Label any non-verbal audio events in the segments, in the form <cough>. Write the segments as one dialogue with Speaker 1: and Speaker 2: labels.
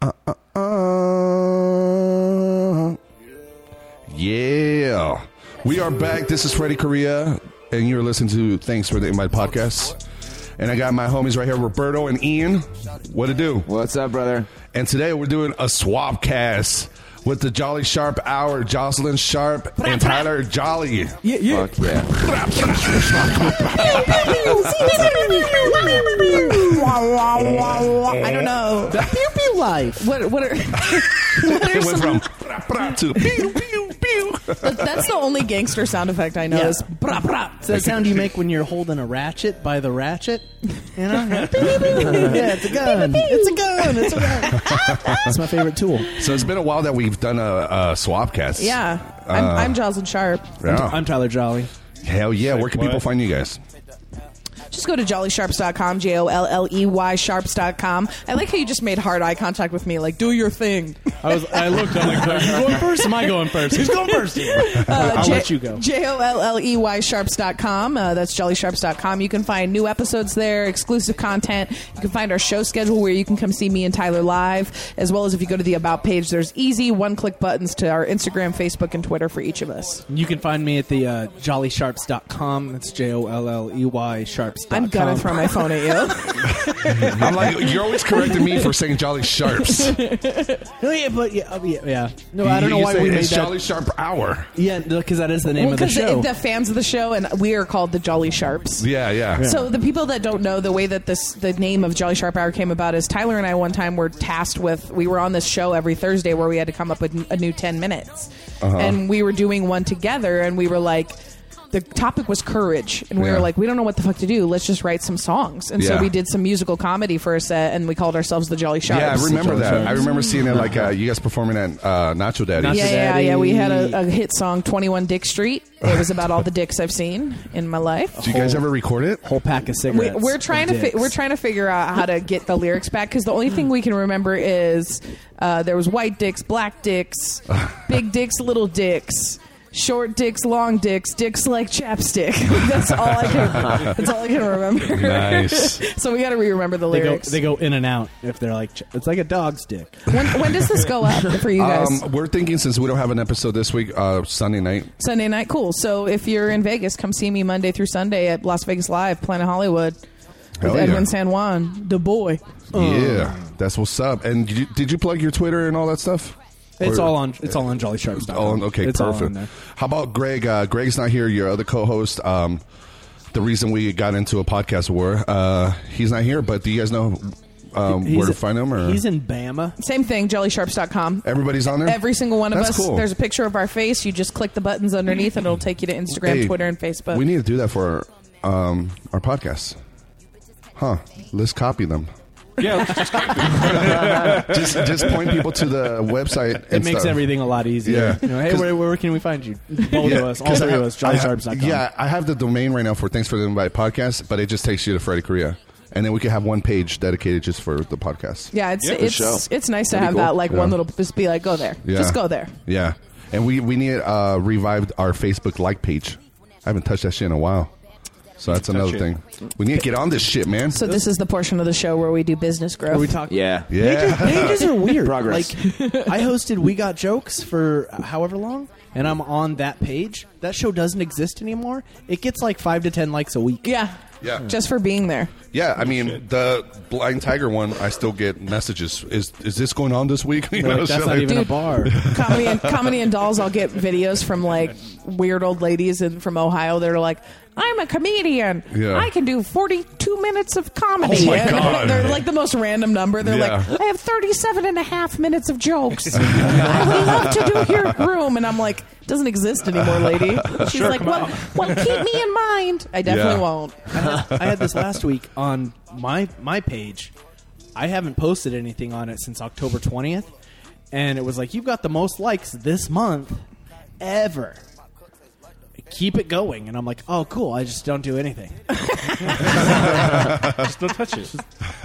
Speaker 1: Uh, We are back. This is Freddie Correa, and you're listening to Thanks for the Invite podcast. And I got my homies right here, Roberto and Ian. What to do?
Speaker 2: What's up, brother?
Speaker 1: And today we're doing a swap cast with the Jolly Sharp Hour, Jocelyn Sharp, and Tyler Jolly.
Speaker 3: Yeah, yeah.
Speaker 2: Fuck yeah.
Speaker 3: I don't know. The pew pew life. <laughs>
Speaker 4: What, what are, what are
Speaker 1: <laughs> It went from
Speaker 4: some,
Speaker 1: brah, brah to <laughs> pew, pew, pew.
Speaker 4: that- that's the only gangster sound effect I know
Speaker 3: Yeah.
Speaker 4: is brah, brah.
Speaker 3: It's that sound you make when you're holding a ratchet by the ratchet. You <laughs> know? yeah, it's a gun. It's a gun. It's a gun. It's my favorite tool.
Speaker 1: So it's been a while that we've done a, a swap cast.
Speaker 4: Yeah. I'm,
Speaker 1: Uh,
Speaker 4: I'm Jocelyn Sharp.
Speaker 1: Yeah.
Speaker 3: I'm Tyler Jolly.
Speaker 1: Hell yeah. Where can
Speaker 5: Like
Speaker 1: people
Speaker 5: what?
Speaker 1: find you guys?
Speaker 4: Just go to jollysharps.com, J O L L E Y sharps.com. I like how you just made hard eye contact with me, like, do your thing.
Speaker 5: I was. I looked. I'm like, are you going first? Am I going first? Who's going first here?
Speaker 3: <laughs> I'll
Speaker 4: Uh, J-
Speaker 3: let you go.
Speaker 4: J O L L E Y sharps.com. Uh, that's jollysharps.com. You can find new episodes there, exclusive content. You can find our show schedule where you can come see me and Tyler live, as well as if you go to the About page, there's easy one click buttons to our Instagram, Facebook, and Twitter for each of us.
Speaker 3: You can find me at the uh, jollysharps.com. That's J O L L E Y sharps.com.
Speaker 4: I'm gonna throw my phone at you.
Speaker 1: I'm like, you're always correcting me for saying Jolly
Speaker 3: <laughs>
Speaker 1: Sharps.
Speaker 3: Oh, yeah, but yeah, oh, yeah, yeah. No, I don't know
Speaker 1: You
Speaker 3: why
Speaker 1: say
Speaker 3: we made
Speaker 1: it's
Speaker 3: that.
Speaker 1: Jolly Sharp Hour.
Speaker 3: yeah, because that is the name
Speaker 4: Well,
Speaker 3: of the
Speaker 4: because
Speaker 3: show.
Speaker 4: the fans of the show, and we are called the Jolly Sharps.
Speaker 1: Yeah, yeah.
Speaker 4: So the people that don't know the way that this the name of Jolly Sharp Hour came about is Tyler and I one time were tasked with we were on this show every Thursday where we had to come up with n- a new 10 minutes. And we were doing one together and we were like the topic was courage and we
Speaker 1: Yeah.
Speaker 4: were like we don't know what the fuck to do let's just write some songs and
Speaker 1: Yeah.
Speaker 4: so we did some musical comedy for a set and we called ourselves the Jolly Sharps.
Speaker 1: yeah, I remember
Speaker 3: Jolly
Speaker 1: that.
Speaker 3: Sharps.
Speaker 1: I remember seeing it like uh, you guys performing at uh, Nacho Daddy's.
Speaker 3: Nacho
Speaker 4: Yeah, yeah,
Speaker 3: Daddy.
Speaker 4: yeah. We had a, a hit song, 21 Dick Street. It was about all the dicks I've seen in my life.
Speaker 3: Oh,
Speaker 1: Do you guys ever record it?
Speaker 3: whole pack of
Speaker 4: We,
Speaker 3: cigarettes.
Speaker 4: we're trying to
Speaker 3: and
Speaker 4: fi-
Speaker 3: dicks.
Speaker 4: we're trying to figure out how to get the lyrics back because the only thing we can remember is uh, there was white dicks, black
Speaker 3: <laughs>
Speaker 4: dicks, big dicks, little dicks, short dicks, long dicks, dicks like chapstick. <laughs> that's all I can. That's all I can remember.
Speaker 1: Nice.
Speaker 4: <laughs> so we got to re-remember the
Speaker 3: They go,
Speaker 4: lyrics.
Speaker 3: they go in and out if they're like it's like a dog's dick.
Speaker 4: when, when does this go up
Speaker 3: <laughs>
Speaker 4: for you guys?
Speaker 1: <laughs> Um, we're thinking since we don't have an episode this week, uh, Sunday night.
Speaker 4: Sunday night, cool. So if you're in Vegas, come see me Monday through Sunday at Las Vegas Live, Planet Hollywood,
Speaker 1: Hell
Speaker 4: with
Speaker 1: yeah.
Speaker 4: Edwin San Juan, the boy.
Speaker 3: Oh.
Speaker 1: Yeah, that's what's up. And did you, did you plug your Twitter and all that stuff?
Speaker 3: It's
Speaker 1: Or-
Speaker 3: all on it's all on Jolly Sharps.
Speaker 1: Oh, okay,
Speaker 3: it's
Speaker 1: perfect.
Speaker 3: All on there.
Speaker 1: How about Greg? Uh, Greg's not here. Your other co-host. Um, the reason we got into a podcast war. Uh, he's not here. But do you guys know um, where to find him? Or
Speaker 3: He's in Bama.
Speaker 4: Same thing, jellysharps.com.
Speaker 1: everybody's on there.
Speaker 4: Every single one of
Speaker 1: That's
Speaker 4: us,
Speaker 1: Cool.
Speaker 4: there's a picture of our face. You just click the buttons underneath, and it'll take you to Instagram,
Speaker 1: Hey,
Speaker 4: Twitter, and Facebook.
Speaker 1: We need to do that for our, um, our podcast. Huh? Let's copy them.
Speaker 5: Yeah.
Speaker 1: <laughs> Just just point people to the website.
Speaker 3: It makes everything a lot easier.
Speaker 1: Yeah.
Speaker 3: You know, hey,
Speaker 1: 'Cause-
Speaker 3: where, where can we find you? Both of us, all
Speaker 1: 'cause
Speaker 3: three
Speaker 1: I
Speaker 3: of
Speaker 1: have-
Speaker 3: us,
Speaker 1: I have-
Speaker 3: jollysharps.com.
Speaker 1: Yeah, I have the domain right now for Thanks for the Invite podcast, but it just takes you to Freddy Korea. And then we could have one page dedicated just for the podcast.
Speaker 4: yeah, it's
Speaker 5: Yeah, for
Speaker 2: sure.
Speaker 4: it's it's nice to
Speaker 2: That'd
Speaker 4: have
Speaker 2: be cool.
Speaker 4: that like one
Speaker 1: Yeah.
Speaker 4: little just be like go there,
Speaker 1: Yeah.
Speaker 4: just go there.
Speaker 1: Yeah. And we, we need uh, revived our Facebook like page. I haven't touched that shit in a while. So that's another
Speaker 5: it.
Speaker 1: thing. We need to get on this shit, man.
Speaker 4: So this is the portion of the show where we do business growth.
Speaker 3: Are we talking?
Speaker 2: Yeah.
Speaker 1: <laughs> yeah.
Speaker 3: Pages are weird.
Speaker 2: Progress.
Speaker 3: Like, I hosted We Got Jokes for however long, and I'm on that page. That show doesn't exist anymore. It gets like five to ten likes
Speaker 1: <laughs>
Speaker 3: a week.
Speaker 4: yeah,
Speaker 1: Yeah.
Speaker 4: just for being there.
Speaker 1: Yeah, I mean the Blind Tiger one. I still get messages. Is is this going on this week? <laughs> You
Speaker 3: They're like,
Speaker 1: know,
Speaker 3: that's
Speaker 1: shit
Speaker 3: not
Speaker 1: like-
Speaker 3: even a
Speaker 1: <laughs>
Speaker 4: Dude.
Speaker 3: bar.
Speaker 4: comedy and comedy and dolls i'll get videos from like weird old ladies in, from ohio that are like i'm a comedian
Speaker 1: Yeah.
Speaker 4: i can do 42 minutes of comedy
Speaker 1: Oh my
Speaker 4: And
Speaker 1: God.
Speaker 4: they're like the most random number they're
Speaker 1: Yeah.
Speaker 4: like i have 37 and a half minutes
Speaker 1: <laughs>
Speaker 4: of jokes i would love to do your room and i'm like doesn't exist anymore
Speaker 1: <laughs>
Speaker 4: lady she's like well, well keep me in mind i definitely
Speaker 1: Yeah.
Speaker 4: won't
Speaker 3: I had, I had this last week on my my page. I haven't posted anything on it since October 20th, and it was like you've got the most likes this month ever. Keep it going, and I'm like, oh, cool. I just don't do anything. <laughs>
Speaker 5: Just don't touch it.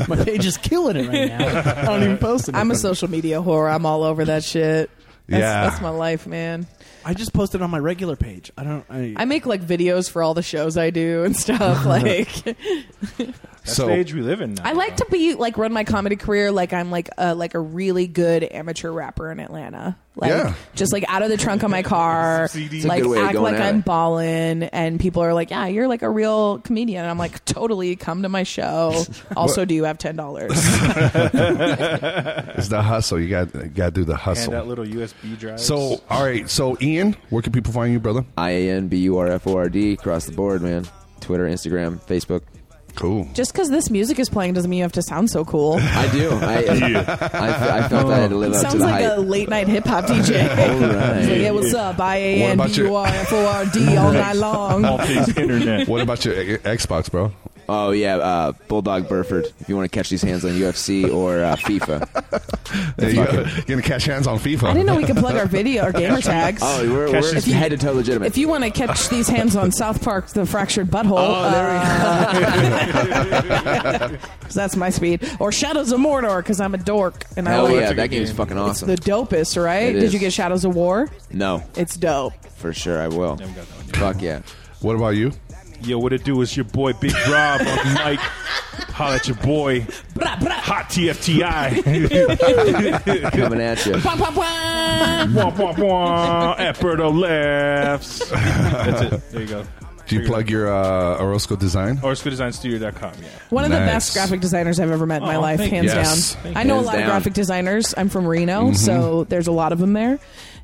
Speaker 3: My page is killing it right now. I don't even post it.
Speaker 4: i'm a social media whore i'm all over that shit that's,
Speaker 1: Yeah.
Speaker 4: that's my life man
Speaker 3: I just posted on my regular page. I don't. I,
Speaker 4: <laughs> i make like videos for all the shows i do and stuff like
Speaker 5: That's
Speaker 1: So-
Speaker 5: the age we live in now.
Speaker 4: I like to be like run my comedy career like I'm like a like a really good amateur rapper in Atlanta. Like
Speaker 1: Yeah.
Speaker 4: just like out of the trunk of my car.
Speaker 5: CD.
Speaker 2: <laughs>
Speaker 4: like
Speaker 2: It's a good way of
Speaker 4: act
Speaker 2: going
Speaker 4: like
Speaker 2: at
Speaker 4: I'm
Speaker 2: it.
Speaker 4: ballin' and people are like, Yeah, you're like a real comedian. And I'm like, totally come to my
Speaker 2: <laughs>
Speaker 4: show. Also, do you have ten dollars?
Speaker 1: It's the hustle. You got got to do the
Speaker 5: and that
Speaker 1: hustle.
Speaker 5: little USB drive.
Speaker 1: So, all right. So, Ian, where can people find you, brother?
Speaker 2: I A N B U R F O R D across the board, man. Twitter, Instagram, Facebook.
Speaker 1: Cool.
Speaker 4: just because this music is playing doesn't mean you have to sound so cool.
Speaker 2: I do. <laughs> I, I, I felt I had to live up to
Speaker 4: Sounds
Speaker 2: the
Speaker 4: like
Speaker 2: hype.
Speaker 4: a late night hip
Speaker 2: <laughs>
Speaker 4: hop DJ. It's like, yeah, what's up? I A N
Speaker 1: about
Speaker 4: B
Speaker 1: your-
Speaker 4: U R F O R D all night
Speaker 2: <laughs>
Speaker 4: long.
Speaker 5: all things <laughs> internet.
Speaker 1: What about your e- Xbox, bro?
Speaker 2: oh yeah, uh, Bulldog Burford. If you want to catch these hands on UFC or uh, FIFA.
Speaker 1: Hey, you you gonna catch hands on FIFA?
Speaker 4: I didn't know we could plug our video,
Speaker 2: <laughs>
Speaker 4: our gamer tags.
Speaker 2: Oh, we're,
Speaker 5: Catch
Speaker 2: we're
Speaker 5: these-
Speaker 2: head to toe legitimate.
Speaker 4: If you want
Speaker 2: <laughs>
Speaker 4: to catch these hands on South Park, the fractured butthole. Oh, there <laughs> that's my speed. Or Shadows of Mordor, because I'm a dork and I
Speaker 2: Hell
Speaker 4: like
Speaker 2: Oh, yeah,
Speaker 5: a
Speaker 2: that
Speaker 5: good
Speaker 2: game's
Speaker 5: game.
Speaker 2: fucking awesome.
Speaker 4: the dopest. Right?
Speaker 2: It
Speaker 4: Did
Speaker 2: is.
Speaker 4: you get Shadows of War?
Speaker 2: no,
Speaker 4: It's dope.
Speaker 2: for sure I will. Fuck yeah.
Speaker 1: What about you?
Speaker 5: Yo, what it do is your boy Big Rob on the mic. Holla at your boy.
Speaker 4: Bra, bra,
Speaker 5: Hot TFTI. <laughs>
Speaker 2: Coming at you.
Speaker 4: bum, bum, bum.
Speaker 5: wah, wah, wah. Alberto laughs. That's it. There you go.
Speaker 1: Do you plug your uh, Orozco design?
Speaker 5: Or schooldesign.studio.com, yeah.
Speaker 4: One of the
Speaker 1: Nice.
Speaker 4: best graphic designers I've ever met in my
Speaker 5: Oh,
Speaker 4: life,
Speaker 5: thank
Speaker 4: hands
Speaker 1: you. Yes.
Speaker 4: down.
Speaker 1: Thank Mm-hmm.
Speaker 4: I know
Speaker 2: you.
Speaker 4: a lot
Speaker 2: Hands
Speaker 4: of
Speaker 2: down.
Speaker 4: graphic designers. I'm from Reno, so there's a lot of them there.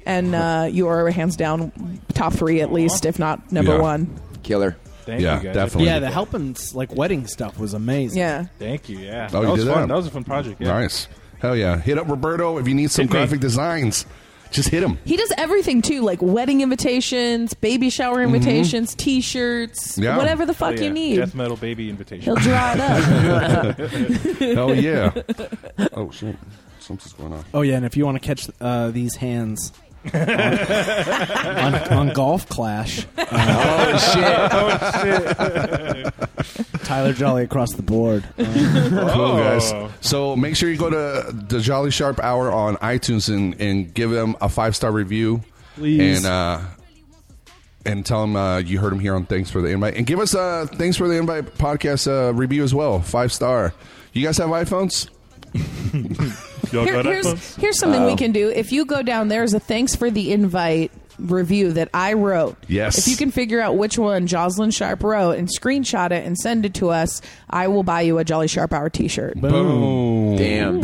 Speaker 4: And uh, you are hands down top three, at least, if not number
Speaker 1: Yeah.
Speaker 4: one.
Speaker 2: Killer.
Speaker 5: Thank
Speaker 1: Yeah,
Speaker 5: you guys.
Speaker 1: definitely.
Speaker 3: Yeah, the helping like wedding stuff was amazing.
Speaker 4: Yeah.
Speaker 5: Thank you, yeah.
Speaker 1: Oh,
Speaker 5: that
Speaker 1: you
Speaker 5: was
Speaker 1: did
Speaker 5: fun.
Speaker 1: that?
Speaker 5: That was a fun project, yeah.
Speaker 1: Nice. Hell yeah. Hit up Roberto if you need some
Speaker 5: Hit me.
Speaker 1: graphic designs. Just hit <laughs> him.
Speaker 4: He does everything too, like wedding invitations, baby shower invitations, t-shirts,
Speaker 1: Yeah.
Speaker 4: whatever the
Speaker 5: Oh,
Speaker 4: fuck
Speaker 5: yeah.
Speaker 4: you need.
Speaker 5: Death metal baby
Speaker 4: He'll
Speaker 5: invitation.
Speaker 4: draw it
Speaker 5: <laughs>
Speaker 4: up.
Speaker 1: Hell yeah. oh shit. Something's going on.
Speaker 3: Oh yeah, and if you want to catch uh, these hands on, on, on Golf Clash,
Speaker 2: Oh shit.
Speaker 3: Tyler Jolly across the <laughs> board.
Speaker 1: Cool guys.
Speaker 5: Oh.
Speaker 1: So make sure you go to the Jolly Sharp Hour on iTunes and, and give them a five star review.
Speaker 3: Please.
Speaker 1: And uh and tell them uh, you heard them here on Thanks for the Invite. And give us uh Thanks for the Invite podcast uh, review as well. Five star. You guys have iPhones?
Speaker 5: Y'all
Speaker 4: Here-
Speaker 5: got that fun?
Speaker 4: here's, here's something we can do. If you go down, there's a thanks for the invite review that I wrote.
Speaker 1: Yes.
Speaker 4: If you can figure out which one Jocelyn Sharp wrote and screenshot it and send it to us, I will buy you a Jolly Sharp Hour t-shirt.
Speaker 2: Damn.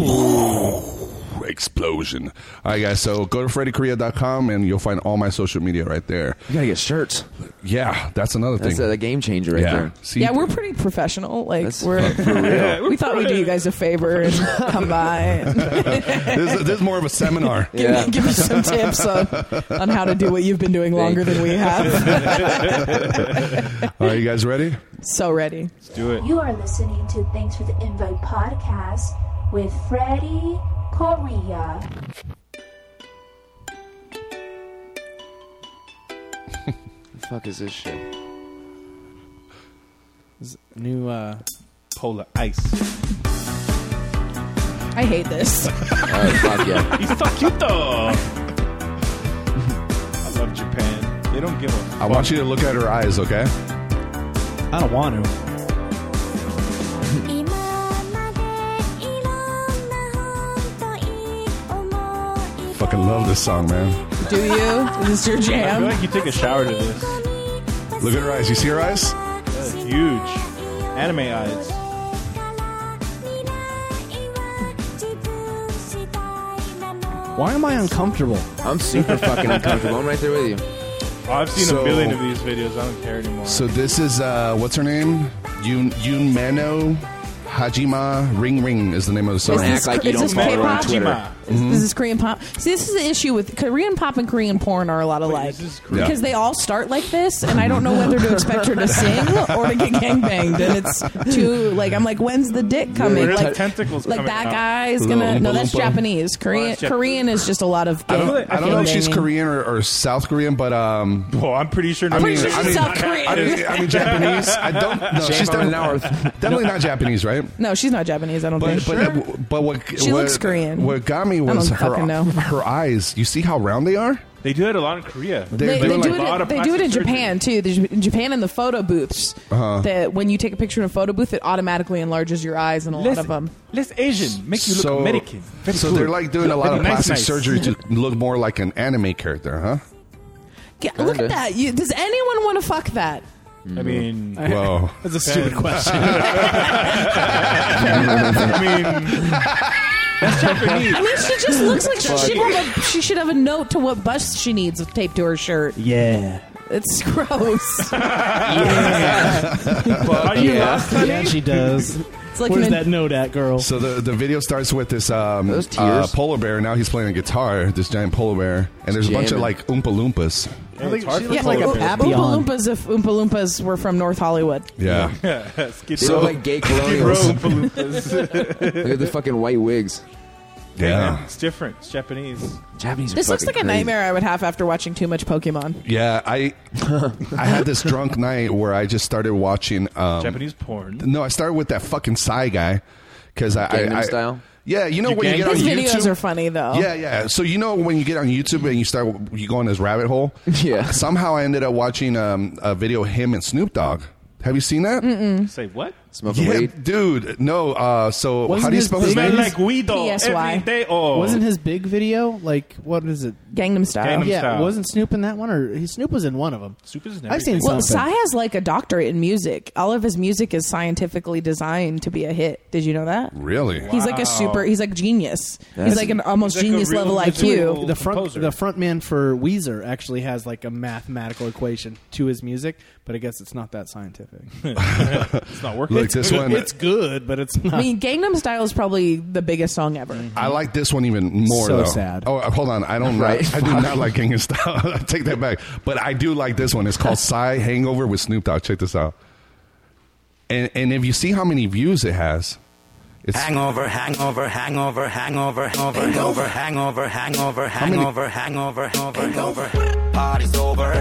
Speaker 1: Explosion. All right, guys. So go to freddykorea.com and you'll find all my social media right there.
Speaker 2: You gotta get shirts.
Speaker 1: Yeah, that's another
Speaker 2: That's
Speaker 1: thing.
Speaker 2: a, a game changer right
Speaker 1: yeah.
Speaker 2: there.
Speaker 1: See,
Speaker 4: Yeah, we're pretty professional. Like
Speaker 2: That's
Speaker 4: we're,
Speaker 2: real.
Speaker 4: <laughs> we thought we'd do you guys a favor and come by and
Speaker 1: this, is- this is more of a
Speaker 4: <laughs>
Speaker 1: seminar.
Speaker 2: Yeah.
Speaker 4: give you some tips on, on how to do what you've been doing longer than we have.
Speaker 1: Are you guys ready?
Speaker 4: so ready.
Speaker 5: Do it.
Speaker 6: You are listening to Thanks for the Invite podcast with Freddie Correa.
Speaker 2: the fuck is this shit?
Speaker 3: New uh,
Speaker 5: Polar ice.
Speaker 4: I hate this.
Speaker 2: Oh fuck yeah.
Speaker 5: Fuck you, though. I love Japan. They don't give a
Speaker 1: I want you to look at her eyes, okay?
Speaker 3: I don't want to.
Speaker 7: 今までいろんな本当いい思い
Speaker 1: Fucking love this song, man.
Speaker 4: Do you? Is this your
Speaker 5: I feel
Speaker 4: jam?
Speaker 5: like you take a shower to this.
Speaker 1: Look at her eyes. You see her eyes?
Speaker 5: That's huge. Anime eyes.
Speaker 7: から未来は自分次第なの
Speaker 3: Why am I uncomfortable?
Speaker 2: I'm super fucking uncomfortable. I'm right there with you.
Speaker 5: Oh, I've seen
Speaker 1: So-
Speaker 5: a million of these videos. I don't care anymore.
Speaker 1: So this is, uh, what's her name? Yun, Yun Mano Hajima Ring Ring is the name of the song.
Speaker 4: Is
Speaker 2: Act
Speaker 4: this-
Speaker 2: like you
Speaker 4: is
Speaker 2: don't
Speaker 4: this
Speaker 2: follow her on
Speaker 4: K-pop?
Speaker 2: Twitter.
Speaker 4: This is Korean pop. See, this is the issue with Korean pop and Korean porn are a lot alike.
Speaker 5: is this Korean?
Speaker 4: Because they all start like this, and I don't know whether to expect her to sing or to get gangbanged. And it's too, like, I'm like, when's the dick coming?
Speaker 5: Where's
Speaker 4: Like,
Speaker 5: the tentacles
Speaker 4: like
Speaker 5: coming
Speaker 4: that
Speaker 5: out?
Speaker 4: guy's gonna. No, that's
Speaker 1: Oompa loompa.
Speaker 4: Japanese.
Speaker 5: Oh,
Speaker 4: Korean
Speaker 5: that's Jap-
Speaker 4: Korean is just a lot of.
Speaker 1: I
Speaker 4: gang-
Speaker 1: don't, I don't know if she's
Speaker 4: gangbanging.
Speaker 1: Korean or, or South Korean, but um,
Speaker 5: Well, I'm pretty sure.
Speaker 4: Pretty sure
Speaker 1: I
Speaker 4: she's
Speaker 1: mean-
Speaker 4: South
Speaker 1: I
Speaker 4: Korean.
Speaker 1: mean, I mean Japanese. I don't. No, she's
Speaker 2: on
Speaker 1: definitely, definitely not Japanese, right?
Speaker 4: No, she's not Japanese. I don't
Speaker 1: But
Speaker 4: think.
Speaker 1: but but what
Speaker 4: She
Speaker 1: what,
Speaker 4: looks Korean.
Speaker 1: What got me
Speaker 4: I
Speaker 1: was
Speaker 4: don't
Speaker 1: her
Speaker 4: fucking know.
Speaker 1: her eyes. You see how round they are?
Speaker 5: They do that a lot in Korea.
Speaker 4: They, they,
Speaker 5: do, like,
Speaker 4: do,
Speaker 5: a lot
Speaker 4: it,
Speaker 5: of
Speaker 4: they do it in
Speaker 5: plastic surgery.
Speaker 4: Japan too. There's- In Japan, in the photo booths, that when you take a picture in a photo booth, it automatically enlarges your eyes and a lot of them.
Speaker 5: less Asian make you look
Speaker 1: so,
Speaker 5: American. Very
Speaker 1: so
Speaker 5: cool.
Speaker 1: they're like doing a lot of
Speaker 5: Nice,
Speaker 1: plastic
Speaker 5: nice.
Speaker 1: surgery to look more like an anime character, huh?
Speaker 5: <laughs>
Speaker 4: Yeah, look
Speaker 8: Kinda.
Speaker 4: at that. You, does anyone want to fuck that?
Speaker 5: I <laughs> mean,
Speaker 1: Whoa.
Speaker 9: That's a stupid
Speaker 3: <laughs>
Speaker 9: question.
Speaker 5: I mean, that's Japanese.
Speaker 4: I mean, she just looks like she should, have a, she should have a note to what bust she needs taped to her shirt.
Speaker 9: yeah.
Speaker 4: It's <laughs> gross.
Speaker 5: Are you
Speaker 8: Yeah.
Speaker 5: lost, honey?
Speaker 3: Yeah, she does.
Speaker 4: It's like
Speaker 3: Where's
Speaker 4: an,
Speaker 3: that note at, girl?
Speaker 1: So the, the video starts with this um,
Speaker 8: Those
Speaker 1: uh,
Speaker 8: tears.
Speaker 1: polar bear. Now he's playing a guitar, this giant polar bear, and there's a bunch of
Speaker 8: Jamming.
Speaker 1: like Oompa Loompas.
Speaker 5: I think she
Speaker 4: yeah,
Speaker 5: looks
Speaker 4: like
Speaker 5: like
Speaker 4: Oompa
Speaker 5: a
Speaker 3: Beyond.
Speaker 4: Loompas if Oompa Loompas were from North Hollywood.
Speaker 1: Yeah,
Speaker 5: Skid
Speaker 8: They
Speaker 5: Row-
Speaker 8: look like gay
Speaker 5: Skid
Speaker 8: colonials.
Speaker 5: Row Oompa Loompas.
Speaker 8: Look at the fucking white wigs.
Speaker 1: <laughs> yeah,
Speaker 5: It's different. It's Japanese.
Speaker 8: Japanese. Are
Speaker 4: This looks like
Speaker 8: fucking
Speaker 4: a
Speaker 8: crazy.
Speaker 4: nightmare I would have after watching too much Pokemon.
Speaker 1: yeah. I I
Speaker 8: <laughs>
Speaker 1: had this drunk night where I just started watching. Um,
Speaker 5: Japanese porn.
Speaker 1: No, I started with that fucking Psy guy because I, I,
Speaker 8: Gangnam
Speaker 1: I
Speaker 8: Style?
Speaker 1: Yeah, you know when you
Speaker 5: Gangnam-
Speaker 1: get on
Speaker 4: His videos
Speaker 1: YouTube.
Speaker 4: are funny though.
Speaker 1: Yeah, yeah. So you know when you get on YouTube and you start you go on this rabbit hole.
Speaker 8: <laughs> Yeah.
Speaker 1: Somehow I ended up watching um, a video of him and Snoop Dogg. Have you seen that?
Speaker 5: Say what?
Speaker 8: Smoking
Speaker 1: Yeah,
Speaker 8: weed.
Speaker 1: dude. No. Uh, so
Speaker 3: Wasn't
Speaker 1: how do you
Speaker 3: his
Speaker 1: spell his
Speaker 3: thing-
Speaker 1: name?
Speaker 5: Smell like weed all
Speaker 4: PSY.
Speaker 5: every day.
Speaker 3: <laughs>
Speaker 5: Oh,
Speaker 3: Wasn't his big video like what is it?
Speaker 4: Gangnam Style.
Speaker 5: Gangnam
Speaker 3: yeah,
Speaker 5: Style.
Speaker 3: wasn't Snoop in that one, or he, Snoop was in one of them.
Speaker 5: Snoop is in
Speaker 3: I've seen
Speaker 5: everything.
Speaker 3: some.
Speaker 4: Well, Psy
Speaker 3: something.
Speaker 4: has like a doctorate in music. All of his music is scientifically designed to be a hit. Did you know that?
Speaker 1: Really?
Speaker 4: He's like a super. He's like genius.
Speaker 8: That's-
Speaker 4: he's like an almost
Speaker 5: He's like a
Speaker 4: genius
Speaker 5: real
Speaker 4: level
Speaker 5: individual.
Speaker 4: IQ.
Speaker 3: The front,
Speaker 5: composer.
Speaker 3: the front man for Weezer actually has like a mathematical equation to his music, but I guess it's not that scientific.
Speaker 5: it's not working.
Speaker 1: Like this one.
Speaker 3: it's good, but <laughs> it's
Speaker 4: I
Speaker 3: not.
Speaker 4: mean, Gangnam Style is probably the biggest song ever.
Speaker 1: I like this one even more.
Speaker 3: So
Speaker 1: though.
Speaker 3: sad.
Speaker 1: Oh, hold on. I don't.
Speaker 8: Right.
Speaker 1: I
Speaker 3: <laughs>
Speaker 1: do not like Gangnam <laughs> Style. I take that back. But I do like this one. It's called Psy Hangover with Snoop Dogg. Check this out. And and if you see how many views it has, it's
Speaker 10: Hangover, hangover, hangover, hangover, hangover, hangover, hangover, hangover, hangover, hangover, hangover. Party's over.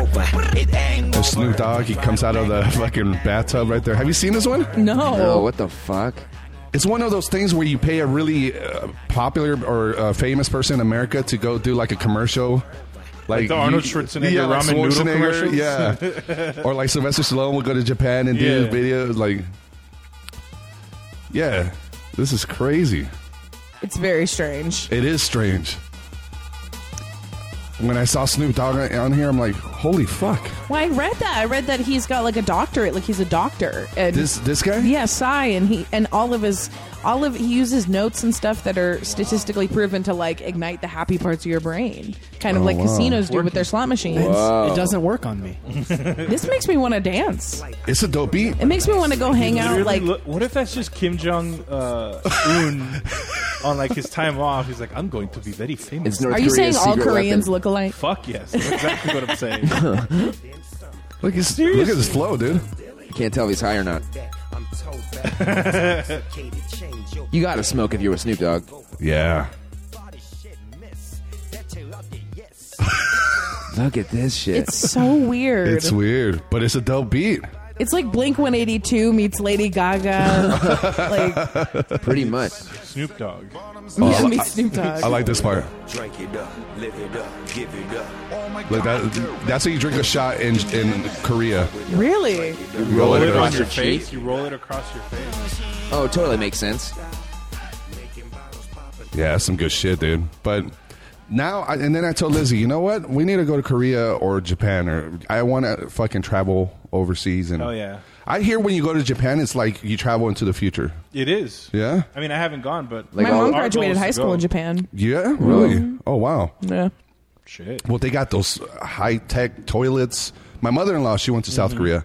Speaker 10: It ain't over.
Speaker 1: there's Snoop Dogg. He comes out of the fucking bathtub right there. Have you seen this one?
Speaker 4: No.
Speaker 8: Oh, what the fuck?
Speaker 1: It's one of those things where you pay a really uh, popular or uh, famous person in America to go do like a commercial. Like,
Speaker 5: the Arnold
Speaker 1: you-
Speaker 5: Schwarzenegger
Speaker 1: yeah, like
Speaker 5: ramen noodle commercials? <laughs>
Speaker 1: yeah. or like Sylvester Stallone will go to Japan and do
Speaker 5: Yeah.
Speaker 1: videos. Like, yeah, this is crazy.
Speaker 4: It's very strange.
Speaker 1: It is strange. When I saw Snoop Dogg on- on here, I'm like, holy fuck,
Speaker 4: Well, I read that. I read that he's got like a doctorate. Like he's a doctor. And
Speaker 1: this this guy.
Speaker 4: yeah, Psy, and he and all of his all of he uses notes and stuff that are statistically proven to like ignite the happy parts of your brain, kind
Speaker 1: Oh,
Speaker 4: of like casinos do with their slot machines.
Speaker 3: It doesn't work on me.
Speaker 4: This makes me want to dance.
Speaker 1: it's a dope beat.
Speaker 4: It makes me want to go hang out.
Speaker 5: Literally
Speaker 4: Like
Speaker 5: look- what if that's just Kim Jong uh,
Speaker 4: <laughs>
Speaker 5: Un on like his time off? He's like, I'm going to be very famous.
Speaker 8: It's North
Speaker 4: Are you saying
Speaker 8: Korea's
Speaker 4: all
Speaker 8: secret
Speaker 4: Koreans
Speaker 8: weapon.
Speaker 4: look alike?
Speaker 5: Fuck yes, that's exactly what I'm saying.
Speaker 4: <laughs>
Speaker 1: Look, it's, look at this flow, dude.
Speaker 8: Can't tell if he's high or not. You gotta smoke if you're with Snoop Dogg.
Speaker 1: Yeah,
Speaker 8: Look at this shit.
Speaker 4: It's so weird.
Speaker 1: it's
Speaker 4: It's,
Speaker 1: weird, but it's a dope beat.
Speaker 4: like Blink 182 meets
Speaker 1: <laughs>
Speaker 4: Lady Gaga. like
Speaker 8: Pretty much.
Speaker 5: Snoop Dogg.
Speaker 4: yeah, meets Snoop Dogg.
Speaker 1: Oh, I like this part.
Speaker 10: Drink it up, live it up, give it up.
Speaker 1: Like that, that's how you drink a shot in in Korea.
Speaker 4: really?
Speaker 5: Roll it
Speaker 8: across
Speaker 5: on your
Speaker 8: your
Speaker 5: face.
Speaker 8: cheek.
Speaker 5: You roll it across your face.
Speaker 8: Oh, totally makes sense.
Speaker 1: Yeah, that's some good shit, dude. But now, I, and then I told Lizzie, you know what? We need to go to Korea or Japan, or I want to fucking travel overseas. And
Speaker 5: Oh, yeah.
Speaker 1: I hear when you go to Japan, it's like you travel into the future.
Speaker 5: It is.
Speaker 1: Yeah?
Speaker 5: I mean, I haven't gone, but
Speaker 8: Like
Speaker 4: My
Speaker 8: all-
Speaker 4: mom
Speaker 8: our
Speaker 4: graduated
Speaker 5: goal is
Speaker 4: high
Speaker 5: to
Speaker 4: school
Speaker 5: go.
Speaker 4: in Japan.
Speaker 1: Yeah, really?
Speaker 5: Mm-hmm.
Speaker 1: Oh wow.
Speaker 4: Yeah.
Speaker 5: shit.
Speaker 1: Well, they got those high tech toilets. My mother in law, she went to South Korea,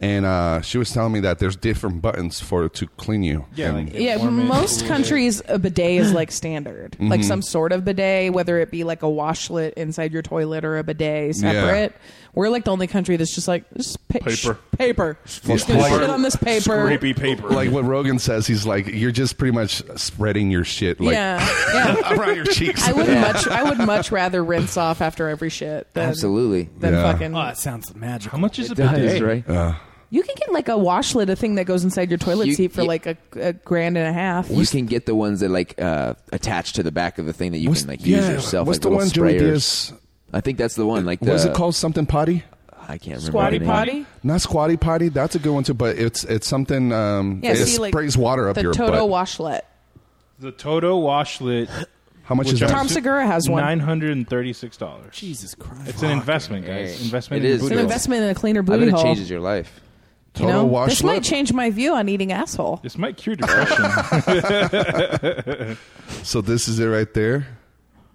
Speaker 1: and uh, she was telling me that there's different buttons for to clean you.
Speaker 5: Yeah,
Speaker 1: And-
Speaker 5: like it's
Speaker 4: Yeah,
Speaker 5: warm and
Speaker 4: most
Speaker 5: cool.
Speaker 4: countries a bidet is like standard, like some sort of bidet, whether it be like a washlet inside your toilet or a bidet separate. We're like the only country that's just like just pa- sh-
Speaker 5: Paper.
Speaker 4: paper. Just gonna
Speaker 1: Paper.
Speaker 4: shit on this paper.
Speaker 5: Scrapey paper.
Speaker 1: like what Rogan says, he's like, you're just pretty much spreading your shit like <laughs>
Speaker 4: yeah, yeah.
Speaker 1: around your cheeks.
Speaker 4: <laughs> I would much, I would much rather rinse off after every shit than
Speaker 8: Absolutely.
Speaker 4: than
Speaker 1: Yeah.
Speaker 4: fucking.
Speaker 3: Oh, that sounds magical.
Speaker 5: How much is it?
Speaker 8: That is right.
Speaker 4: You can get like a washlet, a thing that goes inside your toilet
Speaker 8: You-
Speaker 4: seat for
Speaker 8: you-
Speaker 4: like a, a grand and a half.
Speaker 8: You can get the ones that like uh, attach to the back of the thing that you
Speaker 1: What's-
Speaker 8: can like
Speaker 1: yeah,
Speaker 8: use yourself.
Speaker 1: What's
Speaker 8: like
Speaker 1: the
Speaker 8: little
Speaker 1: one Joey
Speaker 8: sprayers.
Speaker 1: Diaz?
Speaker 8: I think that's the one. Like the,
Speaker 1: What is it called? Something potty?
Speaker 8: I can't remember.
Speaker 4: Squatty
Speaker 8: the name.
Speaker 4: potty.
Speaker 1: Not squatty potty. That's a good one too. But it's it's something. Um,
Speaker 4: Yeah,
Speaker 1: it
Speaker 4: see, like,
Speaker 1: sprays water up
Speaker 4: The
Speaker 1: your butt.
Speaker 4: Toto washlet.
Speaker 5: The Toto washlet.
Speaker 1: How much is
Speaker 5: Which
Speaker 1: that?
Speaker 5: I'm
Speaker 4: Tom Segura has one.
Speaker 5: Nine hundred and thirty-six dollars.
Speaker 3: Jesus Christ.
Speaker 5: It's an <laughs> investment, guys.
Speaker 8: A.
Speaker 5: Investment.
Speaker 8: It
Speaker 5: in
Speaker 8: is.
Speaker 4: It's an
Speaker 8: Cool.
Speaker 4: investment in a cleaner
Speaker 8: I
Speaker 4: booty
Speaker 8: bet it
Speaker 4: hole.
Speaker 8: changes your life.
Speaker 4: you know?
Speaker 1: Total wash
Speaker 4: this
Speaker 1: lip.
Speaker 4: might change my view on eating asshole.
Speaker 5: This might
Speaker 4: <laughs>
Speaker 5: cure depression. <laughs>
Speaker 1: So this is it right there.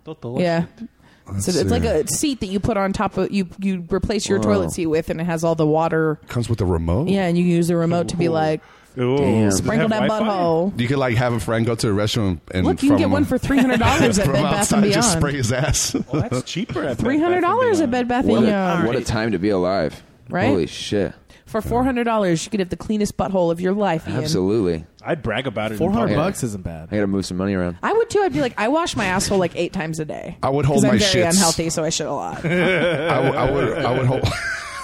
Speaker 4: Yeah. So
Speaker 1: Let's
Speaker 4: it's like
Speaker 1: see.
Speaker 4: a seat that you put on top of you. You replace your
Speaker 8: Wow.
Speaker 4: toilet seat with, and it has all the water.
Speaker 1: Comes with a remote.
Speaker 4: Yeah, and you can use the remote to be like
Speaker 5: Ooh,
Speaker 8: Damn.
Speaker 5: does it
Speaker 4: sprinkle
Speaker 5: have
Speaker 4: that
Speaker 5: Wi-Fi?
Speaker 4: butthole.
Speaker 1: You could like have a friend go to the restroom and
Speaker 4: Look, you can
Speaker 1: from-
Speaker 4: get one for three hundred dollars
Speaker 1: <laughs>
Speaker 4: at
Speaker 1: from
Speaker 4: Bed Bath and
Speaker 1: outside. Just spray
Speaker 4: Beyond.
Speaker 1: his
Speaker 5: <laughs>
Speaker 1: ass.
Speaker 5: Well, that's cheaper. at Bed Bath and
Speaker 4: Three hundred dollars at Bed
Speaker 5: Beyond.
Speaker 4: Bath and
Speaker 8: What a,
Speaker 4: Beyond.
Speaker 8: what a time to be alive.
Speaker 4: Right?
Speaker 8: Holy shit.
Speaker 4: For four hundred dollars, you could have the cleanest butthole of your life. Ian.
Speaker 8: Absolutely.
Speaker 5: I'd brag about it. in
Speaker 3: Four hundred
Speaker 5: public.
Speaker 3: bucks isn't bad.
Speaker 8: I gotta move some money around.
Speaker 4: I would too. I'd be like, I wash my asshole like eight times a day.
Speaker 1: I would hold
Speaker 4: 'Cause
Speaker 1: my
Speaker 4: I'm very
Speaker 1: shits.
Speaker 4: unhealthy, so I shit
Speaker 1: <laughs>
Speaker 4: a lot.
Speaker 1: I, w- I would. I would hold.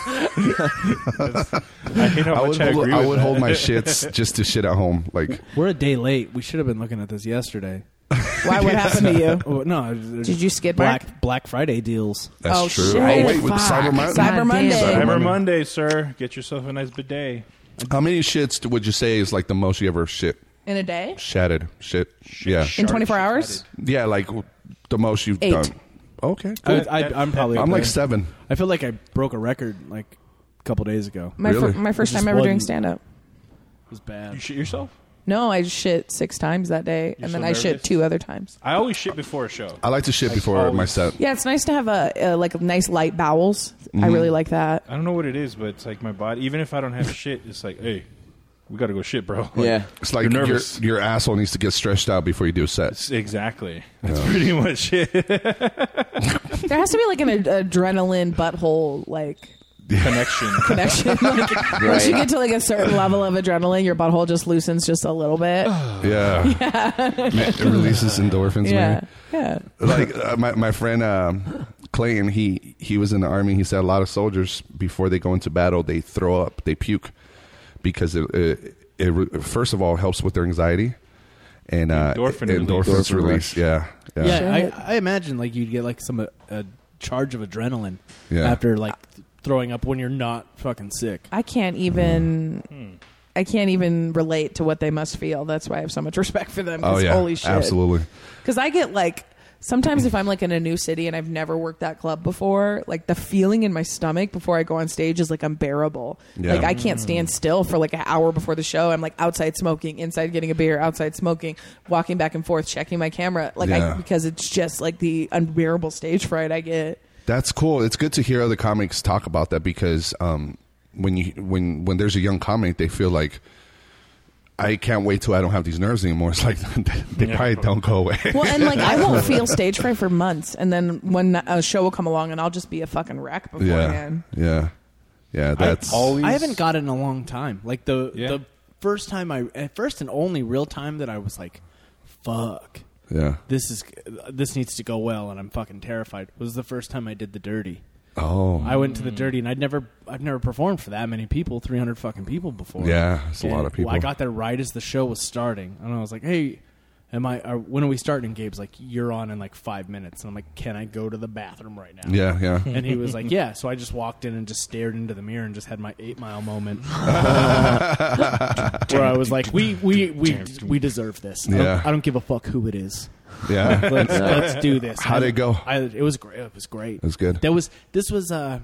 Speaker 5: I hate how
Speaker 1: I would.
Speaker 5: much
Speaker 1: Hold,
Speaker 5: I agree
Speaker 1: I
Speaker 5: with
Speaker 1: would
Speaker 5: that. <laughs>
Speaker 1: hold my shits just to shit at home. Like
Speaker 3: We're a day late. We should have been looking at this yesterday.
Speaker 4: Why? What happened
Speaker 3: <laughs>
Speaker 4: to you?
Speaker 3: Oh, no, did
Speaker 4: Did you skid mark?
Speaker 3: Black Black Friday deals?
Speaker 1: that's
Speaker 4: Oh,
Speaker 1: true.
Speaker 4: shit.
Speaker 1: Oh wait, with
Speaker 4: Fuck.
Speaker 1: Cyber Monday.
Speaker 4: Cyber Monday.
Speaker 1: Cyber
Speaker 5: Cyber Monday, sir. Get yourself a nice bidet.
Speaker 1: How many shits would you say is like the most you ever shit?
Speaker 4: In a day?
Speaker 1: Shattered. Shit. Yeah.
Speaker 4: In 24 hours?
Speaker 1: Yeah, like w- the most you've
Speaker 4: Eight.
Speaker 1: done. Okay.
Speaker 3: I,
Speaker 1: cool.
Speaker 3: I, I'm probably.
Speaker 1: I'm
Speaker 3: up
Speaker 1: like
Speaker 3: there.
Speaker 1: seven.
Speaker 3: I feel like I broke a record like a couple days ago.
Speaker 4: My, fir-
Speaker 1: Really?
Speaker 4: my first
Speaker 3: Just
Speaker 4: time ever doing
Speaker 3: one-
Speaker 4: stand up.
Speaker 3: It was bad.
Speaker 5: You shit yourself?
Speaker 4: No, I shit six times that day,
Speaker 5: You're
Speaker 4: and
Speaker 5: so
Speaker 4: then I shit
Speaker 5: nervous?
Speaker 4: two other times.
Speaker 5: I always shit before a show.
Speaker 1: I like to shit
Speaker 5: Like
Speaker 1: before my
Speaker 5: always.
Speaker 1: set.
Speaker 4: Yeah, it's nice to have a, a like nice light bowels.
Speaker 1: Mm-hmm.
Speaker 4: I really like
Speaker 5: <laughs>
Speaker 4: that.
Speaker 5: I don't know what it is, but it's like my body. Even if I don't have shit, it's like, hey, we gotta go shit, bro. Like,
Speaker 8: Yeah.
Speaker 1: It's like
Speaker 5: You're
Speaker 1: your,
Speaker 5: nervous.
Speaker 1: your asshole needs to get stretched out before you do a set.
Speaker 5: it's- exactly. That's pretty
Speaker 1: <laughs>
Speaker 5: much it.
Speaker 4: There has to be like an ad- adrenaline butthole like
Speaker 5: Connection.
Speaker 4: connection.
Speaker 5: <laughs>
Speaker 4: Like, Once you get to like a certain level of adrenaline, your butthole just loosens just a little bit. <laughs>
Speaker 1: Yeah. Man, it releases endorphins,
Speaker 4: yeah,
Speaker 1: man.
Speaker 4: yeah.
Speaker 1: Like uh, my, my friend um, Clayton, he, he was in the army. He said a lot of soldiers, before they go into battle, they throw up, they puke because it, it, it, re- first of all, helps with their anxiety. And uh, endorphins
Speaker 5: Endorphin release.
Speaker 8: Endorphin rush.
Speaker 1: release. Yeah.
Speaker 3: Yeah,
Speaker 4: Shit.
Speaker 3: I, I imagine like you'd get like some uh, a charge of adrenaline
Speaker 1: Yeah.
Speaker 3: after like throwing up when you're not fucking sick.
Speaker 4: I can't even.
Speaker 5: Hmm.
Speaker 4: I can't even relate to what they must feel. That's why I have so much respect for them. 'cause
Speaker 1: Oh, yeah.
Speaker 4: Holy shit.
Speaker 1: Absolutely.
Speaker 4: Because I get like sometimes if I'm like in a new city and I've never worked that club before, like the feeling in my stomach before I go on stage is like unbearable.
Speaker 1: Yeah.
Speaker 4: Like I can't stand still for like an hour before the show. I'm like outside smoking, inside getting a beer, outside smoking, walking back and forth, checking my camera. Like
Speaker 1: Yeah.
Speaker 4: I because it's just like the unbearable stage fright I get.
Speaker 1: That's cool. It's good to hear other comics talk about that because um, when you when when there's a young comic, they feel like I can't wait till I don't have these nerves anymore. <laughs> It's like they probably don't go away.
Speaker 4: Well, and like I
Speaker 1: <laughs>
Speaker 4: won't feel stage fright for months, and then when a show will come along, and I'll just be a fucking wreck
Speaker 1: yeah,
Speaker 4: beforehand.
Speaker 1: yeah, yeah. That's
Speaker 5: always.
Speaker 3: I haven't got it in a long time. Like the
Speaker 5: Yeah.
Speaker 3: the first time I at first and only real time that I was like, fuck.
Speaker 1: yeah.
Speaker 3: This is this needs to go well, and I'm fucking terrified. Was the first time I did the dirty.
Speaker 1: Oh,
Speaker 3: I went to the dirty, and I'd never I've never performed for that many people, 300 fucking people before.
Speaker 1: yeah. It's a lot
Speaker 3: And
Speaker 1: of people.
Speaker 3: I got there right as the show was starting, and I was like, "Hey, am I? Are, when are we starting?" And Gabe's like, "You're on in like five minutes," and I'm like, "Can I go to the bathroom right now?"
Speaker 1: yeah, yeah.
Speaker 3: <laughs> And he
Speaker 1: <laughs>
Speaker 3: was like, "Yeah." So I just walked in and just stared into the mirror and just had my eight
Speaker 1: <laughs>
Speaker 3: mile moment, where I was like, "We, we, we, we deserve this. I don't,
Speaker 1: Yeah.
Speaker 3: I don't give a fuck who it is. <laughs>
Speaker 1: yeah.
Speaker 3: Let's, let's do this."
Speaker 1: How'd
Speaker 3: I-
Speaker 1: it go?
Speaker 3: I, it was great. It was great. It
Speaker 1: was good.
Speaker 3: That was this was. Uh,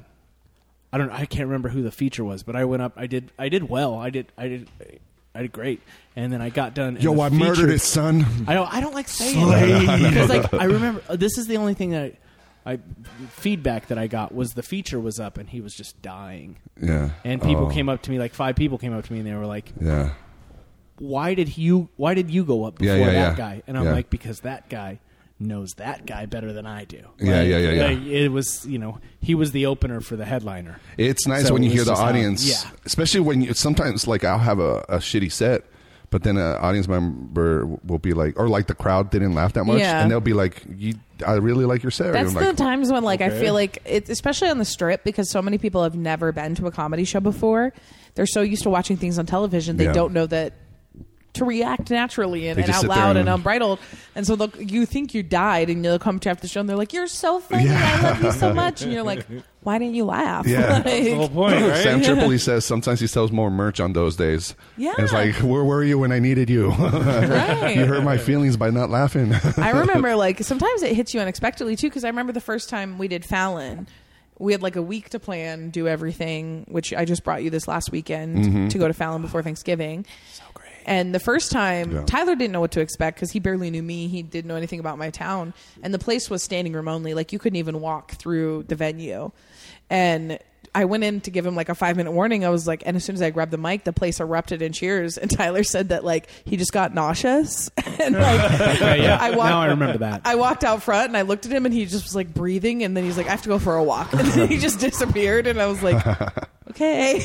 Speaker 3: I don't. I can't remember who the feature was, but I went up. I did. I did well. I did. I did. I did great. And then I got done. and
Speaker 1: Yo,
Speaker 3: the
Speaker 1: I
Speaker 3: feature-
Speaker 1: murdered it, son.
Speaker 3: I don't. I don't like saying that. <laughs> 'Cause, like I remember. uh, This is the only thing that I, I feedback that I got was the feature was up and he was just dying.
Speaker 1: Yeah.
Speaker 3: And people
Speaker 1: Oh,
Speaker 3: came up to me, like five people came up to me, and they were like,
Speaker 1: Yeah.
Speaker 3: "Why did you? Why did you go up
Speaker 1: Yeah,
Speaker 3: before
Speaker 1: yeah,
Speaker 3: that
Speaker 1: yeah.
Speaker 3: guy?" And I'm
Speaker 1: Yeah.
Speaker 3: like, "Because that guy knows that guy better than I do."
Speaker 1: Yeah,
Speaker 3: Like,
Speaker 1: yeah, yeah, yeah.
Speaker 3: like, it was, you know, he was the opener for the headliner.
Speaker 1: It's nice
Speaker 3: So
Speaker 1: when you
Speaker 3: it
Speaker 1: hear
Speaker 3: was
Speaker 1: the
Speaker 3: just how-
Speaker 1: audience,
Speaker 3: yeah.
Speaker 1: especially when you sometimes like I'll have a, a shitty set, but then an audience member will be like, or like the crowd didn't laugh that much,
Speaker 4: Yeah.
Speaker 1: and they'll be like, you, "I really like your set."
Speaker 4: That's
Speaker 1: I'm like,
Speaker 4: the times when like I feel like it's especially on the strip because so many people have never been to a comedy show before. They're so used to watching things on television they
Speaker 1: Yeah.
Speaker 4: don't know that to react naturally and,
Speaker 1: They
Speaker 4: and
Speaker 1: just
Speaker 4: out
Speaker 1: sit there
Speaker 4: loud and
Speaker 1: and-
Speaker 4: unbridled. And so they'll, you think you died, and you'll come to after the show, and they're like, "You're so funny,
Speaker 1: Yeah.
Speaker 4: I love you so much,"
Speaker 1: <laughs>
Speaker 4: and you're like, "Why didn't you laugh?"
Speaker 1: Yeah.
Speaker 4: <laughs> Like-
Speaker 5: the whole point, right?
Speaker 1: Sam
Speaker 4: <laughs>
Speaker 1: Tripoli says sometimes he sells more merch on those days.
Speaker 4: Yeah.
Speaker 1: it's like, where were you when I needed you? <laughs>
Speaker 4: Right.
Speaker 1: you hurt my feelings by not laughing.
Speaker 4: <laughs> I remember like sometimes it hits you unexpectedly too because I remember the first time we did Fallon, we had like a week to plan, do everything, which I just brought you this last weekend to go to Fallon before Thanksgiving. Mm-hmm. So great. And the first time
Speaker 1: Yeah.
Speaker 4: Tyler didn't know what to expect because he barely knew me. He didn't know anything about my town, and the place was standing room only. Like you couldn't even walk through the venue, and. I went in to give him like a five minute warning. I was like, and as soon as I grabbed the mic, the place erupted in cheers. And Tyler said that like he just got nauseous, <laughs> and like I walked,
Speaker 3: now I remember that.
Speaker 4: I walked out front and I looked at him and he just was like breathing and then he's like, I have to go for a walk. <laughs> And then he just disappeared and I was
Speaker 5: <laughs>
Speaker 4: like, okay.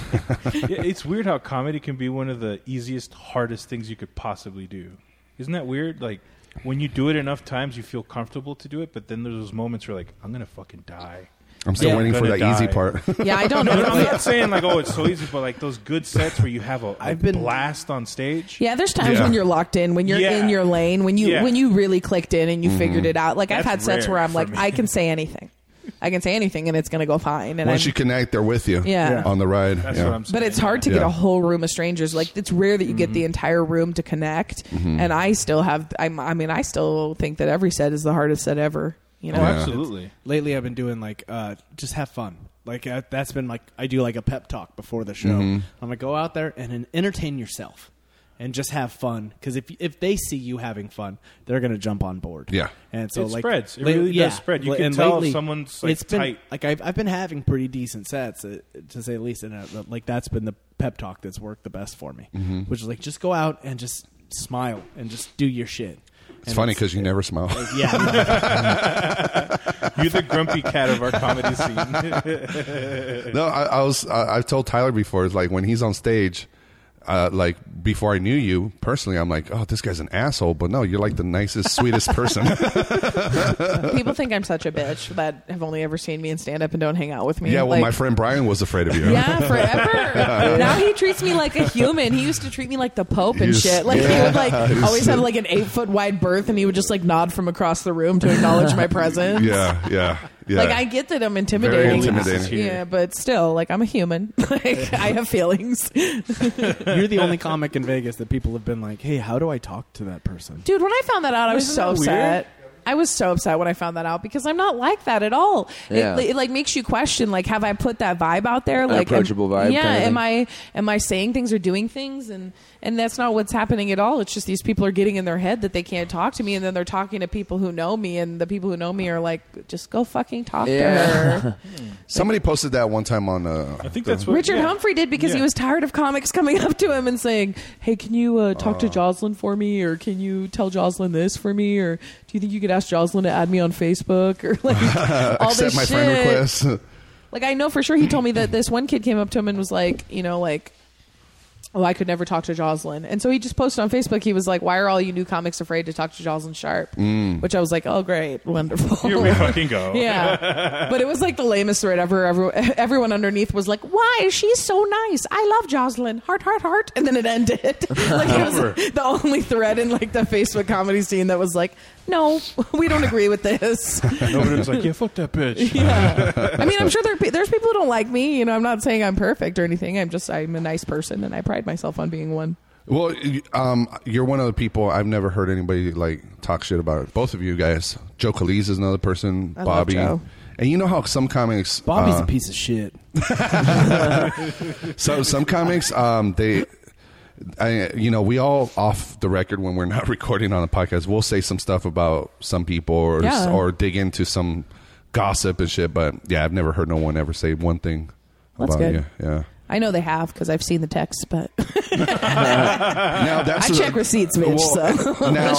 Speaker 5: Yeah, it's weird how comedy can be one of the easiest, hardest things you could possibly do. Isn't that weird? Like when you do it enough times, you feel comfortable to do it, but then there's those moments where like I'm gonna fucking die.
Speaker 1: I'm still
Speaker 4: Yeah.
Speaker 1: waiting for
Speaker 5: Gonna
Speaker 1: that easy
Speaker 4: <laughs>
Speaker 5: die.
Speaker 1: part.
Speaker 4: <laughs>
Speaker 1: <laughs>
Speaker 4: yeah, I don't
Speaker 5: No, no, I'm
Speaker 4: know.
Speaker 5: <laughs> not saying like oh it's so easy, but like those good sets where you have a, a
Speaker 3: I've been-
Speaker 5: blast on stage.
Speaker 4: Yeah, there's times
Speaker 1: Yeah.
Speaker 4: when you're locked in, when you're
Speaker 5: Yeah.
Speaker 4: in your lane, when you
Speaker 5: Yeah. Mm-hmm.
Speaker 4: when you really clicked in and you figured it out. Like I've had
Speaker 5: That's
Speaker 4: sets
Speaker 5: rare
Speaker 4: where I'm
Speaker 5: for
Speaker 4: like,
Speaker 5: me.
Speaker 4: I can say anything. I can say anything and it's gonna go fine. And
Speaker 1: Once
Speaker 4: I'm,
Speaker 1: you connect, they're with you.
Speaker 4: Yeah.
Speaker 1: on the ride.
Speaker 5: that's
Speaker 1: yeah.
Speaker 5: what I'm saying.
Speaker 4: But it's hard to get
Speaker 1: Yeah.
Speaker 4: a whole room of strangers. Like it's rare that you get
Speaker 5: Mm-hmm.
Speaker 4: the entire room to connect. And I still have. I'm, I mean, I still think that every set is the hardest set ever. You know,
Speaker 5: Oh, absolutely.
Speaker 3: lately I've been doing like uh, just have fun. Like uh, that's been like I do like a pep talk before the show.
Speaker 1: Mm-hmm.
Speaker 3: I'm like go out there and en- entertain yourself and just have fun because if if they see you having fun, they're gonna jump on board.
Speaker 1: Yeah.
Speaker 3: and so
Speaker 5: It
Speaker 3: like
Speaker 5: spreads. It
Speaker 3: la-
Speaker 5: really does spread. You
Speaker 3: la-
Speaker 5: can
Speaker 3: and
Speaker 5: tell if someone's, like,
Speaker 3: it's been
Speaker 5: tight.
Speaker 3: like I've I've been having pretty decent sets uh, to say the least, and uh, like that's been the pep talk that's worked the best for me,
Speaker 1: Mm-hmm.
Speaker 3: which is like just go out and just smile and just do your shit.
Speaker 1: It's funny because you never smile. <laughs>
Speaker 3: yeah.
Speaker 5: You're the grumpy cat of
Speaker 4: <laughs>
Speaker 5: our comedy
Speaker 1: <laughs>
Speaker 5: scene.
Speaker 1: No, I, I was. I, I've told Tyler before. It's like when he's on stage, uh, like before I knew you personally, I'm like, oh, this guy's an asshole. But no, you're like the nicest, sweetest
Speaker 4: <laughs>
Speaker 1: person.
Speaker 4: People think I'm such a bitch that have only ever seen me in stand up and don't hang out with me.
Speaker 1: yeah. Well,
Speaker 4: Like-
Speaker 1: my friend Brian was afraid of you.
Speaker 4: Yeah, forever. now he treats me like a human. He used to treat me like the Pope and
Speaker 1: He's-
Speaker 4: shit. Like he would like
Speaker 1: He's-
Speaker 4: always have like an eight foot wide berth and he would just like nod from across the room to acknowledge my presence.
Speaker 1: <laughs> yeah, yeah, yeah.
Speaker 4: Like I get that I'm intimidating.
Speaker 1: Very intimidating.
Speaker 4: Yeah, but still, like I'm a human. <laughs> like I have feelings.
Speaker 3: You're the only comic in Vegas that people have been like, "Hey, how do I talk to that person?"
Speaker 4: Dude, when I found that out, I was
Speaker 5: Isn't
Speaker 4: so
Speaker 5: that weird?
Speaker 4: upset. I was so upset when I found that out because I'm not like that at all.
Speaker 8: Yeah.
Speaker 4: It, it like makes you question like have I put that vibe out there like am-
Speaker 8: approachable vibe
Speaker 4: Yeah,
Speaker 8: kind of
Speaker 4: am
Speaker 8: thing.
Speaker 4: I am I saying things or doing things and and that's not what's happening at all. It's just these people are getting in their head that they can't talk to me and then they're talking to people who know me and the people who know me are like just go fucking talk
Speaker 8: Yeah. <laughs>
Speaker 4: to her.
Speaker 1: Somebody posted that one time on. Uh, I
Speaker 5: think that's what-
Speaker 4: Richard
Speaker 5: Yeah.
Speaker 4: Humphrey did because he
Speaker 5: Yeah.
Speaker 4: was tired of comics coming up to him and saying, "Hey, can you uh, talk to Jocelyn for me, or can you tell Jocelyn this for me, or do you think you could ask Jocelyn to add me on Facebook, <laughs> or like all
Speaker 1: accept
Speaker 4: this
Speaker 1: my
Speaker 4: shit?"
Speaker 1: friend request. <laughs>
Speaker 4: Like I know for sure he told me that this one kid came up to him and was like, you know, like. Oh, I could never talk to Jocelyn. And so he just posted on Facebook. He was like, Why are all you new comics afraid to talk to Jocelyn Sharp? Which I was like, Oh, great. Wonderful.
Speaker 5: Here we fucking go.
Speaker 4: <laughs> Yeah. but it was like the lamest thread ever. Everyone, everyone underneath was like, why? She's so nice. I love Jocelyn. Heart, heart, heart. And then it ended. <laughs> like it was the only thread in like the Facebook comedy scene that was like, no, we don't agree with this. <laughs>
Speaker 5: Nobody was like, yeah, fuck that bitch.
Speaker 4: yeah. I mean, I'm sure there are, pe- there's people who don't like me. You know, I'm not saying I'm perfect or anything. I'm just, I'm a nice person and I pride myself on being one.
Speaker 1: Well, you- um, you're one of the people I've never heard anybody like talk shit about. Both of you guys, Joe Calise is another person.
Speaker 4: I love
Speaker 1: Bobby,
Speaker 4: Joe.
Speaker 1: and you know how some comics,
Speaker 3: Bobby's
Speaker 1: uh,
Speaker 3: a piece of shit.
Speaker 1: so some comics, um, they, I, you know, we all off the record when we're not <laughs> recording on a podcast, we'll say some stuff about some people or
Speaker 4: Yeah.
Speaker 1: or dig into some gossip and shit. But yeah, I've never heard no one ever say one thing
Speaker 4: That's
Speaker 1: about
Speaker 4: good.
Speaker 1: you.
Speaker 3: <laughs>
Speaker 1: Yeah.
Speaker 4: I know they have because I've seen the texts, but <laughs>
Speaker 1: Now that's
Speaker 4: I
Speaker 1: <laughs>
Speaker 4: check receipts, bitch, so. <laughs>
Speaker 1: now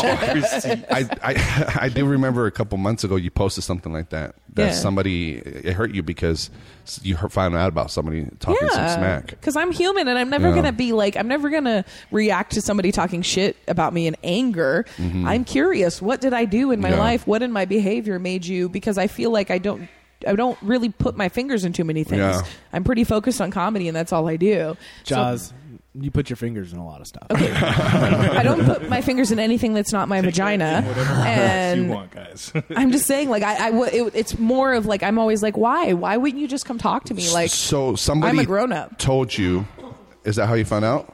Speaker 1: I, I <laughs> I do remember a couple months ago you posted something like that that
Speaker 4: Yeah.
Speaker 1: somebody it hurt you because you heard, found out about somebody talking some smack.
Speaker 4: Because I'm human and I'm never
Speaker 1: Yeah.
Speaker 4: going to be like, I'm never going to react to somebody talking shit about me in anger. I'm curious. What did I do in
Speaker 1: Mm-hmm.
Speaker 4: my
Speaker 1: Yeah.
Speaker 4: life? What in my behavior made you? Because I feel like I don't. I don't really put my fingers in too many things.
Speaker 1: Yeah.
Speaker 4: I'm pretty focused on comedy, and that's all I do. So-
Speaker 3: Jaws, You put your fingers in a lot of stuff.
Speaker 4: I don't put my fingers in anything that's not my vagina.
Speaker 5: you
Speaker 4: And
Speaker 5: want, guys.
Speaker 4: I'm just saying, like, I, I w- it, it's more of like, I'm always like, why? Why wouldn't you just come talk to me? Like,
Speaker 1: so somebody
Speaker 4: I'm a grown-up.
Speaker 1: told you. Is that how you found out?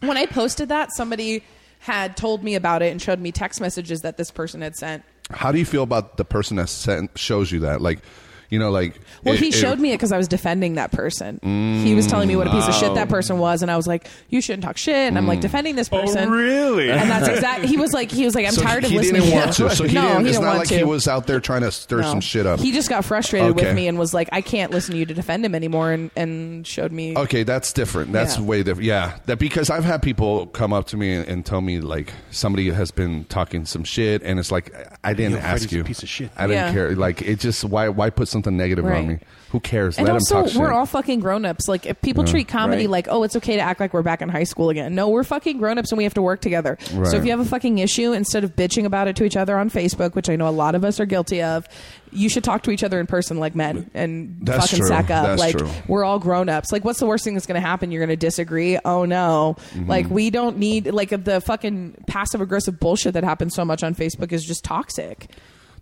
Speaker 4: when I posted that, somebody had told me about it and showed me text messages that this person had sent.
Speaker 1: How do you feel about the person that sent, shows you that? Like, you know, like.
Speaker 4: Well,
Speaker 1: it-
Speaker 4: he
Speaker 1: it-
Speaker 4: showed me it because I was defending that person. he was telling me what a piece of shit
Speaker 8: wow.
Speaker 4: that person was, and I was like, "You shouldn't talk shit." And I'm
Speaker 1: Mm.
Speaker 4: like defending this
Speaker 5: <laughs>
Speaker 4: person.
Speaker 5: Oh, really?
Speaker 4: And that's exactly. He was like, he was like, "I'm
Speaker 1: So
Speaker 4: tired of
Speaker 1: he
Speaker 4: listening."
Speaker 1: didn't
Speaker 4: to
Speaker 1: want
Speaker 4: you."
Speaker 1: to. So he
Speaker 4: <laughs> no,
Speaker 1: didn't.
Speaker 4: he
Speaker 1: it's
Speaker 4: didn't
Speaker 1: not
Speaker 4: want
Speaker 1: like
Speaker 4: to.
Speaker 1: he was out there trying to stir
Speaker 4: No.
Speaker 1: some shit up.
Speaker 4: He just got frustrated
Speaker 1: Okay.
Speaker 4: with me and was like, "I can't listen to you to defend him anymore," and, and showed me.
Speaker 1: Okay, that's different. That's
Speaker 4: Yeah.
Speaker 1: way different. Yeah, that because I've had people come up to me and, and tell me like somebody has been talking some shit, and it's like I didn't
Speaker 5: Yo, Freddie's
Speaker 1: ask
Speaker 5: a
Speaker 1: you.
Speaker 5: piece of shit.
Speaker 1: I didn't
Speaker 4: Yeah.
Speaker 1: care. Like it just why why put something negative
Speaker 4: Right.
Speaker 1: on me? Who cares?
Speaker 4: And
Speaker 1: Let him
Speaker 4: also,
Speaker 1: talk shit.
Speaker 4: we're all fucking grown-ups. Like, if people treat comedy
Speaker 8: right.
Speaker 4: like, oh, it's okay to act like we're back in high school again. No, we're fucking grown-ups and we have to work together.
Speaker 1: Right.
Speaker 4: So if you have a fucking issue, instead of bitching about it to each other on Facebook, which I know a lot of us are guilty of, you should talk to each other in person like men and
Speaker 1: That's
Speaker 4: fucking
Speaker 1: true.
Speaker 4: sack up.
Speaker 1: That's
Speaker 4: like,
Speaker 1: true.
Speaker 4: we're all grown-ups. Like, what's the worst thing that's going to happen? You're going to disagree? Oh, no.
Speaker 1: Mm-hmm.
Speaker 4: Like, we don't need, like, the fucking passive-aggressive bullshit that happens so much on Facebook is just toxic.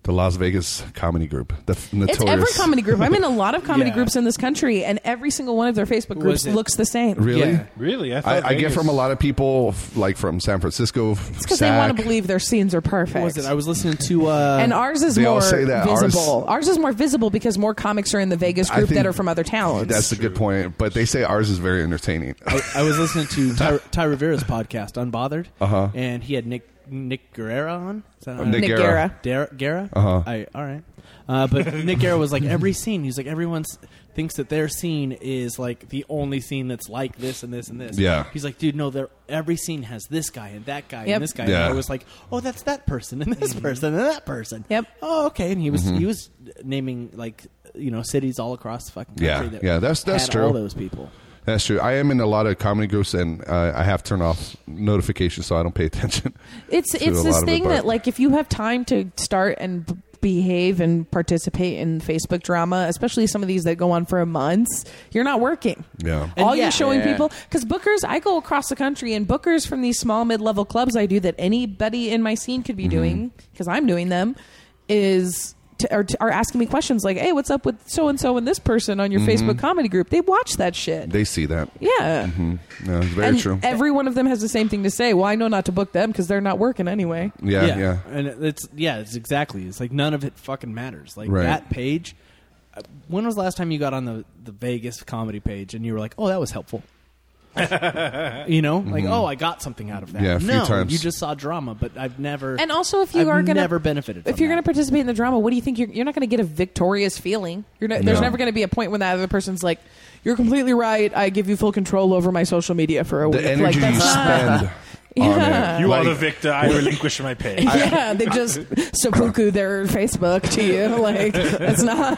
Speaker 1: the Las Vegas comedy group. The f-
Speaker 4: It's
Speaker 1: notorious.
Speaker 4: every comedy group. I'm in a
Speaker 1: <laughs>
Speaker 4: lot of comedy
Speaker 3: Yeah.
Speaker 4: groups in this country, and every single one of their Facebook groups
Speaker 3: is it?
Speaker 4: looks the same.
Speaker 1: Really.
Speaker 3: Yeah.
Speaker 5: really? I,
Speaker 1: I,
Speaker 5: thought
Speaker 1: I get
Speaker 5: Vegas-
Speaker 1: from a lot of people, f- like from San Francisco, it's
Speaker 4: It's because they want to believe their scenes are perfect.
Speaker 3: What was it? I was listening to. Uh,
Speaker 4: and ours is
Speaker 1: They all
Speaker 4: more
Speaker 1: say that. Ours-
Speaker 4: visible. Ours, is more visible because more comics are in the Vegas
Speaker 1: I
Speaker 4: group that
Speaker 1: think
Speaker 4: are from other towns.
Speaker 1: Oh, That's a good point, but they say ours is very
Speaker 4: <laughs>
Speaker 1: entertaining.
Speaker 3: I, I was listening to Ty, Ty Rivera's podcast, Unbothered, uh-huh. and he had Nick Nick Guerra on. Is that how-
Speaker 1: Nick
Speaker 4: Nick
Speaker 1: Guerra.
Speaker 4: Guerra.
Speaker 3: Dar- Guerra?
Speaker 1: Uh-huh.
Speaker 3: I, all right. Uh, but Nick Guerra was like,
Speaker 1: <laughs>
Speaker 3: every scene, he's like, everyone thinks that their scene is like the only scene that's like this and this and this.
Speaker 1: Yeah.
Speaker 3: He's like, dude, no, they're- every scene has this guy and that guy
Speaker 4: Yep. Mm-hmm.
Speaker 3: and this guy.
Speaker 1: Yeah.
Speaker 3: And I was like, oh, that's that person and this person and that person.
Speaker 4: Yep.
Speaker 3: Oh, okay. And he was
Speaker 1: Mm-hmm.
Speaker 3: he was naming like, you know, cities all across the fucking country.
Speaker 1: Yeah.
Speaker 3: That
Speaker 1: Yeah, that's- that's
Speaker 3: had
Speaker 1: true.
Speaker 3: all those people.
Speaker 1: That's true. I am in a lot of comedy groups, and uh, I have turned off notifications, so I don't pay <laughs> attention.
Speaker 4: It's
Speaker 1: to
Speaker 4: it's
Speaker 1: a
Speaker 4: this
Speaker 1: lot of it,
Speaker 4: thing
Speaker 1: but-
Speaker 4: that like if you have time to start and b- behave and participate in Facebook drama, especially some of these that go on for months, you're not working.
Speaker 1: Yeah.
Speaker 4: All
Speaker 3: yeah.
Speaker 4: you're showing
Speaker 8: Yeah.
Speaker 4: people because bookers, I go across the country and bookers from these small mid level clubs I do that anybody in my scene could be
Speaker 1: Mm-hmm.
Speaker 4: doing because I'm doing them is. To, are, are asking me questions like, "Hey, what's up with so and so and this person on your Facebook comedy group?" They watch that shit.
Speaker 1: Mm-hmm. They see that.
Speaker 4: yeah,
Speaker 1: Yeah, it's very
Speaker 4: and
Speaker 1: true.
Speaker 4: every one of them has the same thing to say. Well, I know not to book them because they're not working anyway.
Speaker 1: yeah, yeah,
Speaker 3: And it's yeah, it's exactly. It's like none of it fucking matters. Like
Speaker 1: Right.
Speaker 3: that page. uh, When was the last time you got on the the Vegas comedy page and you were like, "Oh, that was helpful." you know, like, "Oh, I got something out of that."
Speaker 1: Mm-hmm. Yeah, a few
Speaker 3: no,
Speaker 1: times.
Speaker 3: you just saw drama, but I've never.
Speaker 4: And also, if you
Speaker 3: I've
Speaker 4: are going to
Speaker 3: never benefited
Speaker 4: if
Speaker 3: from
Speaker 4: you're going to
Speaker 3: that.
Speaker 4: participate in the drama, what do you think? You're, you're not going to get a victorious feeling. You're not, There's
Speaker 1: No.
Speaker 4: never going to be a point when that other person's like, "You're completely right. I give you full control over my social media for a
Speaker 1: The
Speaker 4: week." Oh, like,
Speaker 1: energy
Speaker 4: that's
Speaker 1: you
Speaker 4: not,
Speaker 1: spend
Speaker 4: <laughs> Yeah.
Speaker 1: on it.
Speaker 5: You
Speaker 1: like,
Speaker 5: are the victor. I relinquish my pain.
Speaker 4: yeah,
Speaker 1: <laughs>
Speaker 4: they just seppuku their Facebook to you. <laughs> Like that's
Speaker 1: <laughs>
Speaker 4: not.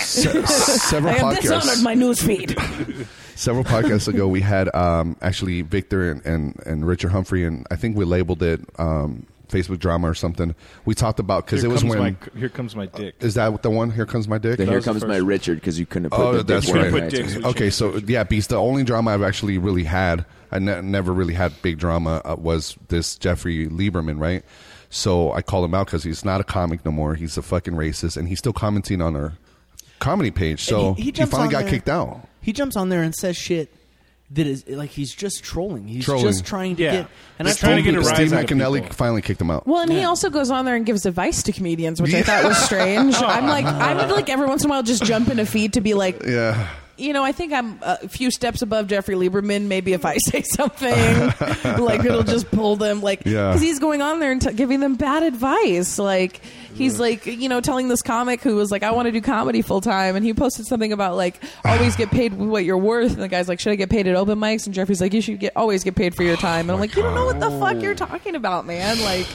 Speaker 1: se- <laughs> several
Speaker 4: <laughs> I have dishonored
Speaker 1: podcasts.
Speaker 4: my newsfeed.
Speaker 1: several podcasts ago, we had um, actually Victor and, and and Richard Humphrey, and I think we labeled it um, Facebook drama or something. We talked about because
Speaker 5: Here
Speaker 1: it was
Speaker 5: comes
Speaker 1: when is
Speaker 5: my, here comes my dick.
Speaker 8: Uh,
Speaker 1: that the one? Here comes my dick.
Speaker 8: The Here
Speaker 5: was the
Speaker 8: Comes My
Speaker 5: first.
Speaker 8: Richard because you couldn't have put
Speaker 1: Oh,
Speaker 8: the
Speaker 1: that's
Speaker 8: dick
Speaker 1: right.
Speaker 8: in
Speaker 5: Put dicks.
Speaker 8: there.
Speaker 5: We
Speaker 1: okay,
Speaker 5: changed
Speaker 1: so yeah, Beast. The only drama I've actually really had, I ne- never really had big drama, uh, was this Jeffrey Lieberman, right? So I called him out because he's not a comic no more. He's a fucking racist, and he's still commenting on our comedy page. So
Speaker 3: And
Speaker 1: he,
Speaker 3: he jumps
Speaker 1: finally
Speaker 3: on
Speaker 1: got
Speaker 3: there.
Speaker 1: kicked out.
Speaker 3: he jumps on there and says shit that is like he's just trolling. He's
Speaker 1: Trolling.
Speaker 3: just trying to
Speaker 5: Yeah.
Speaker 3: get. And
Speaker 5: He's
Speaker 3: I've
Speaker 5: trying to
Speaker 3: told
Speaker 5: get a
Speaker 3: people-
Speaker 5: rise
Speaker 1: Steve
Speaker 5: out of
Speaker 1: McAnally
Speaker 5: people.
Speaker 1: finally kicked him out.
Speaker 4: Well, and he also goes on there and gives advice to comedians, which I
Speaker 1: <laughs>
Speaker 4: thought was strange. I'm like, I would like every once in a while just jump in a feed to be like,
Speaker 1: Yeah,
Speaker 4: you know, I think I'm a few steps above Jeffrey Lieberman. Maybe if I <laughs> say something, like it'll just pull them, like
Speaker 1: Yeah.
Speaker 4: because he's going on there and t- giving them bad advice. Like he's like, you know, telling this comic who was like, I want to do comedy full time, and he posted something about like always get paid what you're worth, and the guy's like, should I get paid at open mics? And Jeffrey's like, you should get always get paid for your time, and I'm like, you don't know what the fuck you're talking about, man. Like,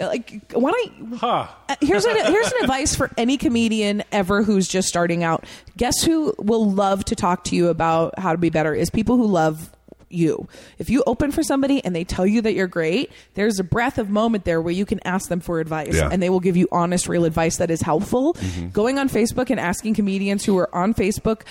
Speaker 4: like why don't
Speaker 5: Ha.
Speaker 4: uh, here's an, here's an advice for any comedian ever who's just starting out. Guess who will love to talk to you about how to be better is people who love you. If you open for somebody and they tell you that you're great, there's a breath of moment there where you can ask them for advice
Speaker 1: Yeah.
Speaker 4: and they will give you honest real advice that is helpful. Going on Facebook and asking comedians who are on Facebook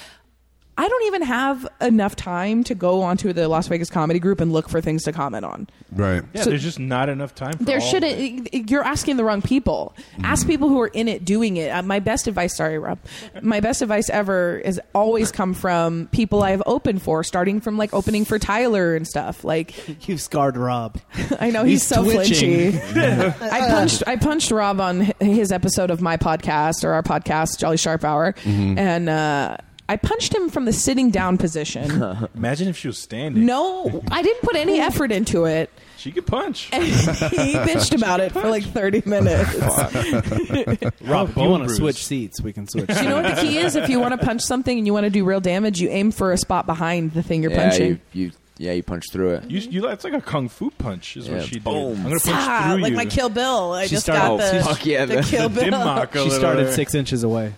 Speaker 4: I don't even have enough time to go onto the Las Vegas comedy group and look for things to comment on.
Speaker 1: Right.
Speaker 5: Yeah,
Speaker 4: So-
Speaker 5: there's just not enough time. For
Speaker 4: There
Speaker 5: all of
Speaker 4: should
Speaker 5: it.
Speaker 4: you're asking the wrong people. Ask
Speaker 3: Mm-hmm.
Speaker 4: people who are in it doing it. Uh, my best advice, sorry Rob. My best advice ever has always come from people I've opened for, starting from like opening for Tyler and stuff. Like
Speaker 3: You've scarred Rob.
Speaker 4: I know he's,
Speaker 3: He's
Speaker 4: so
Speaker 3: twitching.
Speaker 4: flinchy. I punched I punched Rob on h- his episode of my podcast or our podcast Jolly Sharp Hour,
Speaker 3: Mm-hmm.
Speaker 4: and uh, I punched him from the sitting
Speaker 3: <laughs>
Speaker 4: down position.
Speaker 5: Imagine if she was standing.
Speaker 4: no, I didn't put any effort into it.
Speaker 5: She could punch.
Speaker 4: And
Speaker 3: <laughs>
Speaker 4: he bitched about it for like thirty minutes.
Speaker 5: Rob,
Speaker 3: if you
Speaker 5: bone
Speaker 3: want to
Speaker 5: bruise.
Speaker 3: switch seats, we can switch.
Speaker 4: Do you know what the key is? If you want to punch something and you want to do real damage, you aim for a spot behind the thing you're
Speaker 8: yeah,
Speaker 4: punching.
Speaker 8: you, you yeah you punch through it.
Speaker 5: You, you, it's like a kung fu punch, is
Speaker 8: Yeah,
Speaker 5: what she did.
Speaker 8: boom.
Speaker 5: I'm gonna punch
Speaker 4: Ah,
Speaker 5: through
Speaker 4: like
Speaker 5: you.
Speaker 4: my Kill Bill. I
Speaker 3: She
Speaker 4: just
Speaker 3: started-
Speaker 4: got the,
Speaker 8: oh, fuck yeah,
Speaker 4: the
Speaker 8: the-
Speaker 5: <laughs>
Speaker 4: Kill
Speaker 5: Dim
Speaker 4: Bill.
Speaker 5: mock a
Speaker 3: She
Speaker 5: little
Speaker 3: started
Speaker 5: there.
Speaker 3: six inches away.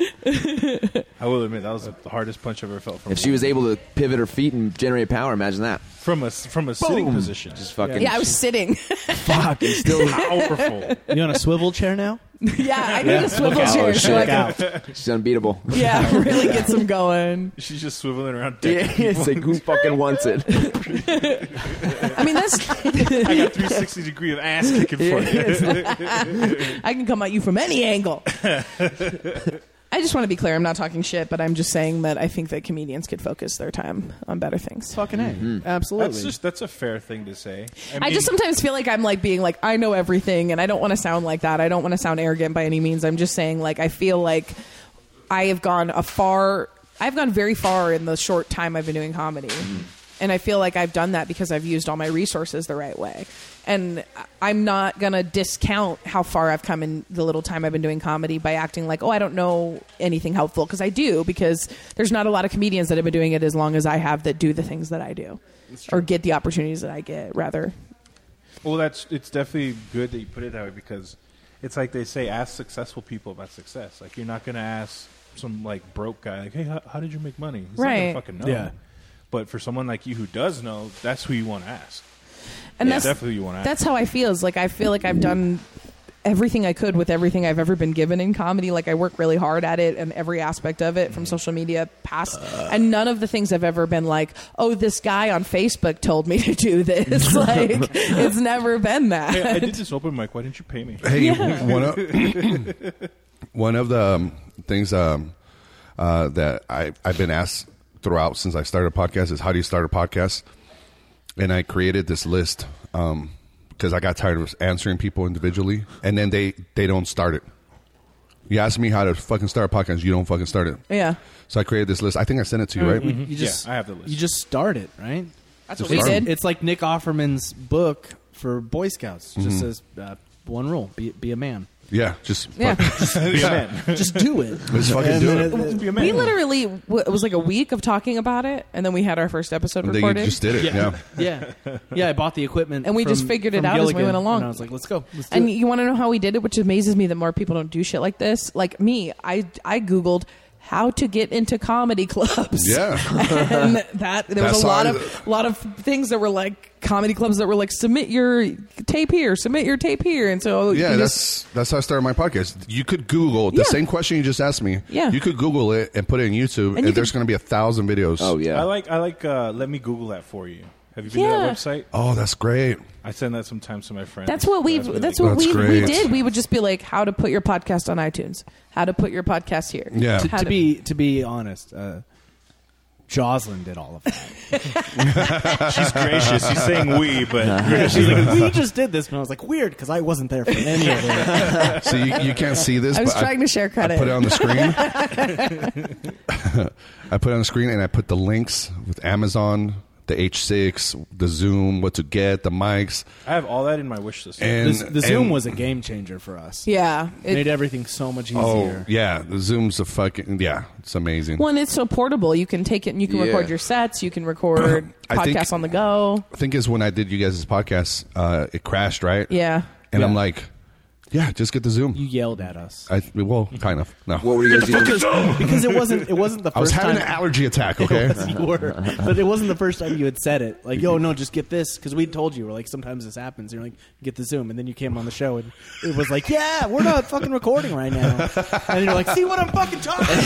Speaker 5: I will admit that was the hardest punch I've ever felt from
Speaker 8: If she was able to pivot her feet and generate power, imagine that.
Speaker 5: from a from a sitting position.
Speaker 8: Just fucking
Speaker 4: <laughs> Yeah, I was sitting. <laughs>
Speaker 3: Fuck, you still.
Speaker 5: <laughs> powerful.
Speaker 3: You on a swivel chair <laughs> now?
Speaker 4: yeah, I need a swivel
Speaker 8: out.
Speaker 4: chair
Speaker 8: Oh,
Speaker 4: so I
Speaker 8: shit.
Speaker 4: can
Speaker 8: she's unbeatable.
Speaker 4: <laughs> yeah, really gets them going.
Speaker 5: She's just swiveling around.
Speaker 8: <laughs> Yeah,
Speaker 5: decking
Speaker 8: it's like who fucking wants it?
Speaker 4: I mean, that's
Speaker 5: people. <laughs> I got 360 degree of ass kicking for you.
Speaker 4: <laughs> I can come at you from any angle. I just want to be clear. I'm not talking shit, but I'm just saying that I think that comedians could focus their time on better things.
Speaker 3: Fucking A. Mm-hmm. Absolutely.
Speaker 5: That's just that's a fair thing to say.
Speaker 4: I
Speaker 5: mean,
Speaker 4: just sometimes feel like I'm like being like I know everything, and I don't want to sound like that. I don't want to sound arrogant by any means. I'm just saying like I feel like I have gone a far. I've gone very far in the short time I've been doing comedy, and I feel like I've done that because I've used all my resources the right way. And I- I'm not gonna discount how far I've come in the little time I've been doing comedy by acting like, oh, I don't know anything helpful because I do because there's not a lot of comedians that have been doing it as long as I have that do the things that I do or get the opportunities that I get rather
Speaker 5: well, that's it's definitely good that you put it that way because it's like they say, ask successful people about success. Like you're not gonna ask some like broke guy like, hey, how, how did you make money? He's
Speaker 4: Right.
Speaker 5: Not gonna fucking know.
Speaker 3: Yeah.
Speaker 5: But for someone like you who does know, that's who you want to ask.
Speaker 4: and
Speaker 5: Yeah,
Speaker 4: that's
Speaker 5: definitely you want to ask.
Speaker 4: that's how I feel. Is like I feel like I've done everything I could with everything I've ever been given in comedy. Like I work really hard at it and every aspect of
Speaker 5: Mm-hmm.
Speaker 4: it, from social media past, and none of the things I've ever been like, oh, this guy on Facebook told me to do
Speaker 5: <laughs>
Speaker 4: this. like it's never been that. <laughs>
Speaker 5: Hey, I did this open mic. Why didn't you pay me?
Speaker 1: Hey, one of <clears throat> one of the um, things um, uh, that I I've been asked throughout since I started a podcast is how do you start a podcast? And I created this list because I got tired of answering people individually, and then they they don't start it. You ask me how to fucking start a podcast, you don't fucking start it.
Speaker 4: Yeah.
Speaker 1: So I created this list. I think I sent it to you, right?
Speaker 3: you just,
Speaker 5: Yeah, I have the list.
Speaker 3: You just start it, right?
Speaker 4: That's
Speaker 1: Mm-hmm. what we Just did.
Speaker 3: It's like Nick Offerman's book for Boy Scouts. It
Speaker 5: Mm-hmm.
Speaker 3: Just says uh, one rule: be, be a man.
Speaker 1: Yeah, just
Speaker 3: <laughs>
Speaker 4: Yeah.
Speaker 3: Just do
Speaker 5: <laughs>
Speaker 3: it.
Speaker 1: Let's fucking do it.
Speaker 4: We literally, w- it was like a week of talking about it, and then we had our first episode
Speaker 1: They
Speaker 4: recorded.
Speaker 1: just did it. Yeah.
Speaker 3: Yeah, yeah. I bought the equipment,
Speaker 4: And we
Speaker 3: from-
Speaker 4: just figured it
Speaker 3: from
Speaker 4: out as we
Speaker 3: Gilligan,
Speaker 4: went along.
Speaker 3: And I was like, "Let's go." Let's do
Speaker 4: and
Speaker 3: it.
Speaker 4: you want to know how we did it, which amazes me that more people don't do shit like this. Like me, I I googled how to get into comedy clubs.
Speaker 1: Yeah.
Speaker 4: <laughs> and that there was
Speaker 1: That's
Speaker 4: a lot
Speaker 1: all-
Speaker 4: of lot of things that were like comedy clubs that were like submit your tape here, submit your tape here, and so you
Speaker 1: Yeah,
Speaker 4: can
Speaker 1: that's
Speaker 4: just-
Speaker 1: that's how I started my podcast. You could Google the
Speaker 4: Yeah.
Speaker 1: same question you just asked me.
Speaker 4: Yeah.
Speaker 1: you could Google it and put it in YouTube, and,
Speaker 4: you could-
Speaker 1: there's going to be a thousand
Speaker 8: <laughs>
Speaker 1: videos.
Speaker 8: Oh
Speaker 5: I
Speaker 8: yeah,
Speaker 5: like I like uh, let me Google that for you. Have you been to
Speaker 4: Yeah.
Speaker 5: that website?
Speaker 1: Oh, that's great.
Speaker 5: I send that sometimes to my friends.
Speaker 4: That's what we.
Speaker 5: Ask me,
Speaker 4: That's
Speaker 5: like,
Speaker 4: what
Speaker 1: That's
Speaker 4: we, we
Speaker 1: great.
Speaker 4: did. We would just be like, how to put your podcast on iTunes, how to put your podcast here.
Speaker 1: Yeah.
Speaker 3: to,
Speaker 4: How
Speaker 3: to be to be honest, uh, Jocelyn did all of that.
Speaker 5: <laughs> She's gracious. She's saying we, but
Speaker 3: She's like, "We just did this," and I was like, "Weird," because I wasn't there for any of it.
Speaker 1: So you, you can't see this.
Speaker 4: <laughs> I was
Speaker 1: but
Speaker 4: trying to share
Speaker 1: I
Speaker 4: credit.
Speaker 1: put it on the screen. I
Speaker 4: <laughs>
Speaker 1: put it on the screen, and <laughs> I put the links with Amazon, the H6, the Zoom, what to get, the mics,
Speaker 5: I have all that in my wish list.
Speaker 1: and
Speaker 3: This- the Zoom
Speaker 1: and-
Speaker 3: was a game changer for us.
Speaker 4: yeah.
Speaker 3: It
Speaker 4: It-
Speaker 3: made everything so much easier.
Speaker 1: Oh yeah, the Zoom's a fucking yeah. It's amazing.
Speaker 4: Well, and it's so portable. You can take it and you can
Speaker 8: Yeah.
Speaker 4: record your sets. You can record
Speaker 1: <clears throat> I think-
Speaker 4: podcasts on the go.
Speaker 1: I think is when I did you guys' podcast, uh, it crashed, right?
Speaker 4: Yeah.
Speaker 1: And I'm
Speaker 3: Yeah.
Speaker 1: like, Yeah, just get the Zoom.
Speaker 3: You yelled
Speaker 1: <gasps>
Speaker 3: at us
Speaker 1: I, well, kind of.
Speaker 8: <laughs>
Speaker 1: No.
Speaker 8: What were you guys doing?
Speaker 3: because it wasn't it wasn't the first
Speaker 1: I was having an
Speaker 3: time.
Speaker 1: allergy attack,
Speaker 3: <laughs>
Speaker 1: okay?
Speaker 3: you were, but it wasn't the first time you had said it. Like, yo, no, just get this because we told you. We're like, sometimes this happens. you're like, get the Zoom, and then you came on the show and it was like, yeah, we're not fucking recording right now. And you're like, see what I'm fucking talking.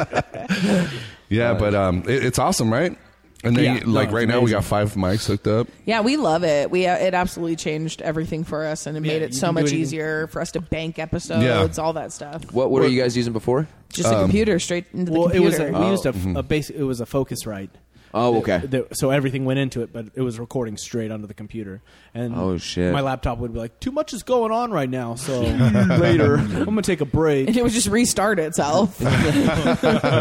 Speaker 3: about?
Speaker 1: yeah, but um, it, it's awesome, right? And then,
Speaker 3: Yeah.
Speaker 1: like,
Speaker 3: No,
Speaker 1: right
Speaker 3: it's
Speaker 1: now, we
Speaker 3: amazing.
Speaker 1: got five mics hooked up.
Speaker 4: Yeah, we love it. We uh, it absolutely changed everything for us, and it made it
Speaker 3: you
Speaker 4: so
Speaker 3: can do
Speaker 4: much
Speaker 3: anything.
Speaker 4: easier for us to bank episodes, all that stuff.
Speaker 8: What, what were you guys using before?
Speaker 4: Just a computer, straight into the
Speaker 3: um, well, it
Speaker 4: computer.
Speaker 3: was a, we used a, a basic. It was a Focusrite.
Speaker 8: mm-hmm. Oh, okay.
Speaker 3: That- that- so everything went into it, but it was recording straight onto the computer. And
Speaker 8: Oh, shit.
Speaker 3: My laptop would be like, too much is going on right now.
Speaker 8: <laughs>
Speaker 3: So later, I'm gonna take a break.
Speaker 4: <laughs> and it would just
Speaker 3: <laughs>
Speaker 4: restart itself.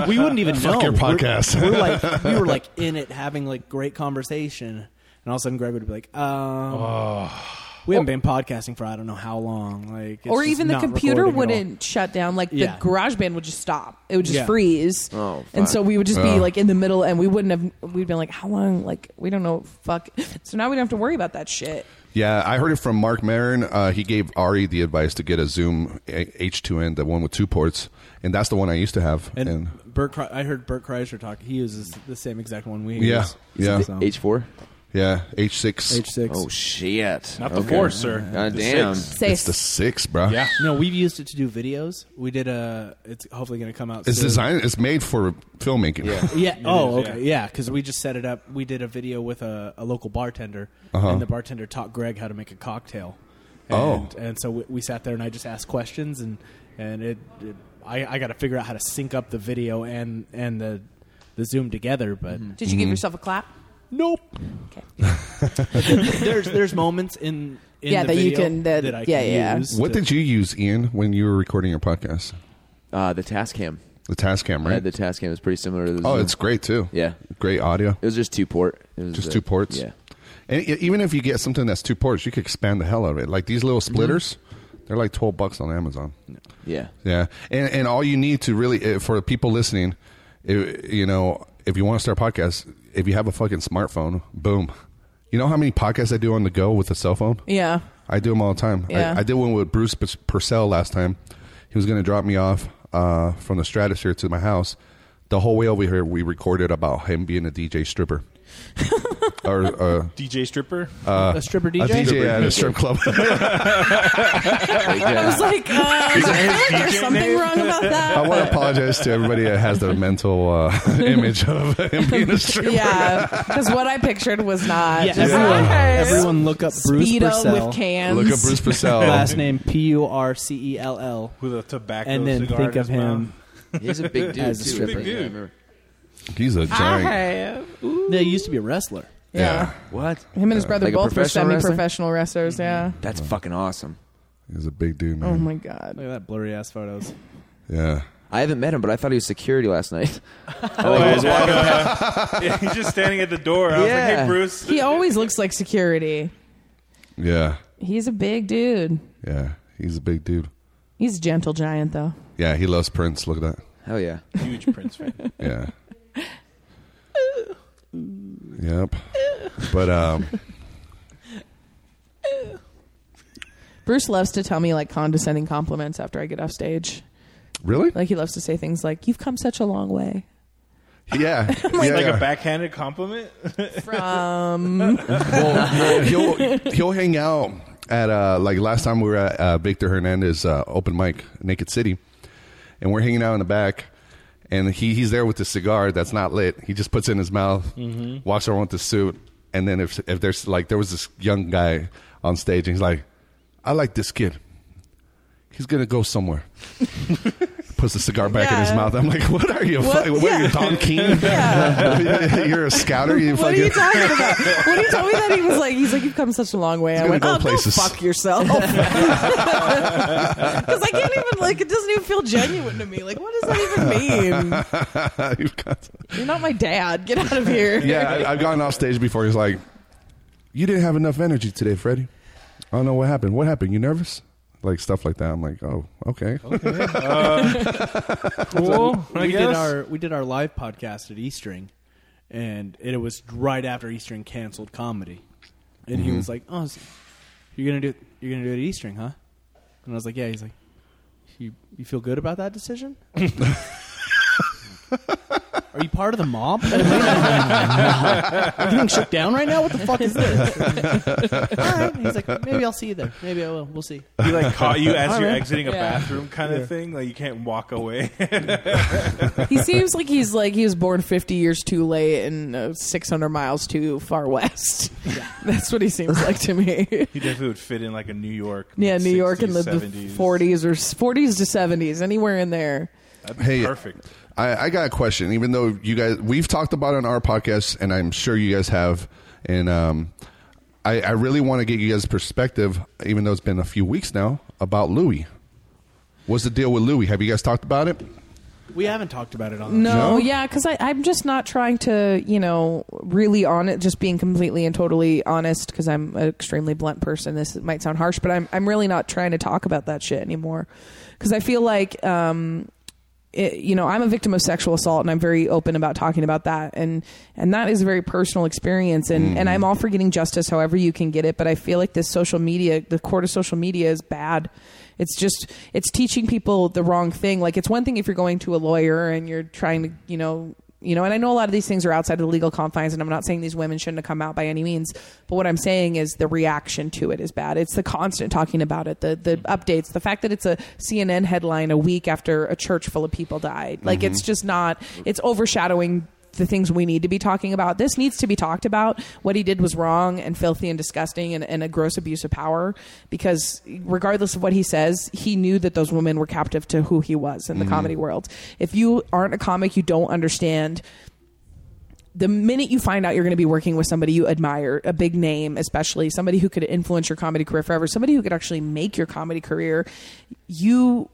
Speaker 3: we wouldn't even know.
Speaker 1: your
Speaker 3: We're-
Speaker 1: podcast. <laughs>
Speaker 3: We're, like, we were like in it, having like great conversation, and all of a sudden Greg would be like, um,
Speaker 1: Oh.
Speaker 3: "We haven't been podcasting for I don't know how long." Like, it's
Speaker 4: or
Speaker 3: just
Speaker 4: even the
Speaker 3: not
Speaker 4: computer
Speaker 3: recording at all.
Speaker 4: wouldn't shut down. Like
Speaker 3: Yeah.
Speaker 4: the garage band would just stop. It would just
Speaker 3: Yeah.
Speaker 4: freeze.
Speaker 8: Oh,
Speaker 4: and
Speaker 8: fuck.
Speaker 4: so we would just be
Speaker 1: Oh.
Speaker 4: like in the middle, and we wouldn't have. We'd been like, how long? Like we don't know. Fuck. <laughs> So now we don't have to worry about that shit.
Speaker 1: Yeah, I heard it from Mark Marin. Uh, he gave Ari the advice to get a Zoom H2N, the one with two ports, and that's the one I used to have. And,
Speaker 3: And, Bert, Kre- I heard Bert Kreischer talk. He uses the same exact one we
Speaker 1: Yeah,
Speaker 3: use.
Speaker 1: yeah.
Speaker 3: So-
Speaker 8: H4?
Speaker 1: yeah, H6.
Speaker 3: H six.
Speaker 8: Oh, shit.
Speaker 5: Not the four, sir.
Speaker 8: God
Speaker 5: The
Speaker 8: Uh, damn.
Speaker 5: six.
Speaker 4: Safe.
Speaker 1: It's the six, bro.
Speaker 5: Yeah.
Speaker 3: No, we've used it to do videos. We did a. It's hopefully going to come out.
Speaker 1: It's
Speaker 3: soon.
Speaker 1: designed. It's made for filmmaking. Yeah.
Speaker 3: Yeah. Oh,
Speaker 5: is,
Speaker 3: okay. Yeah, because we just set it up. We did a video with a, a local bartender, and the bartender taught Greg how to make a cocktail. And,
Speaker 1: Uh-huh. Oh.
Speaker 3: And so we, we sat there, and I just asked questions, and and it, it I, I got to figure out how to sync up the video and and the the Zoom together, but
Speaker 4: Did you give yourself a clap?
Speaker 3: nope. there's there's moments in. In
Speaker 4: Yeah,
Speaker 3: the
Speaker 4: that you
Speaker 3: video
Speaker 4: can- that-
Speaker 3: that I
Speaker 4: yeah,
Speaker 3: can
Speaker 4: yeah.
Speaker 3: use
Speaker 1: <laughs> What
Speaker 3: to-
Speaker 1: did you use, Ian, when you were recording your podcast?
Speaker 8: Uh, the task cam.
Speaker 1: The task cam,
Speaker 8: I
Speaker 1: right?
Speaker 8: had the task cam. It was pretty similar to the
Speaker 1: oh,
Speaker 8: Zoom.
Speaker 1: it's great too.
Speaker 8: Yeah.
Speaker 1: Great audio.
Speaker 8: It was just two port. It was
Speaker 1: Just
Speaker 8: uh,
Speaker 1: two ports.
Speaker 8: Yeah.
Speaker 1: And e- even if you get something that's two ports, you could expand the hell out of it. Like these little splitters, they're like twelve bucks on Amazon.
Speaker 8: Mm-hmm. Yeah.
Speaker 1: Yeah, and and all you need to really uh, for the people listening, i- you know, if you want to start a podcast, if you have a fucking smartphone, boom. You know how many podcasts I do on the go with a cell phone?
Speaker 4: Yeah.
Speaker 1: I do them all the time.
Speaker 4: Yeah.
Speaker 1: I, I did one with Bruce Pur- Purcell last time. He was going to drop me off uh, from the stratosphere to my house. The whole way over here, we recorded about him being a DJ
Speaker 4: <laughs>
Speaker 1: stripper. or uh,
Speaker 5: DJ stripper.
Speaker 3: Uh, a stripper
Speaker 1: a
Speaker 3: DJ?
Speaker 1: DJ at a strip club. <laughs>
Speaker 4: <laughs>
Speaker 8: Like, uh,
Speaker 4: I was like, uh, I feel like <laughs> there's
Speaker 5: DJ
Speaker 4: something
Speaker 5: name?
Speaker 4: wrong about that.
Speaker 1: I want to apologize to everybody that has the mental
Speaker 4: <laughs>
Speaker 1: uh, image of him being a stripper.
Speaker 4: Yeah, because what I pictured was not.
Speaker 3: Yeah,
Speaker 4: Just,
Speaker 3: everyone,
Speaker 4: okay.
Speaker 3: everyone look up Bruce
Speaker 4: Speedo
Speaker 3: Purcell.
Speaker 4: with cans.
Speaker 1: Look at
Speaker 4: <laughs>
Speaker 1: Bruce Purcell.
Speaker 3: last name P U R C E L L,
Speaker 5: with a tobacco
Speaker 3: and then
Speaker 5: cigar
Speaker 3: think
Speaker 5: in
Speaker 3: of
Speaker 5: his mouth.
Speaker 3: him.
Speaker 8: he's a <laughs> big dude.
Speaker 3: As a
Speaker 8: too.
Speaker 3: stripper.
Speaker 5: Big dude.
Speaker 8: Yeah, I remember.
Speaker 1: He's a giant.
Speaker 3: No, he used to be a wrestler.
Speaker 4: Yeah.
Speaker 8: What?
Speaker 4: Him and his brother
Speaker 8: Like a
Speaker 4: both were
Speaker 8: professional wrestler?
Speaker 4: semi-professional wrestlers. Yeah.
Speaker 8: That's fucking awesome.
Speaker 1: He's a big dude, man.
Speaker 4: Oh my god.
Speaker 3: Look at that blurry ass photos.
Speaker 1: Yeah.
Speaker 8: I haven't met him, but I thought he was security last night.
Speaker 4: Oh,
Speaker 5: Oh,
Speaker 2: Oh,
Speaker 5: <laughs> Yeah, he's just standing at the door. I was like,
Speaker 8: Yeah.
Speaker 5: hey, Bruce.
Speaker 4: He always looks like security.
Speaker 1: Yeah.
Speaker 4: He's a big dude.
Speaker 1: Yeah. He's a big dude.
Speaker 4: He's a gentle giant though.
Speaker 1: Yeah, he loves Prince. Look at that.
Speaker 8: Hell yeah.
Speaker 5: Huge Prince fan.
Speaker 1: Yeah. yep. But um
Speaker 4: Bruce loves to tell me like condescending compliments after I get off stage.
Speaker 1: really?
Speaker 4: Like he loves to say things like, "You've come such a long way."
Speaker 1: yeah. yeah,
Speaker 5: <laughs> <laughs> Like
Speaker 1: yeah.
Speaker 5: a backhanded compliment. <laughs>
Speaker 1: Well, <laughs> he'll he'll hang out at uh like last time we were at uh, Victor Hernandez uh, open mic, Naked City, and we're hanging out in the back. And he, he's there with the cigar that's not lit. He just puts it in his mouth,
Speaker 4: Mm-hmm.
Speaker 1: walks around with the suit, and then if if there's like there was this young guy on stage, and he's like, "I like this kid. He's gonna go
Speaker 4: <laughs>
Speaker 1: somewhere." Puts the cigar back in his
Speaker 4: Yeah.
Speaker 1: mouth. I'm like, "What are you?
Speaker 4: What?
Speaker 1: What, what are
Speaker 4: Yeah.
Speaker 1: you, Don King? <laughs>
Speaker 4: <laughs>
Speaker 1: You're a scouter? You
Speaker 4: What are
Speaker 1: fucking
Speaker 4: you talking about? when he told me that, he was like, "He's like, you've come such a long way." I
Speaker 1: gonna
Speaker 4: went,
Speaker 1: go
Speaker 4: "Oh,
Speaker 1: places."
Speaker 4: go fuck yourself," <laughs> because I can't even like. It doesn't even feel genuine to me. Like, what does that even mean?
Speaker 1: <laughs> You've got-
Speaker 4: You're not my dad. Get out of here.
Speaker 1: yeah, I, I've gotten off stage before. He's like, "You didn't have enough energy today, Freddie. I don't know what happened. What happened? You nervous? Like stuff like that." I'm like, "Oh, okay."
Speaker 5: cool. I
Speaker 3: we did
Speaker 5: guess.
Speaker 3: our we did our live podcast at Eastering,
Speaker 5: Mm-hmm.
Speaker 3: and it was right after Eastering canceled comedy, and he was like, "Oh, s- "You're gonna do it, you're gonna do it at Eastring, huh?" And I was like, "Yeah." He's like, "You you feel good about that decision?"
Speaker 5: <laughs>
Speaker 3: Are you part of the mob? <laughs> You're getting shook down right now. What the fuck is
Speaker 5: <laughs>
Speaker 3: this? All right. He's like, maybe I'll see you there. Maybe I will. We'll see.
Speaker 5: He like caught you as you're
Speaker 3: Alright.
Speaker 5: exiting a
Speaker 4: Yeah.
Speaker 5: bathroom, kind of thing. Like you can't walk away. <laughs>
Speaker 4: He seems like he's like he was born 50 years too late and uh, 600 miles too far west. <laughs> That's what he seems like to
Speaker 1: <laughs>
Speaker 4: me.
Speaker 5: he definitely would fit in like a New York.
Speaker 4: yeah, New York in the,
Speaker 5: 60s,
Speaker 4: the
Speaker 5: 70s.
Speaker 4: 40s or 40s to 70s, anywhere in there.
Speaker 5: That'd
Speaker 1: <laughs>
Speaker 5: be
Speaker 1: Hey, uh,
Speaker 5: perfect.
Speaker 1: I, I got a question. Even though you guys, we've talked about it on our podcast, and I'm sure you guys have, and um, I, I really want to get you guys' perspective. Even though it's been a few weeks now, about Louis. What's the deal with Louis? Have you guys talked about it?
Speaker 3: We haven't talked about it on.
Speaker 4: No,
Speaker 1: No?
Speaker 4: yeah, because I'm just not trying to, you know, really on it, just being completely and totally honest because I'm an extremely blunt person. This might sound harsh, but I'm, I'm really not trying to talk about that shit anymore because I feel like, um, it, you know, I'm a victim of sexual assault and I'm very open about talking about that. And, and that is a very personal experience. And, and I'm all for getting justice however you can get it. But I feel like this social media, the court of social media is bad it's just it's teaching people the wrong thing like it's one thing if you're going to a lawyer and you're trying to you know you know and i know a lot of these things are outside of the legal confines and i'm not saying these women shouldn't have come out by any means but what i'm saying is the reaction to it is bad it's the constant talking about it the the updates the fact that it's a cnn headline a week after a church full of people died like it's just not it's overshadowing the things we need to be talking about. This needs to be talked about. What he did was wrong and filthy and disgusting and, and a gross abuse of power because, regardless of what he says, he knew that those women were captive to who he was in the comedy world. If you aren't a comic, you don't understand the minute you find out you're going to be working with somebody you admire, a big name, especially somebody who could influence your comedy career forever, somebody who could actually make your comedy career, you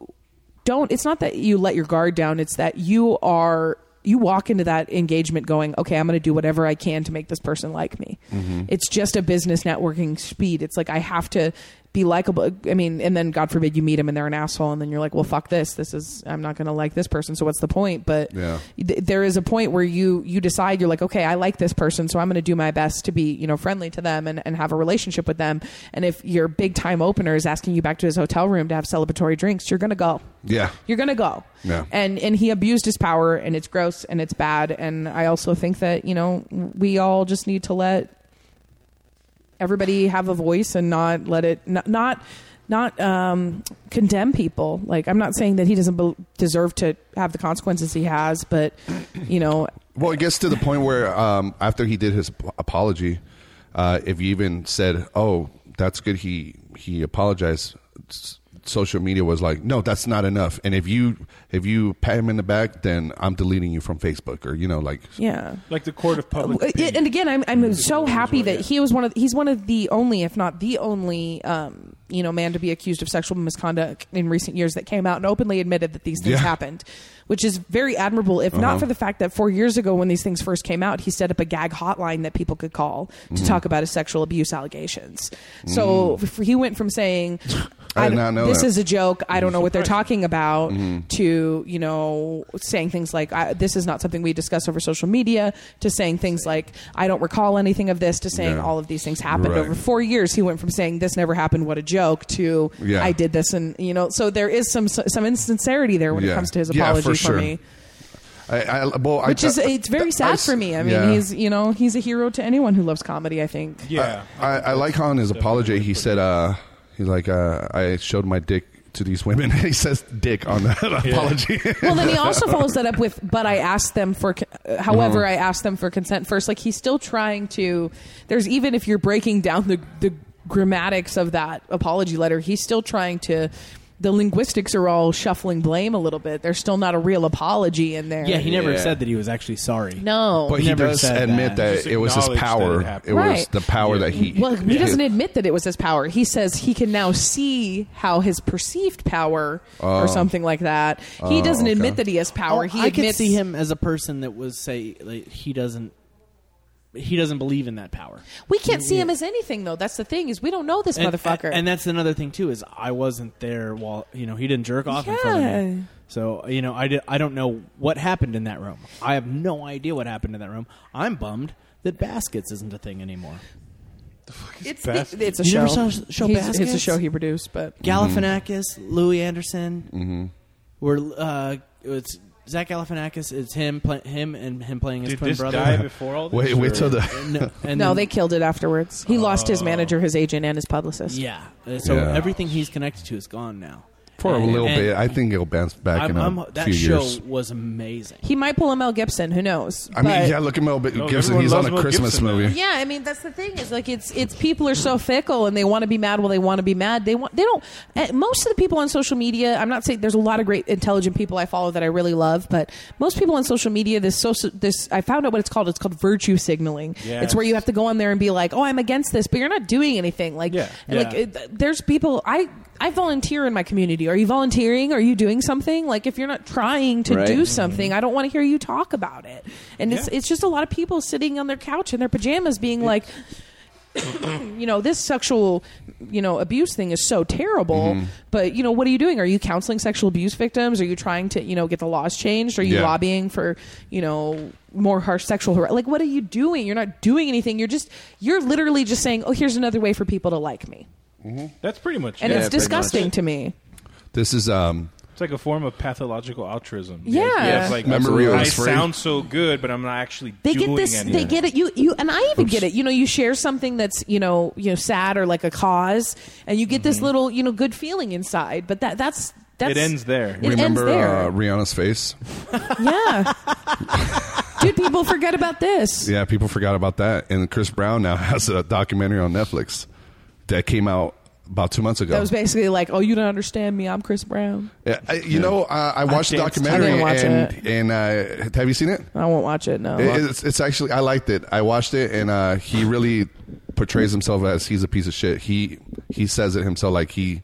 Speaker 4: don't, it's not that you let your guard down, it's that you are. You walk into that engagement going, okay, I'm going to do whatever I can to make this person like me. It's just a business networking speed. It's like I have to be likable. I mean, and then God forbid you meet them and they're an asshole, and then you're like, well, fuck this. This is, I'm not going to like this person. So what's the point? But
Speaker 1: Yeah.
Speaker 4: th- there is a point where you you decide you're like okay i like this person so i'm going to do my best to be you know friendly to them and, and have a relationship with them and if your big time opener is asking you back to his hotel room to have celebratory drinks you're going to go
Speaker 1: Yeah.
Speaker 4: you're going to go
Speaker 1: Yeah.
Speaker 4: and and he abused his power and it's gross and it's bad and i also think that you know we all just need to let everybody have a voice and not let it not not, not um, condemn people. Like I'm not saying that he doesn't be- deserve to have the consequences he has, but you know,
Speaker 1: Well, it gets to the point where um, after he did his ap- apology, uh, if you even said, "Oh, that's good," he he apologized. s- Social media was like, "No, that's not enough." And if you if you pat him in the back, then I'm deleting you from Facebook or you know like
Speaker 4: yeah.
Speaker 5: Like the court of public.
Speaker 4: Uh,
Speaker 5: opinion.
Speaker 4: and again, I'm I'm so happy
Speaker 5: well,
Speaker 4: that
Speaker 5: yeah.
Speaker 4: he was one of he's one of the only, if not the only, um, you know, man to be accused of sexual misconduct in recent years that came out and openly admitted that these things
Speaker 1: Yeah. Uh-huh.
Speaker 4: happened, which is very admirable. If not for the fact that four years ago, when these things first came out, he set up a gag hotline that people could call to
Speaker 1: Mm-hmm.
Speaker 4: talk about his sexual abuse allegations. So f he went from saying,
Speaker 1: I did
Speaker 4: don't-
Speaker 1: not know
Speaker 4: this
Speaker 1: that.
Speaker 4: is a joke. I don't know what they're talking about.
Speaker 1: Mm-hmm.
Speaker 4: To you know, saying things like I, "This is not something we discuss over social media." To saying things like "I don't recall anything of this." To saying
Speaker 1: Yeah.
Speaker 4: all of these things happened
Speaker 1: Right.
Speaker 4: over four years. He went from saying "This never happened. What a joke!" to
Speaker 1: Yeah.
Speaker 4: "I did this," and you know, so there is some some insincerity there when it
Speaker 1: Yeah.
Speaker 4: comes to his
Speaker 1: Yeah,
Speaker 4: apology
Speaker 1: for sure.
Speaker 4: me,
Speaker 1: I, I, well, I-
Speaker 4: which is
Speaker 1: I-
Speaker 4: it's very sad
Speaker 1: I-
Speaker 4: for me. I mean,
Speaker 1: yeah.
Speaker 4: he's you know he's a hero to anyone who loves comedy. I think.
Speaker 5: yeah,
Speaker 1: I, I like how in his apology he said, uh, he's like, uh, I showed my dick to these women. <laughs> he says dick on that apology. <laughs>
Speaker 4: well, then he also follows that up with, "But I asked them for, uh, however,
Speaker 3: Mm.
Speaker 4: I asked them for consent first. Like he's still trying to. There's even if you're breaking down the the grammatics of that apology letter, he's still trying to. The linguistics are all shuffling blame a little bit. There's still not a real apology in there.
Speaker 3: Yeah, he never
Speaker 8: Yeah.
Speaker 3: said that he was actually sorry.
Speaker 4: no.
Speaker 1: but he
Speaker 3: Never
Speaker 1: does
Speaker 3: said
Speaker 1: admit
Speaker 3: that.
Speaker 1: that,
Speaker 5: Just
Speaker 1: it was his
Speaker 5: acknowledge that it
Speaker 1: power. It,
Speaker 5: happened.
Speaker 1: was
Speaker 4: Right.
Speaker 1: the power
Speaker 5: Yeah.
Speaker 1: that he.
Speaker 4: Well, he
Speaker 1: Yeah. <laughs>
Speaker 4: doesn't <laughs> admit that it was his power. He says he can now see how his perceived power or something like that. He doesn't admit that he has power.
Speaker 3: Oh,
Speaker 4: he
Speaker 3: I
Speaker 4: admits
Speaker 3: could see him as a person that was say like, he doesn't he doesn't believe in that power.
Speaker 4: We can't see him as anything though. That's the thing is we don't know this
Speaker 3: And-
Speaker 4: motherfucker.
Speaker 3: And, that's another thing too is I wasn't there while you know he didn't jerk off in front of
Speaker 4: Yeah.
Speaker 3: me. So you know I did, I don't know what happened in that room. I have no idea what happened in that room. I'm bummed that baskets isn't a thing anymore.
Speaker 4: It's
Speaker 5: Bastard.
Speaker 4: it's a
Speaker 3: You
Speaker 4: show.
Speaker 3: never saw show
Speaker 4: He's- It's a
Speaker 3: Baskets?
Speaker 4: show he produced, but
Speaker 3: Galifianakis, Louis Anderson.
Speaker 4: Mm-hmm.
Speaker 3: Were uh, it's Zach Galifianakis. It's him, play, him, and him playing his
Speaker 5: Did
Speaker 3: twin
Speaker 5: this
Speaker 3: brother.
Speaker 5: die
Speaker 3: <laughs>
Speaker 5: before all this?
Speaker 1: Wait, wait till
Speaker 5: or- <laughs>
Speaker 1: the
Speaker 3: And, and
Speaker 4: no,
Speaker 3: then- Oh.
Speaker 4: they killed it afterwards. He lost his manager, his agent, and his publicist.
Speaker 3: Yeah. Uh, So
Speaker 1: Yeah.
Speaker 3: everything he's connected to is gone now.
Speaker 1: for a
Speaker 3: And-
Speaker 1: little
Speaker 3: and
Speaker 1: bit. I think it'll bounce back
Speaker 3: I'm-
Speaker 1: in a
Speaker 3: I'm- that
Speaker 1: few
Speaker 3: show
Speaker 1: years.
Speaker 3: was amazing.
Speaker 4: He might pull a Mel Gibson. Who knows?
Speaker 1: I mean,
Speaker 4: But-
Speaker 1: yeah, look at Mel B-
Speaker 5: No,
Speaker 1: Gibson.
Speaker 5: everyone
Speaker 1: He's on
Speaker 5: loves
Speaker 1: a
Speaker 5: Mel
Speaker 1: Christmas
Speaker 5: Gibson,
Speaker 1: movie.
Speaker 5: man.
Speaker 4: Yeah, I mean that's the thing is like it's it's people are so fickle and they want to be mad while they want to be mad. They want they don't. eh, Most of the people on social media, I'm not saying there's a lot of great intelligent people I follow that I really love, but most people on social media, this social this I found out what it's called. It's called virtue signaling.
Speaker 5: Yes.
Speaker 4: It's where you have to go on there and be like, oh, I'm against this, but you're not doing anything. Like
Speaker 5: Yeah.
Speaker 4: and, like
Speaker 5: Yeah.
Speaker 4: it, there's people I. I volunteer in my community. Are you volunteering? Are you doing something? Like if you're not trying to
Speaker 8: Right.
Speaker 4: do something, I don't want to hear you talk about it. And it's it's just a lot of people sitting on their couch in their pajamas being like <coughs> you know this sexual you know abuse thing is so terrible but you know what are you doing are you counseling sexual abuse victims are you trying to you know get the laws changed are you
Speaker 1: Yeah.
Speaker 4: lobbying for you know more harsh sexual har- like what are you doing you're not doing anything you're just you're literally just saying oh here's another way for people to like me
Speaker 5: That's pretty much
Speaker 4: and
Speaker 5: it.
Speaker 4: it's
Speaker 8: pretty
Speaker 4: disgusting
Speaker 8: much.
Speaker 4: to me
Speaker 1: This is um.
Speaker 5: It's like a form of pathological altruism.
Speaker 4: Yeah.
Speaker 5: The idea of, like,
Speaker 1: Remember we
Speaker 5: I
Speaker 1: were afraid?
Speaker 5: sound so good, but I'm not actually
Speaker 4: they
Speaker 5: doing
Speaker 4: get this
Speaker 5: anything.
Speaker 4: they get it you you and i even get it you know you share something that's you know you know sad or like a cause and you get this
Speaker 1: Mm-hmm.
Speaker 4: little you know good feeling inside but that that's that's
Speaker 5: It ends there.
Speaker 4: It
Speaker 1: remember
Speaker 4: ends there.
Speaker 1: uh, Rihanna's face?
Speaker 4: <laughs> yeah dude people forget about this
Speaker 1: Yeah, people forgot about that. And Chris Brown now <laughs> has a documentary on Netflix that came out about two months ago.
Speaker 4: that was basically like oh you don't understand me i'm chris brown
Speaker 1: Yeah, I, you know, uh, I watched the
Speaker 5: danced.
Speaker 1: documentary
Speaker 4: I didn't watch
Speaker 1: and, and uh, have you seen it?
Speaker 4: i won't watch it no
Speaker 1: It- It's, it's actually I liked it. I watched it, and uh, he really portrays himself as he's a piece of shit. He he says it himself, like he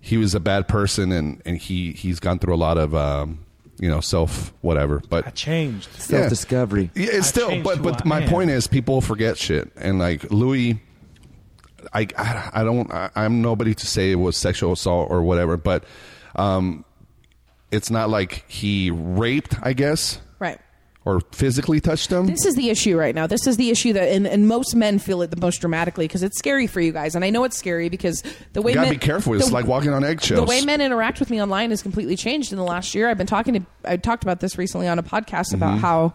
Speaker 1: he was a bad person, and and he he's gone through a lot of um, you know self whatever.
Speaker 5: I
Speaker 1: But
Speaker 5: changed.
Speaker 1: yeah.
Speaker 8: Self discovery.
Speaker 1: Yeah, it's
Speaker 5: I
Speaker 1: still,
Speaker 5: changed
Speaker 1: but
Speaker 5: who
Speaker 1: but
Speaker 5: I
Speaker 1: my
Speaker 5: am.
Speaker 1: point is, people forget shit, and like Louis, I I, I don't, I, I'm nobody to say it was sexual assault or whatever, but um, it's not like he raped, I guess,
Speaker 4: right
Speaker 1: or physically touched them.
Speaker 4: This is the issue right now. This is the issue that, and, and most men feel it the most dramatically because it's scary for you guys. And I know it's scary because the way
Speaker 1: You gotta
Speaker 4: men-
Speaker 1: be careful. It's
Speaker 4: the-
Speaker 1: like walking on eggshells.
Speaker 4: The way men interact with me online has completely changed in the last year. I've been talking to, I talked about this recently on a podcast
Speaker 5: Mm-hmm.
Speaker 4: about how.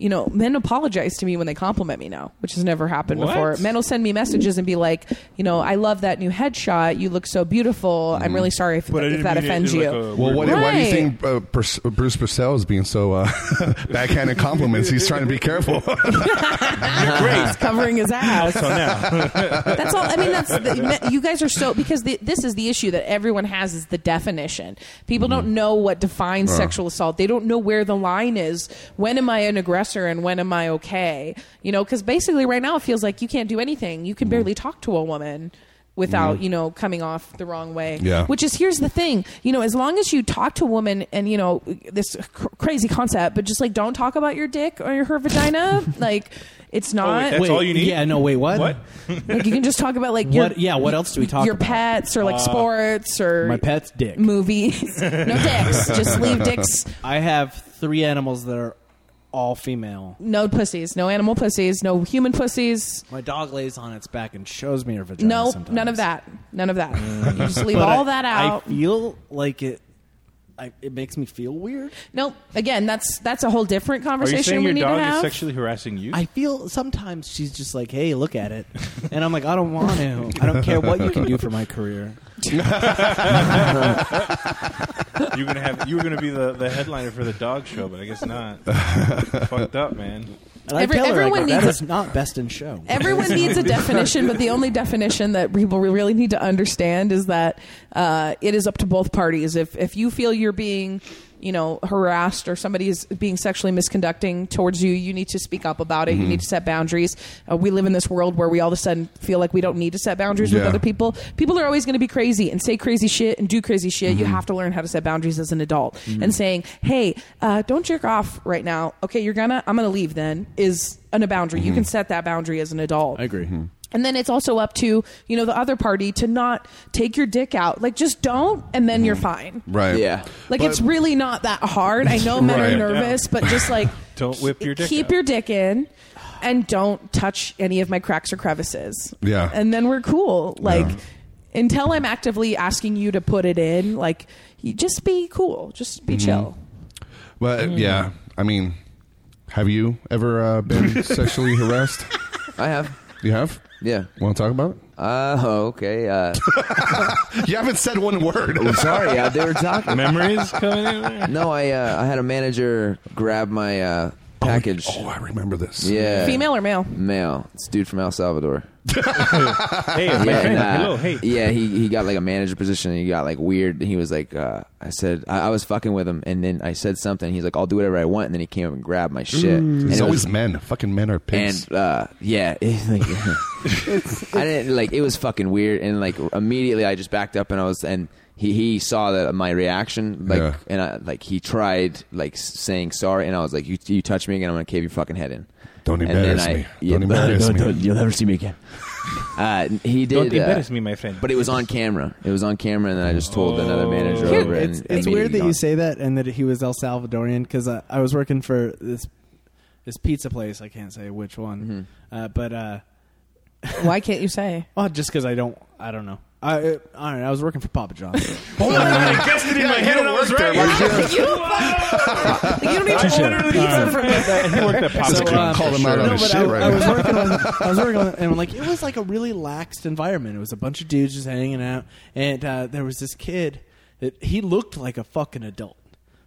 Speaker 4: You know, men apologize to me when they compliment me now, which has never happened
Speaker 5: What?
Speaker 4: before. Men will send me messages and be like, you know, I love that new headshot. You look so beautiful. I'm really sorry if,
Speaker 5: Mm-hmm. But I
Speaker 4: if
Speaker 5: didn't
Speaker 4: that
Speaker 5: mean it in,
Speaker 4: offends
Speaker 5: like,
Speaker 4: you.
Speaker 5: a
Speaker 1: well,
Speaker 5: weird
Speaker 1: what,
Speaker 5: way.
Speaker 1: why do you
Speaker 4: Right.
Speaker 1: think uh, Bruce, Bruce Purcell is being so uh, <laughs> backhanded compliments? He's trying to be careful. <laughs>
Speaker 4: He's covering his ass.
Speaker 5: So now,
Speaker 4: <laughs> That's all. I mean, that's the, you guys are so because the, this is the issue that everyone has is the definition. People don't know what defines sexual assault. They don't know where the line is. When am I an aggressor and when am I okay? You know, because basically right now it feels like you can't do anything. You can barely talk to a woman without you know coming off the wrong way
Speaker 1: Yeah.
Speaker 4: which is here's the thing you know as long as you talk to a woman and you know this cr- crazy concept but just like don't talk about your dick or her vagina <laughs> like it's
Speaker 5: oh, wait,
Speaker 4: not
Speaker 5: that's
Speaker 3: Wait,
Speaker 5: all you need.
Speaker 3: yeah, no, wait, what?
Speaker 5: What?
Speaker 4: like you can just talk about like your,
Speaker 3: What? Yeah. What else do we talk
Speaker 4: your
Speaker 3: about? Uh,
Speaker 4: pets or like sports or
Speaker 3: My pet's dick. <laughs>
Speaker 4: movies. no dicks. Just leave dicks.
Speaker 3: I have three animals that are all female.
Speaker 4: No pussies. No animal pussies. No human pussies.
Speaker 3: My dog lays on its back and shows me her vagina.
Speaker 4: No,
Speaker 3: sometimes. Mm.
Speaker 4: none of that. None of that. You just leave
Speaker 3: But
Speaker 4: all
Speaker 3: I-
Speaker 4: that out.
Speaker 3: I feel like it. I, it makes me feel weird.
Speaker 4: nope. Again, that's that's a whole different
Speaker 5: Are you
Speaker 4: conversation
Speaker 5: saying
Speaker 4: we
Speaker 5: your
Speaker 4: need to
Speaker 5: dog is
Speaker 4: have.
Speaker 5: sexually harassing you?
Speaker 3: I feel sometimes she's just like, "Hey, look at it," <laughs> and I'm like, "I don't want to. I don't care what you can do for my career."
Speaker 5: <laughs> You're gonna have. You were gonna be the, the headliner for the dog show, but I guess
Speaker 1: <laughs>
Speaker 5: not. Fucked up, man.
Speaker 3: And I
Speaker 4: Every-
Speaker 3: tell her, I go,
Speaker 4: everyone
Speaker 3: "That
Speaker 4: needs-
Speaker 3: is not best in show."
Speaker 4: Everyone needs a definition, but the only definition that people really need to understand is that uh, it is up to both parties. If if you feel you're being, you know, harassed or somebody is being sexually misconducting towards you, you need to speak up about it. You need to set boundaries. Uh, we live in this world where we all of a sudden feel like we don't need to set boundaries with
Speaker 1: Yeah.
Speaker 4: other people. People are always going to be crazy and say crazy shit and do crazy shit. You have to learn how to set boundaries as an adult. And saying, "Hey, uh, don't jerk off right now." Okay, you're gonna. I'm gonna leave. Then is an, a boundary. You can set that boundary as an adult.
Speaker 3: agree.
Speaker 4: And then it's also up to you know the other party to not take your dick out. Like just don't, and then you're fine.
Speaker 1: right.
Speaker 8: Yeah.
Speaker 4: Like
Speaker 1: But-
Speaker 4: it's really not that hard. I know men
Speaker 5: <laughs>
Speaker 1: Right.
Speaker 4: are nervous, but just like
Speaker 5: Don't whip your dick
Speaker 4: Keep
Speaker 5: out.
Speaker 4: your dick in. and don't touch any of my cracks or crevices.
Speaker 1: Yeah.
Speaker 4: And then we're cool. Like
Speaker 1: Yeah.
Speaker 4: until I'm actively asking you to put it in, like you just be cool, just
Speaker 5: Mm-hmm.
Speaker 4: be chill.
Speaker 1: But yeah, I mean, have you ever uh, been sexually harassed?
Speaker 2: I have.
Speaker 1: You have?
Speaker 2: Yeah.
Speaker 1: Want to talk about
Speaker 2: Uh, okay. Uh,
Speaker 1: it? You haven't said one word. <laughs>
Speaker 2: I'm sorry. Uh, they were talking.
Speaker 5: Memories coming in. there?
Speaker 2: No, I uh, I had a manager grab my uh, package.
Speaker 1: Oh, I remember this.
Speaker 5: Uh,
Speaker 2: yeah.
Speaker 4: Female or male?
Speaker 2: Male. It's a dude from El Salvador.
Speaker 5: Hey, my
Speaker 2: Yeah,
Speaker 5: friend.
Speaker 2: and, uh,
Speaker 5: Hello. Hey.
Speaker 2: Yeah, he, he got like a manager position and he got like weird. He was like, uh, I said, I, I was fucking with him and then I said something. He's like, I'll do whatever I want. And then he came up and grabbed my shit. and
Speaker 1: It's
Speaker 2: it was-
Speaker 1: always men. Fucking men are pigs. <laughs>
Speaker 2: and uh, yeah, <laughs> it, like, I didn't like it was fucking weird, and like immediately I just backed up and I was and he he saw that my reaction like
Speaker 1: Yeah.
Speaker 2: and I like he tried like s- saying sorry and I was like you you touch me again I'm gonna cave your fucking head in.
Speaker 1: Don't
Speaker 2: And then
Speaker 1: embarrass
Speaker 2: I-
Speaker 1: me.
Speaker 2: yeah,
Speaker 1: Don't
Speaker 2: <laughs>
Speaker 1: embarrass me.
Speaker 2: you'll never see
Speaker 1: <laughs>
Speaker 2: me again. Uh, he did.
Speaker 5: Don't
Speaker 2: uh,
Speaker 5: embarrass me, my friend.
Speaker 2: But it was on camera. It was on camera, and then I just told another manager
Speaker 5: Here,
Speaker 2: over.
Speaker 3: it's,
Speaker 2: and
Speaker 3: it's weird
Speaker 2: immediately
Speaker 3: that
Speaker 2: gone.
Speaker 3: you say that and that he was El Salvadorian because I, I was working for this this pizza place. I can't say which one, uh, but uh,
Speaker 4: Why can't you
Speaker 5: <laughs>
Speaker 4: say?
Speaker 3: oh, just because I don't, I don't know. I, it, all right, I was working for Papa John's.
Speaker 1: Oh,
Speaker 5: I guessed it in my head and I was right.
Speaker 4: <laughs> you, like, you don't even order the pizza <laughs> from me.
Speaker 5: he worked at Papa
Speaker 1: So,
Speaker 5: John's.
Speaker 1: um, Call him out on
Speaker 3: no,
Speaker 1: his
Speaker 3: but
Speaker 1: shit
Speaker 3: I,
Speaker 1: right
Speaker 3: I was
Speaker 1: now. <laughs>
Speaker 3: working on, I was working on, and like it was like a really laxed environment. It was a bunch of dudes just hanging out, and uh, there was this kid that he looked like a fucking adult,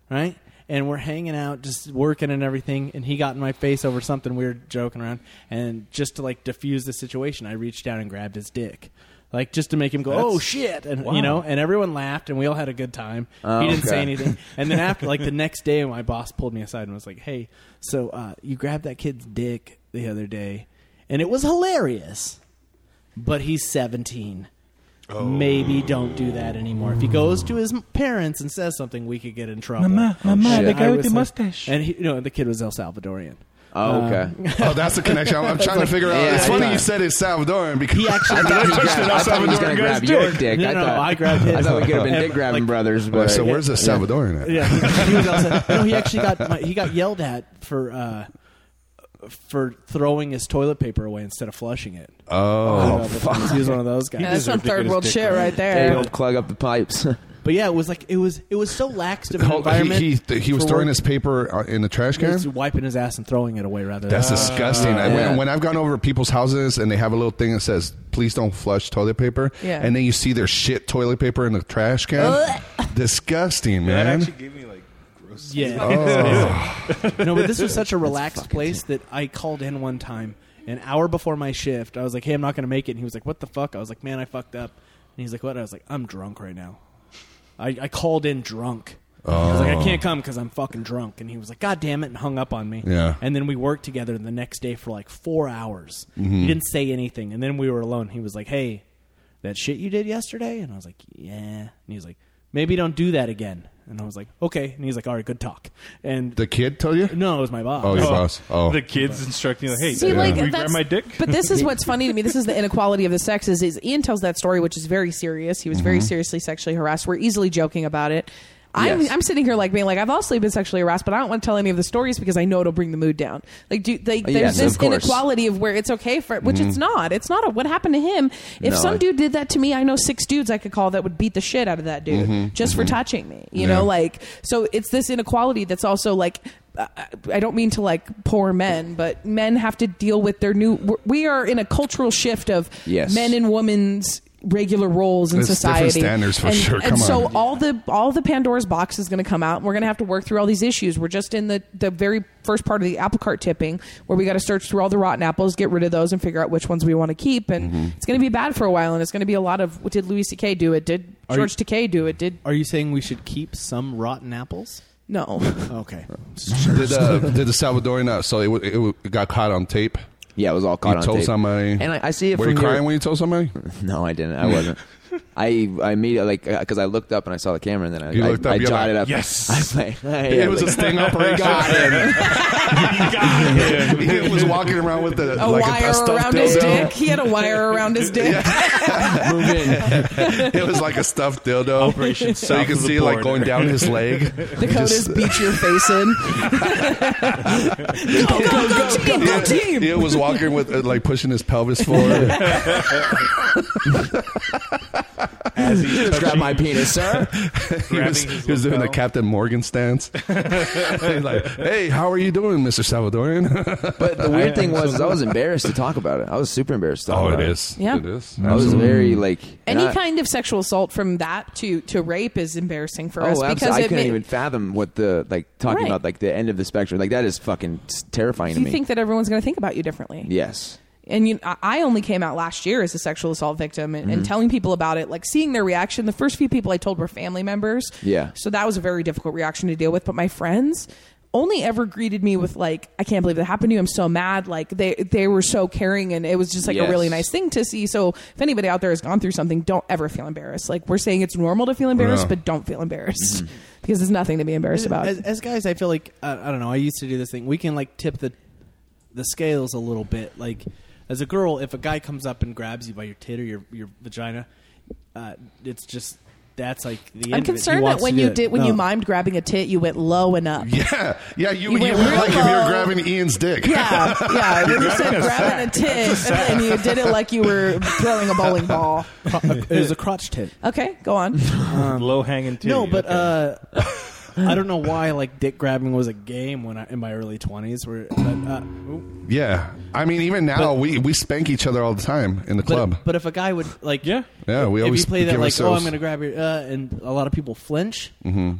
Speaker 3: right? And we're hanging out, just working and everything. And he got in my face over something we were joking around, and just to like diffuse the situation, I reached down and grabbed his dick. Like just to make him go, oh shit, and you know, and everyone laughed, and we all had a good time.
Speaker 2: Oh,
Speaker 3: he didn't say
Speaker 2: okay.
Speaker 3: anything, and then after, like
Speaker 2: <laughs>
Speaker 3: the next day, my boss pulled me aside and was like, "Hey, so uh, you grabbed that kid's dick the other day, and it was hilarious, but he's 17.
Speaker 5: Oh.
Speaker 3: Maybe don't do that anymore. If he goes to his m- parents and says something, we could get in trouble."
Speaker 5: Mama, mama,
Speaker 3: And
Speaker 5: the guy
Speaker 3: I
Speaker 5: with
Speaker 3: was
Speaker 5: the
Speaker 3: like-
Speaker 5: mustache.
Speaker 3: and he, no, the kid was El Salvadorian.
Speaker 2: Oh, okay.
Speaker 1: Oh, that's the connection. I'm, I'm trying to figure out.
Speaker 2: yeah,
Speaker 1: it's funny
Speaker 2: yeah.
Speaker 1: you said it's Salvadoran because
Speaker 3: He
Speaker 1: <laughs> I
Speaker 3: actually-
Speaker 2: <laughs> I
Speaker 1: thought
Speaker 2: thought
Speaker 1: you
Speaker 2: he
Speaker 1: touched
Speaker 2: grabbed-
Speaker 1: it.
Speaker 2: I thought he was
Speaker 1: Salvadoran
Speaker 2: gonna
Speaker 1: guy's
Speaker 2: grab your
Speaker 1: dick.
Speaker 2: dick.
Speaker 3: No,
Speaker 2: I
Speaker 3: no,
Speaker 2: thought,
Speaker 3: I grabbed his.
Speaker 2: I thought we could have <laughs> been
Speaker 3: And,
Speaker 2: dick grabbing
Speaker 3: like,
Speaker 2: brothers.
Speaker 1: Oh,
Speaker 2: But
Speaker 1: so where's the Salvadoran at?
Speaker 3: Yeah, <laughs> he was also, no, he actually got my, he got yelled at for uh, for throwing his toilet paper away instead of flushing it.
Speaker 1: Oh,
Speaker 3: Uh, He was one of those guys.
Speaker 4: Yeah, that's some
Speaker 5: deserve to get
Speaker 4: third
Speaker 5: his
Speaker 4: world
Speaker 5: dick
Speaker 4: shit right
Speaker 2: Hey,
Speaker 4: there.
Speaker 2: don't plug up the pipes. <laughs>
Speaker 3: But yeah, it was like it was it was so lax of an
Speaker 1: Hold- Oh, he,
Speaker 3: environment.
Speaker 1: he, th- he was
Speaker 3: for
Speaker 1: throwing
Speaker 3: work.
Speaker 1: his paper uh, in the trash
Speaker 3: He
Speaker 1: can.
Speaker 3: was wiping his ass and throwing it away rather.
Speaker 1: That's
Speaker 3: than,
Speaker 1: disgusting. I,
Speaker 2: Yeah.
Speaker 1: when, when I've gone over to people's houses and they have a little thing that says "Please don't flush toilet paper,"
Speaker 4: Yeah.
Speaker 1: and then you see their shit toilet paper in the trash can. disgusting,
Speaker 5: That
Speaker 1: man.
Speaker 5: actually gave me like gross.
Speaker 3: yeah. <laughs> no, but this was such a relaxed place that I called in one time an hour before my shift. I was like, "Hey, I'm not going to make it." And he was like, "What the fuck?" I was like, "Man, I fucked up." And he's like, "What?" I was like, "I'm drunk right now. I, I called in drunk." I was like, "I can't come because I'm fucking drunk." And he was like, "God damn it!" and hung up on me.
Speaker 1: Yeah.
Speaker 3: And then we worked together the next day for like four hours.
Speaker 1: Mm-hmm.
Speaker 3: He didn't say anything, and then we were alone. He was like, "Hey, that shit you did yesterday?" And I was like, "Yeah." And he was like, "Maybe don't do that again." And I was like, "Okay." And he's like, "All right, good talk." And
Speaker 1: the kid told you?
Speaker 3: no, it was my boss.
Speaker 1: Oh, your boss. Oh,
Speaker 5: The kids instructing you, like, hey,
Speaker 4: See,
Speaker 5: did
Speaker 4: like
Speaker 5: you grab
Speaker 4: that's, <laughs>
Speaker 5: my dick?
Speaker 4: But
Speaker 2: <laughs>
Speaker 4: this is what's funny to me. This is the inequality of the sexes. Is Ian tells that story, which is very serious. He was very
Speaker 2: Mm-hmm.
Speaker 4: seriously sexually harassed. We're easily joking about it. I'm,
Speaker 2: Yes.
Speaker 4: I'm sitting here like being like I've also been sexually harassed, but I don't want to tell any of the stories because I know it'll bring the mood down. Like, do they, there's
Speaker 2: Yes,
Speaker 4: this
Speaker 2: of course.
Speaker 4: inequality of where it's okay for, which it's not. It's not a what happened to him. If
Speaker 2: Mm-hmm. No,
Speaker 4: some
Speaker 2: I-
Speaker 4: dude did that to me, I know six dudes I could call that would beat the shit out of that dude
Speaker 2: Mm-hmm.
Speaker 4: just for touching me. You
Speaker 1: Yeah.
Speaker 4: know, like so it's this inequality that's also like uh, I don't mean to like poor men, but men have to deal with their new. we're- We are in a cultural shift of
Speaker 2: Yes.
Speaker 4: men and women's regular roles in
Speaker 1: There's different
Speaker 4: society.
Speaker 1: standards for
Speaker 4: and,
Speaker 1: sure.
Speaker 4: And
Speaker 1: Come
Speaker 4: so
Speaker 1: on.
Speaker 4: all the all the Pandora's box is going to come out, and we're going to have to work through all these issues. We're just in the the very first part of the apple cart tipping, where we got to search through all the rotten apples, get rid of those, and figure out which ones we want to keep. And it's going to be bad for a while, and it's going to be a lot of. Did Louis C.K. do it? Did
Speaker 3: Are
Speaker 4: George
Speaker 3: you-
Speaker 4: Takei do it? Did
Speaker 3: Are you saying we should keep some rotten apples?
Speaker 4: no?
Speaker 3: Okay.
Speaker 1: did, uh, did the Salvadoran? Uh, so it, w- it, w- it got caught on tape.
Speaker 2: yeah, it was all
Speaker 1: You
Speaker 2: caught on
Speaker 1: told
Speaker 2: tape.
Speaker 1: somebody,
Speaker 2: and I, I see it
Speaker 1: Were
Speaker 2: from
Speaker 1: you
Speaker 2: your-
Speaker 1: crying when you told somebody?
Speaker 2: No, I didn't. I
Speaker 1: <laughs>
Speaker 2: wasn't. I I immediately like because I looked up and I saw the camera and then I
Speaker 1: You
Speaker 2: I,
Speaker 1: looked up,
Speaker 2: I
Speaker 1: you're
Speaker 2: jotted
Speaker 1: like,
Speaker 2: up. <laughs>
Speaker 5: yes.
Speaker 2: I was like,
Speaker 1: it was a sting operation. <laughs>
Speaker 2: <laughs>
Speaker 1: he was walking around with the,
Speaker 4: a
Speaker 1: like
Speaker 4: wire
Speaker 1: a stuffed
Speaker 4: around his
Speaker 1: dildo.
Speaker 4: dick. He had a wire around his dick.
Speaker 2: move in. <laughs>
Speaker 1: it was like a stuffed dildo.
Speaker 5: Operation
Speaker 1: so you
Speaker 5: South
Speaker 1: can
Speaker 5: of the
Speaker 1: see it, like
Speaker 5: border.
Speaker 1: going down his leg.
Speaker 4: <laughs> The code
Speaker 1: Just-
Speaker 4: is beat your face in. go, go, go, team, go,
Speaker 1: Yeah,
Speaker 4: team.
Speaker 1: It was walking with uh, like pushing his pelvis forward.
Speaker 5: <laughs> As he's
Speaker 8: Grab
Speaker 5: touching-
Speaker 8: my penis, sir.
Speaker 1: <laughs> he was,
Speaker 5: grabbing his
Speaker 1: he was doing the
Speaker 5: lapel.
Speaker 1: Captain Morgan
Speaker 4: <laughs>
Speaker 1: stance. He's like, hey, how are you doing, Mr. Salvadorian? <laughs>
Speaker 8: But the weird thing was, is I was embarrassed to talk about it. I was super embarrassed. To talk about
Speaker 4: Yeah.
Speaker 1: Oh, It is.
Speaker 8: I was very like
Speaker 4: Any
Speaker 8: not-
Speaker 4: kind of sexual assault from that to, to rape is embarrassing for us
Speaker 8: Oh,
Speaker 4: because
Speaker 8: absolutely. I
Speaker 4: it
Speaker 8: couldn't
Speaker 4: ma-
Speaker 8: even fathom what the like talking
Speaker 4: Right.
Speaker 8: about like the end of the spectrum. Like that is fucking s- terrifying to
Speaker 4: you
Speaker 8: me.
Speaker 4: think that everyone's going to think about you differently.
Speaker 8: yes.
Speaker 4: and you, I- I only came out last year as a sexual assault victim, and,
Speaker 8: Mm-hmm.
Speaker 4: and telling people about it, like seeing their reaction. The first few people I told were family members.
Speaker 8: Yeah.
Speaker 4: So that was a very difficult reaction to deal with. But my friends only ever greeted me with like, "I can't believe that happened to you. I'm so mad." Like they they were so caring, and it was just like
Speaker 8: Yes.
Speaker 4: a really nice thing to see. So if anybody out there has gone through something, don't ever feel embarrassed. Like we're saying, it's normal to feel embarrassed,
Speaker 1: Yeah.
Speaker 4: but don't feel embarrassed
Speaker 8: Mm-hmm.
Speaker 4: because there's nothing to be embarrassed about.
Speaker 3: As, as guys, I feel like I, I don't know. I used to do this thing. We can like tip the the scales a little bit. Like as a girl, if a guy comes up and grabs you by your tit or your your vagina, uh, it's just that's like the. end of
Speaker 4: I'm
Speaker 3: it. He
Speaker 4: concerned that
Speaker 3: wants
Speaker 4: when
Speaker 3: to do
Speaker 4: you
Speaker 3: it.
Speaker 4: did when you
Speaker 3: No.
Speaker 4: mimed grabbing a tit, you went low and up.
Speaker 1: Yeah. Yeah. You,
Speaker 4: You
Speaker 1: you,
Speaker 4: went
Speaker 1: were
Speaker 4: real
Speaker 1: like if you
Speaker 4: low.
Speaker 1: were grabbing Ian's dick.
Speaker 4: Yeah, yeah. When you said grabbing a tit, and then you did it like you were throwing a bowling ball.
Speaker 3: it was a crotch tit.
Speaker 4: Okay, go on.
Speaker 5: low hanging titty.
Speaker 3: No, but
Speaker 5: Okay.
Speaker 3: uh, I don't know why like dick grabbing was a game when I in my early twenties. Where but, uh,
Speaker 1: Yeah. I mean, even now,
Speaker 3: But-
Speaker 1: we, we spank each other all the time in the club.
Speaker 3: but, but if a guy would like
Speaker 5: Yeah.
Speaker 1: Yeah, we
Speaker 3: if
Speaker 1: always
Speaker 3: you play that
Speaker 1: give
Speaker 3: like oh
Speaker 1: ourselves- Mm-hmm.
Speaker 3: I'm gonna grab your uh, and a lot of people flinch.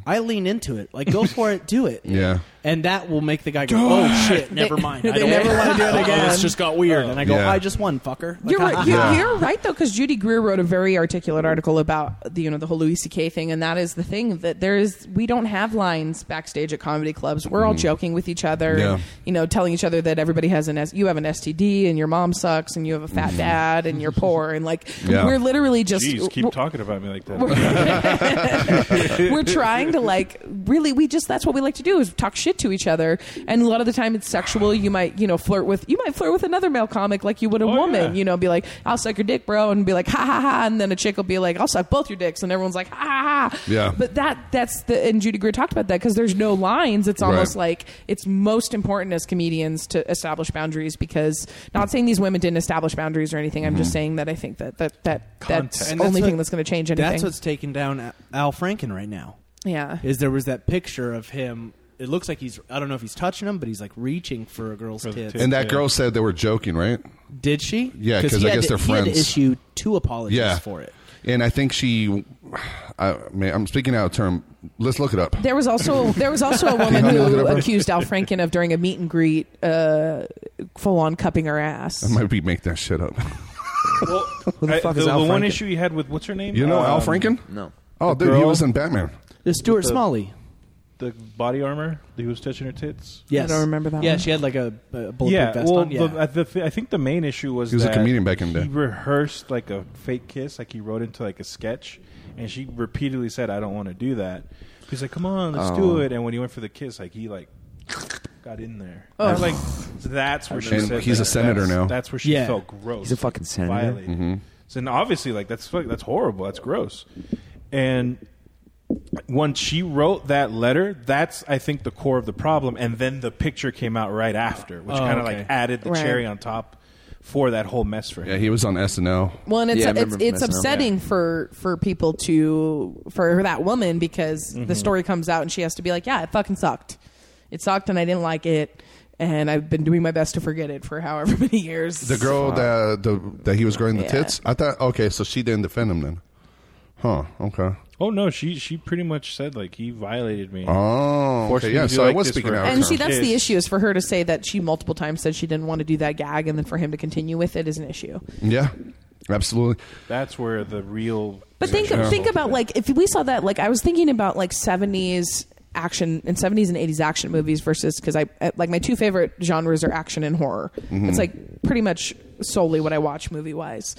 Speaker 3: I lean into it like go for it, do it.
Speaker 1: Yeah.
Speaker 3: and that will make the guy go oh shit,
Speaker 4: <laughs>
Speaker 3: never mind. I
Speaker 4: they
Speaker 3: don't
Speaker 4: never wanna do it
Speaker 3: <laughs> Oh,
Speaker 4: again.
Speaker 3: This just got weird, and I go
Speaker 1: Yeah.
Speaker 3: I just won, fucker. Like,
Speaker 4: You're
Speaker 3: ha,
Speaker 4: right.
Speaker 3: ha,
Speaker 4: You're,
Speaker 3: ha.
Speaker 4: you're right though, because Judy Greer wrote a very articulate article about the you know the whole Louis C.K. thing, and that is the thing that there is we don't have lines backstage at comedy clubs. We're all joking with each other,
Speaker 1: Yeah.
Speaker 4: and, you know, telling each other that everybody has an S- you have an STD and your mom sucks and you have a fat dad and you're poor and like
Speaker 1: Yeah.
Speaker 4: we're literally just
Speaker 5: Jeez,
Speaker 4: we're-
Speaker 5: keep talking about me like that.
Speaker 4: we're trying to like really we just that's what we like to do is talk shit to each other and a lot of the time it's sexual you might you know flirt with you might flirt with another male comic like you would a
Speaker 5: Oh,
Speaker 4: woman
Speaker 5: yeah.
Speaker 4: you know be like i'll suck your dick bro and be like ha ha ha and then a chick will be like i'll suck both your dicks and everyone's like ha ha ha
Speaker 1: Yeah.
Speaker 4: but that that's the and judy greer talked about that because there's no lines it's almost
Speaker 1: Right.
Speaker 4: like it's most important as comedians to establish boundaries because not saying these women didn't establish boundaries or anything i'm just saying that i think that that, that that's
Speaker 5: Context.
Speaker 4: the
Speaker 3: And
Speaker 4: only
Speaker 3: what-
Speaker 4: thing that's going to change anything
Speaker 3: That's what's taking down Al- Al Franken right now.
Speaker 4: yeah
Speaker 3: Is there was that picture of him. It looks like he's. I don't know if he's touching him, but he's like reaching for a girl's
Speaker 5: the
Speaker 3: tits.
Speaker 5: tit.
Speaker 1: and that
Speaker 5: Yeah.
Speaker 1: girl said they were joking, right?
Speaker 3: Did she?
Speaker 1: Yeah, 'cause
Speaker 3: he
Speaker 1: I
Speaker 3: had
Speaker 1: guess
Speaker 3: to-
Speaker 1: they're
Speaker 3: He had
Speaker 1: friends.
Speaker 3: to issue two apologies
Speaker 1: Yeah.
Speaker 3: for it.
Speaker 1: And I think she, I, man, I'm speaking out of term. Let's look it up. <laughs>
Speaker 4: There was also there was also a woman
Speaker 1: Can you look it
Speaker 4: who
Speaker 1: up, bro?
Speaker 4: accused Al Franken of during a meet and greet, uh, full on cupping her ass.
Speaker 1: Might be make that shit up.
Speaker 5: well,
Speaker 8: <laughs> Who the
Speaker 5: I-
Speaker 8: fuck
Speaker 5: the,
Speaker 8: is Al
Speaker 5: the one
Speaker 8: Franken?
Speaker 5: issue he had with what's her name?
Speaker 1: You know Al
Speaker 5: Um,
Speaker 1: Franken?
Speaker 8: No.
Speaker 1: Oh, dude, he
Speaker 5: girl-
Speaker 1: was in Batman.
Speaker 3: The Stuart
Speaker 5: the-
Speaker 3: Smalley.
Speaker 5: The body armor. He was touching her tits.
Speaker 3: Yes,
Speaker 4: don't remember that
Speaker 3: Yeah,
Speaker 4: one.
Speaker 3: she had like a, a bulletproof
Speaker 5: Yeah,
Speaker 3: vest
Speaker 5: well,
Speaker 3: on. Yeah,
Speaker 5: The, uh, the, thi- I think the main issue was
Speaker 1: He was a
Speaker 5: that
Speaker 1: comedian back in the
Speaker 5: He
Speaker 1: day.
Speaker 5: rehearsed like a fake kiss, like he wrote into like a sketch, and she repeatedly said, "I don't want to do that." He's like, "Come on, let's
Speaker 1: Oh.
Speaker 5: do it." And when he went for the kiss, like he like got in there.
Speaker 8: Oh.
Speaker 5: I was like, "That's where she
Speaker 1: And
Speaker 5: said."
Speaker 1: he's a
Speaker 5: that.
Speaker 1: senator
Speaker 5: That's-
Speaker 1: now. Mm-hmm.
Speaker 5: That's where she
Speaker 3: Yeah.
Speaker 5: felt gross.
Speaker 8: He's a fucking senator.
Speaker 5: Violated. So and obviously, like that's fuck- that's horrible. That's gross. And when she wrote that letter, that's I think the core of the problem. And then the picture came out right after, which
Speaker 3: Oh,
Speaker 5: kind of
Speaker 3: okay.
Speaker 5: like added the
Speaker 4: Right.
Speaker 5: cherry on top for that whole mess for
Speaker 1: Yeah,
Speaker 5: him.
Speaker 1: he was on SNL.
Speaker 4: Well, and it's
Speaker 8: Yeah, I
Speaker 4: it's,
Speaker 8: remember
Speaker 4: it's
Speaker 8: messing up.
Speaker 4: upsetting for for people to for that woman because
Speaker 1: Mm-hmm.
Speaker 4: the story comes out and she has to be like, yeah, it fucking sucked. It sucked and I didn't like it, and I've been doing my best to forget it for however <laughs> many years.
Speaker 1: The girl that the, that he was growing the
Speaker 4: Yeah.
Speaker 1: tits. I thought okay, so she didn't defend him then. Huh. Okay.
Speaker 5: Oh no, she she pretty much said like he violated
Speaker 8: Uh-huh.
Speaker 5: me.
Speaker 1: Oh.
Speaker 5: Forced
Speaker 1: Okay.
Speaker 5: me
Speaker 1: Yeah.
Speaker 5: to do
Speaker 1: So I
Speaker 5: like
Speaker 1: was
Speaker 5: this
Speaker 1: speaking
Speaker 5: for-
Speaker 1: out. of
Speaker 4: and
Speaker 1: turn.
Speaker 4: see, that's the
Speaker 5: Yes.
Speaker 4: issue is for her to say that she multiple times said she didn't want to do that gag, and then for him to continue with it is an issue.
Speaker 1: Yeah. Absolutely.
Speaker 5: That's where the real.
Speaker 4: But think
Speaker 5: Yeah.
Speaker 4: think about like if we saw that like I was thinking about like seventies action and seventies and eighties action movies versus because I uh, like my two favorite genres are action and horror. It's like pretty much solely what I watch movie wise.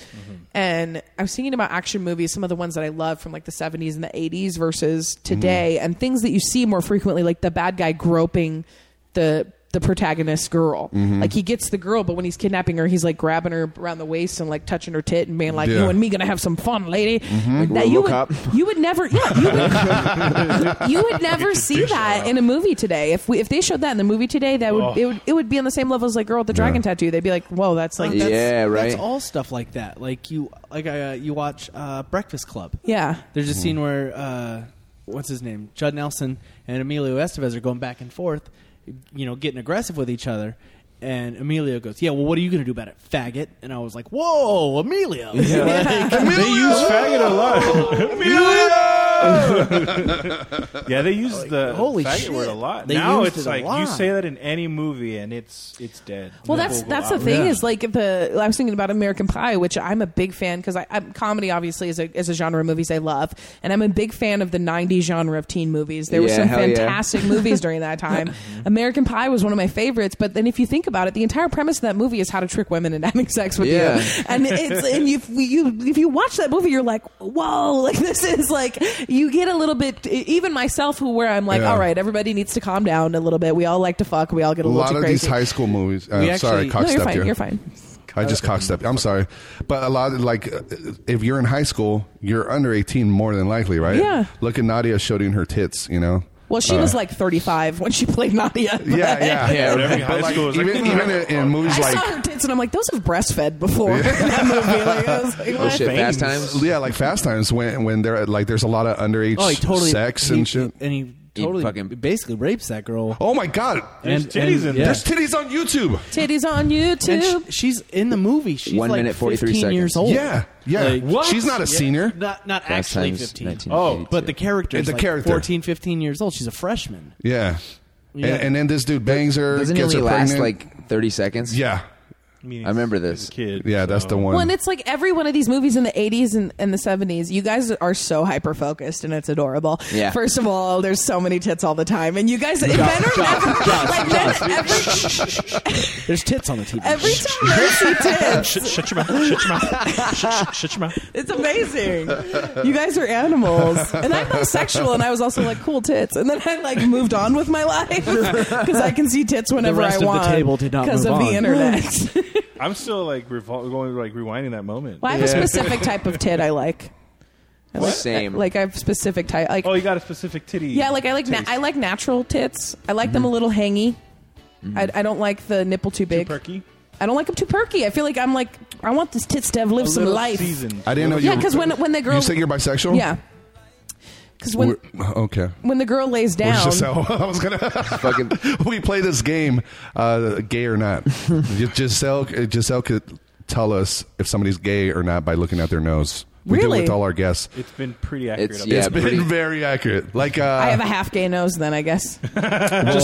Speaker 4: And I was thinking about action movies, some of the ones that I love from like the seventies and the eighties versus today, and things that you see more frequently, like the bad guy groping the the protagonist girl. Like he gets the girl, but when he's kidnapping her, he's like grabbing her around the waist and like touching her tit and being like,
Speaker 1: Yeah.
Speaker 4: "You and me gonna have some fun, lady." Like, that
Speaker 8: Mm-hmm. We'll
Speaker 4: you
Speaker 8: look
Speaker 4: would
Speaker 8: up.
Speaker 4: you would never yeah you
Speaker 8: <laughs>
Speaker 4: would, you would never see that in a movie today. If we if they showed that in the movie today, that would
Speaker 5: Oh.
Speaker 4: it would it would be on the same level as like girl with the dragon tattoo. They'd be like, "Whoa, that's like
Speaker 8: Yeah.
Speaker 4: that's,
Speaker 8: right.
Speaker 3: That's all stuff like that. Like you, like I, uh, you watch uh, Breakfast Club.
Speaker 4: yeah."
Speaker 3: There's a scene where uh, what's his name, Judd Nelson and Emilio Estevez are going back and forth, you know, getting aggressive with each other. And Emilio goes, "Yeah, well, what are you going to do about it, faggot?" And I was like, "Whoa, Emilio!"
Speaker 5: They use faggot a lot. yeah, they use the
Speaker 3: holy
Speaker 5: faggot
Speaker 3: shit.
Speaker 5: word a lot.
Speaker 3: They
Speaker 5: now
Speaker 3: used
Speaker 5: it's
Speaker 3: it a
Speaker 5: like you
Speaker 3: lot.
Speaker 5: say that in any movie and it's it's dead.
Speaker 4: Well,
Speaker 5: No
Speaker 4: that's
Speaker 5: people
Speaker 4: that's
Speaker 5: go
Speaker 4: the
Speaker 5: out.
Speaker 4: thing is like the I was thinking about American Pie, which I'm a big fan because I, I comedy obviously is a, is a genre of movies I love, and I'm a big fan of the '90s genre of teen movies. There were
Speaker 8: Yeah,
Speaker 4: some
Speaker 8: hell yeah.
Speaker 4: fantastic movies during that time. American Pie was one of my favorites, but then if you think about it, the entire premise of that movie is how to trick women into having sex with
Speaker 8: Yeah.
Speaker 4: you, <laughs> and it's and if you if you watch that movie, you're like, whoa, <laughs> like this is like you get a little bit e-, even myself who where I'm like,
Speaker 1: Yeah.
Speaker 4: all right, everybody needs to calm down a little bit. We all like to fuck. We all get a
Speaker 1: A
Speaker 4: little
Speaker 1: lot
Speaker 4: too
Speaker 1: of these
Speaker 4: crazy.
Speaker 1: high school movies. Uh,
Speaker 3: We actually-
Speaker 1: sorry,
Speaker 3: No,
Speaker 4: no, you're
Speaker 1: cockstepped
Speaker 4: fine.
Speaker 1: here.
Speaker 4: You're fine.
Speaker 1: I just cockstepped. I'm sorry, but a lot of like, uh, if you're in high school, you're under 18 more than likely, right?
Speaker 4: Yeah.
Speaker 1: Look at Nadia showing her tits. You know.
Speaker 4: Well, she
Speaker 1: Uh,
Speaker 4: was like 35 when she played Nadia. but-
Speaker 1: <laughs> Yeah, yeah,
Speaker 8: Yeah,
Speaker 5: every high
Speaker 1: But, like,
Speaker 5: school is like,
Speaker 1: even even in, in movies
Speaker 4: I
Speaker 1: like
Speaker 4: saw her tits and I'm like, those have breastfed before. in that movie. Like, I
Speaker 1: <laughs>
Speaker 4: was like,
Speaker 8: Oh
Speaker 4: what?
Speaker 8: shit! Fast
Speaker 5: Veins.
Speaker 8: times.
Speaker 1: yeah, like Fast Times when when there like there's a lot of underage
Speaker 3: oh, he totally
Speaker 1: sex
Speaker 3: he-
Speaker 1: and shit.
Speaker 3: and he
Speaker 8: He
Speaker 3: totally
Speaker 8: fucking-
Speaker 3: basically rapes that girl.
Speaker 1: Oh my god,
Speaker 5: There's titties in there.
Speaker 1: there's titties on YouTube.
Speaker 4: Titties on
Speaker 3: And
Speaker 4: YouTube.
Speaker 3: sh- she's in the movie. She's
Speaker 8: One
Speaker 3: like
Speaker 8: minute, 43
Speaker 3: 15
Speaker 8: seconds.
Speaker 3: years old.
Speaker 1: Yeah, yeah.
Speaker 3: Oh. Like-
Speaker 1: what? She's not a
Speaker 3: Yeah,
Speaker 1: senior.
Speaker 3: Not not
Speaker 8: Fast
Speaker 3: actually
Speaker 8: times,
Speaker 3: 15.
Speaker 8: 1982.
Speaker 3: Oh, but the character is
Speaker 1: The
Speaker 3: like
Speaker 1: character.
Speaker 3: 14, 15 years old. She's a
Speaker 4: <laughs>
Speaker 3: freshman.
Speaker 1: Yeah.
Speaker 3: Yeah.
Speaker 1: And, and then this dude bangs her.
Speaker 8: Doesn't it
Speaker 1: gets
Speaker 8: only
Speaker 1: her
Speaker 8: last
Speaker 1: pregnant.
Speaker 8: like thirty seconds?
Speaker 1: Yeah,
Speaker 5: mean,
Speaker 8: I remember this.
Speaker 5: as a kid.
Speaker 1: yeah. That's
Speaker 5: so-
Speaker 1: the one.
Speaker 4: Well, and it's like every one of these movies in the 80s and, and the 70s, you guys are so hyper focused and it's adorable.
Speaker 8: Yeah.
Speaker 4: First of all, there's so many tits all the time. And you guys, men are never, like, men, every,
Speaker 3: <laughs> There's tits on the TV.
Speaker 4: every time men see tits,
Speaker 5: Shut, shut your mouth! Shut your mouth! Shut, shut, shut your mouth!
Speaker 4: It's amazing. You guys are animals. And I'm not sexual, and I was also like, cool tits. And then I like moved on with my life <laughs> because I can see tits whenever
Speaker 3: rest of
Speaker 4: I
Speaker 3: the
Speaker 4: want.
Speaker 3: table did not
Speaker 4: because
Speaker 3: move
Speaker 4: of the
Speaker 3: on. <laughs>
Speaker 4: internet.
Speaker 5: I'm still like revol- going like rewinding that moment.
Speaker 4: well, I have a specific type of tit I like. I like
Speaker 8: Same.
Speaker 4: Like I have specific type. Like
Speaker 5: Oh, you got a specific titty.
Speaker 4: yeah, like I like na-
Speaker 5: taste.
Speaker 4: I like natural tits. I like
Speaker 3: Mm-hmm.
Speaker 4: them a little hangy. I, I don't like the nipple too
Speaker 5: Too
Speaker 4: big.
Speaker 5: perky.
Speaker 4: I don't like them too perky. I feel like I'm like I want this tits to have lived some
Speaker 5: little
Speaker 4: life.
Speaker 5: seasoned.
Speaker 1: I didn't know you.
Speaker 4: Yeah, because when when the girl
Speaker 1: you say you're bisexual.
Speaker 4: yeah, because when
Speaker 1: We're- okay.
Speaker 4: when the girl lays
Speaker 1: Which
Speaker 4: down,
Speaker 1: is how- <laughs> I was gonna.
Speaker 8: <laughs> Fucking
Speaker 1: <laughs> we play this game, uh, gay
Speaker 8: <laughs>
Speaker 1: or not. Giselle, Giselle could tell us if somebody's gay or not by looking at their nose. We do it
Speaker 4: Really?
Speaker 1: with all our guests.
Speaker 5: It's been pretty accurate.
Speaker 8: It's-
Speaker 5: up
Speaker 8: yeah.
Speaker 5: there.
Speaker 1: It's been
Speaker 8: pretty-
Speaker 1: very accurate. Like uh,
Speaker 4: I have a half gay nose. Then I guess
Speaker 3: just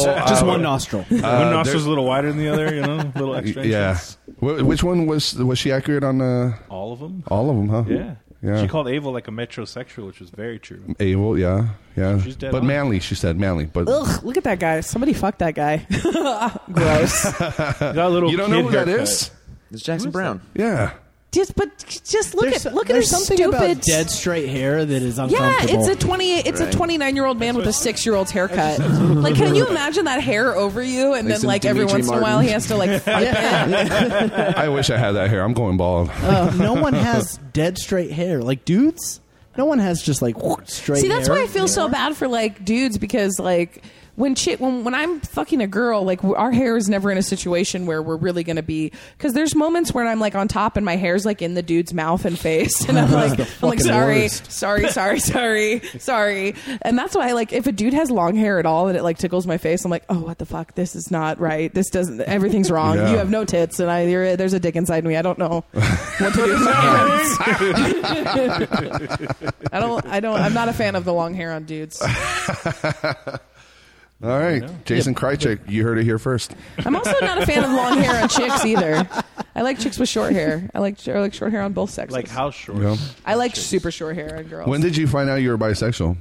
Speaker 3: just one nostril.
Speaker 5: One nostril a little wider than the other. You know, <laughs> a little extra.
Speaker 1: uh, yeah.
Speaker 5: entrance.
Speaker 1: Wh- which one was was she accurate on uh,
Speaker 5: All of them.
Speaker 1: all of them? Huh?
Speaker 5: Yeah.
Speaker 1: Yeah. Uh,
Speaker 5: She called Ava like a metrosexual, which was very true.
Speaker 1: Abel, yeah, yeah,
Speaker 5: She's dead
Speaker 1: but
Speaker 5: on.
Speaker 1: manly. She said manly, but
Speaker 4: ugh, look at that guy. Somebody fucked that guy. <laughs> Gross.
Speaker 5: You got a little
Speaker 1: you don't know
Speaker 5: kid
Speaker 1: who that
Speaker 5: haircut.
Speaker 1: is.
Speaker 8: It's Jackson
Speaker 4: <laughs>
Speaker 8: Brown.
Speaker 1: Yeah,
Speaker 4: just but just look
Speaker 3: There's-
Speaker 4: at look at her
Speaker 3: there's something
Speaker 4: stupid.
Speaker 3: about dead straight hair that is
Speaker 4: yeah,
Speaker 3: uncomfortable.
Speaker 4: it's a twenty. It's a twenty-nine year old man with a six-year-old's haircut. Like, can you imagine that hair over you, and
Speaker 8: Like
Speaker 4: then
Speaker 8: some
Speaker 4: like every
Speaker 8: Dimitri
Speaker 4: once in a while
Speaker 8: Martin.
Speaker 4: he has
Speaker 3: <laughs>
Speaker 4: to like flip it.
Speaker 1: I wish I had that hair. I'm going bald.
Speaker 4: Oh.
Speaker 3: <laughs> no one has dead straight hair. Like dudes, no one has just like straight.
Speaker 4: See, that's why
Speaker 3: hair.
Speaker 4: I feel so bad for like dudes because like when shit when when I'm fucking a girl, like w- our hair is never in a situation where we're really gonna be because there's moments where I'm like on top and my hair's like in the dude's mouth and face,
Speaker 3: <laughs>
Speaker 4: and I'm like, I'm like
Speaker 3: fucking
Speaker 4: sorry,
Speaker 3: worst.
Speaker 4: <laughs> sorry, sorry, sorry, sorry, and that's why like if a dude has long hair at all and it like tickles my face, I'm like, oh what the fuck, this is not right, this doesn't, everything's wrong.
Speaker 1: Yeah.
Speaker 4: You have no tits, and I you're, there's a dick inside me. I don't know what to
Speaker 1: <laughs>
Speaker 4: do with my hands. <laughs> I don't, I don't, I'm not a fan of the long hair on dudes.
Speaker 1: <laughs> All right, Jason Krychek, you heard it here first.
Speaker 4: I'm also not a fan of long hair on chicks either. I like chicks with short hair. I like I like short hair on both sexes.
Speaker 5: Like house shorts.
Speaker 1: Yeah.
Speaker 4: I like super short hair on girls.
Speaker 1: When did you find out you were bisexual?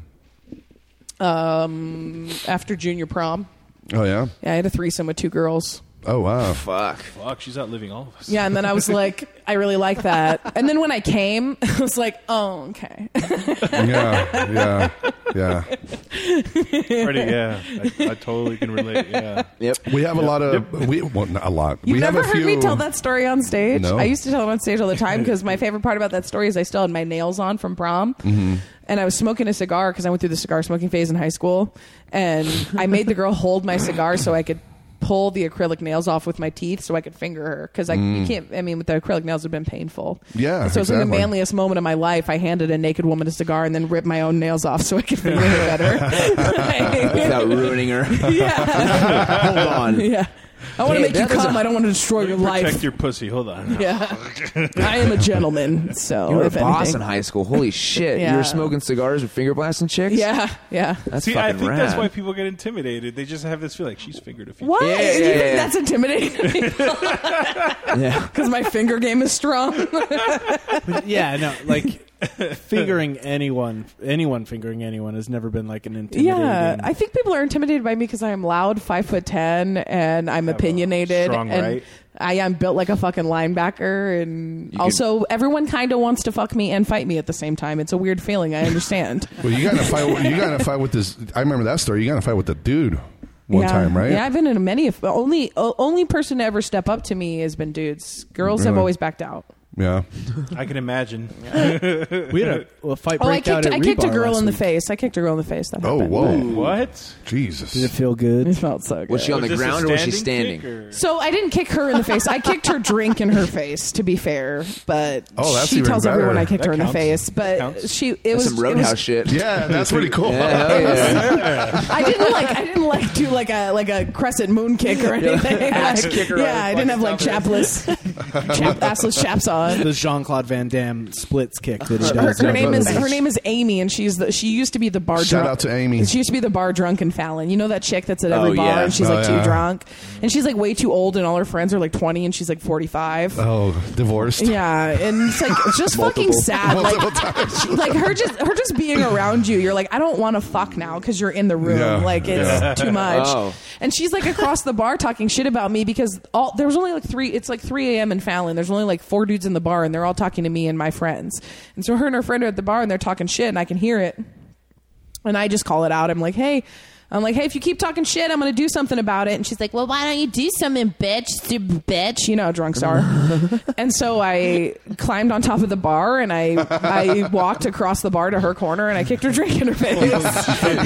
Speaker 4: um after junior prom,
Speaker 1: Oh yeah.
Speaker 4: yeah, I had a threesome with two girls.
Speaker 1: Oh
Speaker 8: <laughs>
Speaker 1: wow.
Speaker 8: Fuck.
Speaker 5: Fuck, she's outliving all of us.
Speaker 4: Yeah, and then I was like, I really like that. And then when I came, <laughs> I was like, oh, okay.
Speaker 1: Yeah, yeah, yeah.
Speaker 5: Freddie, yeah.
Speaker 4: <laughs>
Speaker 5: I, I totally can relate. Yeah.
Speaker 8: Yep.
Speaker 1: We have a lot of we well, not a lot.
Speaker 4: You've
Speaker 1: we
Speaker 4: never
Speaker 1: have a
Speaker 4: heard
Speaker 1: few,
Speaker 4: me tell that story on stage?
Speaker 1: No.
Speaker 4: I used to tell them on stage all
Speaker 1: <laughs>
Speaker 4: the time because my favorite part about that story is I still had my nails on from prom.
Speaker 1: Mm-hmm.
Speaker 4: And I was smoking a cigar because I went through the cigar smoking phase in high school. And I made the girl hold my cigar so I could pull the acrylic nails off with my teeth so I could finger her because I you can't, I mean, with the acrylic nails, it have been painful.
Speaker 1: Mm. Yeah,
Speaker 4: And so it was in the
Speaker 1: exactly.
Speaker 4: manliest moment of my life. I handed a naked woman a cigar and then ripped my own nails off so I could finger her
Speaker 1: <laughs>
Speaker 4: <laughs> better.
Speaker 8: Without ruining
Speaker 4: <laughs>
Speaker 8: her.
Speaker 4: yeah.
Speaker 8: Hold on.
Speaker 1: <laughs>
Speaker 4: Yeah. I want to
Speaker 8: Hey,
Speaker 4: make you
Speaker 8: that is
Speaker 4: come.
Speaker 8: a-
Speaker 4: I I don't want to destroy your life.
Speaker 5: Protect your pussy. Hold
Speaker 4: <laughs>
Speaker 5: on.
Speaker 4: Yeah. I am a gentleman, so
Speaker 8: You were a
Speaker 4: if
Speaker 8: boss
Speaker 4: anything.
Speaker 8: in high school. Holy shit.
Speaker 4: Yeah.
Speaker 8: You were smoking cigars and finger blasting chicks?
Speaker 4: Yeah, yeah.
Speaker 8: That's
Speaker 5: See, I
Speaker 8: fucking
Speaker 5: think
Speaker 8: rad.
Speaker 5: that's why people get intimidated. They just have this feel like she's fingered a few.
Speaker 4: What?
Speaker 8: Yeah, yeah,
Speaker 4: you
Speaker 8: yeah,
Speaker 4: think
Speaker 8: yeah.
Speaker 4: that's intimidating?
Speaker 8: yeah.
Speaker 4: Because my finger game is <laughs> strong.
Speaker 3: yeah, no, <laughs> like fingering anyone, anyone fingering anyone has never been like an intimidating.
Speaker 4: yeah, I think people are intimidated by me because I am loud, five foot ten, and I'm opinionated,
Speaker 5: strong
Speaker 4: and
Speaker 5: right.
Speaker 4: I am built like a fucking linebacker. And
Speaker 8: You
Speaker 4: also, everyone kind of wants to fuck me and fight me at the same time. It's a weird feeling. I <laughs> understand.
Speaker 1: <laughs> Well, you got in a fight. You got in a fight with this. I remember that story. You got in a fight with the dude one
Speaker 4: yeah.
Speaker 1: time, right?
Speaker 4: Yeah, I've been in many. Of, only o- only person to ever step up to me has been dudes. Girls have
Speaker 1: Really?
Speaker 4: always backed out.
Speaker 1: yeah.
Speaker 5: I can imagine.
Speaker 3: We had a, a fight
Speaker 4: Oh, I
Speaker 3: breakout
Speaker 4: kicked,
Speaker 3: at
Speaker 4: I kicked a
Speaker 3: Rebar
Speaker 4: girl
Speaker 3: last
Speaker 4: in the
Speaker 3: week.
Speaker 4: face. I kicked a girl in the face. That
Speaker 1: Oh,
Speaker 4: happened.
Speaker 1: whoa,
Speaker 5: What?
Speaker 3: Did it
Speaker 1: Jesus.
Speaker 3: feel
Speaker 4: <laughs> It
Speaker 3: good?
Speaker 4: felt so good.
Speaker 8: Was she on the
Speaker 5: this a
Speaker 8: ground or was she
Speaker 5: standing
Speaker 8: standing?
Speaker 5: kick, or-
Speaker 4: so I didn't kick her in the face. I kicked her drink in her face. To be fair, but
Speaker 1: Oh, that's
Speaker 4: she
Speaker 1: even
Speaker 4: tells
Speaker 1: better.
Speaker 4: everyone I kicked
Speaker 5: That
Speaker 4: her in the
Speaker 5: counts.
Speaker 4: face.
Speaker 5: That
Speaker 4: But
Speaker 5: counts.
Speaker 4: she it
Speaker 8: That's
Speaker 4: was
Speaker 8: some
Speaker 4: it
Speaker 8: roadhouse
Speaker 4: was- <laughs>
Speaker 8: shit.
Speaker 1: <laughs> Yeah, that's pretty cool.
Speaker 8: Yeah, hell
Speaker 1: <laughs>
Speaker 8: yeah.
Speaker 4: I didn't like I didn't like do like a like a crescent moon kick or anything.
Speaker 8: axe
Speaker 4: Like,
Speaker 8: kick her
Speaker 4: yeah,
Speaker 8: on
Speaker 4: I
Speaker 8: the
Speaker 4: didn't have like
Speaker 8: fucking
Speaker 4: chapless, chap, assless chaps
Speaker 3: <laughs>
Speaker 4: on.
Speaker 3: The Jean Claude Van Damme splits kick that he
Speaker 4: Her,
Speaker 3: does.
Speaker 4: her name
Speaker 1: brother.
Speaker 4: is her name is Amy, and she's the, she used to be the bar.
Speaker 1: Shout
Speaker 4: drunk-
Speaker 1: out to Amy.
Speaker 4: She used to be the bar drunken Fallon. You know that chick that's at every
Speaker 8: Oh,
Speaker 4: bar,
Speaker 8: yeah.
Speaker 4: and she's
Speaker 1: Oh,
Speaker 4: like
Speaker 1: yeah.
Speaker 4: too drunk, and she's like way too old, and all her friends are like twenty, and she's like forty five.
Speaker 1: Oh, divorced.
Speaker 4: Yeah, and it's like it's
Speaker 1: <laughs>
Speaker 4: just fucking
Speaker 8: Multiple.
Speaker 4: sad. Like, she- <laughs> like her just her just being around you. You're like, I don't want to fuck now because you're in the room.
Speaker 1: Yeah,
Speaker 4: Like it's
Speaker 1: yeah.
Speaker 4: too much.
Speaker 8: Oh.
Speaker 4: And she's like across the bar talking shit about me because all there was only like three. It's like three a.m. in Fallon. There's only like four dudes in the bar, and they're all talking to me and my friends. And so her and her friend are at the bar, and they're talking shit, and I can hear it. And I just call it out. I'm like, hey. I'm like, hey, if you keep talking shit, I'm gonna do something about it. And she's like, well, why don't you do something, bitch, stupid bitch? You know, how drunks are. and so I climbed on top of the bar and I I walked across the bar to her corner and I kicked her drink in
Speaker 2: <laughs>
Speaker 4: her face.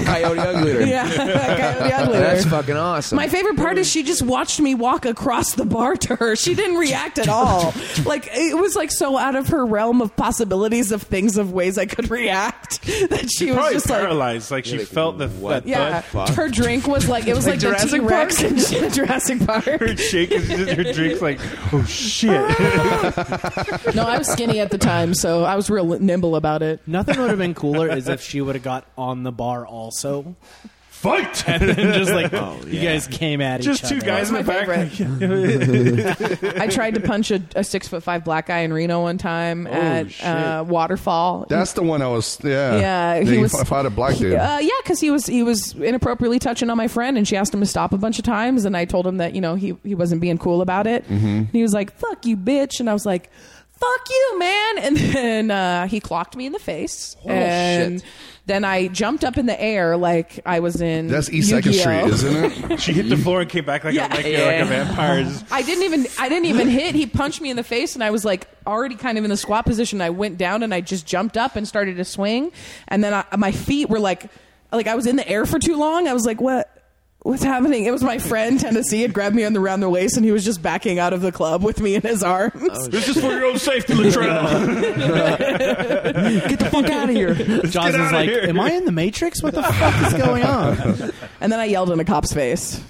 Speaker 8: Coyote Ugly.
Speaker 4: yeah, Coyote Ugly.
Speaker 8: That's fucking awesome.
Speaker 4: My favorite part is she just watched me walk across the bar to her. She didn't react at all. Like it was like so out of her realm of possibilities of things of ways I could react that she was
Speaker 5: Probably
Speaker 4: just like
Speaker 5: paralyzed. Like, she
Speaker 8: like,
Speaker 5: felt the
Speaker 8: what
Speaker 5: that
Speaker 4: yeah,
Speaker 5: thud.
Speaker 8: fuck?
Speaker 4: her drink was like it was like, the T
Speaker 8: Jurassic
Speaker 4: Rex in Jurassic Park.
Speaker 5: Her shake is just, her drink's like, oh shit.
Speaker 4: <laughs> No, I was skinny at the time, so I was real nimble about it.
Speaker 3: <laughs> Nothing would have been cooler is if she would have got on the bar also,
Speaker 5: Fight!
Speaker 3: and just like you guys came at
Speaker 5: just
Speaker 3: each
Speaker 5: two
Speaker 3: other.
Speaker 5: guys in
Speaker 4: That's
Speaker 5: the
Speaker 4: my
Speaker 5: back.
Speaker 4: I tried to punch a, a six foot five black guy in Reno one time at uh, Waterfall.
Speaker 1: That's the one I was. Yeah.
Speaker 4: yeah,
Speaker 1: He, was, fought a black
Speaker 4: he-
Speaker 1: dude.
Speaker 4: Uh, yeah, because he was he was inappropriately touching on my friend, and she asked him to stop a bunch of times, and I told him that you know he he wasn't being cool about it,
Speaker 1: Mm-hmm.
Speaker 4: and he was like "fuck you, bitch," and I was like "fuck you, man," and <laughs> then uh, he clocked me in the face,
Speaker 1: Oh,
Speaker 4: and
Speaker 8: shit.
Speaker 4: then I jumped up in the air like I was in
Speaker 1: That's East Second
Speaker 4: Yu-Gi-Oh.
Speaker 1: Street, isn't
Speaker 4: <laughs>
Speaker 1: it?
Speaker 5: <laughs> She hit the floor and came back like,
Speaker 4: Yeah.
Speaker 5: a, like,
Speaker 8: Yeah.
Speaker 5: like a vampire.
Speaker 4: <laughs>
Speaker 5: Just-
Speaker 4: I didn't even I didn't even hit. He punched me in the face and I was like already kind of in the squat position. I went down and I just jumped up and started to swing and then I, my feet were like like I was in the air for too long. I was like what What's happening? It was my friend Tennessee had grabbed me on the round the waist, and he was just backing out of the club with me in his arms.
Speaker 1: Oh.
Speaker 5: This is for your own safety,
Speaker 4: <laughs>
Speaker 5: Latrell.
Speaker 4: <laughs> Get the fuck out of here!
Speaker 3: Jaws
Speaker 5: outta
Speaker 3: is like,
Speaker 5: here.
Speaker 3: "Am I in the Matrix? What the fuck is going <laughs> on?"
Speaker 4: And then I yelled in a cop's face.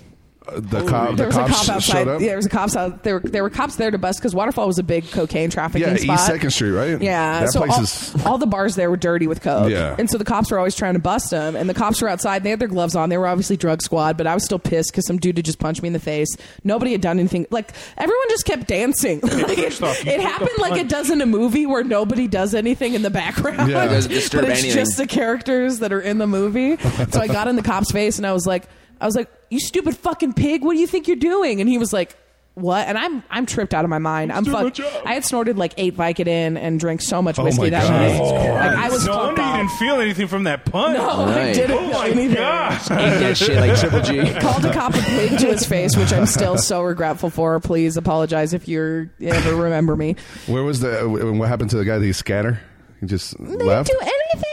Speaker 1: The cop.
Speaker 4: There
Speaker 1: The
Speaker 4: was a
Speaker 1: cops
Speaker 4: cop outside.
Speaker 1: showed
Speaker 4: Yeah,
Speaker 1: up.
Speaker 4: there was a cops out. There, were- there were cops there to bust because Waterfall was a big cocaine trafficking
Speaker 1: Yeah, East
Speaker 4: spot.
Speaker 1: Second Street, right?
Speaker 4: Yeah,
Speaker 1: That
Speaker 4: so
Speaker 1: place
Speaker 4: all,
Speaker 1: is.
Speaker 4: <laughs> all the bars there were dirty with coke,
Speaker 1: Yeah.
Speaker 4: and so the cops were always trying to bust them. And the cops were outside; they had their gloves on. They were obviously drug squad, but I was still pissed because some dude had just punched me in the face. Nobody had done anything. Like everyone just kept dancing. <laughs> Like, it
Speaker 5: off, you
Speaker 4: it
Speaker 5: took a
Speaker 4: happened like it
Speaker 5: punch.
Speaker 4: does in a movie where nobody does anything in the background.
Speaker 1: Yeah. It doesn't
Speaker 8: disturb
Speaker 4: <laughs> but it's
Speaker 8: anything.
Speaker 4: just the characters that are in the movie. So I got in the cop's face and I was like, I was like, "You stupid fucking pig! What do you think you're doing?" And he was like. what? And I'm I'm tripped out of my mind. I'm
Speaker 5: too
Speaker 4: fucked.
Speaker 5: much up.
Speaker 4: I had snorted like eight Vicodin and drank so much
Speaker 1: Oh
Speaker 4: whiskey
Speaker 1: my
Speaker 4: that
Speaker 1: God.
Speaker 4: night.
Speaker 1: Jesus
Speaker 4: Like I was
Speaker 5: no
Speaker 4: fucked
Speaker 5: wonder
Speaker 4: up.
Speaker 5: you didn't feel anything from that
Speaker 4: <laughs>
Speaker 5: punch.
Speaker 4: No, I
Speaker 8: Right.
Speaker 4: didn't.
Speaker 5: Oh
Speaker 4: feel
Speaker 5: my
Speaker 4: anything.
Speaker 5: gosh.
Speaker 8: Ate that shit like Triple
Speaker 4: <laughs>
Speaker 8: G.
Speaker 4: Called a cop a pig to his face, which I'm still so regretful for. Please apologize if you ever remember me.
Speaker 1: Where was the? uh, What happened to the guy? Did he scatter? He just
Speaker 4: They
Speaker 1: left.
Speaker 4: didn't do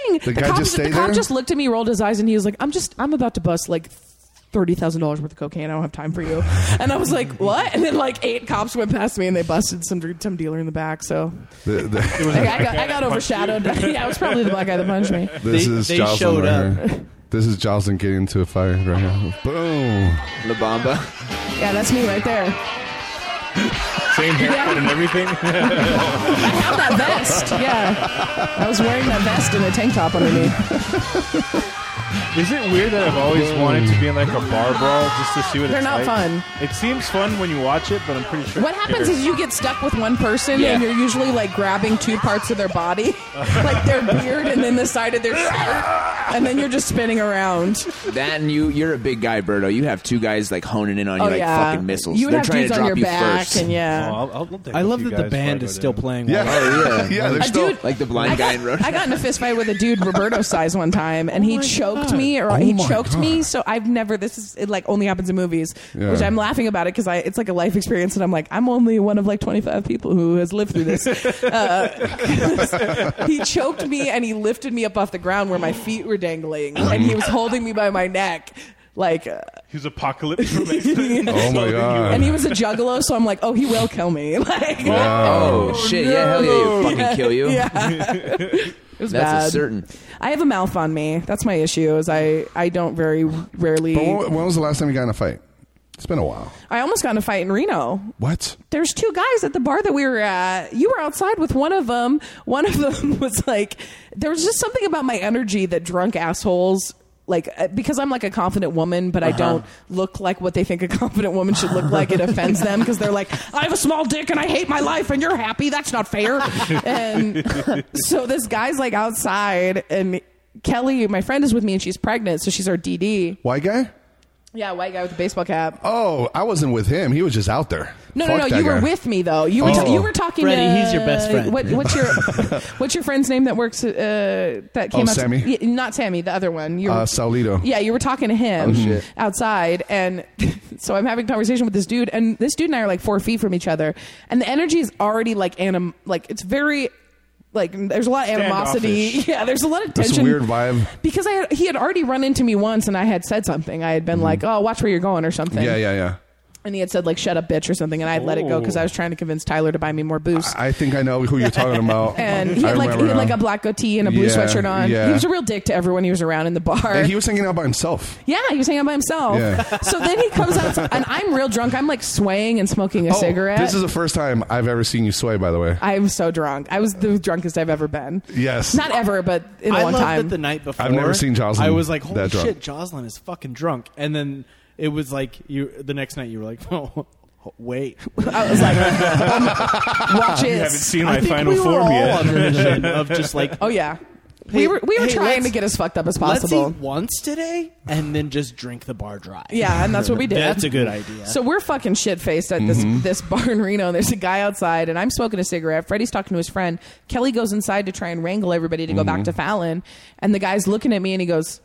Speaker 4: anything.
Speaker 1: The guy
Speaker 4: cop,
Speaker 1: just
Speaker 4: the
Speaker 1: stayed
Speaker 4: cop
Speaker 1: there?
Speaker 4: just looked at me, rolled his eyes, and he was like, "I'm just, I'm about to bust like." Thirty thousand dollars worth of cocaine. I don't have time for you. And I
Speaker 1: <laughs>
Speaker 4: was like, "What?" And then like eight cops went past me and they busted some dude- some dealer in the
Speaker 1: <laughs>
Speaker 4: back. So
Speaker 1: The- the-
Speaker 4: like, I got I got overshadowed. <laughs> yeah, it was probably the black guy that punched me.
Speaker 1: this
Speaker 3: They-
Speaker 1: is
Speaker 3: they
Speaker 1: Jocelyn
Speaker 3: showed
Speaker 1: right here. This is Jocelyn getting into a fire right here. Boom.
Speaker 8: La Bamba.
Speaker 4: Yeah, that's me right there.
Speaker 5: Same haircut and
Speaker 4: <laughs>
Speaker 5: everything.
Speaker 4: I have that vest. Yeah, I was wearing that vest and a tank top underneath.
Speaker 5: Is it weird that I've always wanted to be in like a bar brawl just to see what
Speaker 4: They're
Speaker 5: it's
Speaker 4: not
Speaker 5: like?
Speaker 4: fun.
Speaker 5: It seems fun when you watch it, but I'm pretty sure.
Speaker 4: What
Speaker 5: it's
Speaker 4: happens
Speaker 5: weird.
Speaker 4: is you get stuck with one person
Speaker 8: Yeah.
Speaker 4: and you're usually like grabbing two parts of their body, <laughs> like their beard and then the side of their shirt, and then you're just spinning around.
Speaker 8: That and you, you're a big guy, Berto. You have two guys like honing in on you
Speaker 4: Oh
Speaker 8: like
Speaker 4: yeah,
Speaker 8: fucking missiles.
Speaker 4: You would
Speaker 8: They're
Speaker 4: have
Speaker 8: trying
Speaker 4: dudes
Speaker 8: to drop
Speaker 4: on your
Speaker 8: you
Speaker 4: back
Speaker 8: first.
Speaker 4: and
Speaker 5: Oh,
Speaker 4: yeah.
Speaker 5: I'll, I'll take
Speaker 3: I
Speaker 5: a
Speaker 3: love
Speaker 5: few
Speaker 3: that the
Speaker 5: guys
Speaker 3: band
Speaker 5: before I
Speaker 3: is
Speaker 5: go
Speaker 3: still
Speaker 5: down.
Speaker 3: playing.
Speaker 1: Yeah.
Speaker 3: While
Speaker 8: Oh, <laughs> yeah.
Speaker 1: <laughs> Yeah. They're
Speaker 4: I
Speaker 1: still.
Speaker 4: do-
Speaker 8: Like the
Speaker 4: I
Speaker 8: blind guy in
Speaker 4: got,
Speaker 8: Road.
Speaker 4: I got in a fist fight with a dude Roberto size one time, and he
Speaker 3: my
Speaker 4: choked
Speaker 3: God.
Speaker 4: me, or
Speaker 1: Oh
Speaker 4: he
Speaker 1: my
Speaker 4: choked me.
Speaker 1: God.
Speaker 4: So I've never. This is it. Like only happens in movies,
Speaker 1: Yeah.
Speaker 4: which I'm laughing about it because I. It's like a life experience, and I'm like, I'm only one of like 25 people who has lived through
Speaker 1: <laughs>
Speaker 4: this. Uh, <laughs> he choked me, and he lifted me up off the ground where my feet were dangling, and he was holding me by my neck. Like, uh,
Speaker 5: He's apocalypse from X-Men.
Speaker 1: Oh my god.
Speaker 4: and he was a juggalo, so I'm like, oh, he will kill me. <laughs> Like,
Speaker 8: Oh, shit! Yeah, hell yeah!
Speaker 4: <laughs>
Speaker 8: You fucking kill you. <laughs>
Speaker 4: yeah. it was
Speaker 8: That's
Speaker 4: bad.
Speaker 8: a certain.
Speaker 4: I have a mouth on me. That's my issue. Is I I don't very rarely.
Speaker 1: But when, when was the last time you got in a fight? It's been a while.
Speaker 4: I almost got in a fight in Reno.
Speaker 1: What?
Speaker 4: There's two guys at the bar that we were at. You were outside with one of them. One of them <laughs> was like, there was just something about my energy that drunk assholes. Like uh, because I'm like a confident woman, but I don't look like what they think a confident woman should look like. It offends them because they're like, I have a small dick and I hate my life, and you're happy. That's not fair. and <laughs> so this guy's like outside, and Kelly, my friend, is with me, and she's pregnant, so she's our DD.
Speaker 1: White guy?
Speaker 4: Yeah, white guy with a baseball cap.
Speaker 1: Oh, I wasn't with him. He was just out there.
Speaker 4: No,
Speaker 1: Fuck
Speaker 4: no, no.
Speaker 1: that
Speaker 4: You were
Speaker 1: guy.
Speaker 4: with me though. You were
Speaker 1: Oh.
Speaker 4: you were talking.
Speaker 3: Freddie,
Speaker 4: to, uh,
Speaker 3: he's your best friend.
Speaker 4: What, what's
Speaker 1: <laughs>
Speaker 4: your what's your friend's name that works uh, that came
Speaker 1: Oh,
Speaker 4: out? to-
Speaker 1: Sammy?
Speaker 4: Yeah, not Sammy, the other one. You were,
Speaker 1: Uh, Saulito. Oh,
Speaker 4: Yeah, you were talking to him
Speaker 1: shit.
Speaker 4: outside, and <laughs> so I'm having a conversation with this dude, and this dude and I are like four feet from each other, and the energy is already like anim, like it's very. Like there's a lot of animosity. <laughs>
Speaker 5: Standoffish.
Speaker 4: Yeah, there's a lot of
Speaker 1: This
Speaker 4: tension
Speaker 1: weird vibe.
Speaker 4: because I had, he had already run into me once, and I had said something. I had been like, "Oh, watch where you're going" or something
Speaker 1: Mm-hmm. Yeah, yeah, yeah.
Speaker 4: and he had said like "shut up, bitch" or something, and I had let it go because I was trying to convince Tyler to buy me more booze.
Speaker 1: Oh. I think I know who you're talking about.
Speaker 4: <laughs> and he
Speaker 1: I
Speaker 4: had like he
Speaker 1: remember
Speaker 4: had like
Speaker 1: now.
Speaker 4: a black goatee and a blue
Speaker 1: Yeah,
Speaker 4: sweatshirt on.
Speaker 1: yeah.
Speaker 4: He was a real dick to everyone he was around in the bar.
Speaker 1: And he was hanging out by himself.
Speaker 4: yeah, he was hanging out by himself.
Speaker 1: Yeah.
Speaker 4: So then he comes out, and I'm real drunk. I'm like swaying and smoking a
Speaker 1: Oh,
Speaker 4: cigarette.
Speaker 1: This is the first time I've ever seen you sway. By the way,
Speaker 4: I'm so drunk. I was the drunkest I've ever been.
Speaker 1: Yes.
Speaker 4: Not ever, but in a
Speaker 3: I
Speaker 4: long
Speaker 3: love
Speaker 4: time.
Speaker 3: that the night before
Speaker 1: I've never seen Jocelyn
Speaker 3: I was like, holy
Speaker 1: that drunk.
Speaker 3: shit, Jocelyn is fucking drunk. And then it was like you. The next night, you were like, <laughs> oh, wait, <laughs>
Speaker 4: I was like, um, watch
Speaker 5: You
Speaker 4: it.
Speaker 5: haven't seen
Speaker 3: I
Speaker 5: my
Speaker 3: think
Speaker 5: final
Speaker 3: we were
Speaker 5: form
Speaker 3: all
Speaker 5: yet.
Speaker 3: under the <laughs> shit of just like,
Speaker 4: Oh yeah. we were we were
Speaker 3: hey,
Speaker 4: trying
Speaker 3: let's-
Speaker 4: to get as fucked up as
Speaker 3: let's
Speaker 4: possible.
Speaker 3: eat once today, and then just drink the bar dry.
Speaker 4: Yeah, and that's what we did.
Speaker 3: That's a good idea.
Speaker 4: So we're fucking shit faced at this this <laughs> bar in Reno. And there's a guy outside, and I'm smoking a cigarette. Freddie's talking to his friend. Kelly goes inside to try and wrangle everybody to go back to Fallon, and the guy's looking at me, and he goes,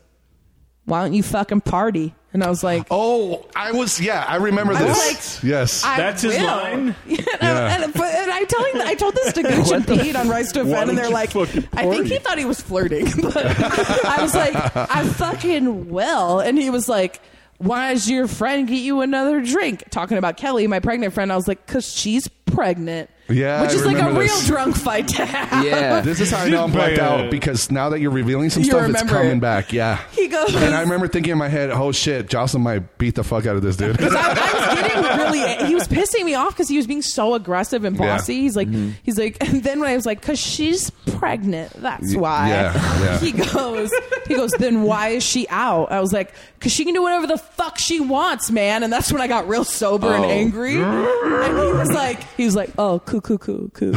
Speaker 4: "Why don't you fucking party?" And I was like,
Speaker 1: Oh, I was. Yeah, I remember
Speaker 4: I was
Speaker 1: this.
Speaker 4: like,
Speaker 1: yes.
Speaker 4: I
Speaker 5: That's his
Speaker 4: will.
Speaker 5: line?
Speaker 4: Yeah, and,
Speaker 1: Yeah.
Speaker 4: I, and, but- and I telling I told this
Speaker 1: <laughs>
Speaker 4: to Gooch and Pete on Rise to Offend,
Speaker 5: don't
Speaker 4: and they're
Speaker 5: you
Speaker 4: like, I
Speaker 5: fucking
Speaker 4: think he
Speaker 5: party?
Speaker 4: thought he was flirting, <laughs> but I was like, I fucking will, and he was like. Why does your friend get you another drink? Talking about Kelly, my pregnant friend, I was like, "Cause she's pregnant."
Speaker 1: Yeah,
Speaker 4: which
Speaker 1: I
Speaker 4: is like a
Speaker 1: remember
Speaker 4: real
Speaker 1: this.
Speaker 4: drunk fight to have.
Speaker 8: Yeah.
Speaker 1: this is how I know I'm blacked
Speaker 5: Yeah.
Speaker 1: out because now that you're revealing some
Speaker 4: You
Speaker 1: stuff, it's
Speaker 4: remember
Speaker 1: coming
Speaker 4: it.
Speaker 1: back. Yeah.
Speaker 4: He goes-
Speaker 1: And I remember thinking in my head, "Oh shit, Jocelyn might beat the fuck out of this
Speaker 4: <laughs>
Speaker 1: dude." <laughs>
Speaker 4: I, I was getting really. He was pissing me off because he was being so aggressive and bossy.
Speaker 1: Yeah. Mm-hmm.
Speaker 4: He's like, he's like, and then when I was like, because she's pregnant, that's
Speaker 1: Y-
Speaker 4: why.
Speaker 1: yeah, yeah.
Speaker 4: He goes, he goes. Then why is she out? I was like, because she can do whatever the fuck she wants, man. And that's when I got real sober and
Speaker 8: Oh.
Speaker 4: angry. And he was like, he was like, oh, coo, coo, coo, coo.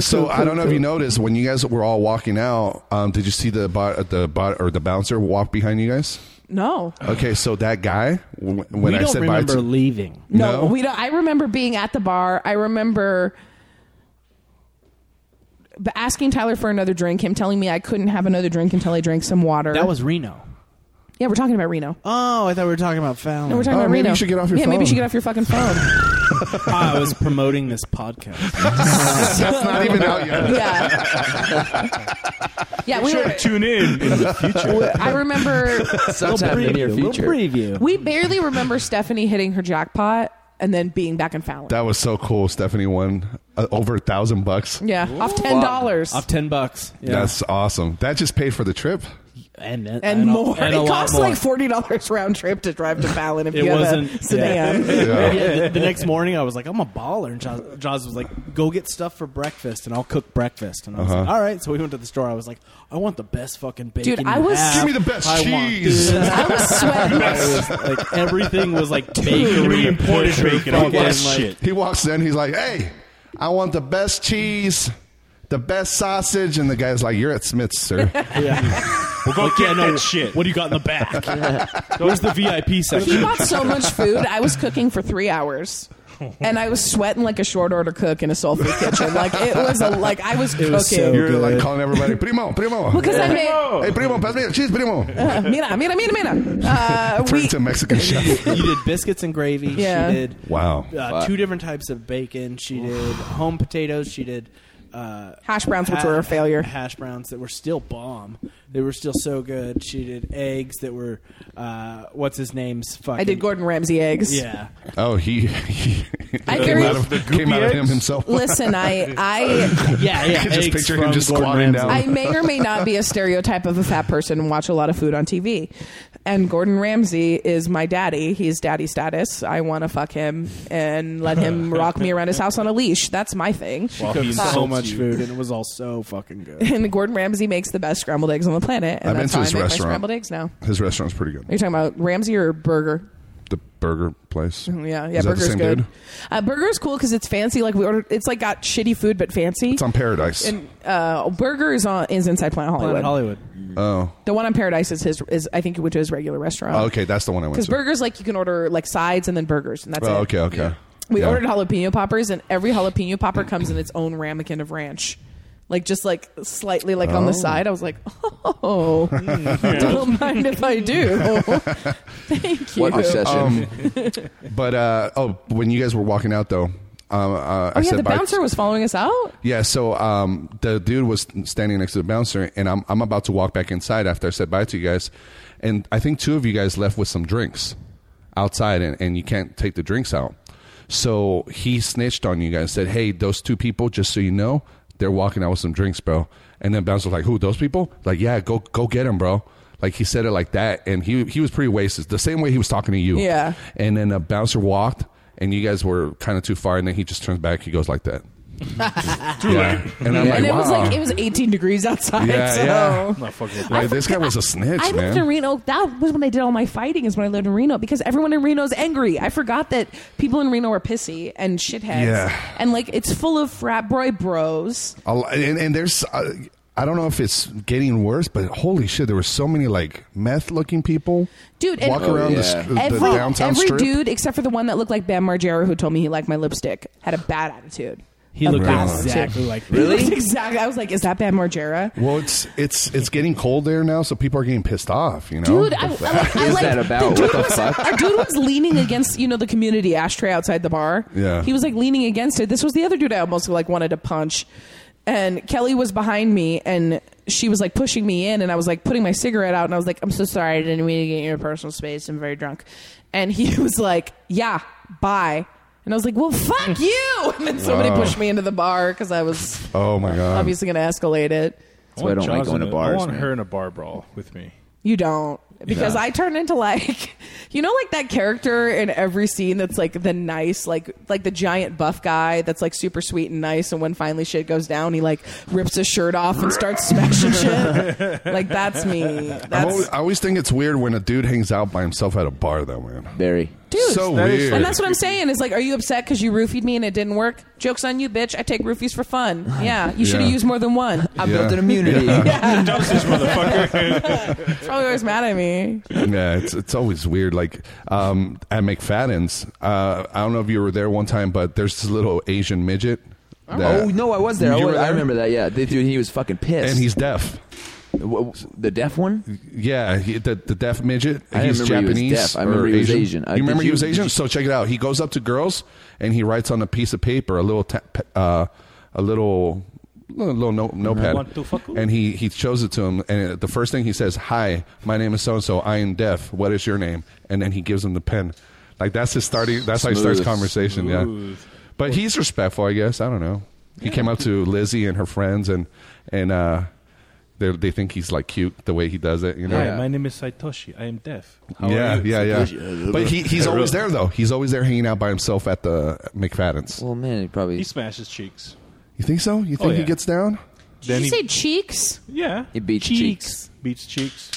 Speaker 1: so I don't know if you noticed when you guys were all walking out. Um, did you see the bar, the the bo- or the bouncer walk behind you guys?
Speaker 4: No.
Speaker 1: Okay, so that guy w- when
Speaker 3: we
Speaker 1: I
Speaker 3: don't
Speaker 1: said
Speaker 3: remember
Speaker 1: bye to
Speaker 3: leaving.
Speaker 1: no,
Speaker 4: we don't. I remember being at the bar. I remember b- asking Tyler for another drink. Him telling me I couldn't have another drink until I drank some water.
Speaker 3: That was Reno.
Speaker 4: yeah. We're talking about Reno.
Speaker 3: Oh, I thought we were talking about Fallon.
Speaker 4: no, we're talking
Speaker 1: Oh,
Speaker 4: about
Speaker 1: maybe
Speaker 4: Reno.
Speaker 1: you should get off your
Speaker 4: yeah, maybe you should
Speaker 1: phone.
Speaker 4: get off your fucking phone.
Speaker 3: I was promoting this podcast.
Speaker 1: <laughs>
Speaker 3: <laughs>
Speaker 1: that's not even out yet.
Speaker 4: yeah.
Speaker 1: <laughs>
Speaker 4: Yeah, we were.
Speaker 5: Tune in in the future.
Speaker 4: I remember
Speaker 8: sometime in the near future.
Speaker 3: preview.
Speaker 4: we barely remember Stephanie hitting her jackpot and then being back in Fallon.
Speaker 1: That was so cool. Stephanie won uh, over a thousand bucks.
Speaker 4: yeah, off ten dollars.
Speaker 3: off ten bucks. Yeah.
Speaker 1: That's awesome. That just paid for the trip.
Speaker 3: and and,
Speaker 4: and,
Speaker 3: a-
Speaker 4: more.
Speaker 3: and a
Speaker 4: it
Speaker 3: lot
Speaker 4: costs
Speaker 3: more.
Speaker 4: like forty dollars round trip to drive to Fallon if
Speaker 3: It
Speaker 4: you have a
Speaker 3: wasn't- <laughs>
Speaker 4: sedan.
Speaker 1: Yeah.
Speaker 3: Yeah, the, the next morning, I was like, I'm a baller. And Jaws, Jaws was like, go get stuff for breakfast and I'll cook breakfast. And I was like, all right. So we went to the store. I was like, I want the best fucking bacon.
Speaker 4: I
Speaker 3: you
Speaker 4: was-
Speaker 3: have.
Speaker 1: Give me the best
Speaker 3: I want
Speaker 1: cheese."
Speaker 3: this.
Speaker 4: <laughs> I was sweating.
Speaker 3: I was, like, everything was like
Speaker 5: We
Speaker 3: bakery
Speaker 5: imported bacon, all
Speaker 3: fucking,
Speaker 5: that
Speaker 3: like,
Speaker 5: shit.
Speaker 1: He walks in. He's like, "Hey, I want the best cheese, the best sausage," and the guy's like, "You're at Smith's,
Speaker 4: <laughs>
Speaker 1: sir."
Speaker 5: We'll go
Speaker 3: Like, <laughs>
Speaker 5: get
Speaker 3: yeah, no,
Speaker 5: that shit.
Speaker 3: What do you got in the <laughs> back? Where's the VIP
Speaker 4: He
Speaker 3: section?
Speaker 4: bought so much food. I was cooking for three hours. And I was sweating like a short order cook in a soul food kitchen. Like it was a, like I was cooking.
Speaker 3: was so
Speaker 1: You're like calling everybody, "Primo, primo."
Speaker 4: <laughs> because I made
Speaker 1: Hey, primo, pass me the cheese, primo.
Speaker 4: uh, mira, mira, mira, mira. Uh,
Speaker 1: Turn
Speaker 4: we,
Speaker 1: to a
Speaker 4: <laughs>
Speaker 1: Mexican chef.
Speaker 3: you did biscuits and gravy.
Speaker 4: Yeah.
Speaker 3: She did
Speaker 1: Wow.
Speaker 3: uh, two different types of bacon. She did home potatoes. She did uh,
Speaker 4: Hash browns, which
Speaker 3: ha-
Speaker 4: were a failure.
Speaker 3: Hash browns that were still bomb. They were still so good. She did eggs that were uh, what's his name's fucking.
Speaker 4: I did Gordon Ramsay eggs.
Speaker 3: Yeah,
Speaker 1: Oh, he, he
Speaker 4: I
Speaker 1: came,
Speaker 4: very-
Speaker 1: out of, came out of him himself.
Speaker 4: Listen, I
Speaker 3: <laughs>
Speaker 4: I
Speaker 3: yeah,
Speaker 1: <laughs>
Speaker 3: yeah.
Speaker 1: I can just
Speaker 3: eggs
Speaker 1: picture him
Speaker 3: from
Speaker 1: just
Speaker 3: Gordon
Speaker 1: squatting
Speaker 3: Ramsay.
Speaker 1: down.
Speaker 4: I may or may not be a stereotype of a fat person and watch a lot of food on TV. And Gordon Ramsay is my daddy. He's daddy status. I want to fuck him and let him rock me around his house on a leash. That's my thing.
Speaker 5: While he
Speaker 3: Cooked so
Speaker 5: insults
Speaker 3: much
Speaker 5: you.
Speaker 3: food, and it was all so fucking good.
Speaker 4: And Gordon Ramsay makes the best scrambled eggs on the planet. And
Speaker 1: I've been
Speaker 4: that's
Speaker 1: to
Speaker 4: how I
Speaker 1: his
Speaker 4: make my
Speaker 1: restaurant.
Speaker 4: scrambled eggs now. Are
Speaker 1: His restaurant's pretty good.
Speaker 4: you talking about Ramsay or Burger? Mm,
Speaker 1: The burger place.
Speaker 4: Yeah, yeah,
Speaker 1: Is that the
Speaker 4: Burger's
Speaker 1: same
Speaker 4: good.
Speaker 1: dude?
Speaker 4: Uh, burger's cool because it's fancy. Like we ordered, it's like got shitty food but fancy.
Speaker 1: It's on Paradise.
Speaker 4: and uh, Burger is on is inside Planet <laughs> Hollywood.
Speaker 3: Planet Hollywood.
Speaker 1: oh,
Speaker 4: The one on Paradise is his is I think it went to his regular restaurant.
Speaker 1: Oh, okay. That's the one I went
Speaker 4: Because
Speaker 1: to.
Speaker 4: burgers, like you can order like sides and then burgers, and that's
Speaker 1: oh,
Speaker 4: it.
Speaker 1: okay, okay.
Speaker 4: We
Speaker 1: Yeah.
Speaker 4: ordered jalapeno poppers, and every jalapeno popper comes in its own ramekin of ranch, like just like slightly like on
Speaker 1: Oh.
Speaker 4: the side. I was like, oh, don't mind if I do.
Speaker 1: <laughs>
Speaker 4: Thank you.
Speaker 8: What obsession?
Speaker 1: But uh, oh, when you guys were walking out though, um, uh, I
Speaker 4: Oh yeah,
Speaker 1: said
Speaker 4: the
Speaker 1: bye-
Speaker 4: bouncer was following us out.
Speaker 1: Yeah, so um, the dude was standing next to the bouncer, and I'm I'm about to walk back inside after I said bye to you guys, and I think two of you guys left with some drinks outside, and, and you can't take the drinks out. So he snitched on you guys, said, "Hey, those two people, just so you know, they're walking out with some drinks, bro." And then bouncer was like, "Who? Those people?" Like, yeah, go go get them, bro. Like he said it like that, and he he was pretty wasted, the same way he was talking to you.
Speaker 4: Yeah.
Speaker 1: And then a bouncer walked, and you guys were kind of too far, and then he just turns back, he goes like that. Yeah. And I'm like,
Speaker 4: and it
Speaker 1: wow.
Speaker 4: was like it was 18 degrees outside.
Speaker 1: Yeah,
Speaker 4: so.
Speaker 1: yeah.
Speaker 5: Not fucking with
Speaker 1: Like,
Speaker 5: that.
Speaker 1: this guy was a snitch,
Speaker 4: I lived in
Speaker 1: man.
Speaker 4: Reno. That was when I did all my fighting. Is when I lived in Reno because everyone in Reno is angry. I forgot that people in Reno are pissy and shitheads.
Speaker 1: Yeah.
Speaker 4: And like it's full of frat boy bros.
Speaker 1: A lo- and, and there's, uh, I don't know if it's getting worse, but holy shit, there were so many like meth looking people,
Speaker 4: Dude, and-
Speaker 1: walk around the,
Speaker 8: Oh,
Speaker 1: st-
Speaker 4: Every,
Speaker 1: the downtown
Speaker 4: every
Speaker 1: strip.
Speaker 4: dude except for the one that looked like Bam Margera, who told me he liked my lipstick, had a bad attitude.
Speaker 3: He
Speaker 4: A
Speaker 3: looked
Speaker 4: bad
Speaker 1: Really?
Speaker 3: exactly like
Speaker 4: <laughs> He looked exactly. I was like, "Is that Bam Margera?"
Speaker 1: Well, it's it's it's getting cold there now, so people are getting pissed off. You know,
Speaker 4: Dude, I, I, like, I
Speaker 8: is
Speaker 4: like,
Speaker 8: that about?
Speaker 4: The dude
Speaker 8: What the
Speaker 4: was,
Speaker 8: fuck?
Speaker 4: A dude was leaning against, you know, the community ashtray outside the bar.
Speaker 1: Yeah.
Speaker 4: He was like leaning against it. This was the other dude I almost like wanted to punch. And Kelly was behind me and she was like pushing me in and I was like putting my cigarette out and I was like, I'm so sorry. I didn't mean to get in your personal space. I'm very drunk. And he <laughs> was like, yeah, bye. And I was like, well, fuck you. And then somebody
Speaker 1: Wow.
Speaker 4: pushed me into the bar because I was
Speaker 1: oh my god,
Speaker 4: obviously going to escalate it.
Speaker 8: That's why I don't like
Speaker 5: Jaws
Speaker 8: going
Speaker 5: in
Speaker 8: to
Speaker 5: a- I
Speaker 8: bars.
Speaker 5: want
Speaker 8: man.
Speaker 5: her in a bar brawl with me.
Speaker 4: You don't. Because
Speaker 8: No.
Speaker 4: I turn into like <laughs> you know like that character in every scene that's like the nice like like the giant buff guy that's like super sweet and nice and when finally shit goes down he like rips his shirt off and
Speaker 1: <laughs>
Speaker 4: starts smashing shit. Like that's me.
Speaker 1: I'm
Speaker 4: That's
Speaker 1: always, I always think it's weird when a dude hangs out by himself at a bar, though, man.
Speaker 8: Very.
Speaker 4: dude.
Speaker 1: So
Speaker 5: That is-
Speaker 1: weird.
Speaker 4: And that's what I'm saying. Is like, are you upset because you roofied me and it didn't work? Jokes on you, bitch. I take roofies for fun. Yeah, you should have
Speaker 1: Yeah.
Speaker 4: used more than one.
Speaker 8: I
Speaker 1: Yeah.
Speaker 8: built an immunity.
Speaker 5: Dose this motherfucker.
Speaker 4: That's probably always mad at me.
Speaker 1: yeah, it's it's always weird. Like um, at McFadden's, uh, I don't know if you were there one time, but there's this little Asian midget. that-
Speaker 8: Oh no, I was there. I,
Speaker 1: You
Speaker 8: was-
Speaker 1: were
Speaker 8: I
Speaker 1: there?
Speaker 8: remember that. Yeah, the dude, he was fucking pissed.
Speaker 1: And he's deaf.
Speaker 8: W- w- the deaf one.
Speaker 1: Yeah, he, the the deaf midget.
Speaker 8: I didn't
Speaker 1: he's
Speaker 8: remember he was
Speaker 1: Japanese.
Speaker 8: deaf. I remember
Speaker 1: or
Speaker 8: he was
Speaker 1: Asian.
Speaker 8: Asian. Uh,
Speaker 1: you remember
Speaker 8: did
Speaker 1: he was
Speaker 8: you-
Speaker 1: Asian?
Speaker 8: did you-
Speaker 1: So check it out. He goes up to girls and he writes on a piece of paper a little ta- pe- uh, a little little, little no,
Speaker 5: Want
Speaker 1: notepad,
Speaker 5: to fuck with?
Speaker 1: and he he shows it to him. And the first thing he says, "Hi, my name is so and so. I am deaf. What is your name?" And then he gives him the pen. Like that's his starting. That's how he starts
Speaker 8: Smooth.
Speaker 1: conversation. Yeah,
Speaker 5: Smooth.
Speaker 1: but he's respectful, I guess. I don't know. He came up to Lizzie and her friends and and. uh they, they think he's like cute the way he does it, you know.
Speaker 5: Hi, my name is Saitoshi. I am deaf. How
Speaker 1: Yeah,
Speaker 5: are you?
Speaker 1: yeah, yeah,
Speaker 8: Satoshi.
Speaker 1: But he,
Speaker 5: <laughs>
Speaker 1: he's always there though. He's always there hanging out by himself at the McFadden's.
Speaker 8: Well, man, he probably
Speaker 5: He
Speaker 8: he,
Speaker 5: smashes cheeks.
Speaker 1: You think so? You think he
Speaker 5: oh, yeah.
Speaker 1: gets down?
Speaker 4: Did
Speaker 5: Then
Speaker 4: you
Speaker 5: he-
Speaker 4: say cheeks?
Speaker 5: Yeah.
Speaker 8: beats cheeks.
Speaker 5: Beats cheeks.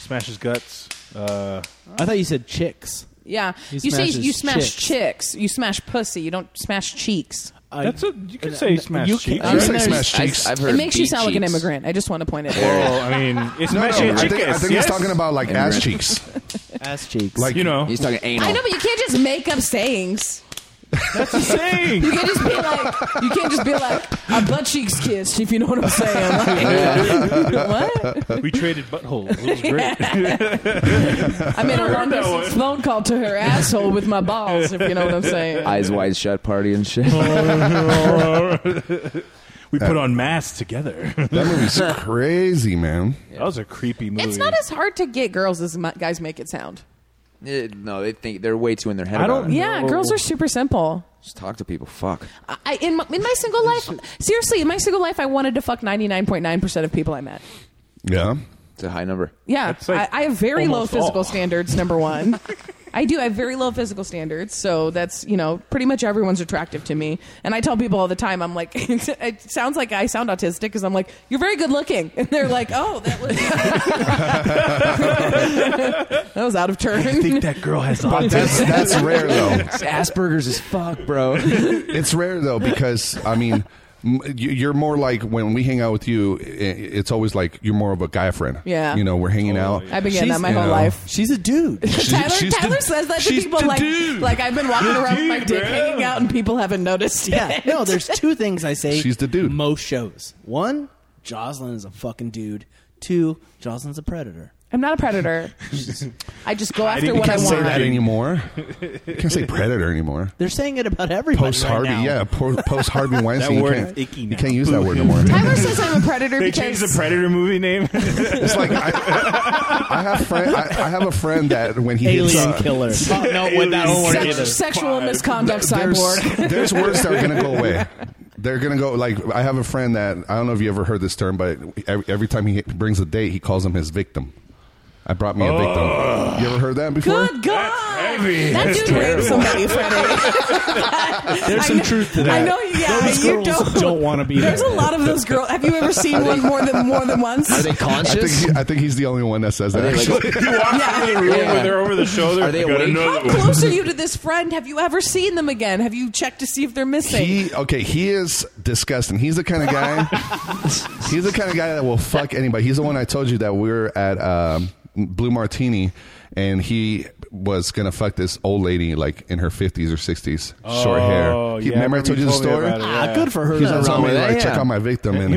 Speaker 5: Smashes guts. Uh,
Speaker 3: I thought you said chicks.
Speaker 4: Yeah,
Speaker 3: He
Speaker 4: you say
Speaker 3: smashes
Speaker 4: you smash
Speaker 3: chicks.
Speaker 4: chicks. You smash pussy. You don't smash cheeks.
Speaker 5: that's a, you can say smash
Speaker 3: you
Speaker 5: cheeks.
Speaker 3: can't-
Speaker 1: You
Speaker 5: right?
Speaker 1: say
Speaker 3: there's-
Speaker 1: smash
Speaker 8: I,
Speaker 1: cheeks.
Speaker 8: I've heard
Speaker 4: It makes you
Speaker 8: beat
Speaker 4: sound like an
Speaker 8: cheeks.
Speaker 4: immigrant. I just want to point it out.
Speaker 5: Well, I mean, it's
Speaker 1: no, no,
Speaker 5: smashing
Speaker 1: I think, I
Speaker 5: cheeks,
Speaker 1: think he's
Speaker 5: yes?
Speaker 1: talking about like ass
Speaker 8: Immigrant.
Speaker 5: <laughs>
Speaker 1: cheeks.
Speaker 3: Ass cheeks.
Speaker 1: Like
Speaker 5: You know,
Speaker 8: He's talking anal.
Speaker 4: I know, but you can't just make up sayings. <laughs>
Speaker 5: saying.
Speaker 4: You can't just be like, you can't just be like, a butt cheeks kiss, if you know what I'm saying. Like, <laughs> what?
Speaker 5: We traded buttholes. It was great.
Speaker 4: I made a long distance phone call to her asshole with my balls, if you know what I'm saying.
Speaker 8: Eyes wide shut party and shit.
Speaker 5: <laughs> we put on masks together. <laughs>
Speaker 1: that movie's crazy, man.
Speaker 5: That was a creepy movie.
Speaker 4: it's not as hard to get girls as mu- guys make it sound.
Speaker 8: Eh, no, they think they're way too in their head.
Speaker 5: I
Speaker 8: about
Speaker 5: don't-
Speaker 8: it.
Speaker 4: Yeah,
Speaker 5: No.
Speaker 4: girls are super simple.
Speaker 8: Just talk to people. Fuck.
Speaker 4: I in my, in my single life, seriously, in my single life, I wanted to fuck 99.9 percent of people I met.
Speaker 1: Yeah,
Speaker 8: It's a high number.
Speaker 4: Yeah,
Speaker 5: That's like
Speaker 4: I, I have very low
Speaker 5: almost
Speaker 4: physical
Speaker 5: all.
Speaker 4: standards. Number
Speaker 5: <laughs>
Speaker 4: one, I do. I have very low physical standards, so that's you know pretty much everyone's attractive to me. And I tell people all the time, I'm like, <laughs> it sounds like I sound autistic because I'm like, you're very good looking, and they're like, oh, that was <laughs> that was out of turn.
Speaker 5: that girl <laughs> has
Speaker 1: but that's that's rare though.
Speaker 8: Asperger's is fuck, bro.
Speaker 1: <laughs> It's rare though because I mean, m- you- you're more like when we hang out with you. i- It's always like you're more of a guy friend.
Speaker 4: Yeah.
Speaker 1: you know, we're hanging out.
Speaker 4: <laughs> I've been getting
Speaker 3: She's-
Speaker 4: that my
Speaker 1: you
Speaker 4: whole
Speaker 1: know.
Speaker 4: life.
Speaker 3: She's a dude.
Speaker 4: Tyler,
Speaker 1: she's the-
Speaker 4: Tyler says that to
Speaker 1: she's
Speaker 4: people
Speaker 1: the
Speaker 4: like
Speaker 1: dude.
Speaker 4: like I've been walking around with my
Speaker 5: dude,
Speaker 4: dick
Speaker 5: bro.
Speaker 4: hanging out and people haven't noticed.
Speaker 3: Yeah. <laughs>
Speaker 4: yet. <laughs>
Speaker 3: No, there's two things I say.
Speaker 1: She's the dude.
Speaker 3: Most shows. One, Jocelyn is a fucking dude. Two, Jocelyn's a predator.
Speaker 4: I'm not a
Speaker 1: <laughs>
Speaker 4: predator. I just go after
Speaker 5: didn't-
Speaker 1: You
Speaker 4: what I
Speaker 1: can't
Speaker 4: want.
Speaker 1: say that anymore. You can't say predator anymore.
Speaker 3: They're saying it about everybody.
Speaker 1: post
Speaker 3: right
Speaker 1: Harvey,
Speaker 3: now.
Speaker 1: yeah, post Harvey Weinstein.
Speaker 5: word
Speaker 1: you
Speaker 5: is
Speaker 1: can't,
Speaker 5: icky
Speaker 1: you
Speaker 5: now.
Speaker 1: can't use that word no
Speaker 4: <laughs>
Speaker 1: more.
Speaker 4: Tyler says I'm a predator
Speaker 5: They
Speaker 4: because
Speaker 5: changed the Predator movie name. <laughs>
Speaker 1: It's like I, I have friend, I, I have a friend that when he hits,
Speaker 3: Alien
Speaker 1: uh, <laughs>
Speaker 3: killer. Oh, no, with that one
Speaker 4: sex-
Speaker 3: word either.
Speaker 4: sexual
Speaker 5: Five.
Speaker 4: misconduct
Speaker 1: there's,
Speaker 4: cyborg.
Speaker 1: <laughs> there's words that are gonna go away. They're gonna go like I have a friend that I don't know if you ever heard this term, but every, every time he brings a date, he calls him his victim. I brought me a victim. You ever heard that before?
Speaker 4: Good God! That dude raped
Speaker 5: <laughs>
Speaker 4: somebody, Freddie.
Speaker 3: There's some
Speaker 4: know-
Speaker 3: truth to that.
Speaker 4: I know. Yeah,
Speaker 3: Those
Speaker 4: you
Speaker 3: girls
Speaker 4: don't.
Speaker 3: don't, want to be
Speaker 4: There's a
Speaker 3: there.
Speaker 4: lot of those girls. Have you ever seen one more than more than once?
Speaker 8: Are they
Speaker 1: I think
Speaker 8: conscious?
Speaker 1: he, I think he's the only one that says that.
Speaker 8: Are they, like-
Speaker 1: Actually,
Speaker 5: you walk into the room
Speaker 8: Yeah.
Speaker 5: and they're over the shoulder.
Speaker 8: Are they
Speaker 5: you got
Speaker 8: awake?
Speaker 5: another
Speaker 4: How
Speaker 5: one.
Speaker 4: close are you to this friend? Have you ever seen them again? Have you checked to see if they're missing?
Speaker 1: he okay. He is disgusting. He's the kind of guy. he's the kind of guy that will fuck anybody. He's the one I told you that we were at um, Blue Martini, and he was gonna fuck this old lady like in her fifties or sixties, short hair. He,
Speaker 5: Oh, yeah,
Speaker 1: remember I told you the
Speaker 5: me
Speaker 1: story.
Speaker 5: about it,
Speaker 3: Ah, good for her.
Speaker 1: He's
Speaker 3: though.
Speaker 1: on
Speaker 8: wrong
Speaker 1: somebody
Speaker 8: with
Speaker 1: like
Speaker 8: that,
Speaker 1: check
Speaker 8: yeah.
Speaker 1: out my victim, and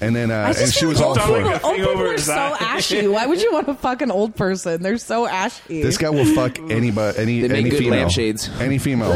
Speaker 1: and then
Speaker 4: I
Speaker 1: uh,
Speaker 4: just
Speaker 1: and she
Speaker 4: feel
Speaker 1: was
Speaker 4: like
Speaker 1: all
Speaker 4: old
Speaker 1: for
Speaker 4: people,
Speaker 1: it.
Speaker 4: old
Speaker 5: Nothing
Speaker 4: people
Speaker 5: over
Speaker 4: are
Speaker 5: his
Speaker 4: so
Speaker 5: eye.
Speaker 4: ashy. Why would you want to fuck an old person? They're so ashy.
Speaker 1: This guy will fuck anybody, any
Speaker 8: They make
Speaker 1: any
Speaker 8: good
Speaker 1: female,
Speaker 8: lampshades.
Speaker 1: any female,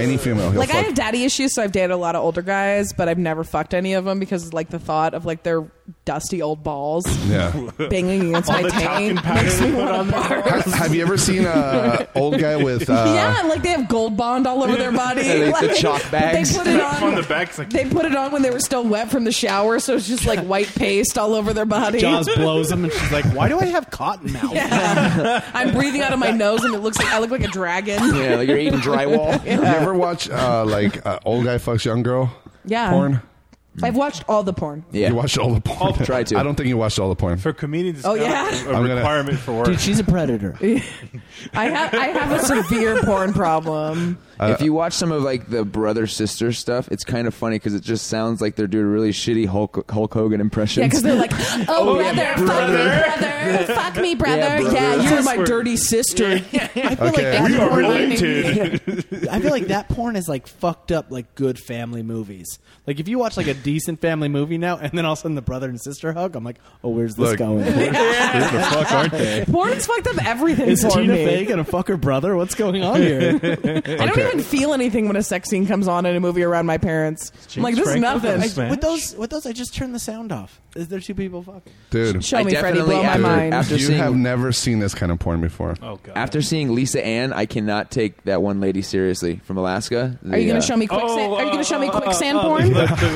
Speaker 1: any female. He'll
Speaker 4: like I
Speaker 1: fuck.
Speaker 4: have daddy issues, so I've dated a lot of older guys, but I've never fucked any of them because like the thought of like their dusty old balls
Speaker 1: yeah.
Speaker 4: <laughs>
Speaker 5: <laughs>
Speaker 4: banging against my
Speaker 5: the
Speaker 4: taint
Speaker 5: talcum powder
Speaker 4: makes me
Speaker 5: they put
Speaker 4: want
Speaker 5: on
Speaker 4: to
Speaker 5: their
Speaker 4: barf.
Speaker 1: Have, have you ever seen a old guy with? Uh,
Speaker 4: <laughs> yeah, and, like they have gold bond all over their
Speaker 5: <laughs>
Speaker 4: body.
Speaker 8: They- the
Speaker 4: like,
Speaker 8: chalk
Speaker 4: but
Speaker 8: bags.
Speaker 4: They put it
Speaker 5: on the
Speaker 4: on.
Speaker 5: back.
Speaker 1: <laughs>
Speaker 5: It's like,
Speaker 4: They put it on when they were still wet from the shower, so it's just like white paste all over their body.
Speaker 3: Jaws blows him, and she's
Speaker 5: <laughs>
Speaker 3: like, "Why do I have cotton
Speaker 1: <laughs>
Speaker 3: mouth?"
Speaker 4: <laughs> Yeah. I'm breathing out of my nose, and it looks like I look like a
Speaker 5: <laughs>
Speaker 4: dragon.
Speaker 8: yeah, like you're
Speaker 1: <laughs>
Speaker 8: eating drywall.
Speaker 1: You ever watch uh, like uh, old guy fucks young girl
Speaker 4: Yeah.
Speaker 1: porn?
Speaker 4: I've watched all the porn.
Speaker 8: Yeah.
Speaker 1: You watched all the porn.
Speaker 8: I'll try to.
Speaker 1: I don't think you watched all the porn.
Speaker 5: For comedians, it's
Speaker 4: Oh,
Speaker 5: not
Speaker 4: yeah?
Speaker 5: a
Speaker 1: I'm gonna-
Speaker 5: requirement for work.
Speaker 3: Dude, she's a <laughs> predator.
Speaker 4: I have I have a severe porn problem.
Speaker 8: if you watch some of like the brother sister stuff, it's kind of funny because it just sounds like they're doing really shitty Hulk, Hulk Hogan
Speaker 4: Yeah,
Speaker 8: impressions.
Speaker 4: because they're like, oh, brother,
Speaker 8: yeah,
Speaker 4: fuck
Speaker 8: brother.
Speaker 4: me, brother, fuck me, brother. Yeah,
Speaker 8: brother.
Speaker 4: you're my
Speaker 5: We're-
Speaker 4: dirty sister. <laughs>
Speaker 3: I feel
Speaker 1: Okay.
Speaker 3: like
Speaker 5: we
Speaker 3: that
Speaker 5: are
Speaker 3: porn,
Speaker 5: related.
Speaker 3: I feel like that porn is like fucked up, like good family movies. Like if you watch like a decent family movie now, and then all of a sudden the brother and sister hug, I'm like, oh, where's this
Speaker 1: Look. <laughs>
Speaker 3: going?
Speaker 5: the fuck aren't they?
Speaker 4: Porn's fucked up everything
Speaker 3: Is
Speaker 4: for
Speaker 3: Tina
Speaker 4: me.
Speaker 3: Fey gonna fuck her brother? What's going on <laughs> here?
Speaker 4: I don't
Speaker 1: Okay.
Speaker 4: even feel anything when a sex scene comes on in a movie around my parents. I'm like, this is
Speaker 5: Franco
Speaker 4: nothing.
Speaker 5: does
Speaker 4: I-
Speaker 5: Smash.
Speaker 3: with those, with those, I just turned the sound off. Is there two people fucking?
Speaker 1: Dude.
Speaker 4: Show
Speaker 8: I
Speaker 4: me, Freddie,
Speaker 8: definitely
Speaker 4: blow my
Speaker 8: after-
Speaker 4: mind.
Speaker 8: after-
Speaker 1: you
Speaker 8: seeing-
Speaker 1: have never seen this kind of porn before.
Speaker 5: Oh god. <laughs>
Speaker 8: After seeing Lisa Ann, I cannot take that one lady seriously from Alaska.
Speaker 4: Are
Speaker 8: The,
Speaker 4: you going
Speaker 8: uh,
Speaker 4: to show me quicksand? Are you going to show me quicksand porn?
Speaker 1: <laughs>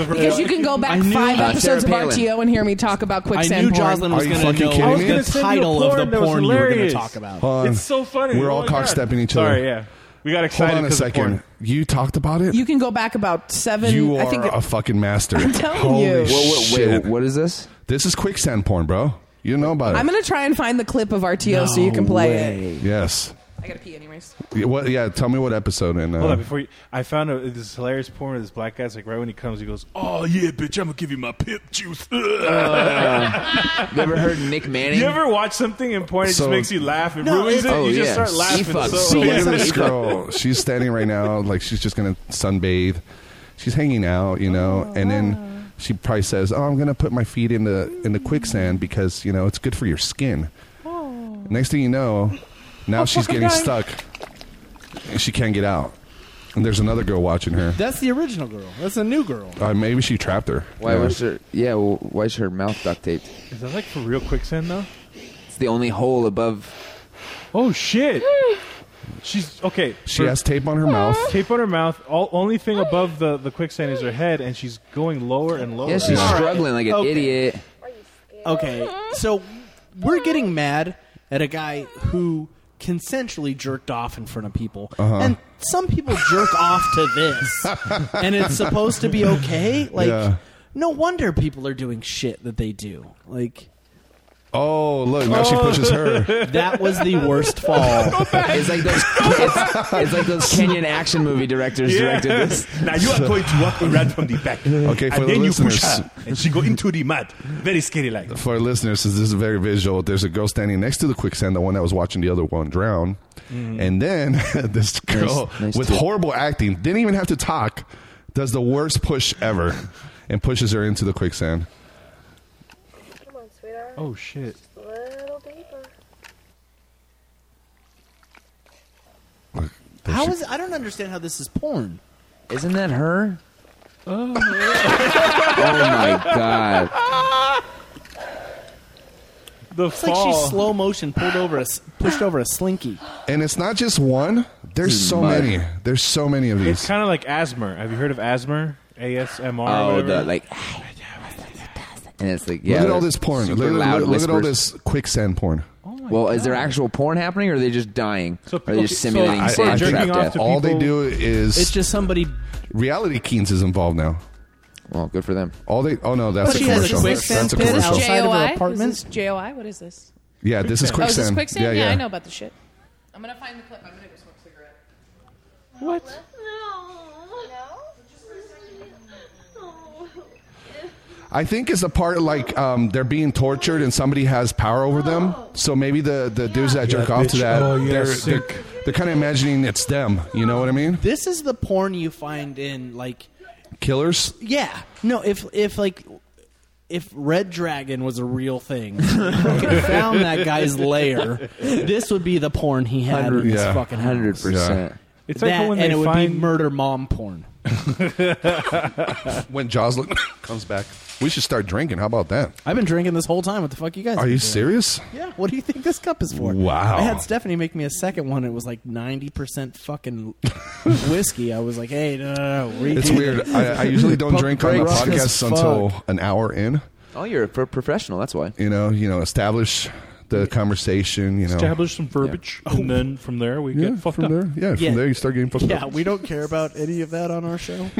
Speaker 4: because you can go back
Speaker 3: I knew-
Speaker 4: five
Speaker 8: Uh,
Speaker 4: episodes of
Speaker 8: Sarah Palin.
Speaker 4: RTO and hear me talk about
Speaker 3: I
Speaker 4: quicksand
Speaker 3: knew
Speaker 4: porn.
Speaker 3: Jocelyn was
Speaker 1: Are you
Speaker 3: gonna
Speaker 1: fucking
Speaker 3: know
Speaker 1: kidding
Speaker 5: I was
Speaker 1: me?
Speaker 3: the
Speaker 5: gonna send you a
Speaker 3: title
Speaker 5: porn
Speaker 3: of the
Speaker 5: that was
Speaker 3: porn you were gonna
Speaker 5: hilarious.
Speaker 3: talk about.
Speaker 1: Hold on.
Speaker 5: It's so funny.
Speaker 1: We're
Speaker 5: Oh
Speaker 1: all
Speaker 5: my God.
Speaker 1: cockstepping each other.
Speaker 5: Sorry, yeah. We got
Speaker 1: Hold
Speaker 5: excited.
Speaker 1: on a
Speaker 5: 'cause of
Speaker 1: second. Uh,
Speaker 5: porn.
Speaker 1: You talked about it?
Speaker 4: You can go back about seven.
Speaker 1: You
Speaker 4: I
Speaker 1: are
Speaker 4: think
Speaker 1: a fucking master.
Speaker 4: <laughs> I'm telling
Speaker 1: Holy
Speaker 4: you.
Speaker 8: Whoa, whoa, wait,
Speaker 1: shit.
Speaker 8: what is this?
Speaker 1: This is quicksand porn, bro. You don't know about it.
Speaker 4: I'm going to try and find the clip of RTO so you can play it.
Speaker 1: yes.
Speaker 4: I got to pee anyways.
Speaker 1: Yeah, What, yeah, tell me what episode. And uh,
Speaker 5: Hold on, before you, I found a, this hilarious porn of this black guy's like right when he comes, he goes, "Oh yeah, bitch, I'm gonna give you my pip juice." <laughs>
Speaker 8: You ever heard Nick Manning?
Speaker 5: you ever watch something in porn? It
Speaker 1: So-
Speaker 5: just makes you laugh. It
Speaker 3: No,
Speaker 5: ruins it.
Speaker 3: it's-
Speaker 8: Oh,
Speaker 5: you
Speaker 8: yeah.
Speaker 5: just start laughing.
Speaker 8: She fucks.
Speaker 5: so
Speaker 1: so look
Speaker 5: bad.
Speaker 1: at
Speaker 5: <laughs>
Speaker 1: this girl. She's standing right now, like she's just gonna sunbathe. She's hanging out, you know, and then she probably says, "Oh, I'm gonna put my feet in the in the quicksand because you know it's good for your skin." Next thing you know, now she's
Speaker 4: fuck, I'm
Speaker 1: getting
Speaker 4: dying.
Speaker 1: stuck, and she can't get out. And there's another girl watching her.
Speaker 3: That's the original girl. That's a new girl.
Speaker 1: Uh, maybe she trapped her.
Speaker 8: Why
Speaker 1: Yeah.
Speaker 8: was her? Yeah, well, why is her mouth duct taped?
Speaker 5: Is that like for real quicksand though?
Speaker 8: It's the only hole above.
Speaker 5: Oh shit! <sighs> She's okay.
Speaker 1: She
Speaker 5: for-
Speaker 1: has tape on her mouth.
Speaker 5: tape on her mouth. All, only thing above the, the quicksand is her head, and she's going lower and lower.
Speaker 8: Yeah, she's
Speaker 3: All right.
Speaker 8: struggling like an
Speaker 3: Okay.
Speaker 8: idiot.
Speaker 3: Okay, so we're getting mad at a guy who consensually jerked off in front of people, and some people jerk off to this, and it's supposed to be okay. Like,
Speaker 1: Yeah.
Speaker 3: no wonder people are doing shit that they do. Like,
Speaker 1: Oh, look! Now she pushes her.
Speaker 3: that was the worst fall.
Speaker 8: It's
Speaker 5: <laughs>
Speaker 8: like those. it's, it's like those Kenyan action movie directors
Speaker 5: <laughs>
Speaker 8: directed this.
Speaker 5: now you are going to walk around from the back.
Speaker 1: Okay, for the listeners,
Speaker 5: and she go into the mud. Very scary, like.
Speaker 1: for our listeners, since this is very visual, there's a girl standing next to the quicksand, the one that was watching the other one drown. And then <laughs> this girl,
Speaker 8: nice
Speaker 1: with
Speaker 8: tip.
Speaker 1: horrible acting, didn't even have to talk, does the worst push ever and pushes her into the quicksand.
Speaker 11: Come on, sweetheart.
Speaker 5: Oh shit!
Speaker 11: A little deeper.
Speaker 1: Look, there
Speaker 3: How
Speaker 1: she-
Speaker 3: is? I don't understand how this is porn.
Speaker 8: Isn't that her? Oh, my god!
Speaker 5: The
Speaker 3: It's like
Speaker 5: fall.
Speaker 3: she's slow motion pulled over a s- pushed over a slinky.
Speaker 1: and it's not just one, there's so
Speaker 8: my-
Speaker 1: many. There's so many of
Speaker 5: it's
Speaker 1: these.
Speaker 5: kind of like asthma. Have you heard of asthma? ASMR. or
Speaker 8: Oh,
Speaker 5: whatever?
Speaker 8: the like. And it's like yeah.
Speaker 1: look at all
Speaker 8: they're
Speaker 1: this porn.
Speaker 8: super
Speaker 1: Look, look-
Speaker 8: loud
Speaker 1: look at all
Speaker 8: whispers.
Speaker 1: this quicksand porn.
Speaker 8: Well, is there actual porn happening, or are they just dying?
Speaker 5: So-
Speaker 8: are they just
Speaker 5: okay, so
Speaker 8: simulating
Speaker 5: people
Speaker 8: sand
Speaker 5: jerking
Speaker 8: trap
Speaker 5: off
Speaker 8: death?
Speaker 5: to-
Speaker 1: all they
Speaker 5: people-
Speaker 1: do is
Speaker 3: It's just somebody.
Speaker 1: reality keens is involved now.
Speaker 8: Well, Oh, good for them.
Speaker 1: All they oh no, that's
Speaker 3: But
Speaker 1: a
Speaker 3: she has a
Speaker 1: commercial.
Speaker 3: quicksand
Speaker 1: That's a
Speaker 3: pit
Speaker 1: commercial.
Speaker 3: outside. of her apartment?
Speaker 12: Is this JOI? What is this?
Speaker 1: Yeah, this
Speaker 12: <laughs>
Speaker 1: is
Speaker 12: Oh, is
Speaker 1: quicksand.
Speaker 12: this quicksand?
Speaker 1: Yeah, yeah.
Speaker 12: I know about the shit. I'm gonna find the clip. I'm gonna go smoke a cigarette.
Speaker 5: what?
Speaker 1: I think it's a part like um, they're being tortured and somebody has power over them.
Speaker 12: Oh.
Speaker 1: So maybe the, the dudes that jerk off to
Speaker 5: bitch.
Speaker 1: that,
Speaker 5: Oh, yeah,
Speaker 1: they're, they're,
Speaker 5: sick.
Speaker 1: they're kind of imagining it's them. You know what I mean?
Speaker 3: This is the porn you find in like
Speaker 1: Killers.
Speaker 3: Yeah. No, if if like if Red Dragon was a real thing, <laughs> if you found that guy's lair, this would be the porn he had in his
Speaker 1: Yeah.
Speaker 3: fucking house.
Speaker 8: Hundred percent.
Speaker 5: It's like
Speaker 3: That,
Speaker 5: when
Speaker 3: and
Speaker 5: they
Speaker 3: it would
Speaker 5: find
Speaker 3: be murder mom porn.
Speaker 1: When Jocelyn <coughs> comes back, we should start drinking. How about that?
Speaker 3: I've been drinking this whole time. What the fuck you guys?
Speaker 1: Are
Speaker 3: been
Speaker 1: you
Speaker 3: doing?
Speaker 1: serious?
Speaker 3: Yeah. What do you think this cup is for?
Speaker 1: Wow.
Speaker 3: I had Stephanie make me a second one. It was like ninety percent fucking whiskey. I was like, hey, no, no, no, redo
Speaker 1: It's weird.
Speaker 3: this.
Speaker 1: I, I usually don't
Speaker 3: Pump
Speaker 1: drink on the
Speaker 3: brakes as
Speaker 1: podcast
Speaker 3: fuck.
Speaker 1: until an hour in.
Speaker 8: Oh, you're a pro- professional. That's why.
Speaker 1: You know, you know, establish the conversation. You know,
Speaker 5: Establish some verbiage, and then from there we
Speaker 1: yeah,
Speaker 5: get fucked
Speaker 1: from
Speaker 5: up.
Speaker 1: there, yeah,
Speaker 3: Oh. Yeah.
Speaker 1: from there you start getting fucked
Speaker 3: <laughs> Yeah,
Speaker 1: up.
Speaker 3: we don't care about any of that on our
Speaker 1: <laughs>
Speaker 3: show.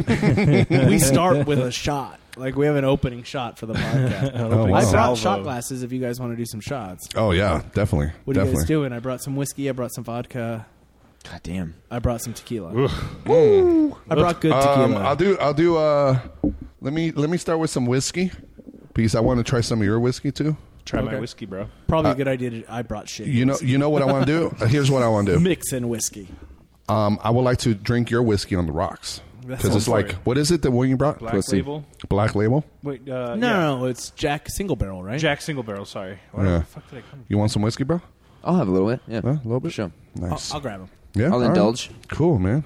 Speaker 3: we start with a shot. Like we have an opening shot for
Speaker 1: <laughs>
Speaker 3: the podcast.
Speaker 1: Oh, wow.
Speaker 3: I brought
Speaker 5: Salvo.
Speaker 3: shot glasses if you guys want to do some shots.
Speaker 1: Oh yeah, definitely.
Speaker 3: What are you
Speaker 1: definitely.
Speaker 3: guys doing? I brought some whiskey. I brought some vodka.
Speaker 2: God damn.
Speaker 3: I brought some tequila. I brought good tequila.
Speaker 1: Um, I'll do. I'll do. Uh, let me let me start with some whiskey, because I want to try some of your whiskey too.
Speaker 5: Try
Speaker 3: Okay.
Speaker 5: my whiskey, bro.
Speaker 3: Probably a good idea. To, I brought shit.
Speaker 1: You know. You know what I want to
Speaker 5: <laughs>
Speaker 1: do. Uh, Here's what I want to do.
Speaker 3: mix in whiskey.
Speaker 1: Um, I would like to drink your whiskey on the rocks
Speaker 3: That
Speaker 1: because
Speaker 3: sounds
Speaker 1: it's like
Speaker 5: great.
Speaker 1: what is it that William brought?
Speaker 5: Black
Speaker 2: Pussy.
Speaker 5: label.
Speaker 1: Black label.
Speaker 5: Wait,
Speaker 3: No,
Speaker 5: uh, yeah.
Speaker 3: no, no, it's Jack Single Barrel, right?
Speaker 5: Jack Single Barrel. Sorry. Where
Speaker 1: Yeah.
Speaker 5: the fuck did I come?
Speaker 1: You want some whiskey, bro?
Speaker 2: I'll have a little bit. Yeah.
Speaker 1: Huh? a little bit.
Speaker 2: Sure.
Speaker 3: I'll,
Speaker 1: Nice.
Speaker 3: I'll grab him.
Speaker 1: yeah.
Speaker 2: I'll
Speaker 1: all right.
Speaker 2: indulge.
Speaker 1: Cool, man.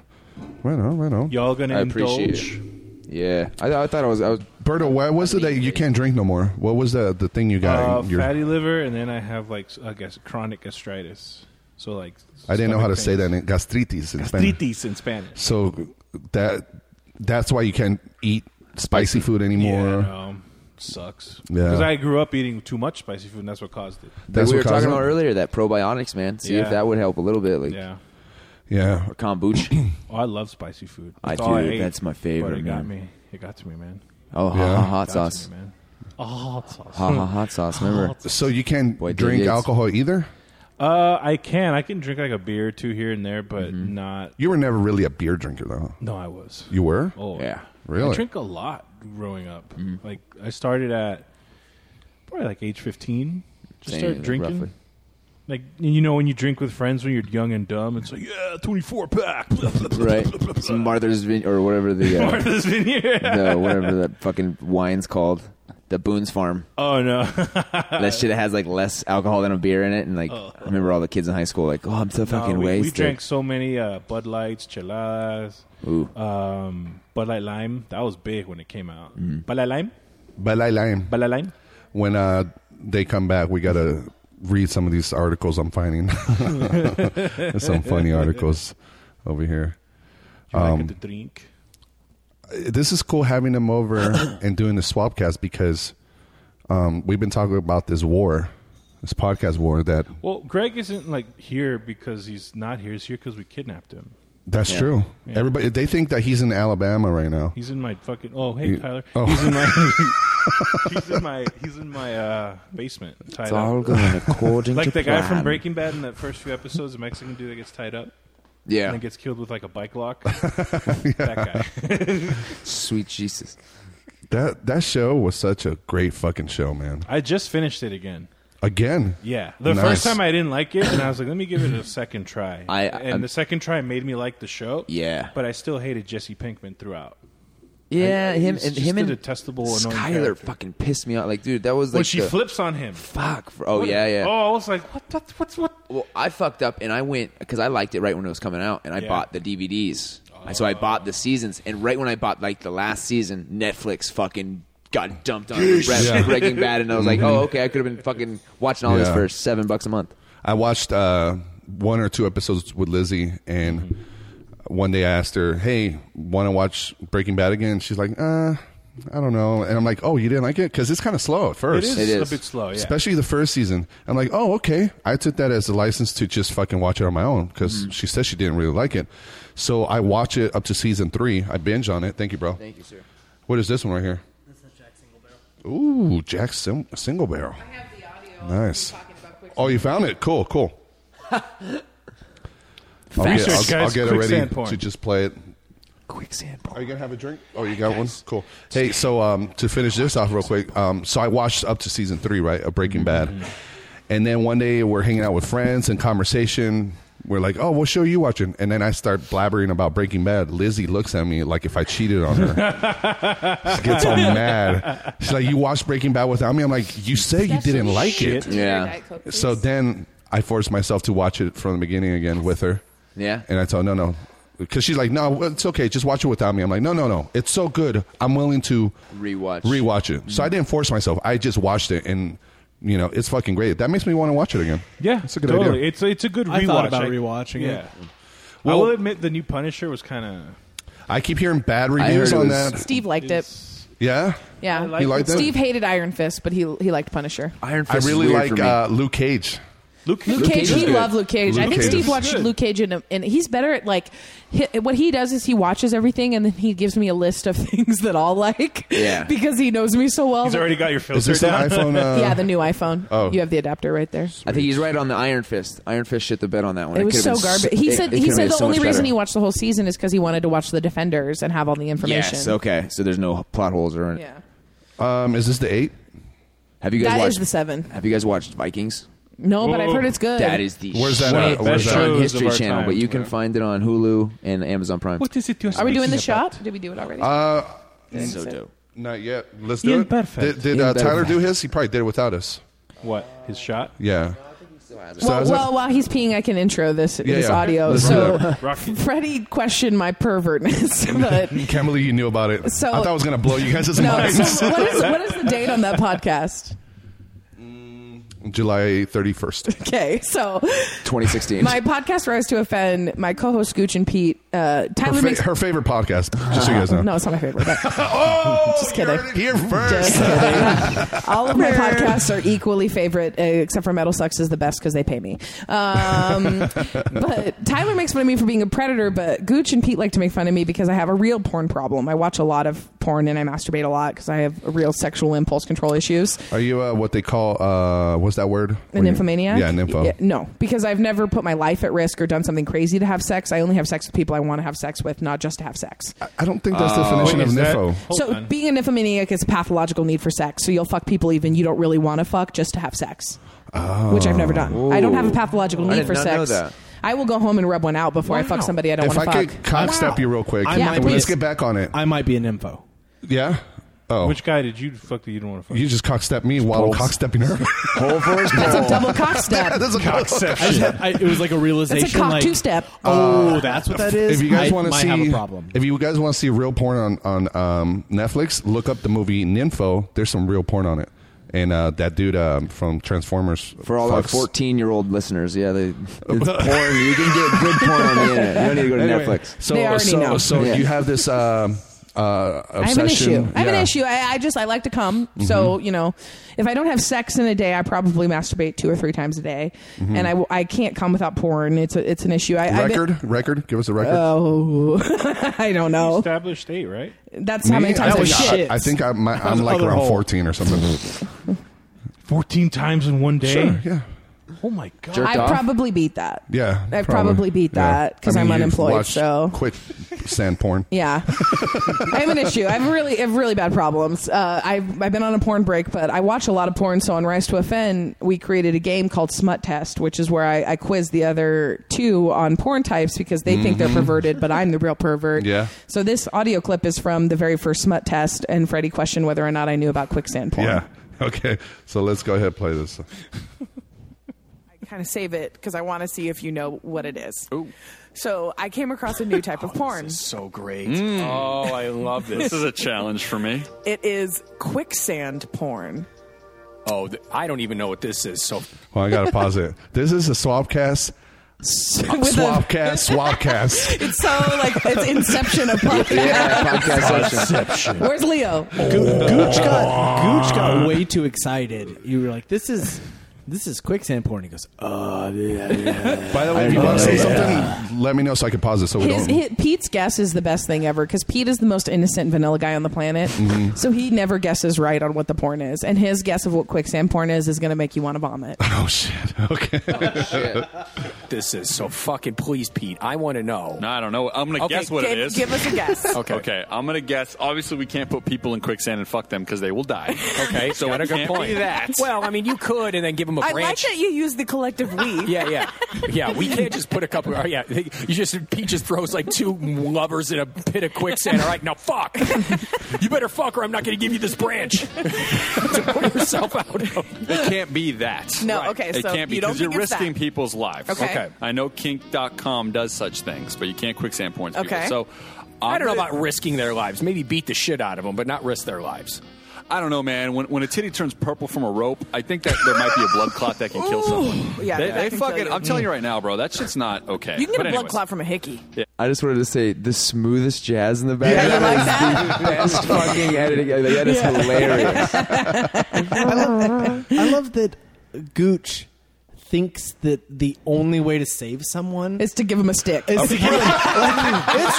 Speaker 1: Right on. Right on.
Speaker 5: Y'all gonna
Speaker 2: I appreciate
Speaker 5: indulge?
Speaker 2: Yeah. I, I thought I was. I was.
Speaker 1: Berto, what was it that you can't drink no more? What was the the thing you got?
Speaker 5: Uh,
Speaker 1: in your-
Speaker 5: fatty liver, and then I have like s- I guess chronic gastritis. So like
Speaker 1: I didn't know how to
Speaker 5: stomach
Speaker 1: say that.
Speaker 5: pains.
Speaker 1: In, gastritis. In Spanish.
Speaker 5: Gastritis in Spanish.
Speaker 1: So that that's why you can't eat spicy food anymore.
Speaker 5: Yeah, no, sucks.
Speaker 1: Yeah.
Speaker 5: Because I grew up eating too much spicy food, and that's what caused it.
Speaker 1: That's
Speaker 2: we were
Speaker 1: what caused
Speaker 2: talking
Speaker 1: it?
Speaker 2: about earlier that probiotics, man. See if
Speaker 5: Yeah.
Speaker 2: that would help a little bit, like
Speaker 5: Yeah.
Speaker 1: Yeah,
Speaker 2: or kombucha. <laughs>
Speaker 5: Oh, I love spicy food.
Speaker 2: I
Speaker 5: That's
Speaker 2: do.
Speaker 5: all I ate,
Speaker 2: That's my
Speaker 5: But
Speaker 2: favorite,
Speaker 5: it got
Speaker 2: man.
Speaker 5: me. It got to me, man.
Speaker 2: Oh, ha,
Speaker 1: Yeah.
Speaker 2: ha, hot
Speaker 5: Got
Speaker 2: sauce.
Speaker 5: To me, man. Oh, hot sauce.
Speaker 2: Ha ha hot sauce.
Speaker 5: <laughs>
Speaker 2: Remember?
Speaker 1: So you can't
Speaker 2: Boy,
Speaker 1: drink
Speaker 2: idiots.
Speaker 1: alcohol either.
Speaker 5: Uh, I can. I can drink like a beer or two here and there, but
Speaker 2: Mm-hmm.
Speaker 5: not.
Speaker 1: You were never really a beer drinker, though.
Speaker 5: No, I was.
Speaker 1: You were.
Speaker 5: Oh
Speaker 2: Yeah.
Speaker 1: Really?
Speaker 5: I drink a lot growing up.
Speaker 2: Mm-hmm.
Speaker 5: Like I started at probably like age fifteen. Just
Speaker 2: Same,
Speaker 5: started drinking.
Speaker 2: roughly.
Speaker 5: Like you know when you drink with friends when you're young and dumb, it's like <laughs> <laughs> yeah, twenty four pack. <laughs> blah, blah, blah, blah, blah, blah.
Speaker 2: Right. <laughs> Some Martha's Vin- or whatever the uh,
Speaker 5: Martha's Vineyard.
Speaker 2: the whatever that fucking wine's called. The Boone's Farm.
Speaker 5: <laughs> Oh no.
Speaker 2: That shit has like less alcohol than a beer in it, and like I remember all the kids in high school like, oh, I'm so <laughs> fucking
Speaker 5: No, Oh. we, we
Speaker 2: wasted.
Speaker 5: drank so many uh, Bud Lights, Cheladas,
Speaker 2: Ooh.
Speaker 5: um, Bud Light Lime. That was big when it came out.
Speaker 2: Mm-hmm.
Speaker 5: Bud Light Lime,
Speaker 1: But I lime.
Speaker 5: Bud Light Lime.
Speaker 1: When uh, they come back, we gotta read some of these articles I'm finding. <laughs> There's some funny articles over here.
Speaker 5: You
Speaker 2: Um,
Speaker 5: like it to drink?
Speaker 1: This is cool having them
Speaker 5: <coughs>
Speaker 1: over and doing the swapcast because um, we've been talking about this war, this podcast war. That
Speaker 5: Well, Greg isn't like here because he's not here. He's here because we kidnapped him.
Speaker 1: that's true.
Speaker 5: Yeah.
Speaker 1: Everybody they think that he's in Alabama right now.
Speaker 5: He's in my fucking. Oh, hey
Speaker 1: You-
Speaker 5: Tyler.
Speaker 1: oh.
Speaker 5: He's in
Speaker 2: <laughs>
Speaker 5: my. he's in my. He's in my uh, basement. Tied
Speaker 2: it's
Speaker 5: up. <laughs>
Speaker 2: all going according to
Speaker 5: like the guy
Speaker 2: plan.
Speaker 5: from Breaking Bad in that first few episodes, the Mexican dude that gets tied up and
Speaker 2: Yeah,
Speaker 5: then gets killed with like a bike
Speaker 2: <laughs>
Speaker 5: lock. That guy.
Speaker 2: sweet Jesus.
Speaker 1: That that show was such a great fucking show, man.
Speaker 5: I just finished it again.
Speaker 1: Again,
Speaker 5: Yeah, the
Speaker 1: Nice.
Speaker 5: first time I didn't like it, and I was like, let me give it a second try.
Speaker 2: I-
Speaker 5: and
Speaker 2: I'm-
Speaker 5: the second try made me like the show.
Speaker 2: Yeah.
Speaker 5: but I still hated Jesse Pinkman throughout.
Speaker 2: Yeah,
Speaker 5: I-
Speaker 2: him
Speaker 5: he's
Speaker 2: and
Speaker 5: just
Speaker 2: him
Speaker 5: a
Speaker 2: and
Speaker 5: detestable, annoying
Speaker 2: Skyler
Speaker 5: character.
Speaker 2: fucking pissed me off. Like, dude, that was like
Speaker 5: when she
Speaker 2: the-
Speaker 5: flips on him.
Speaker 2: fuck. For, oh
Speaker 5: What-
Speaker 2: yeah, yeah.
Speaker 5: Oh, I was like, what? That, what's what?
Speaker 2: Well, I fucked up and I went because I liked it right when it was coming out, and I
Speaker 5: Yeah.
Speaker 2: bought the DVDs. And
Speaker 1: Oh.
Speaker 2: So I bought the seasons, and right when I bought like the last season, Netflix fucking got dumped on it with Bre- Breaking Bad, and I was like, oh okay, I could have been fucking watching all this
Speaker 1: Mm-hmm. Yeah.
Speaker 2: for seven bucks a month.
Speaker 1: I watched uh, one or two episodes with Lizzie, and
Speaker 5: Mm-hmm.
Speaker 1: one day I asked her, "Hey, want to watch Breaking Bad again?" She's like, "Uh, I don't know." And I'm like, "Oh, you didn't like it because it's kind of slow at
Speaker 5: It
Speaker 1: first,
Speaker 5: is,
Speaker 2: It is.
Speaker 5: a bit slow. Yeah,
Speaker 1: especially the first season." I'm like, "Oh, okay." I took that as a license to just fucking watch it on my own because
Speaker 5: Mm-hmm.
Speaker 1: she said she didn't really like it. So I watch it up to season three. I binge on it. Thank you, bro.
Speaker 2: Thank you, sir.
Speaker 1: What is this one right here? Ooh, Jack Sim- Single Barrel.
Speaker 4: I have the audio. of
Speaker 1: Nice.
Speaker 4: you talking about quick-
Speaker 1: Oh, you found it? Cool, cool. I'll get,
Speaker 5: Research,
Speaker 1: I'll,
Speaker 5: guys.
Speaker 1: I'll get it
Speaker 5: Quicksand
Speaker 1: ready
Speaker 5: porn.
Speaker 1: to just play it.
Speaker 2: Quicksand.
Speaker 1: Are you gonna have a drink? Oh, you got one. Cool. Hey, so um, to finish this off real quick, um, so I watched up to season three, right, of Breaking Bad, and then one day we're hanging out with friends and conversation. We're like, oh, what show are you watching? And then I start blabbering about Breaking Bad. Lizzie looks at me like if I cheated on her. she gets all mad. She's like, you watched Breaking Bad without me? I'm like, Oh, you said you didn't like it.
Speaker 4: Is there a
Speaker 2: Yeah.
Speaker 4: Diet Coke, please?
Speaker 1: So then I forced myself to watch it from the beginning again with her.
Speaker 2: Yeah.
Speaker 1: And I told her, no, no. Because she's like, no, it's okay. Just watch it without me. I'm like, no, no, no. It's so good. I'm willing to
Speaker 2: Rewatch.
Speaker 1: rewatch it. So I didn't force myself. I just watched it. And, you know, it's fucking great. That makes me want to watch it again.
Speaker 5: yeah,
Speaker 1: It's a good
Speaker 5: totally.
Speaker 1: idea.
Speaker 5: It's it's a good
Speaker 3: I
Speaker 5: rewatch.
Speaker 3: thought about rewatching it.
Speaker 5: yeah. I
Speaker 1: Well-
Speaker 5: will admit the new Punisher was kind of
Speaker 1: I keep hearing bad
Speaker 2: I
Speaker 1: reviews
Speaker 2: heard it
Speaker 1: on
Speaker 2: was-
Speaker 1: that.
Speaker 13: Steve liked it.
Speaker 1: Yeah.
Speaker 4: Yeah,
Speaker 1: You like that?
Speaker 4: Steve hated Iron Fist, but he he liked Punisher.
Speaker 8: Iron
Speaker 1: I
Speaker 8: Fist.
Speaker 1: really
Speaker 8: is weird for
Speaker 1: like
Speaker 8: me.
Speaker 1: uh, Luke Cage.
Speaker 5: Luke,
Speaker 4: Luke, Cage,
Speaker 8: Cage is
Speaker 4: he
Speaker 8: good.
Speaker 4: loved Luke Cage.
Speaker 1: Luke
Speaker 4: I think
Speaker 1: Cage
Speaker 4: Steve
Speaker 1: is
Speaker 4: watched
Speaker 5: good.
Speaker 4: Luke Cage, and, and he's better at like hi what he does is he watches everything, and then he gives me a list of <laughs> things that I'll like.
Speaker 8: Yeah.
Speaker 4: because he knows me so well.
Speaker 5: he's
Speaker 4: that-
Speaker 5: already got your filter
Speaker 1: Is this
Speaker 5: <laughs>
Speaker 1: the
Speaker 5: down.
Speaker 1: iPhone? Uh,
Speaker 4: yeah, the new iPhone.
Speaker 1: Oh.
Speaker 4: you have the adapter right there.
Speaker 8: I think he's right on the Iron Fist. Iron Fist shit the bed on that one.
Speaker 4: It was
Speaker 8: could've
Speaker 4: so
Speaker 8: been
Speaker 4: garbage. he
Speaker 8: it-
Speaker 4: said
Speaker 8: it
Speaker 4: he
Speaker 8: could've
Speaker 4: said
Speaker 8: been
Speaker 4: the
Speaker 8: so
Speaker 4: only
Speaker 8: much
Speaker 4: reason
Speaker 8: better.
Speaker 4: he watched the whole season is because he wanted to watch the Defenders and have all the information.
Speaker 8: Yes. Okay. So there's no plot holes or.
Speaker 4: Yeah,
Speaker 1: um, is this the eight?
Speaker 8: Have you guys
Speaker 4: That is
Speaker 8: watched
Speaker 4: the seven.
Speaker 8: Have you guys watched Vikings?
Speaker 4: no, but I've
Speaker 5: Whoa.
Speaker 4: heard it's good.
Speaker 8: That is the
Speaker 1: Where's that
Speaker 8: shit.
Speaker 1: at?
Speaker 8: It's
Speaker 1: Where's that
Speaker 8: on
Speaker 1: at?
Speaker 5: Shows of
Speaker 8: History
Speaker 5: our
Speaker 8: Channel,
Speaker 5: time,
Speaker 8: but you can
Speaker 5: yeah.
Speaker 8: find it on Hulu and Amazon Prime.
Speaker 5: What is it you're
Speaker 4: Are we doing the
Speaker 5: speaking about?
Speaker 4: shot? Did we do it already?
Speaker 1: Uh,
Speaker 8: It's so dope.
Speaker 1: not yet. Let's do
Speaker 5: Ian
Speaker 1: it.
Speaker 5: Perfect.
Speaker 1: Did, did
Speaker 8: Ian
Speaker 1: uh, Tyler
Speaker 8: Perfect.
Speaker 1: do his? He probably did it without us.
Speaker 5: What his shot?
Speaker 1: Yeah. So
Speaker 4: well,
Speaker 1: is that-
Speaker 4: well, while he's peeing, I can intro this
Speaker 1: Yeah,
Speaker 4: this
Speaker 1: yeah.
Speaker 4: audio.
Speaker 1: Let's do
Speaker 4: so,
Speaker 1: that.
Speaker 5: Rocky.
Speaker 4: Freddie questioned my pervertness, <laughs> but
Speaker 1: Can't believe you knew about it.
Speaker 4: So-
Speaker 1: I thought I was gonna blow you guys'
Speaker 4: <laughs> no.
Speaker 1: minds.
Speaker 4: So what is what is the date on that podcast?
Speaker 1: July thirty first.
Speaker 4: Okay, so
Speaker 8: 2016. <laughs>
Speaker 4: my podcast Rise to Offend, my co-host Gooch and Pete, uh,
Speaker 1: Her,
Speaker 4: Tyler
Speaker 1: fa-
Speaker 4: makes
Speaker 1: her favorite podcast. Just so you guys know.
Speaker 4: <laughs> no, it's not my favorite. But
Speaker 1: Oh,
Speaker 4: <laughs> Just
Speaker 1: you
Speaker 4: kidding.
Speaker 1: heard it Here first.
Speaker 4: Just kidding. <laughs> All of my podcasts are equally favorite, uh, except for Metal Sucks is the best because they pay me. Um,
Speaker 1: <laughs>
Speaker 4: but Tyler makes fun of me for being a predator, but Gooch and Pete like to make fun of me because I have a real porn problem. I watch a lot of porn and I masturbate a lot because I have a real sexual impulse control issues.
Speaker 1: Are you uh, what they call uh, what's that word?
Speaker 4: A
Speaker 1: When you-
Speaker 4: nymphomaniac?
Speaker 1: Yeah, nympho.
Speaker 4: Yeah, no, because I've never put my life at risk or done something crazy to have sex. I only have sex with people I want to have sex with, not just to have sex.
Speaker 1: I don't think that's the definition
Speaker 5: Wait,
Speaker 1: of
Speaker 5: is that-
Speaker 1: nympho.
Speaker 5: hold
Speaker 4: so
Speaker 5: on.
Speaker 4: being a nymphomaniac is a pathological need for sex. So you'll fuck people even you don't really want to fuck just to have sex, which I've never done. I don't have a pathological
Speaker 8: Oh. I
Speaker 4: need
Speaker 8: did
Speaker 4: for
Speaker 8: not
Speaker 4: sex.
Speaker 8: know that.
Speaker 4: I will go home and rub one out before I fuck somebody I don't
Speaker 1: If
Speaker 4: want
Speaker 1: I
Speaker 4: to fuck.
Speaker 1: could cockstep you real quick,
Speaker 3: I
Speaker 4: might
Speaker 1: let's
Speaker 4: be-
Speaker 1: get back on it.
Speaker 3: I might be an info.
Speaker 1: yeah. Oh,
Speaker 5: Which guy did you fuck that you don't want to fuck?
Speaker 1: you just cockstep me while
Speaker 8: Pulse.
Speaker 1: cockstepping her. <laughs>
Speaker 8: Whole first
Speaker 4: That's a
Speaker 8: ball.
Speaker 4: double cock step.
Speaker 1: that's a
Speaker 3: I just had, I, it was like a realization.
Speaker 4: That's a cock
Speaker 3: like,
Speaker 4: two step.
Speaker 3: Oh, that's what that is.
Speaker 1: Uh, If you guys
Speaker 3: I
Speaker 1: want to
Speaker 3: might
Speaker 1: see,
Speaker 3: have a problem.
Speaker 1: if you guys want to see real porn on on um, Netflix, look up the movie Ninfo. There's some real porn on it, and uh, that dude um, from Transformers
Speaker 8: For all our
Speaker 1: fucks.
Speaker 8: 14 year old listeners, yeah, they, it's
Speaker 1: <laughs>
Speaker 8: porn. You can get good porn on the internet. You don't need to go to
Speaker 1: Anyway,
Speaker 8: Netflix.
Speaker 1: So,
Speaker 4: They already
Speaker 1: so,
Speaker 4: know.
Speaker 1: so
Speaker 8: Yeah.
Speaker 1: you have this um, uh, obsession.
Speaker 4: I have an issue. I have
Speaker 1: Yeah. Mm-hmm.
Speaker 4: an issue. I, I just I like to come. So you know, if I don't have sex in a day, I probably masturbate two or three times a day, and I, w- I can't come without porn. It's a, it's an issue. I, I've been-
Speaker 1: Mm-hmm. Record, record. Give us a record.
Speaker 4: Oh, <laughs> I don't know.
Speaker 5: Established state, right?
Speaker 4: That's how many
Speaker 1: Me?
Speaker 4: times
Speaker 1: I
Speaker 4: I've
Speaker 1: think,
Speaker 4: shit.
Speaker 1: I, I think I'm, I'm like
Speaker 3: Other
Speaker 1: around
Speaker 3: hole.
Speaker 1: 14 or something.
Speaker 5: Fourteen times in one day.
Speaker 1: Sure, yeah.
Speaker 5: Oh my god.
Speaker 8: Jerked
Speaker 4: I've
Speaker 8: off?
Speaker 4: probably beat that.
Speaker 1: Yeah.
Speaker 4: I've probably beat that 'cause I'm
Speaker 1: you've
Speaker 4: unemployed,
Speaker 1: watched
Speaker 4: so-
Speaker 1: Quick sand porn.
Speaker 4: <laughs> Yeah, I have an issue. I have really, I have really bad problems. Uh, I've I've been on a porn break, but I watch a lot of porn. So on Rise to Offend, we created a game called Smut Test, which is where I, I quiz the other two on porn types because they think they're perverted, but I'm the real pervert.
Speaker 1: Yeah.
Speaker 4: So this audio clip is from the very first Smut Test, and Freddie questioned whether or not I knew about quicksand porn.
Speaker 1: Yeah. <laughs> Okay. So let's go ahead and play this.
Speaker 4: kind of save it because I want to see if you know what it is. So I came across a new type of porn.
Speaker 14: So great. Oh, I love this. this is a challenge for me.
Speaker 4: It is quicksand porn.
Speaker 14: Oh, th- I don't even know what this is. So
Speaker 1: Well, I got to pause it. This is a swapcast.
Speaker 4: With a,
Speaker 1: Swapcast. Swapcast.
Speaker 4: it's so like it's inception of <laughs> porn.
Speaker 8: <laughs> yeah, podcast session.
Speaker 4: Where's Leo?
Speaker 3: Gooch got, Gooch
Speaker 14: Ah.
Speaker 3: got way too excited. You were like, "This is this is quicksand porn." He goes, "Uh, yeah, yeah."
Speaker 1: By the way, if you want to say something, let me know so I can pause it so we
Speaker 4: His,
Speaker 1: don't.
Speaker 4: his, Pete's guess is the best thing ever because Pete is the most innocent vanilla guy on the planet. So he never guesses right on what the porn is, and his guess of what quicksand porn is is going to make you want to vomit.
Speaker 1: Oh, shit. <laughs> Okay.
Speaker 14: this is so fucking. Please, Pete, I want to know.
Speaker 7: No, I don't know. I'm gonna
Speaker 14: Okay,
Speaker 7: guess <laughs> what it
Speaker 4: give,
Speaker 7: is.
Speaker 4: give us a guess.
Speaker 14: Okay.
Speaker 7: <laughs> okay, I'm gonna guess. Obviously, we can't put people in quicksand and fuck them because they will die.
Speaker 14: Okay.
Speaker 7: So
Speaker 14: got
Speaker 7: it
Speaker 14: a good
Speaker 7: can't
Speaker 14: point.
Speaker 7: be that.
Speaker 14: Well, I mean, you could, and then give him a
Speaker 4: I like
Speaker 14: branch.
Speaker 4: that you use the collective
Speaker 7: <laughs>
Speaker 4: we.
Speaker 14: yeah, yeah, yeah. We can't just put a couple. Oh, yeah, you just Pete just throws like two lovers in a pit of quicksand. All right, now fuck. You better fuck, or I'm not going to give you this branch to put yourself out of.
Speaker 7: It can't be that.
Speaker 4: No, Right. okay,
Speaker 7: It
Speaker 4: so
Speaker 7: can't be
Speaker 4: you don't
Speaker 7: because you're
Speaker 4: think it's
Speaker 7: risking
Speaker 4: that.
Speaker 7: people's lives.
Speaker 4: Okay. Okay.
Speaker 7: I know kink.com does such things, but you can't quicksand porn.
Speaker 4: Okay.
Speaker 7: People. So
Speaker 14: I don't know
Speaker 7: I'm gonna-
Speaker 14: about risking their lives. Maybe beat the shit out of them, but not risk their lives.
Speaker 7: I don't know, man. When, when a titty turns purple from a rope, I think that there might be a blood clot that can kill someone.
Speaker 4: Yeah,
Speaker 7: they,
Speaker 4: that
Speaker 7: they
Speaker 4: can kill
Speaker 7: fucking.
Speaker 4: you.
Speaker 7: I'm telling you right now, bro. That shit's not okay.
Speaker 4: You can get
Speaker 7: But
Speaker 4: a blood
Speaker 7: anyways.
Speaker 4: clot from a hickey.
Speaker 2: I just wanted to say the smoothest jazz in the back.
Speaker 4: Yeah, you like
Speaker 8: <laughs>
Speaker 2: that? is the best fucking editing. Like, that is hilarious.
Speaker 3: I love that Gooch thinks that the only way to save someone
Speaker 4: is to give him a stick. Oh.
Speaker 3: Is
Speaker 4: <laughs>
Speaker 3: to give him, like, it's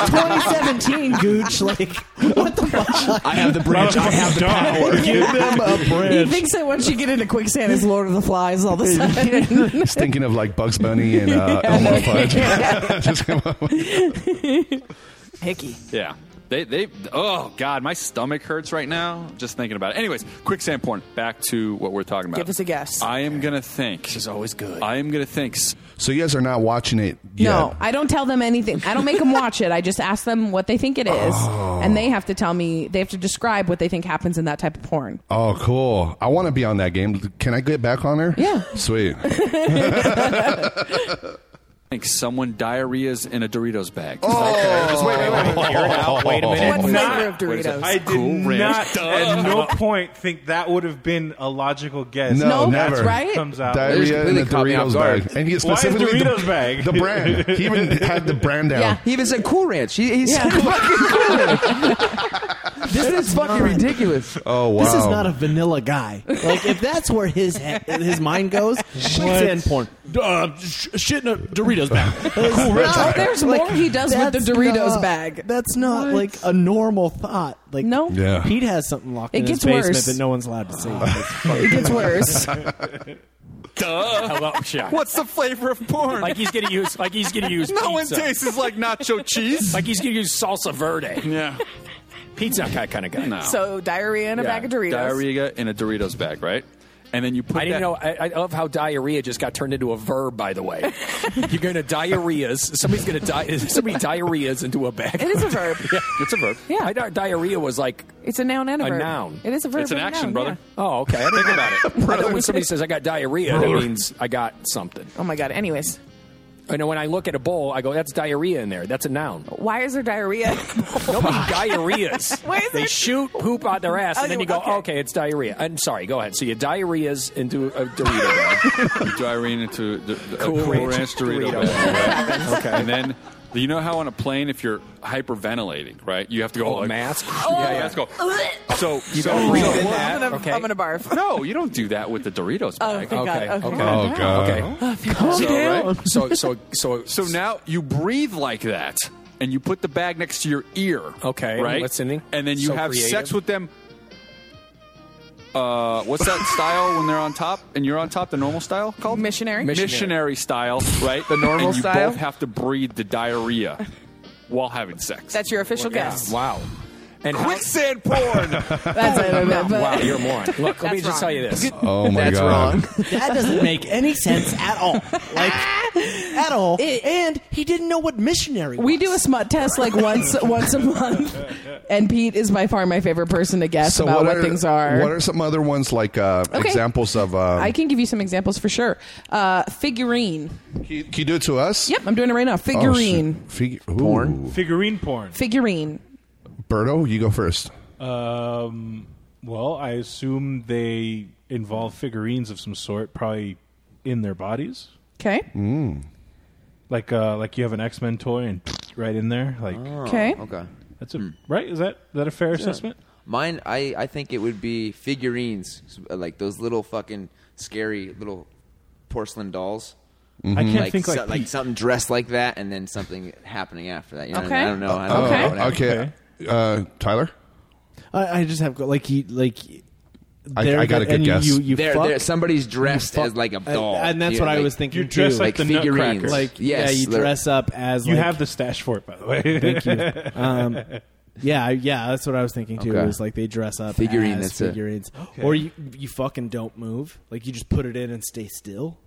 Speaker 3: 2017, Gooch. Like, what the fuck?
Speaker 2: I have the
Speaker 5: Oh,
Speaker 2: branch. I have the power.
Speaker 3: Give them a
Speaker 4: He
Speaker 3: branch.
Speaker 4: thinks that once you get into quicksand, it's Lord of the Flies all of a
Speaker 7: <laughs>
Speaker 4: sudden. <laughs>
Speaker 1: Just thinking of like Bugs Bunny and uh, Elmer Fudge. Just come up with-
Speaker 4: Hickey.
Speaker 7: Yeah. They, they, oh God, my stomach hurts right now just thinking about it. Anyways, quicksand porn. Back to what we're talking about.
Speaker 4: Give us a guess.
Speaker 7: I am gonna think. She's always good. I am gonna think. s-
Speaker 1: so you guys are not watching it yet.
Speaker 4: No, I don't tell them anything. I don't make them watch it. I just ask them what they think it is,
Speaker 7: Oh.
Speaker 4: and they have to tell me. They have to describe what they think happens in that type of porn.
Speaker 1: Oh, cool. I want to be on that game. Can I get back on there?
Speaker 4: Yeah.
Speaker 1: Sweet.
Speaker 7: think someone diarrhea's in a Doritos bag.
Speaker 1: Oh.
Speaker 7: Just wait, wait, wait, wait. Hear it out. Wait a minute.
Speaker 5: What
Speaker 7: Not-
Speaker 5: flavor of
Speaker 7: what is it?
Speaker 5: I did
Speaker 7: Cool Ranch.
Speaker 5: not
Speaker 7: Duh.
Speaker 5: at no point think that would have been a logical guess.
Speaker 1: No, No,
Speaker 5: that's
Speaker 1: never.
Speaker 5: what
Speaker 1: right?
Speaker 5: Comes out.
Speaker 1: Diarrhea in a
Speaker 2: completely caught me off
Speaker 1: Doritos
Speaker 2: guard.
Speaker 1: bag. And he
Speaker 5: Why is
Speaker 1: specifically
Speaker 5: Doritos
Speaker 1: the,
Speaker 5: bag?
Speaker 1: the brand. He even had the brand down.
Speaker 2: He even said Cool Ranch. He,
Speaker 8: <laughs>
Speaker 2: he said
Speaker 7: <laughs>
Speaker 4: Yeah.
Speaker 2: fucking Cool Ranch. this is fucking ridiculous.
Speaker 1: Oh wow.
Speaker 3: This is not a vanilla guy. Like, if that's where his he- his mind goes, quicksand porn. Uh, sh- shit in a Doritos bag. <laughs> cool
Speaker 4: Ranch No, bag. Oh, there's more he does with the Doritos bag.
Speaker 3: That's not like a normal thought. Like,
Speaker 4: <laughs> No.
Speaker 1: Yeah.
Speaker 3: Pete has something locked
Speaker 4: It
Speaker 3: in
Speaker 4: gets
Speaker 3: his basement
Speaker 4: worse.
Speaker 3: that no one's allowed to see. <laughs>
Speaker 4: It gets worse.
Speaker 7: Duh.
Speaker 14: Hello, yeah.
Speaker 7: What's the flavor of porn?
Speaker 14: Like he's gonna use. Like he's gonna
Speaker 4: <laughs>
Speaker 14: use.
Speaker 7: no one
Speaker 14: pizza.
Speaker 7: tastes like nacho cheese.
Speaker 14: Like he's gonna use salsa verde.
Speaker 7: yeah.
Speaker 14: Pete's not that kind of guy.
Speaker 7: <laughs> No.
Speaker 4: So diarrhea in a
Speaker 7: Yeah.
Speaker 4: bag of Doritos.
Speaker 7: Diarrhea in a Doritos bag, right? And then you put
Speaker 14: I
Speaker 7: that-
Speaker 14: didn't know. I, I love how diarrhea just got turned into a verb. By the way, you're going to diarrheas. Somebody's going to di- Somebody diarrheas into a bag.
Speaker 4: It is a verb.
Speaker 14: Yeah.
Speaker 7: It's a verb.
Speaker 4: Yeah.
Speaker 14: I thought diarrhea was like,
Speaker 4: It's a noun and a,
Speaker 14: A
Speaker 4: verb.
Speaker 14: noun.
Speaker 4: It is a verb.
Speaker 7: It's an
Speaker 4: and a noun,
Speaker 7: action, brother.
Speaker 4: yeah.
Speaker 14: oh, okay. I
Speaker 7: Think
Speaker 14: didn't-
Speaker 7: about it.
Speaker 14: I thought when somebody says I got diarrhea, that means I got something.
Speaker 4: Oh my god. Anyways,
Speaker 14: And when I look at a bowl, I go, "That's diarrhea in there. That's a noun."
Speaker 4: why is there diarrhea?
Speaker 14: Nobody
Speaker 7: <laughs>
Speaker 14: diarrheas.
Speaker 4: Why is
Speaker 14: they
Speaker 4: there-
Speaker 14: shoot poop out their ass,
Speaker 4: Okay,
Speaker 14: and then you go,
Speaker 4: okay.
Speaker 14: okay. it's diarrhea." I'm sorry. Go ahead. So you diarrheas into a
Speaker 7: <laughs>
Speaker 14: Dorito bag.
Speaker 7: diarrhea into the, the,
Speaker 14: Cool
Speaker 7: a cool ranch,
Speaker 14: Ranch
Speaker 7: Dorito,
Speaker 14: Dorito.
Speaker 7: bag. right? And then you know how on a plane if you're hyperventilating, right? You have to go
Speaker 14: Oh, a
Speaker 7: like, <laughs>
Speaker 14: mask.
Speaker 7: Yeah, yeah, let's go. So you so,
Speaker 14: gotta breathe
Speaker 7: so-
Speaker 14: in
Speaker 7: well,
Speaker 14: that.
Speaker 4: I'm gonna,
Speaker 14: Okay.
Speaker 4: I'm gonna barf.
Speaker 7: No, you don't do that with the Doritos
Speaker 4: Oh,
Speaker 7: bag.
Speaker 4: thank God.
Speaker 14: Okay,
Speaker 4: Okay.
Speaker 14: okay.
Speaker 1: Oh god.
Speaker 14: Okay.
Speaker 7: So, right?
Speaker 14: So so so
Speaker 7: So now you breathe like that, and you put the bag next to your ear.
Speaker 14: Okay,
Speaker 7: right.
Speaker 14: listening.
Speaker 7: and then you
Speaker 14: So
Speaker 7: have
Speaker 14: creative.
Speaker 7: sex with them. Uh, what's that style when they're on top and you're on top? The normal style called
Speaker 4: Missionary?
Speaker 7: missionary, style, right? The
Speaker 2: normal
Speaker 7: and you
Speaker 2: style?
Speaker 7: both have to breathe the diarrhea while having sex.
Speaker 4: That's your official
Speaker 14: Yeah,
Speaker 4: guess.
Speaker 14: Wow. And how-
Speaker 7: quicksand porn.
Speaker 4: That's it.
Speaker 14: wow, you're a moron. Look, let me
Speaker 4: That's
Speaker 14: just tell you this.
Speaker 1: Oh my
Speaker 2: That's
Speaker 1: god.
Speaker 2: wrong.
Speaker 3: That doesn't make any sense at all.
Speaker 4: <laughs>
Speaker 3: Like at all.
Speaker 4: It-
Speaker 3: and he didn't know what missionary was.
Speaker 4: We do a smut test like once once a month, and Pete is by far my favorite person to guess about what, things are.
Speaker 1: What are some other ones like uh,
Speaker 4: Okay.
Speaker 1: examples of? Um,
Speaker 4: I can give you some examples for sure. Uh, figurine.
Speaker 1: can, you, can you do it to us?
Speaker 4: Yep, I'm doing it right now.
Speaker 1: Oh,
Speaker 4: Figurine.
Speaker 1: shoot. Figu- ooh.
Speaker 2: Porn?
Speaker 5: Figurine porn.
Speaker 4: figurine.
Speaker 1: Berto, you go first.
Speaker 5: Um, well, I assume they involve figurines of some sort, probably in their bodies.
Speaker 4: Okay.
Speaker 5: Like, uh, like you have an X Men toy and <laughs> right in there. Like
Speaker 2: Ah.
Speaker 4: <laughs> Okay.
Speaker 2: Okay.
Speaker 5: that's a
Speaker 2: Hmm.
Speaker 5: right. Is that that a fair assessment?
Speaker 2: Mine, I, I think it would be figurines, like those little fucking scary little porcelain dolls.
Speaker 4: Mm-hmm.
Speaker 5: I can't
Speaker 2: Like,
Speaker 5: think like,
Speaker 2: so- like
Speaker 5: Pete.
Speaker 2: something dressed like that, and then something happening after that. You know what I
Speaker 4: Okay.
Speaker 2: mean? I don't know. I
Speaker 4: Okay.
Speaker 2: don't know.
Speaker 1: Oh, okay. Uh, Tyler.
Speaker 3: I, I just have like he like
Speaker 1: I-
Speaker 3: there
Speaker 1: I got a good
Speaker 3: and
Speaker 1: guess.
Speaker 3: You, you
Speaker 2: There,
Speaker 3: fuck,
Speaker 2: there, somebody's dressed
Speaker 3: you fuck-
Speaker 2: as like a
Speaker 3: and-
Speaker 2: doll,
Speaker 3: and, that's
Speaker 2: you
Speaker 3: what
Speaker 2: know,
Speaker 3: I
Speaker 2: like-
Speaker 3: was thinking
Speaker 5: You dress
Speaker 3: too.
Speaker 5: like,
Speaker 2: like
Speaker 5: the
Speaker 2: figurines.
Speaker 5: Nutcracker.
Speaker 3: like
Speaker 2: yes,
Speaker 3: yeah, you
Speaker 2: they're-
Speaker 3: dress up as
Speaker 5: you
Speaker 3: like,
Speaker 5: have the stash for it, by the
Speaker 3: <laughs>
Speaker 5: way. <laughs>
Speaker 3: Thank you. Um, yeah, I- yeah, that's what I was thinking too.
Speaker 2: Okay.
Speaker 3: Is like they dress up
Speaker 2: Figurine,
Speaker 3: as
Speaker 2: that's it.
Speaker 3: figurines, or you you fucking don't move. Like you just put it in and stay still.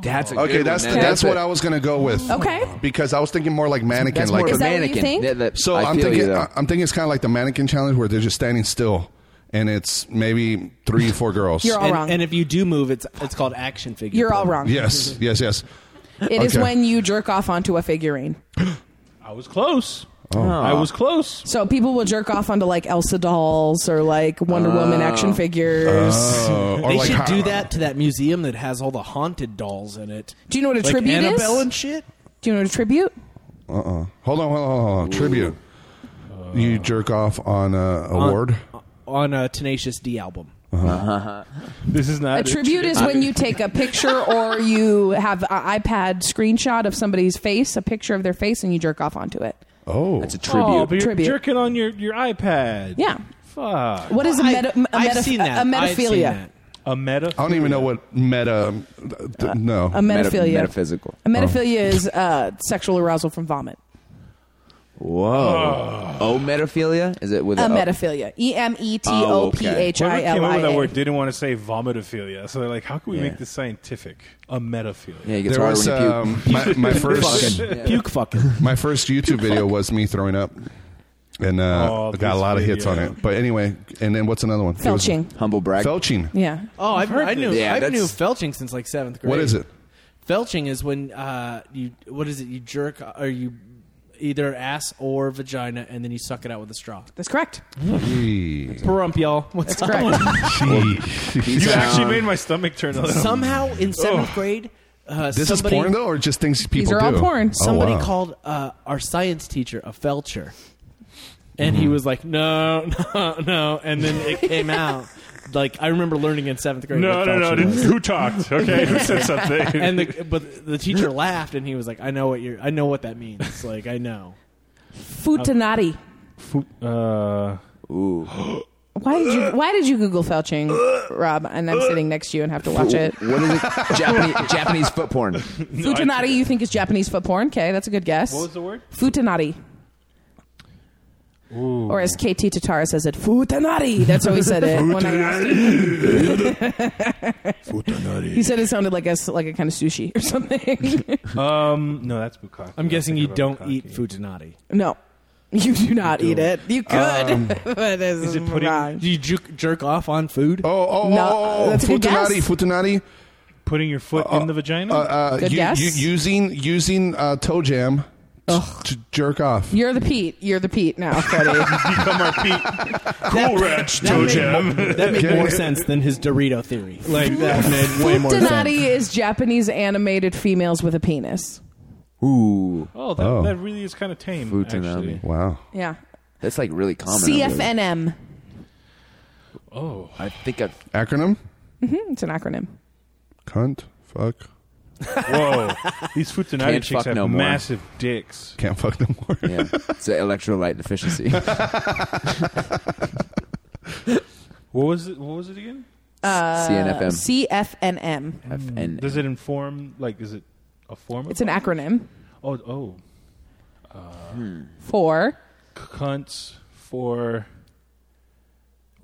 Speaker 2: That's a good
Speaker 1: Okay,
Speaker 2: one,
Speaker 1: that's
Speaker 2: man.
Speaker 1: that's what
Speaker 2: a-
Speaker 1: I was gonna go with.
Speaker 4: Okay.
Speaker 1: Because I was thinking more like mannequin,
Speaker 2: That's more
Speaker 1: like
Speaker 2: of a
Speaker 4: Is that what you
Speaker 2: mannequin.
Speaker 4: think?
Speaker 2: That- that-
Speaker 1: So
Speaker 2: I
Speaker 1: am
Speaker 2: feel you,
Speaker 1: thinking uh,
Speaker 2: though.
Speaker 1: I- I'm thinking it's kind of like the mannequin challenge where they're just standing still, and it's maybe three four girls.
Speaker 4: You're all
Speaker 3: and,
Speaker 4: wrong.
Speaker 3: and if you do move, it's it's called action figure.
Speaker 4: You're all
Speaker 3: porn.
Speaker 1: <laughs>
Speaker 4: wrong.
Speaker 1: yes, yes, yes.
Speaker 4: It is
Speaker 1: Okay.
Speaker 4: when you jerk off onto a figurine.
Speaker 5: I was close.
Speaker 1: Oh.
Speaker 5: I was close.
Speaker 4: So people will jerk off onto like Elsa dolls or like Wonder
Speaker 1: Oh.
Speaker 4: Woman action figures.
Speaker 1: Uh,
Speaker 3: they should do that to that museum that has all the haunted dolls in it.
Speaker 4: Do you know what a
Speaker 3: Like
Speaker 4: tribute
Speaker 3: Annabelle
Speaker 4: is?
Speaker 3: and shit.
Speaker 4: Do you know what a tribute?
Speaker 1: Uh uh Hold on, hold on, hold on. Tribute.
Speaker 3: Uh,
Speaker 1: you jerk off on a award.
Speaker 3: on a Tenacious D album.
Speaker 1: Uh-huh.
Speaker 5: This is not
Speaker 4: a tribute is when you take
Speaker 1: <laughs>
Speaker 4: a picture or you have an iPad screenshot of somebody's face, a picture of their face, and you jerk off onto it.
Speaker 1: Oh,
Speaker 8: that's a
Speaker 5: Oh, but you're
Speaker 4: Tribute.
Speaker 5: jerking on your, your iPad.
Speaker 4: Yeah.
Speaker 5: Fuck.
Speaker 4: What is a meta? a meta- A metaphilia.
Speaker 5: A meta.
Speaker 1: I don't even know what meta. uh, th- no.
Speaker 4: Uh, A metaphilia.
Speaker 8: metaphysical.
Speaker 4: A metaphilia
Speaker 1: Oh.
Speaker 4: is uh, sexual arousal from vomit.
Speaker 8: Whoa. Oh, metaphilia? Is it with
Speaker 4: a
Speaker 8: O?
Speaker 4: metaphilia. E M E T O P H
Speaker 1: Oh,
Speaker 5: Whoever
Speaker 4: I
Speaker 5: came
Speaker 4: L
Speaker 5: up
Speaker 4: I
Speaker 5: with that
Speaker 4: A.
Speaker 5: word didn't want to say vomitophilia, so they're like, "How can we
Speaker 8: Yeah.
Speaker 5: make this scientific?" A metaphilia.
Speaker 8: Yeah, it gets
Speaker 1: There
Speaker 8: harder
Speaker 1: was
Speaker 8: when you
Speaker 1: um,
Speaker 4: <laughs>
Speaker 8: puke.
Speaker 1: my, my first
Speaker 8: Fucking.
Speaker 3: Puke fucking.
Speaker 1: my first YouTube video was me throwing up, and uh,
Speaker 5: Oh,
Speaker 1: got a
Speaker 5: this
Speaker 1: lot of hits on
Speaker 5: video.
Speaker 1: it. But anyway, and then what's another one? It was-
Speaker 4: Felching.
Speaker 8: Humble brag.
Speaker 1: Felching.
Speaker 4: Yeah.
Speaker 3: Oh, I've,
Speaker 5: heard
Speaker 3: I knew
Speaker 8: this. Yeah,
Speaker 3: I knew
Speaker 8: that's-
Speaker 3: felching since like seventh grade.
Speaker 1: What is it?
Speaker 3: Felching is when uh, you what is it? You jerk or you either ass or vagina, and then you suck it out with a straw.
Speaker 4: That's correct.
Speaker 1: Gee.
Speaker 3: Perump, y'all. What's
Speaker 4: That's
Speaker 3: <laughs>
Speaker 4: correct.
Speaker 8: He's
Speaker 5: You
Speaker 8: down.
Speaker 5: actually made my stomach turn a little.
Speaker 3: Somehow in seventh grade, uh,
Speaker 1: This
Speaker 3: somebody,
Speaker 1: is porn though, or just things people
Speaker 4: These are all
Speaker 1: do?
Speaker 4: porn.
Speaker 1: Oh,
Speaker 3: somebody
Speaker 1: wow.
Speaker 3: called uh, our science teacher a felcher, and he was like, "No, <laughs> no, no," and then it came <laughs> out. Like I remember learning in seventh grade.
Speaker 5: <laughs> No,
Speaker 3: what
Speaker 5: no, no.
Speaker 3: felching
Speaker 5: didn't-
Speaker 3: was.
Speaker 8: <laughs>
Speaker 5: Who talked? Okay, who said something?
Speaker 3: and <laughs> the, but the teacher laughed and he was like, "I know what you're. I know what that means. Like I know."
Speaker 4: Futanati.
Speaker 5: uh,
Speaker 8: Ooh.
Speaker 4: Why did you Why did you Google felching, Rob? And I'm sitting next to you and have to watch
Speaker 5: <laughs>
Speaker 4: it.
Speaker 8: What is it?
Speaker 1: <laughs>
Speaker 8: Japanese, Japanese foot porn.
Speaker 4: Futanati, you think is Japanese foot porn? Okay, that's a good guess.
Speaker 5: what was the word?
Speaker 4: Futanati. Or as KT Tatar says it, Futanati. That's how he said it. When I asked him. he said it sounded like a s- like a kind of sushi or something. <laughs>
Speaker 5: Um, no, that's bukkake.
Speaker 3: I'm guessing you
Speaker 5: thinking
Speaker 3: don't
Speaker 5: about
Speaker 3: eat
Speaker 5: bukkake.
Speaker 3: futanati.
Speaker 4: no, you do not eat it. You could, <laughs> but it's
Speaker 5: Um, it pudding?
Speaker 4: wrong.
Speaker 3: Do you jerk, jerk off on food?
Speaker 1: Oh, oh,
Speaker 4: No,
Speaker 1: oh, oh,
Speaker 4: that's a good
Speaker 1: Futanati,
Speaker 4: guess.
Speaker 1: Futanati.
Speaker 5: Putting your foot in the vagina.
Speaker 1: Uh, uh,
Speaker 4: Good
Speaker 1: you-
Speaker 4: guess.
Speaker 1: you- using using uh, toe jam to, to jerk off.
Speaker 4: You're the Pete. You're the Pete
Speaker 5: <laughs>
Speaker 4: now, Freddie.
Speaker 5: Become our Pete. Cool Ranch
Speaker 3: that
Speaker 5: Toe
Speaker 3: made
Speaker 5: Jam.
Speaker 3: more- that made
Speaker 1: <laughs>
Speaker 3: more sense than his Dorito theory. Like that made way more sense.
Speaker 4: Futanati is Japanese animated females with a penis.
Speaker 8: Ooh.
Speaker 5: Oh, that,
Speaker 1: Oh.
Speaker 5: that really is kind of tame.
Speaker 8: Futanami.
Speaker 5: actually.
Speaker 1: Wow.
Speaker 4: Yeah.
Speaker 8: That's like really common. I believe.
Speaker 4: CFNM.
Speaker 5: Oh,
Speaker 8: I think I've.
Speaker 1: Acronym?
Speaker 4: It's an acronym.
Speaker 1: Cunt. Fuck.
Speaker 5: whoa! <laughs> These Futanati
Speaker 8: Can't
Speaker 5: chicks
Speaker 8: fuck
Speaker 5: have
Speaker 8: no more.
Speaker 5: massive dicks.
Speaker 1: Can't fuck no more.
Speaker 8: Yeah. It's an electrolyte deficiency.
Speaker 5: What was it? What was it again?
Speaker 4: Uh,
Speaker 8: CNFM.
Speaker 4: CFNM.
Speaker 8: FN.
Speaker 5: Does it inform? Like, is it a form? Of
Speaker 4: It's an acronym
Speaker 5: Oh, oh,
Speaker 4: for
Speaker 5: cunts for.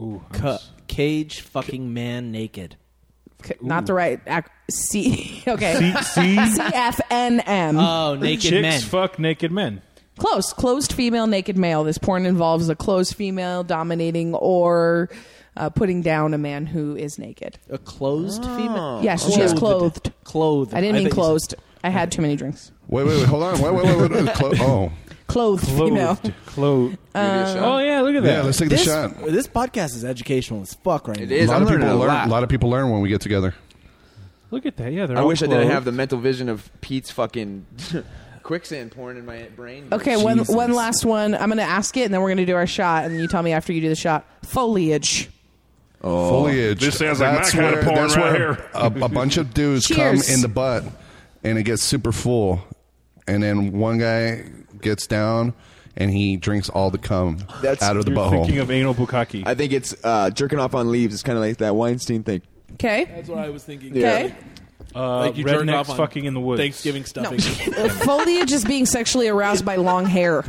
Speaker 5: Ooh, I'm
Speaker 3: Cu-
Speaker 5: s-
Speaker 3: cage fucking man naked.
Speaker 4: c- not the right ac- C. <laughs> Okay,
Speaker 5: C- C- Uh.
Speaker 4: CFNM.
Speaker 3: Oh, naked
Speaker 5: chicks
Speaker 3: men.
Speaker 5: fuck naked men.
Speaker 4: Close, closed female, naked male. This porn involves a closed female dominating or uh, putting down a man who is naked.
Speaker 3: a closed
Speaker 1: Ah.
Speaker 3: female.
Speaker 4: Yeah, so she is clothed.
Speaker 3: Clothed.
Speaker 4: I didn't mean
Speaker 3: thought you said-
Speaker 4: closed. I had too many drinks.
Speaker 1: <laughs> Wait, wait, wait. Hold on. Wait, wait, wait. wait, wait. Clo- oh.
Speaker 4: Clothed, female.
Speaker 5: Clothed, clothed. oh yeah, look at that.
Speaker 1: Yeah, let's take the
Speaker 3: This,
Speaker 1: shot.
Speaker 3: this podcast is educational as fuck right
Speaker 8: It
Speaker 3: now.
Speaker 1: A
Speaker 8: is.
Speaker 1: lot
Speaker 8: I'm
Speaker 1: of people
Speaker 8: learning a
Speaker 1: learn.
Speaker 8: lot.
Speaker 1: lot of people learn when we get together.
Speaker 5: look at that. Yeah, they're
Speaker 8: I
Speaker 5: all
Speaker 8: wish I didn't
Speaker 5: clothed.
Speaker 8: have the mental vision of Pete's fucking <laughs> quicksand porn in my brain.
Speaker 4: Okay, one one last one. I'm gonna ask it, and then we're gonna do our shot, and you tell me after you do the shot. Foliage.
Speaker 1: Foliage.
Speaker 5: This sounds like my
Speaker 1: That's
Speaker 5: kind of
Speaker 1: where-
Speaker 5: porn
Speaker 1: that's
Speaker 5: right
Speaker 1: where
Speaker 5: here.
Speaker 1: A, a bunch of dudes
Speaker 4: Cheers.
Speaker 1: come in the butt, and it gets super full, and then one guy gets down. And he drinks all the cum
Speaker 8: That's-
Speaker 1: out of the
Speaker 5: You're
Speaker 1: butthole.
Speaker 5: thinking of anal bukkake.
Speaker 8: I think it's uh, jerking off on leaves. It's kind of like that Weinstein thing.
Speaker 4: Okay.
Speaker 3: That's what I was thinking.
Speaker 8: Yeah.
Speaker 4: Okay.
Speaker 5: uh,
Speaker 3: Like you jerk off
Speaker 5: rednecks
Speaker 3: on
Speaker 5: fucking in the woods.
Speaker 3: Thanksgiving
Speaker 4: No.
Speaker 3: stuffing.
Speaker 4: <laughs> Uh, foliage is being sexually aroused by long hair.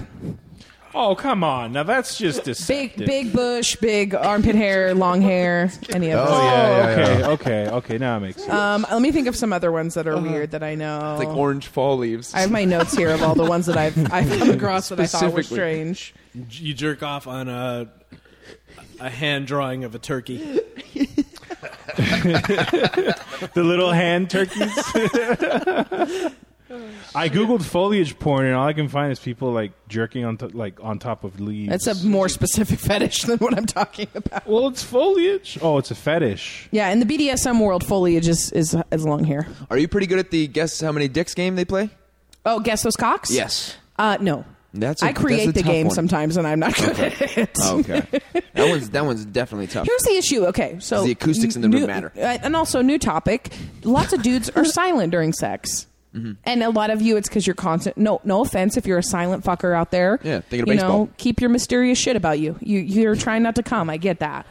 Speaker 5: Oh come on! Now that's just deceptive.
Speaker 4: Big, big bush, big armpit hair, long hair, any of
Speaker 1: Oh,
Speaker 4: those.
Speaker 1: yeah, yeah, <laughs>
Speaker 5: okay,
Speaker 1: yeah.
Speaker 5: okay, okay. Now it makes sense.
Speaker 4: Um, let me think of some other ones that
Speaker 2: Uh-huh.
Speaker 4: are weird that I know.
Speaker 8: It's like orange fall leaves.
Speaker 4: I have my notes here of all the ones that
Speaker 2: <laughs>
Speaker 4: I've I've come across that I thought were
Speaker 8: Specifically.
Speaker 4: strange.
Speaker 3: you jerk off on a a hand drawing of a turkey.
Speaker 4: <laughs>
Speaker 5: the little hand turkeys. <laughs> I googled foliage porn, and all I can find is people like jerking on to like on top of leaves.
Speaker 4: That's a more specific <laughs> fetish than what I'm talking about.
Speaker 5: Well, it's foliage. Oh, it's a fetish.
Speaker 4: Yeah, in the BDSM world, foliage is is, is long hair.
Speaker 2: Are you pretty good at the guess how many dicks game they play?
Speaker 4: Oh, guess those cocks?
Speaker 2: Yes.
Speaker 4: Uh, no.
Speaker 2: That's a-
Speaker 4: I create
Speaker 2: that's a
Speaker 4: the
Speaker 2: tough
Speaker 4: game
Speaker 2: one.
Speaker 4: sometimes, and I'm not good
Speaker 2: Okay.
Speaker 8: <laughs>
Speaker 4: at it.
Speaker 8: Oh,
Speaker 2: okay. That one's that one's definitely tough.
Speaker 4: Here's the issue. Okay, so
Speaker 2: The acoustics in the
Speaker 4: new-
Speaker 2: room matter.
Speaker 4: uh, and also new topic. Lots of dudes are silent during sex.
Speaker 2: Mhm.
Speaker 4: And a lot of you, it's because you're constant. No, no offense if you're a silent fucker out there.
Speaker 2: Yeah, thinking of
Speaker 4: you
Speaker 2: baseball.
Speaker 4: know, keep your mysterious shit about you. You you're trying not to come. I get that.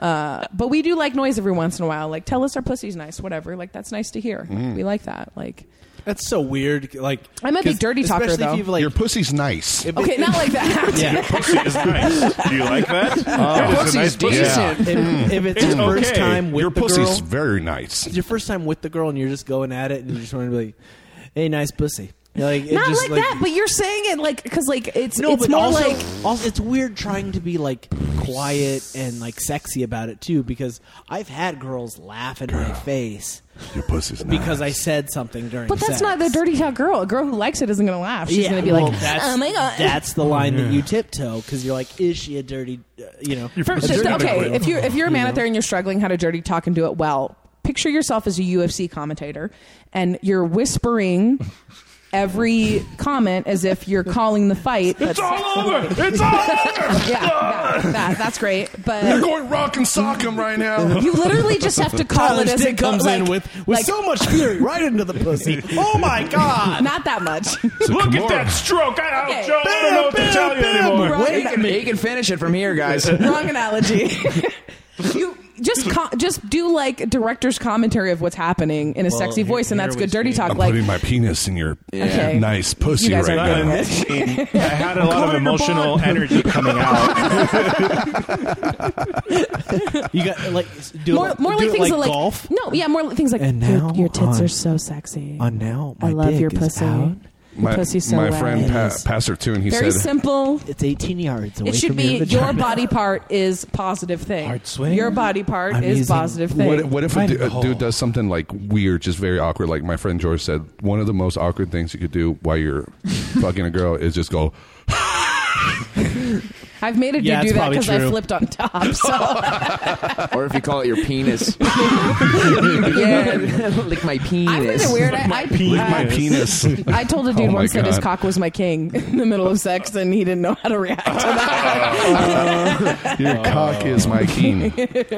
Speaker 4: Uh, but we do like noise every once in a while. Like, tell us our pussy's nice, whatever. Like, that's nice to hear.
Speaker 1: Mm.
Speaker 4: We like that. Like,
Speaker 3: That's so weird. Like
Speaker 4: I'm a big
Speaker 3: 'cause
Speaker 4: dirty talker,
Speaker 3: especially
Speaker 4: though.
Speaker 3: If you've, like,
Speaker 1: Your pussy's nice.
Speaker 4: okay, not
Speaker 3: <laughs>
Speaker 4: like that. <laughs>
Speaker 3: Yeah.
Speaker 5: Pussy is nice. Do you like that?
Speaker 8: Oh,
Speaker 5: That is a
Speaker 1: Pussy's
Speaker 5: nice pussy.
Speaker 1: decent.
Speaker 3: If-
Speaker 1: Mm.
Speaker 3: if it's your first time with
Speaker 1: your
Speaker 3: the
Speaker 1: pussy's
Speaker 3: girl-
Speaker 1: very nice.
Speaker 3: It's your first time with the girl and you're just going at it and you just want to be like, "Hey, nice pussy." You're like, it
Speaker 4: Not
Speaker 3: just,
Speaker 4: like, that, but you're saying it like because like it's
Speaker 3: No,
Speaker 4: it's
Speaker 3: but
Speaker 4: more
Speaker 3: also,
Speaker 4: like
Speaker 3: also it's weird trying to be like quiet and like sexy about it too because I've had girls laugh in my face
Speaker 1: Your pussy's nice.
Speaker 3: because I said something during.
Speaker 4: But that's
Speaker 3: sex.
Speaker 4: not the dirty talk girl. A girl who likes it isn't going to laugh. She's
Speaker 3: Yeah,
Speaker 4: going to be
Speaker 3: well,
Speaker 4: like,
Speaker 3: that's,
Speaker 4: "Oh my god."
Speaker 3: That's the line
Speaker 4: Yeah.
Speaker 3: that you tiptoe because you're like, is she a dirty? Uh, you know,
Speaker 4: First,
Speaker 3: a
Speaker 4: just-
Speaker 3: dirty
Speaker 4: okay,
Speaker 3: girl?
Speaker 4: if you're if you're a
Speaker 3: You
Speaker 4: man
Speaker 3: know?
Speaker 4: out there and you're struggling how to dirty talk and do it well, picture yourself as a UFC commentator and you're whispering every comment as if you're calling the fight. but-
Speaker 1: It's all over. It's all over.
Speaker 4: <laughs> yeah, that, that- that's great. But
Speaker 1: You're going rock and sock him right now.
Speaker 4: You literally just have to call
Speaker 3: Tyler's
Speaker 4: it as
Speaker 3: dick
Speaker 4: it go-
Speaker 3: comes in
Speaker 4: like-
Speaker 3: with with
Speaker 4: like-
Speaker 3: so much fury right into the pussy. Oh my god!
Speaker 4: <laughs> Not that much. <laughs>
Speaker 5: Look at
Speaker 1: Kimura.
Speaker 5: that stroke. I don't,
Speaker 4: Okay.
Speaker 5: Joe, I don't know what to tell you anymore.
Speaker 4: Wrong,
Speaker 2: He can, he can finish it from here, guys.
Speaker 4: wrong analogy. <laughs> you just co- just do like a director's commentary of what's happening in a
Speaker 1: Well,
Speaker 4: sexy
Speaker 1: here-
Speaker 4: voice, and that's
Speaker 1: here
Speaker 4: good
Speaker 1: was
Speaker 4: dirty
Speaker 1: me.
Speaker 4: talk.
Speaker 1: I'm
Speaker 4: like
Speaker 1: putting my penis in your
Speaker 4: Okay.
Speaker 1: nice pussy
Speaker 4: You guys
Speaker 1: right
Speaker 4: aren't
Speaker 1: now. <laughs>
Speaker 5: I had a lot of emotional energy coming out.
Speaker 3: You got like s- do
Speaker 4: more,
Speaker 3: it,
Speaker 4: more
Speaker 3: do
Speaker 4: like
Speaker 3: it
Speaker 4: things
Speaker 3: like
Speaker 4: that like
Speaker 3: golf.
Speaker 4: no, yeah, more like things like
Speaker 3: And
Speaker 4: your-
Speaker 3: now
Speaker 4: your, tits
Speaker 3: on-
Speaker 4: are so sexy.
Speaker 3: on now,
Speaker 4: I
Speaker 3: my
Speaker 4: love your
Speaker 3: dick is
Speaker 4: pussy.
Speaker 3: out.
Speaker 4: Your pussy's so
Speaker 1: my
Speaker 4: wet.
Speaker 1: friend
Speaker 4: It
Speaker 1: pa-
Speaker 4: is.
Speaker 1: Pastor Toon, he
Speaker 4: Very
Speaker 1: said,
Speaker 4: simple.
Speaker 3: It's 18 yards away
Speaker 4: It should
Speaker 3: from
Speaker 4: be
Speaker 3: your,
Speaker 4: your,
Speaker 3: vagina.
Speaker 4: body part is positive thing. Hard
Speaker 3: swing?
Speaker 4: Your body part
Speaker 3: I'm
Speaker 4: is
Speaker 3: using-
Speaker 4: positive thing.
Speaker 1: what, what if a,
Speaker 3: Find
Speaker 1: du-
Speaker 3: the
Speaker 1: a
Speaker 3: hole.
Speaker 1: dude does something like weird, just very awkward? Like my friend George said, one of the most awkward things you could do while
Speaker 4: <laughs>
Speaker 1: you're fucking a girl is just go,
Speaker 4: I've made a dude
Speaker 3: Yeah,
Speaker 4: do
Speaker 3: it's
Speaker 4: that
Speaker 3: probably
Speaker 4: because I
Speaker 3: true.
Speaker 4: flipped on
Speaker 3: <laughs>
Speaker 4: top. So
Speaker 2: or if you call it your
Speaker 4: <laughs>
Speaker 2: penis. yeah, lick my penis.
Speaker 4: I'm really weird. I, I,
Speaker 1: lick
Speaker 4: <laughs>
Speaker 1: my penis.
Speaker 4: I told a dude
Speaker 1: Oh my
Speaker 4: once that his
Speaker 1: God.
Speaker 4: cock was my king <laughs> in the middle of sex, and he didn't know how to react
Speaker 1: <laughs>
Speaker 4: to that.
Speaker 1: Your
Speaker 4: Oh.
Speaker 1: cock is my
Speaker 4: <laughs>
Speaker 1: keen.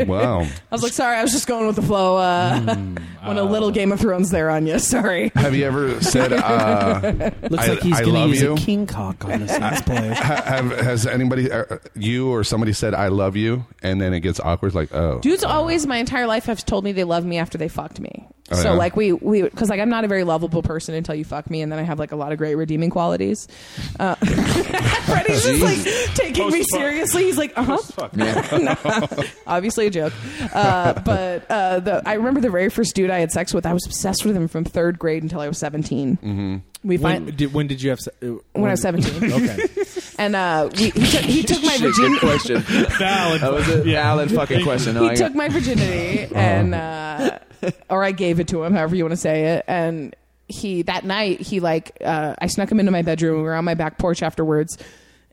Speaker 1: Wow.
Speaker 4: I was like, sorry, I was just going with the flow. Uh, <laughs> went a little Game of Thrones there on you. <laughs> Sorry.
Speaker 1: Have you ever said, uh,
Speaker 3: Looks
Speaker 1: I,
Speaker 3: like
Speaker 1: I
Speaker 3: he's gonna
Speaker 1: love
Speaker 3: use
Speaker 1: you?
Speaker 3: a king cock on this <laughs> next play.
Speaker 1: Ha- have, has anybody, uh, you or somebody said, I love you? And then it gets awkward, like, oh.
Speaker 4: Dudes always, my entire life, have told me they love me after they fucked me.
Speaker 1: Oh,
Speaker 4: so
Speaker 1: yeah?
Speaker 4: like we we because like I'm not a very lovable person until you fuck me, and then I have like a lot of great redeeming qualities. Uh, <laughs> Freddie's just like taking me
Speaker 5: Post-fuck.
Speaker 4: seriously. He's like, uh huh. obviously a joke. Uh, but uh, the, I remember the very first dude I had sex with. I was obsessed with him from third grade until I was 17 Mm-hmm. We
Speaker 3: When
Speaker 4: find.
Speaker 3: did, when did you have? se- uh,
Speaker 4: When I was 17.
Speaker 3: <laughs> Okay.
Speaker 4: <laughs> And uh, we, he, took, he took my
Speaker 2: Good
Speaker 4: virginity.
Speaker 2: question.
Speaker 5: Valid.
Speaker 2: That was a valid fucking question. No,
Speaker 4: he
Speaker 2: I
Speaker 4: took
Speaker 2: got,
Speaker 4: my virginity and uh, or I gave it to him, however you want to say it. And he that night he like uh, I snuck him into my bedroom. We were on my back porch afterwards,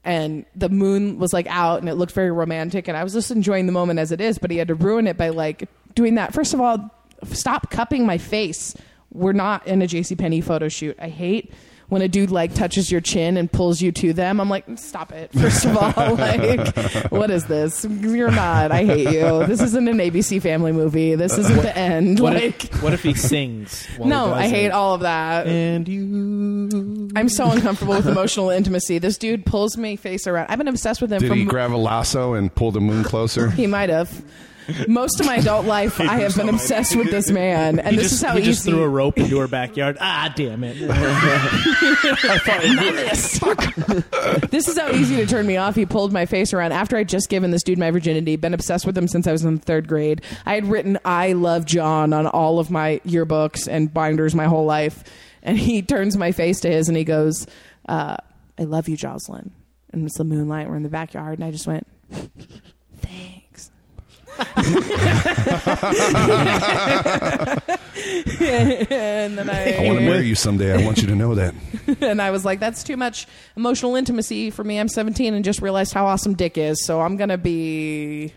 Speaker 4: and the moon was like out and it looked very romantic. And I was just enjoying the moment as it is, but he had to ruin it by like doing that. First of all, stop cupping my face. We're not in a JCPenney photo shoot. I hate when a dude like touches your chin and pulls you to them. I'm like,
Speaker 3: <laughs>
Speaker 4: stop it. First of all, <laughs> like, what is this? You're not. I hate you. This isn't an ABC Family movie. This isn't the end.
Speaker 3: What
Speaker 4: like,
Speaker 3: if, <laughs> what if he sings? while he
Speaker 4: no,
Speaker 3: does
Speaker 4: I hate
Speaker 3: it?
Speaker 4: all of that.
Speaker 3: And you.
Speaker 4: I'm so uncomfortable with emotional intimacy. This dude pulls my face around. I've been obsessed with him
Speaker 1: Did
Speaker 4: from
Speaker 1: he grab a lasso and pull the moon
Speaker 4: <laughs>
Speaker 1: closer?
Speaker 4: He might have. Most of my
Speaker 3: <laughs>
Speaker 4: adult life, I have been obsessed with this man, and
Speaker 3: he
Speaker 4: this
Speaker 3: just,
Speaker 4: is how
Speaker 3: he
Speaker 4: easy.
Speaker 3: just threw a rope into her backyard. Ah, damn it!
Speaker 4: this is how easy to turn me off. He pulled my face around after I'd just given this dude my virginity, been obsessed with him since I was in third grade. I had written I love John on all of my yearbooks and binders my whole life. And he turns my face to his and he goes, uh, I love you, Jocelyn. And it's the moonlight. We're in the backyard. And I just went, thanks. <laughs> and then I,
Speaker 1: I want to marry you someday. I want you to know that.
Speaker 4: <laughs> and I was like, that's too much emotional intimacy for me. I'm 17 and just realized how awesome dick is. So I'm going to be,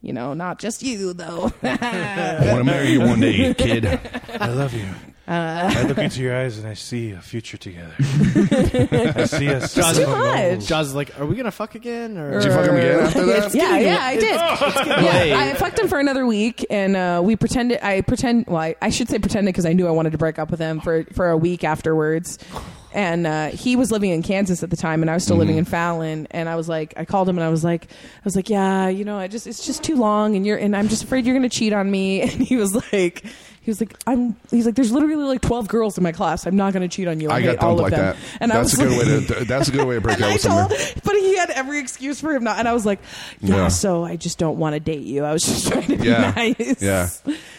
Speaker 4: you know, not just you, though. <laughs>
Speaker 1: I want to marry you one day, kid.
Speaker 5: I love you.
Speaker 4: <laughs> Uh.
Speaker 5: I look into your eyes and I see a
Speaker 4: <laughs>
Speaker 5: future together. I see us.
Speaker 9: Jaws
Speaker 5: solving
Speaker 9: is like-
Speaker 5: roles.
Speaker 9: Jaws is like, are we gonna fuck again? Or
Speaker 4: Did you fuck
Speaker 3: <laughs>
Speaker 4: him again
Speaker 1: after
Speaker 4: It's yeah, yeah, I did. Yeah, I fucked him for another week, and uh, we pretended. I pretend. Well, I, I should say pretended because I knew I wanted to break up with him for for a week afterwards. And uh, he was living in Kansas at the time, and I was still
Speaker 1: Mm-hmm.
Speaker 4: living in Fallon. And I was like, I called him, and I was like, I was like, yeah, you know, I just it's just too long, and you're and I'm just afraid you're gonna cheat on me. <laughs> And he was like. He was like, I'm. He's like, there's literally like 12 girls in my class. I'm not going to cheat on you. I,
Speaker 1: I got
Speaker 4: hate all
Speaker 1: dumped like
Speaker 4: of them.
Speaker 1: that.
Speaker 4: And I
Speaker 1: that's
Speaker 4: was
Speaker 1: a good
Speaker 4: like,
Speaker 1: way to. That's a good way to break
Speaker 4: and
Speaker 1: up
Speaker 4: I
Speaker 1: with someone.
Speaker 4: told, but he had every excuse for him not. And I was like, yeah,
Speaker 1: Yeah.
Speaker 4: so I just don't want to date you. I was <laughs> just trying to be
Speaker 1: Yeah.
Speaker 4: nice.
Speaker 1: Yeah.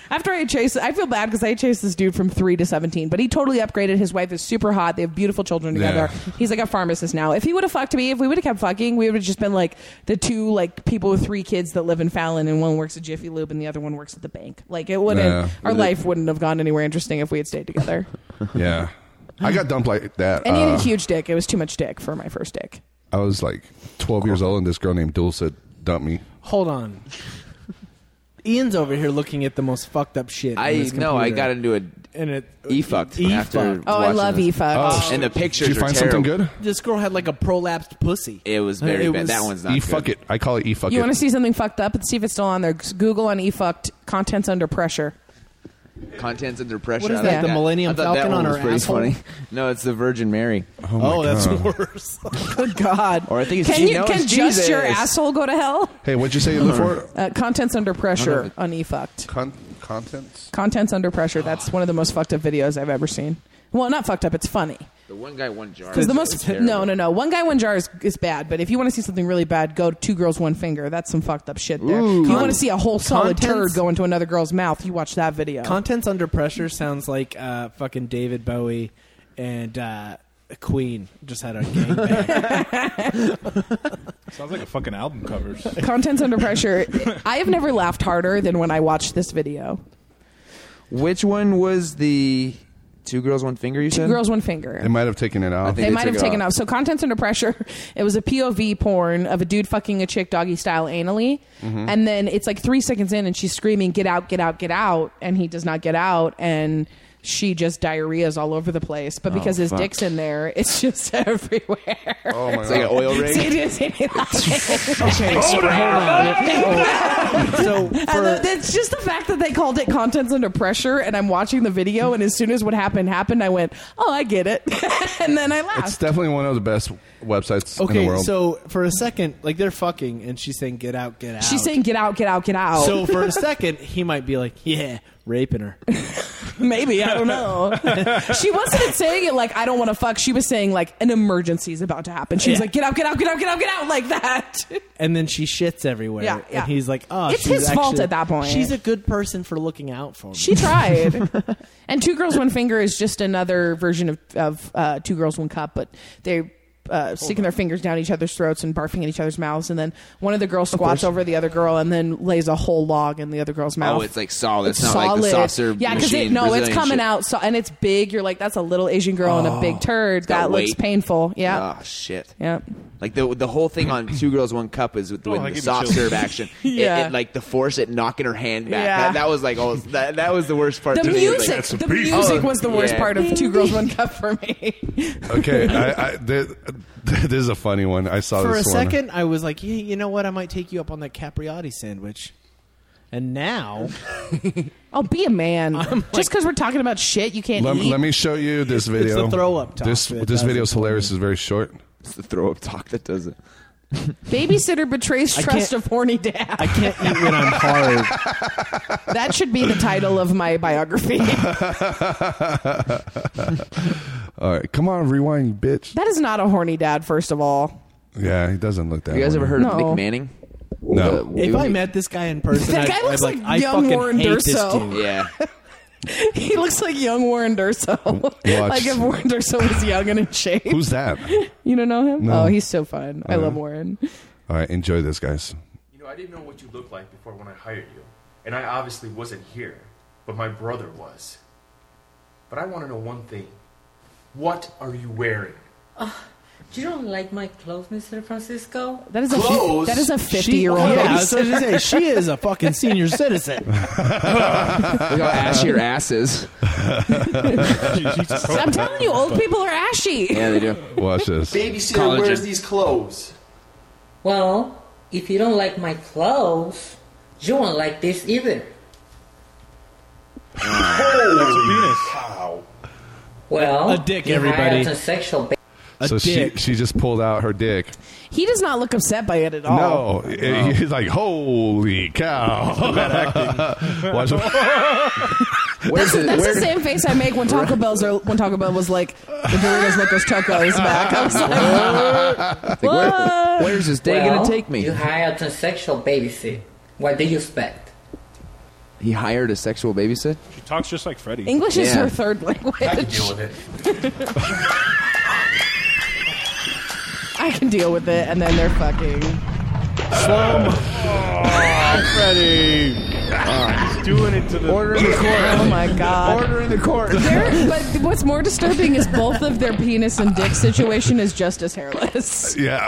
Speaker 4: After I chased, I feel bad because I chased this dude from three to 17, but he totally upgraded. His wife is super hot. They have beautiful children together.
Speaker 1: Yeah.
Speaker 4: He's like a pharmacist now. If he would have fucked me, if we would have kept fucking, we would have just been like the two like people with three kids that live in Fallon and one works at Jiffy Lube and the other one works at the bank. Like it wouldn't,
Speaker 1: Yeah.
Speaker 4: our life wouldn't have gone anywhere interesting if we had stayed together.
Speaker 1: Yeah, I got dumped like that.
Speaker 4: And he had
Speaker 1: uh,
Speaker 4: a huge dick. It was too much dick for my first dick.
Speaker 1: I was like 12 years old, and this girl named Dulce dumped me.
Speaker 9: Hold on. Ian's over here looking at the most fucked up shit.
Speaker 2: I
Speaker 9: on his
Speaker 2: no, I
Speaker 9: computer.
Speaker 2: got into a
Speaker 9: and it
Speaker 2: e fucked
Speaker 9: E-fucked.
Speaker 2: after.
Speaker 4: Oh, I
Speaker 2: watching
Speaker 4: love
Speaker 2: this.
Speaker 4: E-fucked.
Speaker 2: and the pictures.
Speaker 1: Did you find
Speaker 2: are terrible.
Speaker 1: something good?
Speaker 9: This girl had like a prolapsed pussy.
Speaker 2: It was very
Speaker 9: It
Speaker 2: bad.
Speaker 9: was-
Speaker 2: that one's not.
Speaker 1: E
Speaker 2: good.
Speaker 1: fuck it. I call it e fuck
Speaker 4: you
Speaker 1: it.
Speaker 4: want to see something fucked up and see if it's still on there? Just Google on eFucked contents under pressure.
Speaker 2: Contents under pressure.
Speaker 9: What is
Speaker 2: I
Speaker 9: that,
Speaker 2: like
Speaker 9: the Millennium
Speaker 2: I thought
Speaker 9: Falcon
Speaker 2: that one
Speaker 9: on
Speaker 2: was
Speaker 9: her
Speaker 2: pretty
Speaker 9: asshole?
Speaker 2: funny. <laughs> No, it's the Virgin Mary.
Speaker 1: Oh, my
Speaker 9: Oh, that's
Speaker 1: God.
Speaker 9: worse. <laughs>
Speaker 4: Good God!
Speaker 2: uh, Or I think it's
Speaker 4: can
Speaker 2: she
Speaker 4: you
Speaker 2: knows
Speaker 4: can just your
Speaker 2: Jesus.
Speaker 4: asshole go to
Speaker 2: <laughs>
Speaker 4: hell?
Speaker 1: Hey, what'd you say you look for?
Speaker 4: <laughs> Uh, contents under pressure on eFucked.
Speaker 1: Con- contents?
Speaker 4: Contents under pressure. That's one of the most fucked up videos I've ever seen. Well, not fucked up. It's funny
Speaker 2: The one guy, one jar.
Speaker 4: because the
Speaker 2: is
Speaker 4: most
Speaker 2: terrible.
Speaker 4: no no no one guy one jar is, is bad. But if you want to see something really bad, go to two girls one finger. That's some fucked up shit there.
Speaker 9: Ooh.
Speaker 4: If you want to see a whole solid
Speaker 9: Contents-
Speaker 4: turd go into another girl's mouth, you watch that video.
Speaker 9: Contents under pressure sounds like uh, fucking David Bowie and uh, Queen just
Speaker 2: <laughs>
Speaker 9: had a gangbang.
Speaker 5: Sounds like a fucking album
Speaker 4: <laughs>
Speaker 5: covers.
Speaker 4: contents under
Speaker 2: <laughs>
Speaker 4: pressure. I have never laughed harder than when I watched this video.
Speaker 2: Which one was the two girls, one finger? You
Speaker 4: Two
Speaker 2: said
Speaker 4: girls one finger.
Speaker 1: They might have taken it
Speaker 2: I
Speaker 1: off.
Speaker 2: think-
Speaker 4: they,
Speaker 2: they
Speaker 4: might
Speaker 2: took
Speaker 4: have
Speaker 2: it
Speaker 4: taken
Speaker 2: off.
Speaker 4: off. So contents under pressure. <laughs> It was a POV porn of a dude fucking a chick doggy style anally, and then it's like three seconds in, and she's screaming, "Get out! Get out! Get out!" And he does not get out, and she just diarrheas all over the place. But because his
Speaker 2: fuck.
Speaker 4: dick's in there, <laughs> it's just everywhere.
Speaker 1: Oh, my
Speaker 2: It's like an
Speaker 1: God.
Speaker 4: <laughs>
Speaker 2: oil rig.
Speaker 4: See, it's- it's- <laughs>
Speaker 9: so
Speaker 4: And
Speaker 9: for,
Speaker 4: the- It's just the fact that they called it contents under pressure, and I'm watching the video, and as soon as what happened happened, I went, "Oh, I get it," <laughs> and then I laughed.
Speaker 1: It's definitely one of the best websites in the
Speaker 9: okay,
Speaker 1: world.
Speaker 9: so for a second, like they're fucking, and she's saying "get out, get out."
Speaker 4: She's saying, "Oh." "Get out! Get out! Get out!"
Speaker 9: So for a second, he might be like, "Yeah, raping her."
Speaker 4: <laughs> Maybe I don't know. she wasn't saying it like I don't want to fuck. She was saying like an emergency is about to happen. She was
Speaker 9: Yeah.
Speaker 4: like, "Get out! Get out! Get out! Get out! Get out!" Like that. <laughs>
Speaker 9: and then she shits everywhere.
Speaker 4: Yeah, yeah.
Speaker 9: And he's like, "Oh,
Speaker 4: It's
Speaker 9: she's
Speaker 4: his fault
Speaker 9: actually-
Speaker 4: at that point.
Speaker 9: She's a good person for looking out for me."
Speaker 4: She tried. and two girls, one finger is just another version of of uh, two girls, one cup, but they. Uh, sticking their fingers down each other's throats and barfing in each other's mouths, and then one of the girls squats over the other girl and then lays a whole log in the other girl's mouth.
Speaker 2: Oh, it's like solid. It's not like the saucer
Speaker 4: Yeah, it,
Speaker 2: machine
Speaker 4: no, it's
Speaker 2: Brazilian
Speaker 4: coming
Speaker 2: shit. Oh,
Speaker 4: out, so, and it's big. You're like, that's a little Asian girl and a big turd.
Speaker 2: got
Speaker 4: That looks
Speaker 2: weight.
Speaker 4: painful. Yeah,
Speaker 2: Oh shit.
Speaker 4: Yep.
Speaker 2: Like the the whole thing on Two Girls One Cup is
Speaker 9: Oh,
Speaker 2: with,
Speaker 5: that
Speaker 2: with the
Speaker 5: gave me
Speaker 2: soft
Speaker 5: chills.
Speaker 2: serve
Speaker 4: <laughs>
Speaker 2: action. It-
Speaker 4: Yeah.
Speaker 2: it, like the force at knocking her hand back.
Speaker 4: Yeah.
Speaker 2: That, that was like oh that, that was the worst part.
Speaker 4: The
Speaker 2: to me. It was
Speaker 4: music,
Speaker 2: like-
Speaker 4: the music
Speaker 2: Oh,
Speaker 4: was the worst
Speaker 2: yeah.
Speaker 4: part of
Speaker 2: <laughs>
Speaker 4: Two Girls One Cup for me.
Speaker 1: okay,
Speaker 4: <laughs>
Speaker 1: I, I, th- this is a funny one. I saw
Speaker 9: for a
Speaker 1: this one.
Speaker 9: second, I was like, "Yeah, you know what? I might take you up on that capriati sandwich." And now,
Speaker 4: I'll Oh, be a <laughs> man. Just because we're talking about shit you can't
Speaker 1: Let,
Speaker 4: eat.
Speaker 1: let me show you this
Speaker 9: the
Speaker 1: video.
Speaker 9: throw-up talk
Speaker 1: This
Speaker 9: that
Speaker 1: this
Speaker 9: does
Speaker 1: video
Speaker 9: it
Speaker 1: is
Speaker 9: for me.
Speaker 1: hilarious. It's very short.
Speaker 2: It's the throw up talk that does it.
Speaker 4: Babysitter betrays
Speaker 9: I
Speaker 4: trust
Speaker 9: can't-
Speaker 4: of horny dad.
Speaker 9: I can't eat <laughs> when I'm hard.
Speaker 4: that should be the title of my <laughs> biography. that
Speaker 1: All right, come on, rewind, you bitch.
Speaker 4: is not a horny dad, first of all.
Speaker 1: Yeah, he doesn't look that.
Speaker 2: You guys ever heard of
Speaker 4: No.
Speaker 2: Nick Manning?
Speaker 1: No.
Speaker 2: The-
Speaker 9: If I
Speaker 2: we-
Speaker 9: met this guy in person,
Speaker 4: That
Speaker 9: I'd-
Speaker 4: guy
Speaker 9: I'd
Speaker 4: looks
Speaker 9: like,
Speaker 4: like
Speaker 9: I
Speaker 4: young
Speaker 9: fucking
Speaker 4: Warren
Speaker 9: hate this
Speaker 4: Derso.
Speaker 9: dude.
Speaker 2: <laughs> Yeah.
Speaker 4: <laughs> He looks like young Warren Durso. like if Warren Durso was young and in shape.
Speaker 1: Who's that?
Speaker 4: you don't know him?
Speaker 1: No. Uh-huh.
Speaker 4: Oh, he's so fun. I
Speaker 1: No.
Speaker 4: love Warren.
Speaker 1: All right, enjoy this, guys.
Speaker 2: You know,
Speaker 15: I didn't know what you looked like before when I hired you. And I obviously wasn't here, but my brother was. But I want to know one thing. What are you wearing?
Speaker 7: Do you don't like my clothes, Mr. Francisco?
Speaker 4: That is a Clothes? that is a 50-year-old
Speaker 3: She, yeah, I was gonna say she is a
Speaker 9: <laughs>
Speaker 3: fucking senior citizen.
Speaker 2: Look how ashy your ass is.
Speaker 4: <laughs> I'm telling you, old people are ashy.
Speaker 2: Yeah, they do.
Speaker 1: Watch this.
Speaker 15: Babysitter
Speaker 2: Collagen.
Speaker 15: wears these clothes.
Speaker 7: Well, if you don't like my clothes, you won't like this either.
Speaker 15: Holy cow.
Speaker 7: Well,
Speaker 3: A dick,
Speaker 7: you
Speaker 1: everybody.
Speaker 7: hired a sexual ba-
Speaker 1: so she she just pulled out her dick.
Speaker 4: He does not look upset by it at
Speaker 9: Oh.
Speaker 4: all.
Speaker 1: No, it- he's like, holy cow! <laughs> Watch him.
Speaker 9: <laughs>
Speaker 4: That's, that's the same face I make when Taco Bell's are, when Taco Bell was like, the burritos make those tacos back. I was like, what?
Speaker 2: where's this day gonna
Speaker 7: Well,
Speaker 2: take me?
Speaker 7: You hired a sexual babysit. What do you expect?
Speaker 2: He hired a sexual babysit.
Speaker 5: She talks just like Freddie.
Speaker 4: English is
Speaker 2: Yeah.
Speaker 4: her third language. I can deal with
Speaker 15: it.
Speaker 4: <laughs> I can deal with it, and then they're fucking.
Speaker 1: Oh, Freddie.
Speaker 5: He's doing it to the order
Speaker 4: in the court. Oh my god. Order
Speaker 1: in the court.
Speaker 4: They're- but what's more disturbing is both of their penis and dick situation is just as hairless.
Speaker 1: Yeah.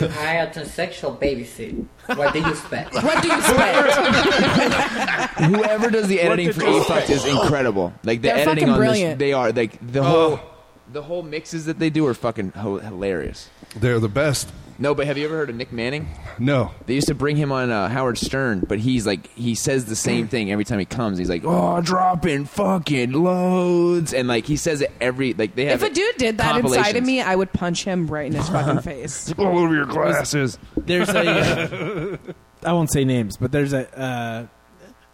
Speaker 7: you hired a sexual babysit. What do you expect?
Speaker 4: What do you expect?
Speaker 2: Whoever does the editing
Speaker 7: did
Speaker 2: for
Speaker 7: you
Speaker 2: Apex
Speaker 7: say?
Speaker 2: is incredible. Like the
Speaker 7: They're
Speaker 2: editing
Speaker 7: fucking
Speaker 2: on
Speaker 7: brilliant.
Speaker 2: this, they are like
Speaker 7: Oh.
Speaker 2: the whole the whole mixes that they do are fucking ho- hilarious.
Speaker 1: They're the best.
Speaker 2: No, but have you ever heard of Nick Manning?
Speaker 1: No.
Speaker 2: They used to bring him on uh, Howard Stern, but he's like he says the same thing every time he comes. He's like, "Oh, dropping fucking loads," and like he says it every like they have.
Speaker 4: if a dude did that inside of
Speaker 2: compilations.
Speaker 4: me, I would punch him right
Speaker 3: <laughs>
Speaker 4: in his fucking face.
Speaker 1: all over your glasses.
Speaker 3: There's a. uh, I won't say names, but there's a. Uh,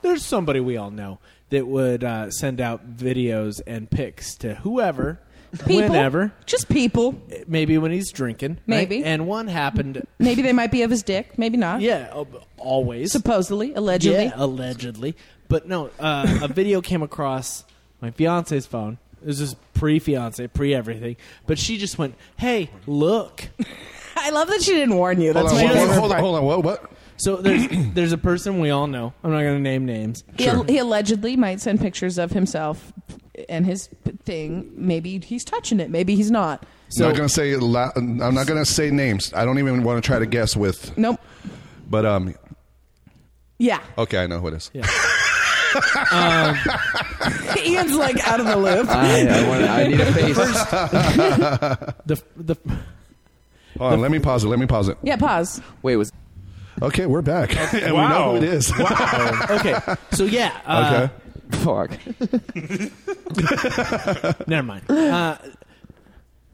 Speaker 3: there's somebody we all know that would uh, send out videos and pics to whoever,
Speaker 4: People.
Speaker 3: whenever,
Speaker 4: just people.
Speaker 3: Maybe when he's drinking. right?
Speaker 4: Maybe.
Speaker 3: And one happened
Speaker 4: Maybe they might be of his dick. Maybe not.
Speaker 3: Yeah, always.
Speaker 4: Supposedly, allegedly.
Speaker 3: Yeah, allegedly. But no, uh, a video came across my fiance's phone. It was just pre fiance, pre everything. But she just went, "Hey, look."
Speaker 4: <laughs> I love that she didn't warn you.
Speaker 3: That's
Speaker 4: That's
Speaker 3: why
Speaker 4: what
Speaker 3: she doesn't-
Speaker 1: on, hold on. What? What?
Speaker 3: So
Speaker 4: <coughs>
Speaker 3: there's there's a person we all know. I'm not going to name names.
Speaker 4: He, he allegedly might send pictures of himself and his p- thing. Maybe he's touching it. Maybe he's not.
Speaker 1: not gonna say. la- I'm not gonna say names. I don't even want to try to guess with.
Speaker 4: Nope.
Speaker 1: But um.
Speaker 4: Yeah. <laughs>
Speaker 1: Okay, I know who it is.
Speaker 4: Ian's like out of the loop.
Speaker 3: Ah,
Speaker 4: <laughs>
Speaker 3: the the.
Speaker 1: Hold on. Let me pause it. Let me pause it.
Speaker 4: Yeah, pause.
Speaker 2: Wait, was
Speaker 1: okay? We're back, <laughs> and
Speaker 3: Wow.
Speaker 1: we know who it is. <laughs>
Speaker 3: okay. So yeah. <laughs>
Speaker 2: okay.
Speaker 3: Uh,
Speaker 2: Fuck.
Speaker 3: Never mind. Uh,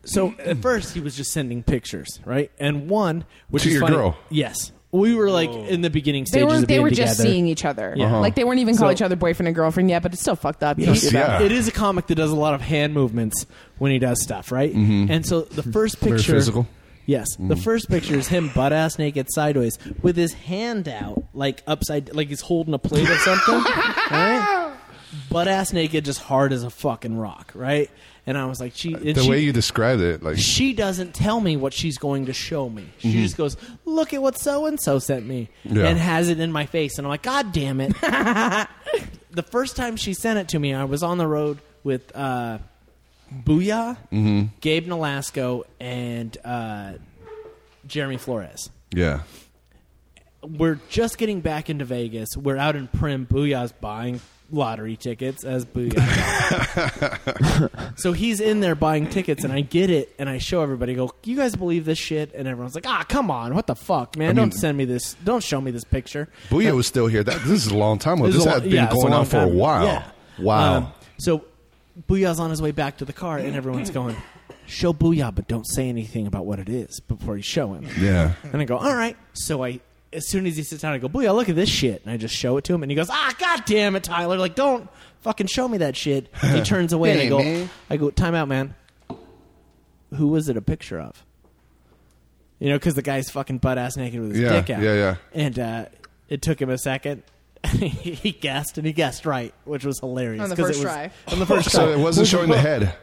Speaker 3: so at first he was just sending pictures, right? And one, which
Speaker 1: To
Speaker 3: is
Speaker 1: your
Speaker 3: funny-
Speaker 1: girl.
Speaker 3: Yes, we were like in the beginning
Speaker 4: They
Speaker 3: stages.
Speaker 4: were
Speaker 3: of
Speaker 4: they
Speaker 3: being
Speaker 4: were just
Speaker 3: together.
Speaker 4: seeing each other.
Speaker 3: Yeah.
Speaker 4: Like they weren't even calling
Speaker 3: So-
Speaker 4: each other boyfriend and girlfriend yet, but it's still fucked up. You
Speaker 3: Yes,
Speaker 4: don't do that.
Speaker 3: It is a comic that does a lot of hand movements when he does stuff, right?
Speaker 1: Mhm.
Speaker 3: And so the
Speaker 4: Mm-hmm.
Speaker 3: first
Speaker 1: Very
Speaker 3: picture,
Speaker 1: physical.
Speaker 3: Yes, the
Speaker 1: Mhm.
Speaker 3: first picture is him butt ass naked sideways with his hand out, like upside, like he's holding a plate or
Speaker 4: <laughs>
Speaker 3: something, right? Butt ass naked, just hard as a fucking rock, right? And I was like, she, and
Speaker 1: the
Speaker 3: she,
Speaker 1: way you described it, like
Speaker 3: she doesn't tell me what she's going to show me. She
Speaker 1: Mhm.
Speaker 3: just goes, "Look at what so and so sent me,"
Speaker 1: Yeah.
Speaker 3: and has it in my face, and I'm like, "God damn it!" <laughs> the first time she sent it to me, I was on the road with uh, Booyah,
Speaker 1: Mhm.
Speaker 3: Gabe Nolasco, and uh, Jeremy Flores.
Speaker 1: yeah.
Speaker 3: We're just getting back into Vegas. We're out in Prim. Booyah's buying lottery tickets as
Speaker 1: <laughs>
Speaker 3: Booyah. so he's in there buying tickets, and I get it, and I show everybody. Go, you guys believe this shit? And everyone's like, Ah, come on, what the fuck, man?
Speaker 1: I mean-
Speaker 3: don't send me this. Don't show me this picture.
Speaker 1: Booyah was still here. That this is a long time ago.
Speaker 3: This
Speaker 1: This,
Speaker 3: is a lo-
Speaker 1: had been
Speaker 3: yeah, it's a
Speaker 1: going
Speaker 3: long
Speaker 1: on for a
Speaker 3: time.
Speaker 1: while.
Speaker 3: Yeah.
Speaker 1: Wow.
Speaker 3: Um, so Booyah's on his way back to the car, and everyone's going, Show Booyah, but don't say anything about what it is before you show him.
Speaker 1: Yeah.
Speaker 3: And I go, All right. So I. As soon as he sits down, I go, Booyah, look at this shit. And I just show it to him, and he goes, Ah, god damn it, Tyler. Like, don't fucking show me that shit.
Speaker 1: <laughs>
Speaker 3: He turns away, and I
Speaker 2: Hey,
Speaker 3: go,
Speaker 2: man.
Speaker 3: I go, Time out, man. Who was it a picture of? You know, because the guy's fucking butt ass naked with his
Speaker 1: Yeah,
Speaker 3: dick out.
Speaker 1: yeah, yeah.
Speaker 3: And uh, it took him a second. <laughs> he guessed, and he guessed right, which was hilarious.
Speaker 4: On the
Speaker 3: 'cause
Speaker 4: first
Speaker 3: it was-
Speaker 4: try.
Speaker 3: On the first
Speaker 1: <laughs> so
Speaker 3: try.
Speaker 1: it wasn't showing the head.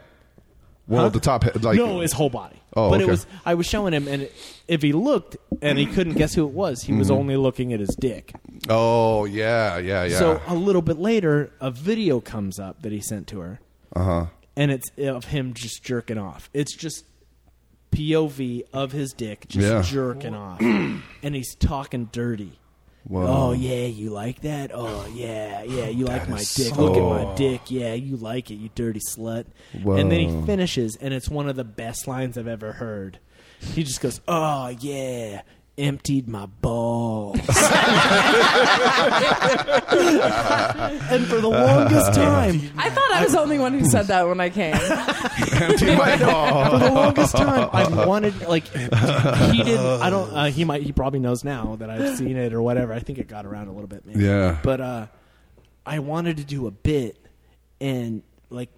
Speaker 1: Well,
Speaker 3: Huh?
Speaker 1: the top head, like
Speaker 3: no, his whole body.
Speaker 1: Oh,
Speaker 3: but it
Speaker 1: okay.
Speaker 3: was. I was showing him, and if he looked and he couldn't guess who it was, he was
Speaker 1: Mhm.
Speaker 3: only looking at his dick.
Speaker 1: Oh yeah, yeah, yeah.
Speaker 3: So a little bit later, a video comes up that he sent to her,
Speaker 1: uh huh.
Speaker 3: and it's of him just jerking off. It's just POV of his dick just
Speaker 1: Yeah. <clears throat>
Speaker 3: jerking off, and he's talking dirty.
Speaker 1: Whoa.
Speaker 3: Oh yeah, you like that? Oh yeah, yeah, you like
Speaker 16: That
Speaker 3: my dick.
Speaker 16: is so-
Speaker 3: Look at my dick. Yeah, you like it, you dirty slut.
Speaker 16: Whoa.
Speaker 3: And then he finishes, and it's one of the best lines I've ever heard. He just goes, "Oh yeah." Emptied my
Speaker 16: <laughs>
Speaker 3: balls, and for the
Speaker 16: <laughs>
Speaker 3: longest time,
Speaker 4: I thought I was the only one who said that when I
Speaker 3: <laughs>
Speaker 4: came.
Speaker 3: for
Speaker 1: oh.
Speaker 3: the
Speaker 1: <laughs>
Speaker 3: longest time I wanted like he did not I don't uh, he might he probably knows now that I've seen it or whatever I think it got around a little bit maybe
Speaker 1: Yeah.
Speaker 3: but uh I wanted to do a bit and like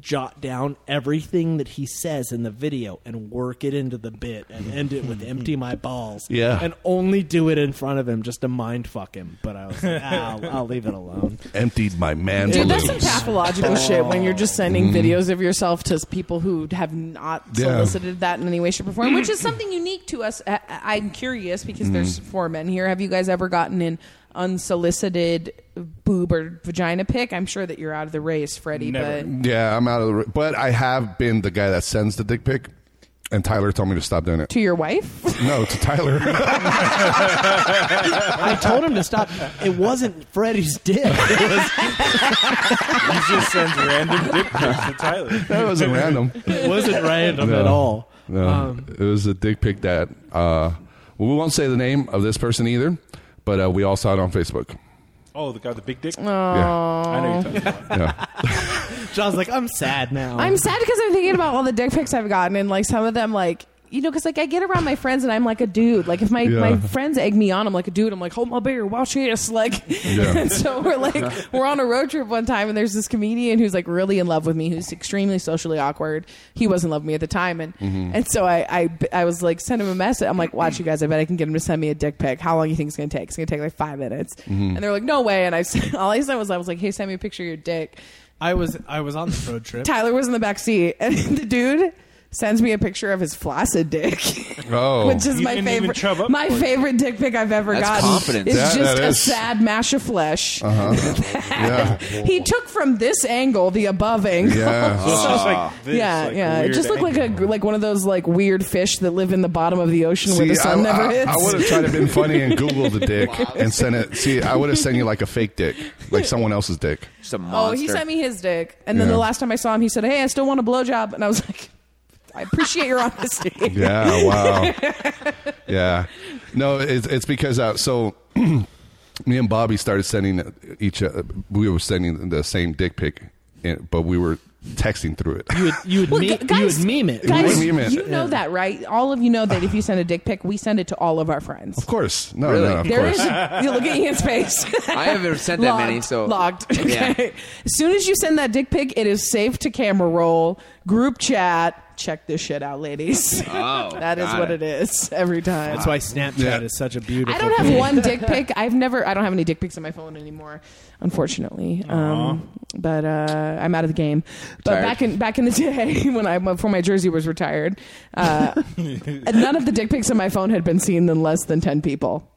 Speaker 3: jot down everything that he says in the video and work it into the bit and end it with empty my balls
Speaker 1: Yeah.
Speaker 3: and only do it in front of him just to mind fuck him but I was like ah, I'll, I'll leave it alone
Speaker 1: Emptied my man
Speaker 3: Dude,
Speaker 4: Dude, that's
Speaker 1: balloons.
Speaker 4: some pathological shit when you're just sending
Speaker 1: Mhm.
Speaker 4: videos of yourself to people who have not
Speaker 1: Yeah.
Speaker 4: solicited that in any way, shape, or form, which is something unique to us. I- I- I'm curious because there's
Speaker 17: Mhm.
Speaker 4: four men here. Have you guys ever gotten an unsolicited boob or vagina pic? I'm sure that you're out of the race, Freddie, but.
Speaker 1: Yeah, I'm out of the. r- But I have been the guy that sends the dick pic, and Tyler told me to stop doing it.
Speaker 4: To your wife?
Speaker 1: No, to Tyler. <laughs>
Speaker 3: I told him to stop it wasn't Freddie's dick it was
Speaker 15: He just sends random dick pics to Tyler.
Speaker 1: that wasn't random.
Speaker 3: It wasn't random at all.
Speaker 1: <laughs> No,
Speaker 3: Um,
Speaker 1: it was a dick pic that. Uh, well, we won't say the name of this person either, but uh, we all saw it on Facebook.
Speaker 15: Oh, the guy with the big dick.
Speaker 4: Oh. I know you're talking
Speaker 1: Yeah.
Speaker 3: John's like, I'm sad now.
Speaker 4: I'm sad because I'm thinking about all the dick pics I've gotten, and like some of them, like you know, because like I get around my friends, and I'm like a dude. Like if my
Speaker 17: Yeah.
Speaker 4: my friends egg me on, I'm like a dude. I'm like, hold my beer, watch this. <laughs> Like,
Speaker 17: Yeah.
Speaker 4: and so we're like we're on a road trip one time, and there's this comedian who's like really in love with me, who's extremely socially awkward. He was in love with me at the time, and
Speaker 17: Mhm.
Speaker 4: and so I, I I was like send him a message. I'm like, watch you guys. I bet I can get him to send me a dick pic. How long you think it's gonna take? It's gonna take like five minutes.
Speaker 3: Mhm.
Speaker 17: Mm-hmm.
Speaker 4: And they're like, no way. And I <laughs> s- all I said was I was like, hey, send me a picture of your dick.
Speaker 3: I was I was on the road trip.
Speaker 4: Tyler was in the back seat, <laughs> and the dude sends me a picture of his flaccid dick,
Speaker 1: Oh,
Speaker 4: <laughs> which is my favorite. my favorite dick pic I've ever
Speaker 1: That's
Speaker 4: gotten.
Speaker 1: confidence.
Speaker 4: It's
Speaker 1: That-
Speaker 4: just
Speaker 1: that
Speaker 4: a
Speaker 1: is-
Speaker 4: sad mash of flesh. <laughs>
Speaker 1: Uh-huh. yeah.
Speaker 4: He took from this angle, the above angle. <laughs>
Speaker 1: Yeah. So it's just like this,
Speaker 4: yeah,
Speaker 1: like a
Speaker 4: yeah. It
Speaker 1: weird
Speaker 4: just looked like a like one of those like weird fish that live in the bottom of the ocean <laughs> where the sun
Speaker 1: I,
Speaker 4: never
Speaker 1: I,
Speaker 4: hits.
Speaker 1: I would <laughs> have tried to been funny and Google the
Speaker 4: <laughs>
Speaker 1: dick and sent it. See, I would have sent you like a fake dick, like someone else's dick.
Speaker 2: Just a
Speaker 4: Oh, he sent me his dick, and then
Speaker 1: Yeah.
Speaker 4: the last time I saw him, he said, "Hey, I still want a blowjob," and I was like, <laughs> "I appreciate your honesty." <laughs>
Speaker 1: Yeah, wow. yeah. No, it's, it's because uh, so <clears throat> me and Bobby started sending each uh, we were sending the same dick pic, and, but we were texting through it.
Speaker 3: <laughs> You would you would, me- you would meme it.
Speaker 4: Guys,
Speaker 1: We meme it.
Speaker 4: you know
Speaker 1: Yeah.
Speaker 4: that, right? All of you know that if you send a dick pic, we send it to all of our friends.
Speaker 1: Of course, no,
Speaker 2: Really?
Speaker 1: no, of
Speaker 4: There
Speaker 1: course.
Speaker 4: is. you look at Ian's
Speaker 3: <laughs>
Speaker 4: face.
Speaker 2: I haven't sent that many,
Speaker 4: Logged,
Speaker 2: so-
Speaker 4: logged.
Speaker 2: Yeah.
Speaker 4: Okay. As soon as you send that dick pic, it is safe to camera roll, group chat. Check this shit out, ladies.
Speaker 3: Oh,
Speaker 4: <laughs> that is
Speaker 3: got
Speaker 4: what
Speaker 3: it.
Speaker 4: it is every time.
Speaker 3: That's why Snapchat is such a beautiful.
Speaker 4: I don't have
Speaker 3: thing.
Speaker 4: one dick pic. I've never. I don't have any dick pics on my phone anymore, unfortunately. Um, but uh, I'm out of the game. But
Speaker 17: Tired.
Speaker 4: back in back in the day <laughs> when I before my jersey was retired, uh,
Speaker 3: <laughs>
Speaker 4: none of the dick pics on my phone had been seen in less than ten people.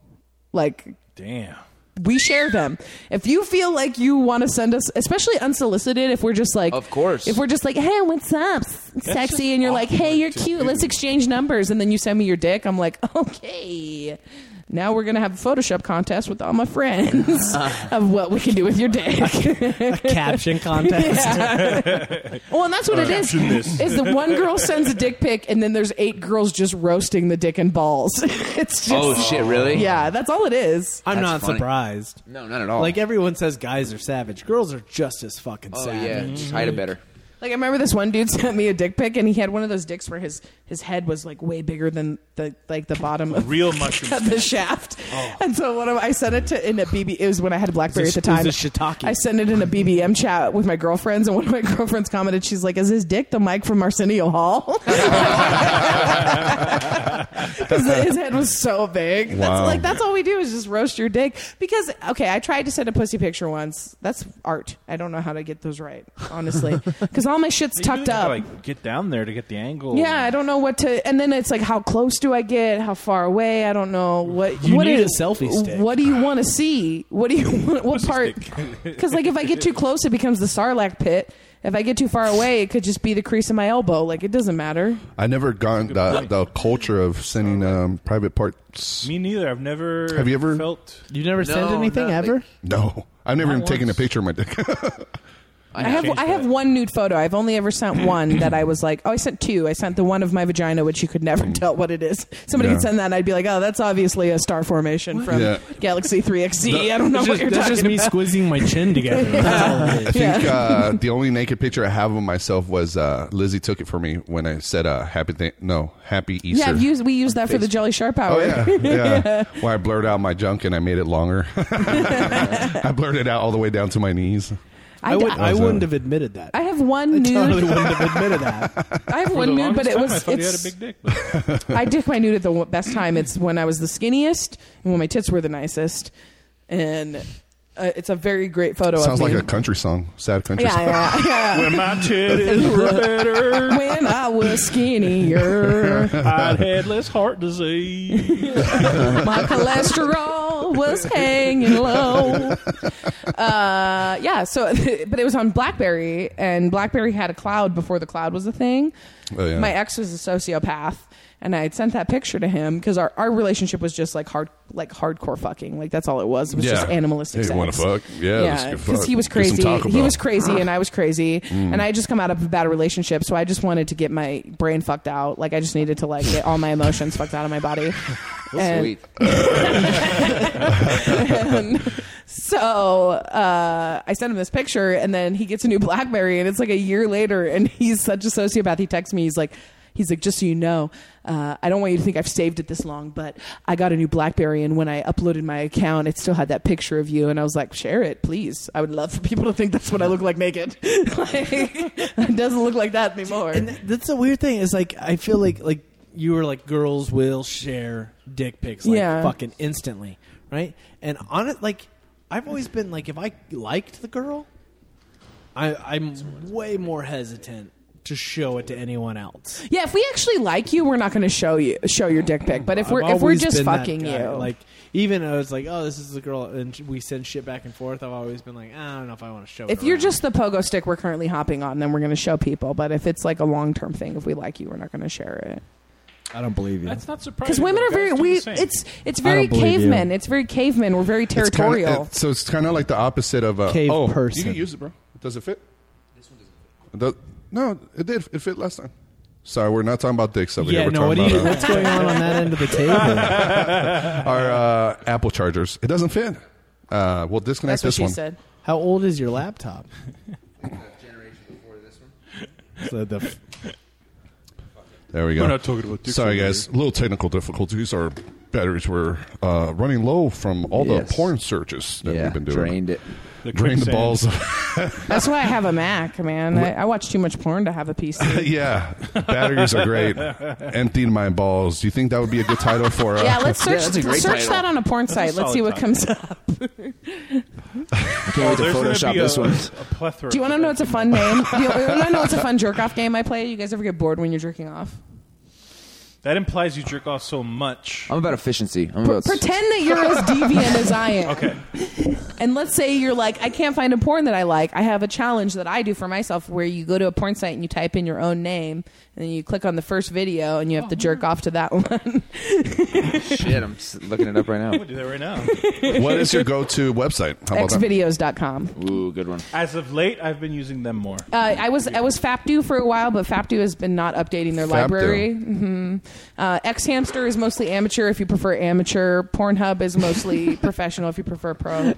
Speaker 4: Like
Speaker 15: Damn.
Speaker 4: we share them. If you feel like you want to send us, especially unsolicited, if we're just like, of course, if we're just like, hey, what's up, s-
Speaker 17: just
Speaker 4: sexy, and you're like, hey, you're cute, let's exchange numbers, and then you send me your dick, I'm like, <laughs> okay, now we're gonna have a Photoshop contest with all my friends <laughs> of what we can do with your dick. a
Speaker 3: <laughs> caption contest.
Speaker 4: <laughs> Well, and that's what it is.
Speaker 3: Caption this.
Speaker 4: Is the one girl sends a dick pic, and then there's eight girls just roasting the dick and balls. <laughs> it's just,
Speaker 2: Oh, shit, really?
Speaker 4: Yeah, that's all it is.
Speaker 3: I'm not surprised.
Speaker 2: No, not at all.
Speaker 3: Like everyone says, guys are savage. Girls are just as fucking
Speaker 2: Oh, yeah.
Speaker 3: savage.
Speaker 2: Hide it better.
Speaker 8: Mm-hmm.
Speaker 4: Like I remember this one dude <laughs> sent me a dick pic, and he had one of those dicks where his his head was like way bigger than the like the bottom of
Speaker 15: Real mushroom
Speaker 4: of the shaft. And so one of I sent it to in a BB. It was when I had a BlackBerry
Speaker 3: It was
Speaker 4: at
Speaker 3: a-
Speaker 4: the time.
Speaker 3: it was a shiitake.
Speaker 4: I sent it in a BBM chat with my girlfriends, and one of my <laughs> girlfriends commented, "She's like, is his dick the mic from Arsenio Hall?" <laughs> His, his head was so big. That's
Speaker 1: Wow.
Speaker 4: like that's all we do is just roast your dick. Because okay, I tried to send a pussy picture once. That's art. I don't know how to get those right, honestly. Because all my shit's
Speaker 5: You really
Speaker 4: tucked
Speaker 5: gotta,
Speaker 4: up.
Speaker 5: Like get down there to get the angle.
Speaker 4: Yeah, I don't know what to. And then it's like, how close do I get? How far away? I don't know what.
Speaker 5: You
Speaker 4: what
Speaker 5: need
Speaker 4: do-
Speaker 5: a selfie stick.
Speaker 4: What do you want to see? What do you? <laughs> What part? Because like, if I get too close, it becomes the Sarlacc pit. If I get too far away, it could just be the crease in my elbow. Like it doesn't matter.
Speaker 1: I never gone
Speaker 5: Good
Speaker 1: the,
Speaker 5: point.
Speaker 1: the culture of sending um, private parts.
Speaker 5: Me neither. I've never.
Speaker 1: Have you ever-
Speaker 5: felt?
Speaker 9: You've never
Speaker 5: sent anything
Speaker 9: ever?
Speaker 1: No, I've never even
Speaker 5: Not
Speaker 1: taken a
Speaker 5: once.
Speaker 1: picture of my dick. <laughs>
Speaker 4: I, have I have one nude photo. I've only ever sent one that I was like, oh, I sent two. I sent the one of my vagina, which you could never <laughs> tell what it is. Somebody
Speaker 1: Yeah.
Speaker 4: could send that, and I'd be like, oh, that's obviously a star formation from
Speaker 1: Yeah.
Speaker 4: Galaxy 3XZ. I don't know
Speaker 9: That's
Speaker 4: what
Speaker 9: just-
Speaker 4: you're
Speaker 9: that's
Speaker 4: talking
Speaker 9: just me
Speaker 4: about.
Speaker 9: squeezing my chin
Speaker 4: <laughs>
Speaker 9: together.
Speaker 1: I
Speaker 9: That's all it is.
Speaker 1: think
Speaker 4: Yeah. <laughs>
Speaker 1: uh, the only naked picture I have of myself was uh, Lizzie took it for me when I said uh, happy th- no happy Easter.
Speaker 4: Yeah, I've used, we use that for the Jelly Sharp Hour.
Speaker 1: Oh <laughs> yeah,
Speaker 4: <laughs>
Speaker 1: yeah. Where I blurred out my junk and I made it longer. <laughs> I blurred it out all the way down to my knees.
Speaker 4: I I would- d-
Speaker 9: I
Speaker 1: Was, uh,
Speaker 9: wouldn't have admitted that.
Speaker 4: I have one nude.
Speaker 9: Totally wouldn't have admitted that.
Speaker 4: <laughs> I have
Speaker 5: For
Speaker 4: one
Speaker 5: the
Speaker 4: nude, but it
Speaker 5: longest time,
Speaker 4: was.
Speaker 5: I thought you had
Speaker 4: it's,
Speaker 5: a big dick.
Speaker 4: I dick my nude at the w- best time. It's when I was the skinniest and when my tits were the nicest. And uh, it's a very great photo.
Speaker 1: Sounds
Speaker 4: of me.
Speaker 1: like a country song, sad country
Speaker 4: Yeah,
Speaker 1: song.
Speaker 4: yeah, yeah. <laughs>
Speaker 5: When my titties were better.
Speaker 4: When I was skinnier,
Speaker 5: I had less heart disease.
Speaker 1: <laughs>
Speaker 4: my cholesterol was hanging low. Uh, yeah, so <laughs> but it was on BlackBerry, and BlackBerry had a cloud before the cloud was a thing.
Speaker 1: Oh, yeah.
Speaker 4: My ex was a sociopath, and I had sent that picture to him because our, our relationship was just like hard, like hardcore fucking. Like that's all it was. It was
Speaker 1: Yeah.
Speaker 4: just animalistic.
Speaker 1: Hey, you
Speaker 4: sex.
Speaker 1: wanna fuck? Yeah, let's get fucked.
Speaker 4: he was
Speaker 1: Get some
Speaker 4: crazy.
Speaker 1: Taco
Speaker 4: He
Speaker 1: Bell.
Speaker 4: was crazy, and I was crazy,
Speaker 1: Mm.
Speaker 4: and I had just come out of a bad relationship, so I just wanted to get my brain fucked out. Like I just needed to like get all my emotions fucked out of my body. And-
Speaker 8: Sweet.
Speaker 4: and so uh, I sent him this picture, and then he gets a new BlackBerry, and it's like a year later, and <laughs> he's such a sociopath. He texts me, he's like, he's like, just so you know, uh, I don't want you to think I've saved it this long, but I got a new BlackBerry, and when I uploaded my account, it still had that picture of you, and I was like, share it, please. I would love for people to think that's what I look like naked. <laughs> like, it doesn't look like that anymore.
Speaker 9: That's the weird thing. Is like I feel like like you were like girls will share dick pics like
Speaker 4: Yeah.
Speaker 9: fucking instantly, right? And on it, like I've always been like if I liked the girl, I, I'm way more hesitant to show it to anyone else.
Speaker 4: yeah, if we actually like you, we're not going to show you show your dick pic. But if
Speaker 9: I've
Speaker 4: we're if we're
Speaker 9: always
Speaker 4: just
Speaker 9: been that
Speaker 4: fucking
Speaker 9: guy.
Speaker 4: you,
Speaker 9: like even I was like, oh, this is the girl, and we send shit back and forth. I've always been like, I don't know if I want to show.
Speaker 4: If
Speaker 9: it
Speaker 4: you're
Speaker 9: around."
Speaker 4: just the pogo stick we're currently hopping on, then we're going to show people. But if it's like a long term thing, if we like you, we're not going to share it.
Speaker 9: I don't believe you.
Speaker 5: That's not surprising.
Speaker 4: Because women
Speaker 5: though.
Speaker 4: are very
Speaker 5: Guys do
Speaker 4: we.
Speaker 5: the same.
Speaker 4: It's it's
Speaker 1: I
Speaker 4: very
Speaker 1: don't believe you.
Speaker 4: cavemen. It's very cavemen. We're very
Speaker 1: It's kinda-
Speaker 4: territorial.
Speaker 1: it- so it's kind of like the opposite of a
Speaker 9: Cave
Speaker 1: oh,
Speaker 9: person.
Speaker 1: You can use it, bro. Does it fit? It does- no, it did. It fit last time. Sorry, we're not talking about dicks over
Speaker 9: yeah,
Speaker 1: here. We're
Speaker 9: no. What
Speaker 1: talking
Speaker 9: do you,
Speaker 1: about,
Speaker 9: <laughs>
Speaker 1: uh,
Speaker 9: what's going on on that end of the table?
Speaker 1: our uh, Apple chargers. It doesn't fit. Uh, we'll disconnect this one.
Speaker 9: How old is your laptop? So the f-
Speaker 1: There we go.
Speaker 5: We're not talking about dicks
Speaker 1: Sorry,
Speaker 5: over
Speaker 1: guys. Little technical difficulties. Our batteries were uh, running low from all
Speaker 8: Yes.
Speaker 1: the porn searches that
Speaker 8: Yeah,
Speaker 1: we've been doing.
Speaker 8: drained it.
Speaker 5: The
Speaker 1: drained the
Speaker 5: quicksand.
Speaker 1: balls.
Speaker 4: That's why I have a Mac, man. I, I watch too much porn to have a
Speaker 1: <laughs>
Speaker 4: PC.
Speaker 1: yeah, batteries are
Speaker 5: <laughs>
Speaker 1: great. Emptying my balls. Do you think that would be a good title for? Uh,
Speaker 4: <laughs> Yeah, let's
Speaker 8: Yeah,
Speaker 4: search
Speaker 8: that's a great
Speaker 4: search
Speaker 8: title.
Speaker 4: that on a porn
Speaker 5: That's a
Speaker 4: site. let's
Speaker 5: solid
Speaker 4: see what
Speaker 5: title.
Speaker 4: comes up.
Speaker 8: I can't wait to
Speaker 5: There's
Speaker 8: Photoshop
Speaker 5: gonna be
Speaker 8: this
Speaker 2: <laughs>
Speaker 5: a,
Speaker 8: one.
Speaker 5: A plethora.
Speaker 4: Do you want to know what's a fun name? Do you want to know what's a fun jerk off game I play? You guys ever get bored when you're jerking off?
Speaker 5: That implies you jerk off so much.
Speaker 8: I'm about efficiency. I'm about
Speaker 4: Pretend that you're as deviant as I am.
Speaker 5: Okay.
Speaker 4: And let's say you're like, I can't find a porn that I like. I have a challenge that I do for myself where you go to a porn site and you type in your own name and then you click on the first video and you have to jerk off to that <laughs> one.
Speaker 8: shit. I'm just looking it up right
Speaker 5: I'm
Speaker 8: <laughs>
Speaker 5: gonna
Speaker 8: now.
Speaker 5: do that right now.
Speaker 1: what is your
Speaker 4: <laughs>
Speaker 1: go-to website? How about that?
Speaker 4: Xvideos.com.
Speaker 8: Ooh, good one.
Speaker 5: <laughs> As of late, I've been using them more.
Speaker 4: Uh, I was I was FAPDU for a while, but FAPDU has been not updating their
Speaker 1: FAPDU.
Speaker 4: library. hmm Uh, X Hamster is mostly amateur if you prefer amateur. Pornhub is mostly professional if you prefer pro.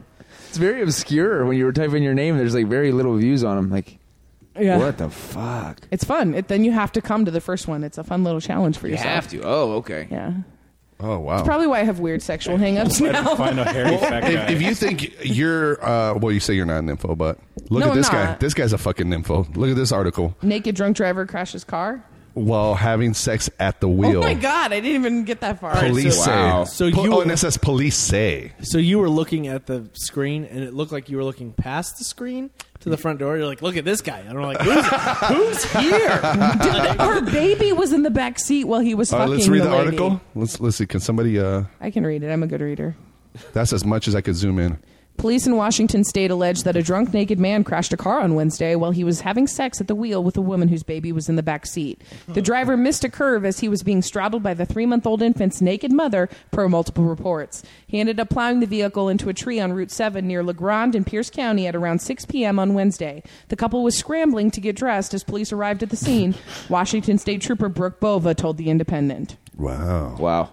Speaker 8: It's very obscure when you were typing your name. There's like very little views on them. Like,
Speaker 4: Yeah.
Speaker 8: what the fuck?
Speaker 4: It's fun. It, then you have to come to the first one. It's a fun little challenge for
Speaker 8: You
Speaker 4: yourself.
Speaker 8: have to. Oh, okay.
Speaker 4: Yeah.
Speaker 1: Oh wow.
Speaker 4: Probably why I have weird sexual hangups
Speaker 5: I had to
Speaker 1: Oh,
Speaker 4: now.
Speaker 5: find a hairy fat
Speaker 4: <laughs>
Speaker 5: guy.
Speaker 1: if, if you think you're, uh, well, you say you're not a nympho, but look
Speaker 4: No,
Speaker 1: at this
Speaker 4: I'm
Speaker 1: guy.
Speaker 4: not.
Speaker 1: This guy's a fucking nympho. Look at this article.
Speaker 4: Naked drunk driver crashes car.
Speaker 1: while having sex at the wheel.
Speaker 4: Oh my god, I didn't even get that far. <laughs>
Speaker 1: Police say.
Speaker 9: So
Speaker 1: Po-
Speaker 9: you
Speaker 1: oh, and it says police say.
Speaker 9: So you were looking at the screen, and it looked like you were looking past the screen to the front door. You're like, "Look at this guy," and I'm like, "Who's, who's here?"
Speaker 4: Her baby was in the back seat while he was
Speaker 1: All right,
Speaker 4: fucking.
Speaker 1: let's read the,
Speaker 4: lady.
Speaker 1: article. Let's let's see. Can somebody? Uh,
Speaker 4: I can read it. I'm a good reader.
Speaker 1: that's as much as I could zoom in.
Speaker 4: Police in Washington state allege that a drunk naked man crashed a car on Wednesday while he was having sex at the wheel with a woman whose baby was in the back seat. The driver missed a curve as he was being straddled by the three month old infant's naked mother, per multiple reports. He ended up plowing the vehicle into a tree on Route 7 near LeGrand in Pierce County at around 6 p.m. on Wednesday. The couple was scrambling to get dressed as police arrived at the scene, Washington state trooper Brooke Bova told The Independent.
Speaker 1: Wow.
Speaker 2: Wow.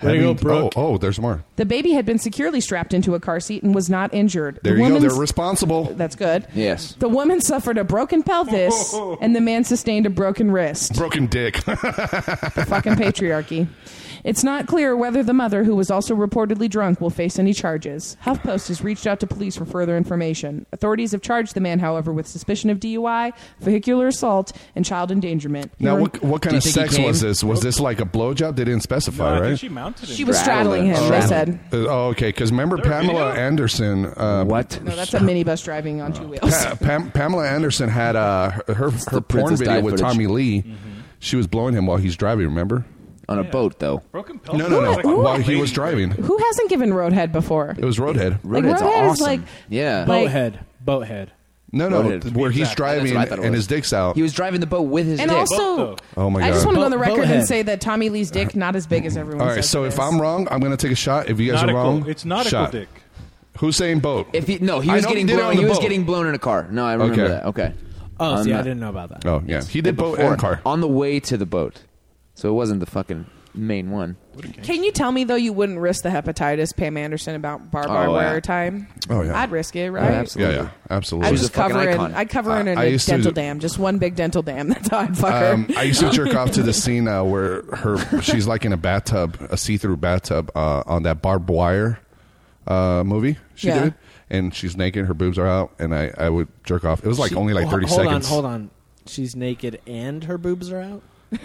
Speaker 1: There
Speaker 4: Way to go, Brooke.
Speaker 1: Oh, oh, there's more.
Speaker 4: The baby had been securely strapped into a car seat and was not injured.
Speaker 1: There
Speaker 4: the
Speaker 1: you go. They're
Speaker 4: woman's-
Speaker 1: responsible.
Speaker 4: <laughs> That's good.
Speaker 1: Yes.
Speaker 4: The woman suffered a broken pelvis, and the man sustained a broken wrist.
Speaker 1: Broken dick. <laughs>
Speaker 4: The fucking patriarchy. It's not clear whether the mother, who was also reportedly drunk, will face any charges. HuffPost has reached out to police for further information. Authorities have charged the man, however, with suspicion of DUI, vehicular assault, and child endangerment. He
Speaker 1: Now,
Speaker 4: rem-
Speaker 1: what, what kind of sex was this? Was this like a blowjob? They didn't specify,
Speaker 5: No, I think
Speaker 1: right?
Speaker 5: she mounted
Speaker 4: She him. was straddling him, they said.
Speaker 1: Uh, oh, okay. Because remember Pamela Anderson. Uh, what?
Speaker 4: No, that's a minibus driving on two wheels.
Speaker 1: Pamela Anderson had uh, her her, her porn
Speaker 2: Princess
Speaker 1: video
Speaker 2: Di
Speaker 1: with
Speaker 2: footage.
Speaker 1: Tommy Lee.
Speaker 2: Mm-hmm.
Speaker 1: She was blowing him while he's driving. Remember?
Speaker 2: On a boat, though.
Speaker 5: Broken pelvis.
Speaker 1: No, no,
Speaker 4: Who-
Speaker 1: no.
Speaker 4: who-
Speaker 1: While he was driving,
Speaker 4: Who hasn't given Roadhead before?
Speaker 1: it was Roadhead.
Speaker 4: Like, Roadhead's Roadhead is awesome. like-
Speaker 2: yeah.
Speaker 4: like-
Speaker 9: Boathead, boathead.
Speaker 1: No, no.
Speaker 2: Roadhead.
Speaker 1: Where he's
Speaker 2: Exactly. That's
Speaker 1: driving
Speaker 2: what I thought it
Speaker 1: and
Speaker 2: was.
Speaker 1: his dick's out.
Speaker 2: He was driving the boat with his
Speaker 4: And
Speaker 2: dick.
Speaker 4: also,
Speaker 1: Oh my god!
Speaker 4: I just want to go on the record and
Speaker 1: Boathead.
Speaker 4: say that Tommy Lee's dick not as big as everyone
Speaker 1: All right.
Speaker 4: says.
Speaker 1: So
Speaker 4: it
Speaker 1: if
Speaker 4: is.
Speaker 1: I'm wrong, I'm going to take a shot. If you guys
Speaker 5: Nautical.
Speaker 1: are wrong,
Speaker 5: It's nautical
Speaker 1: shot.
Speaker 5: dick.
Speaker 1: Who's saying boat?
Speaker 2: If he, no, he
Speaker 1: I
Speaker 2: was
Speaker 1: know he
Speaker 2: getting
Speaker 1: did it on
Speaker 2: blown.
Speaker 1: the
Speaker 2: He was
Speaker 1: boat.
Speaker 2: getting blown in a car. No, I remember
Speaker 1: Okay.
Speaker 2: that. Okay.
Speaker 9: Oh,
Speaker 2: On
Speaker 9: see, I
Speaker 2: the-
Speaker 9: didn't know about that.
Speaker 1: Oh yeah, he did boat
Speaker 2: before,
Speaker 1: and car.
Speaker 2: on the way to the boat, so it wasn't the fucking main one.
Speaker 4: Can you tell me though you wouldn't risk the hepatitis Pam Anderson about bar bar
Speaker 2: Oh, yeah.
Speaker 4: wear time?
Speaker 1: Oh, yeah.
Speaker 4: I'd risk it,
Speaker 1: Yeah,
Speaker 4: right?
Speaker 1: Yeah, yeah, absolutely.
Speaker 4: I just cover in. I cover in,
Speaker 1: I-
Speaker 4: in
Speaker 1: I
Speaker 4: a
Speaker 1: used to-
Speaker 4: dental dam, just one big dental dam. <laughs> That's how I'd fuck her.
Speaker 1: Um, I used to jerk off to the scene uh, where her she's like in a bathtub, a see-through bathtub uh, on that barbed wire uh, movie she
Speaker 9: Yeah.
Speaker 1: did, and she's naked, her boobs are out, and I, I would jerk off. It was like
Speaker 9: She-
Speaker 1: only like
Speaker 9: ho-
Speaker 1: thirty
Speaker 9: hold
Speaker 1: seconds.
Speaker 9: on, hold on. She's naked and her boobs are out.
Speaker 2: <laughs>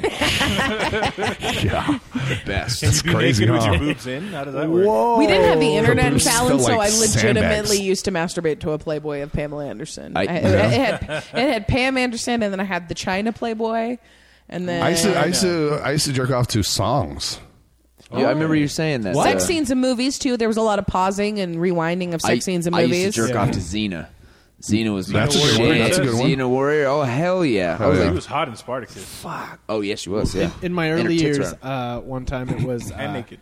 Speaker 1: Yeah, the best. That's
Speaker 5: Be
Speaker 1: crazy.
Speaker 5: naked with
Speaker 1: huh?
Speaker 5: your boobs in? How does that work?
Speaker 4: we didn't have the
Speaker 1: Her
Speaker 4: internet,
Speaker 1: boobs
Speaker 4: Fallon,
Speaker 1: Oh. felt
Speaker 4: so
Speaker 1: like
Speaker 4: I legitimately
Speaker 1: sandbags.
Speaker 4: used to masturbate to a Playboy of Pamela Anderson.
Speaker 1: I-
Speaker 4: I, it,
Speaker 1: Yeah.
Speaker 4: it had, it had Pam Anderson, and then I had the China Playboy, and then
Speaker 1: I used to, I used to, I used to jerk off to songs.
Speaker 2: Yeah, I remember you saying that.
Speaker 4: sex
Speaker 2: uh,
Speaker 4: scenes in movies too. There was a lot of pausing and rewinding of sex
Speaker 2: I,
Speaker 4: scenes in
Speaker 2: I
Speaker 4: movies.
Speaker 2: used to jerk off to Xena. Xena was my
Speaker 1: That's a good one.
Speaker 2: shit.
Speaker 1: That's a good one.
Speaker 2: Xena Warrior. Oh hell yeah! I was
Speaker 5: She
Speaker 2: like,
Speaker 5: was hot in Spartacus. Fuck.
Speaker 2: oh yes, she was. Yeah.
Speaker 9: In my
Speaker 2: And her
Speaker 9: early
Speaker 2: tits were
Speaker 9: years,
Speaker 2: out.
Speaker 9: uh, one time it was uh,
Speaker 5: <laughs> And naked.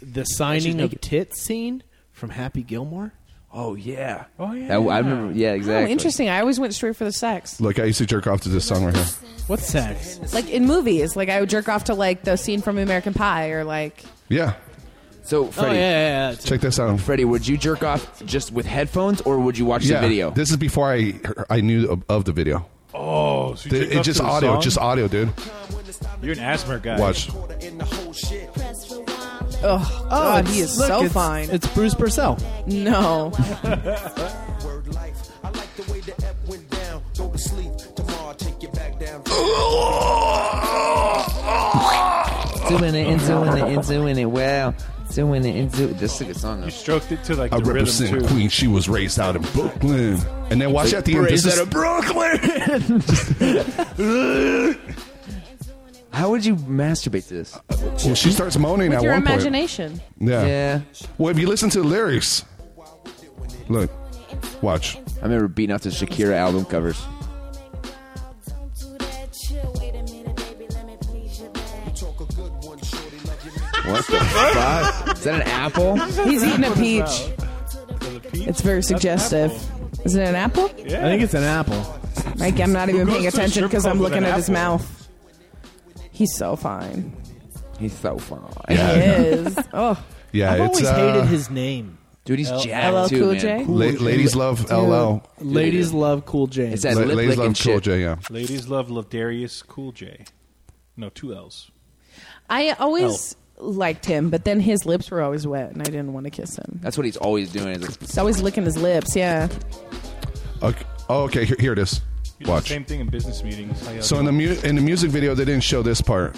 Speaker 9: the signing of
Speaker 2: naked.
Speaker 9: tits scene from Happy Gilmore.
Speaker 2: Oh yeah.
Speaker 5: Oh yeah.
Speaker 2: That- I remember. Yeah,
Speaker 4: Oh,
Speaker 2: exactly.
Speaker 4: interesting. I always went straight for the sex.
Speaker 1: Look, I used to jerk off to this song right here.
Speaker 9: What sex?
Speaker 4: Like in movies, like I would jerk off to like the scene from American Pie or like
Speaker 1: Yeah,
Speaker 4: Oh,
Speaker 2: So Freddie,
Speaker 9: Oh, yeah, yeah.
Speaker 1: check this out.
Speaker 2: Freddie, would you jerk off just with headphones, or would you watch
Speaker 1: yeah,
Speaker 2: the video?
Speaker 1: This is before I I knew of, of the video.
Speaker 5: Oh, so you
Speaker 1: Th-
Speaker 5: jerked
Speaker 1: it
Speaker 5: off
Speaker 1: just
Speaker 5: to the
Speaker 1: audio,
Speaker 5: song?
Speaker 1: just audio, dude.
Speaker 5: You're an asthma guy.
Speaker 1: Watch.
Speaker 4: Oh, God, he is
Speaker 9: look,
Speaker 4: so
Speaker 9: it's-
Speaker 4: fine.
Speaker 9: It's Bruce Purcell.
Speaker 4: no.
Speaker 2: Doing it and doing it and doing it well. Doing it and doing. This is a good song. Though.
Speaker 5: You stroked it to like
Speaker 1: I
Speaker 5: the rhythm
Speaker 1: represent
Speaker 5: too.
Speaker 1: Queen. She was raised out in Brooklyn. And then watch at the end. This is,
Speaker 2: Raised out of Brooklyn. <laughs> How would you masturbate to this?
Speaker 1: well, she starts moaning
Speaker 4: With
Speaker 1: at
Speaker 4: your
Speaker 1: one
Speaker 4: imagination.
Speaker 1: point. Yeah.
Speaker 2: Yeah.
Speaker 1: Well, if you listen to the lyrics, look, watch.
Speaker 2: I remember beating off the Shakira album covers. What the fuck? Is that an apple?
Speaker 4: He's eating a peach.
Speaker 5: peach?
Speaker 4: It's very suggestive. Is it an apple?
Speaker 5: Yeah.
Speaker 9: I think it's an apple.
Speaker 4: Like I'm not even
Speaker 5: goes
Speaker 4: paying
Speaker 5: to a
Speaker 4: attention
Speaker 5: strip
Speaker 4: because
Speaker 5: club
Speaker 4: I'm
Speaker 5: with
Speaker 4: looking
Speaker 5: an
Speaker 4: at his
Speaker 5: apple?
Speaker 4: mouth. He's so fine.
Speaker 2: <laughs> He's so fun.
Speaker 4: He is. Oh,
Speaker 1: Yeah,
Speaker 9: I've
Speaker 1: it's
Speaker 9: always
Speaker 1: uh,
Speaker 9: hated his name.
Speaker 2: Dude, he's
Speaker 9: L-
Speaker 2: jacked
Speaker 4: LL
Speaker 2: too,
Speaker 4: Cool
Speaker 2: man.
Speaker 4: J?
Speaker 1: la- ladies love LL.
Speaker 9: Ladies love Cool James.
Speaker 2: It's that
Speaker 1: La-
Speaker 2: lip
Speaker 1: ladies
Speaker 2: licking
Speaker 1: love Cool
Speaker 2: shit.
Speaker 1: J. Yeah,
Speaker 5: Ladies love Ladarius Cool J. No, two L's.
Speaker 4: I always
Speaker 2: Oh.
Speaker 4: liked him, but then his lips were always wet, and I didn't want to kiss him.
Speaker 2: That's what he's always doing. Is like,
Speaker 4: He's always licking his lips. Yeah.
Speaker 1: okay, oh, okay here, here it is.
Speaker 5: You do
Speaker 1: Watch.
Speaker 5: the same thing in business meetings. Like,
Speaker 1: So in the mu- in the music video, they didn't show this part.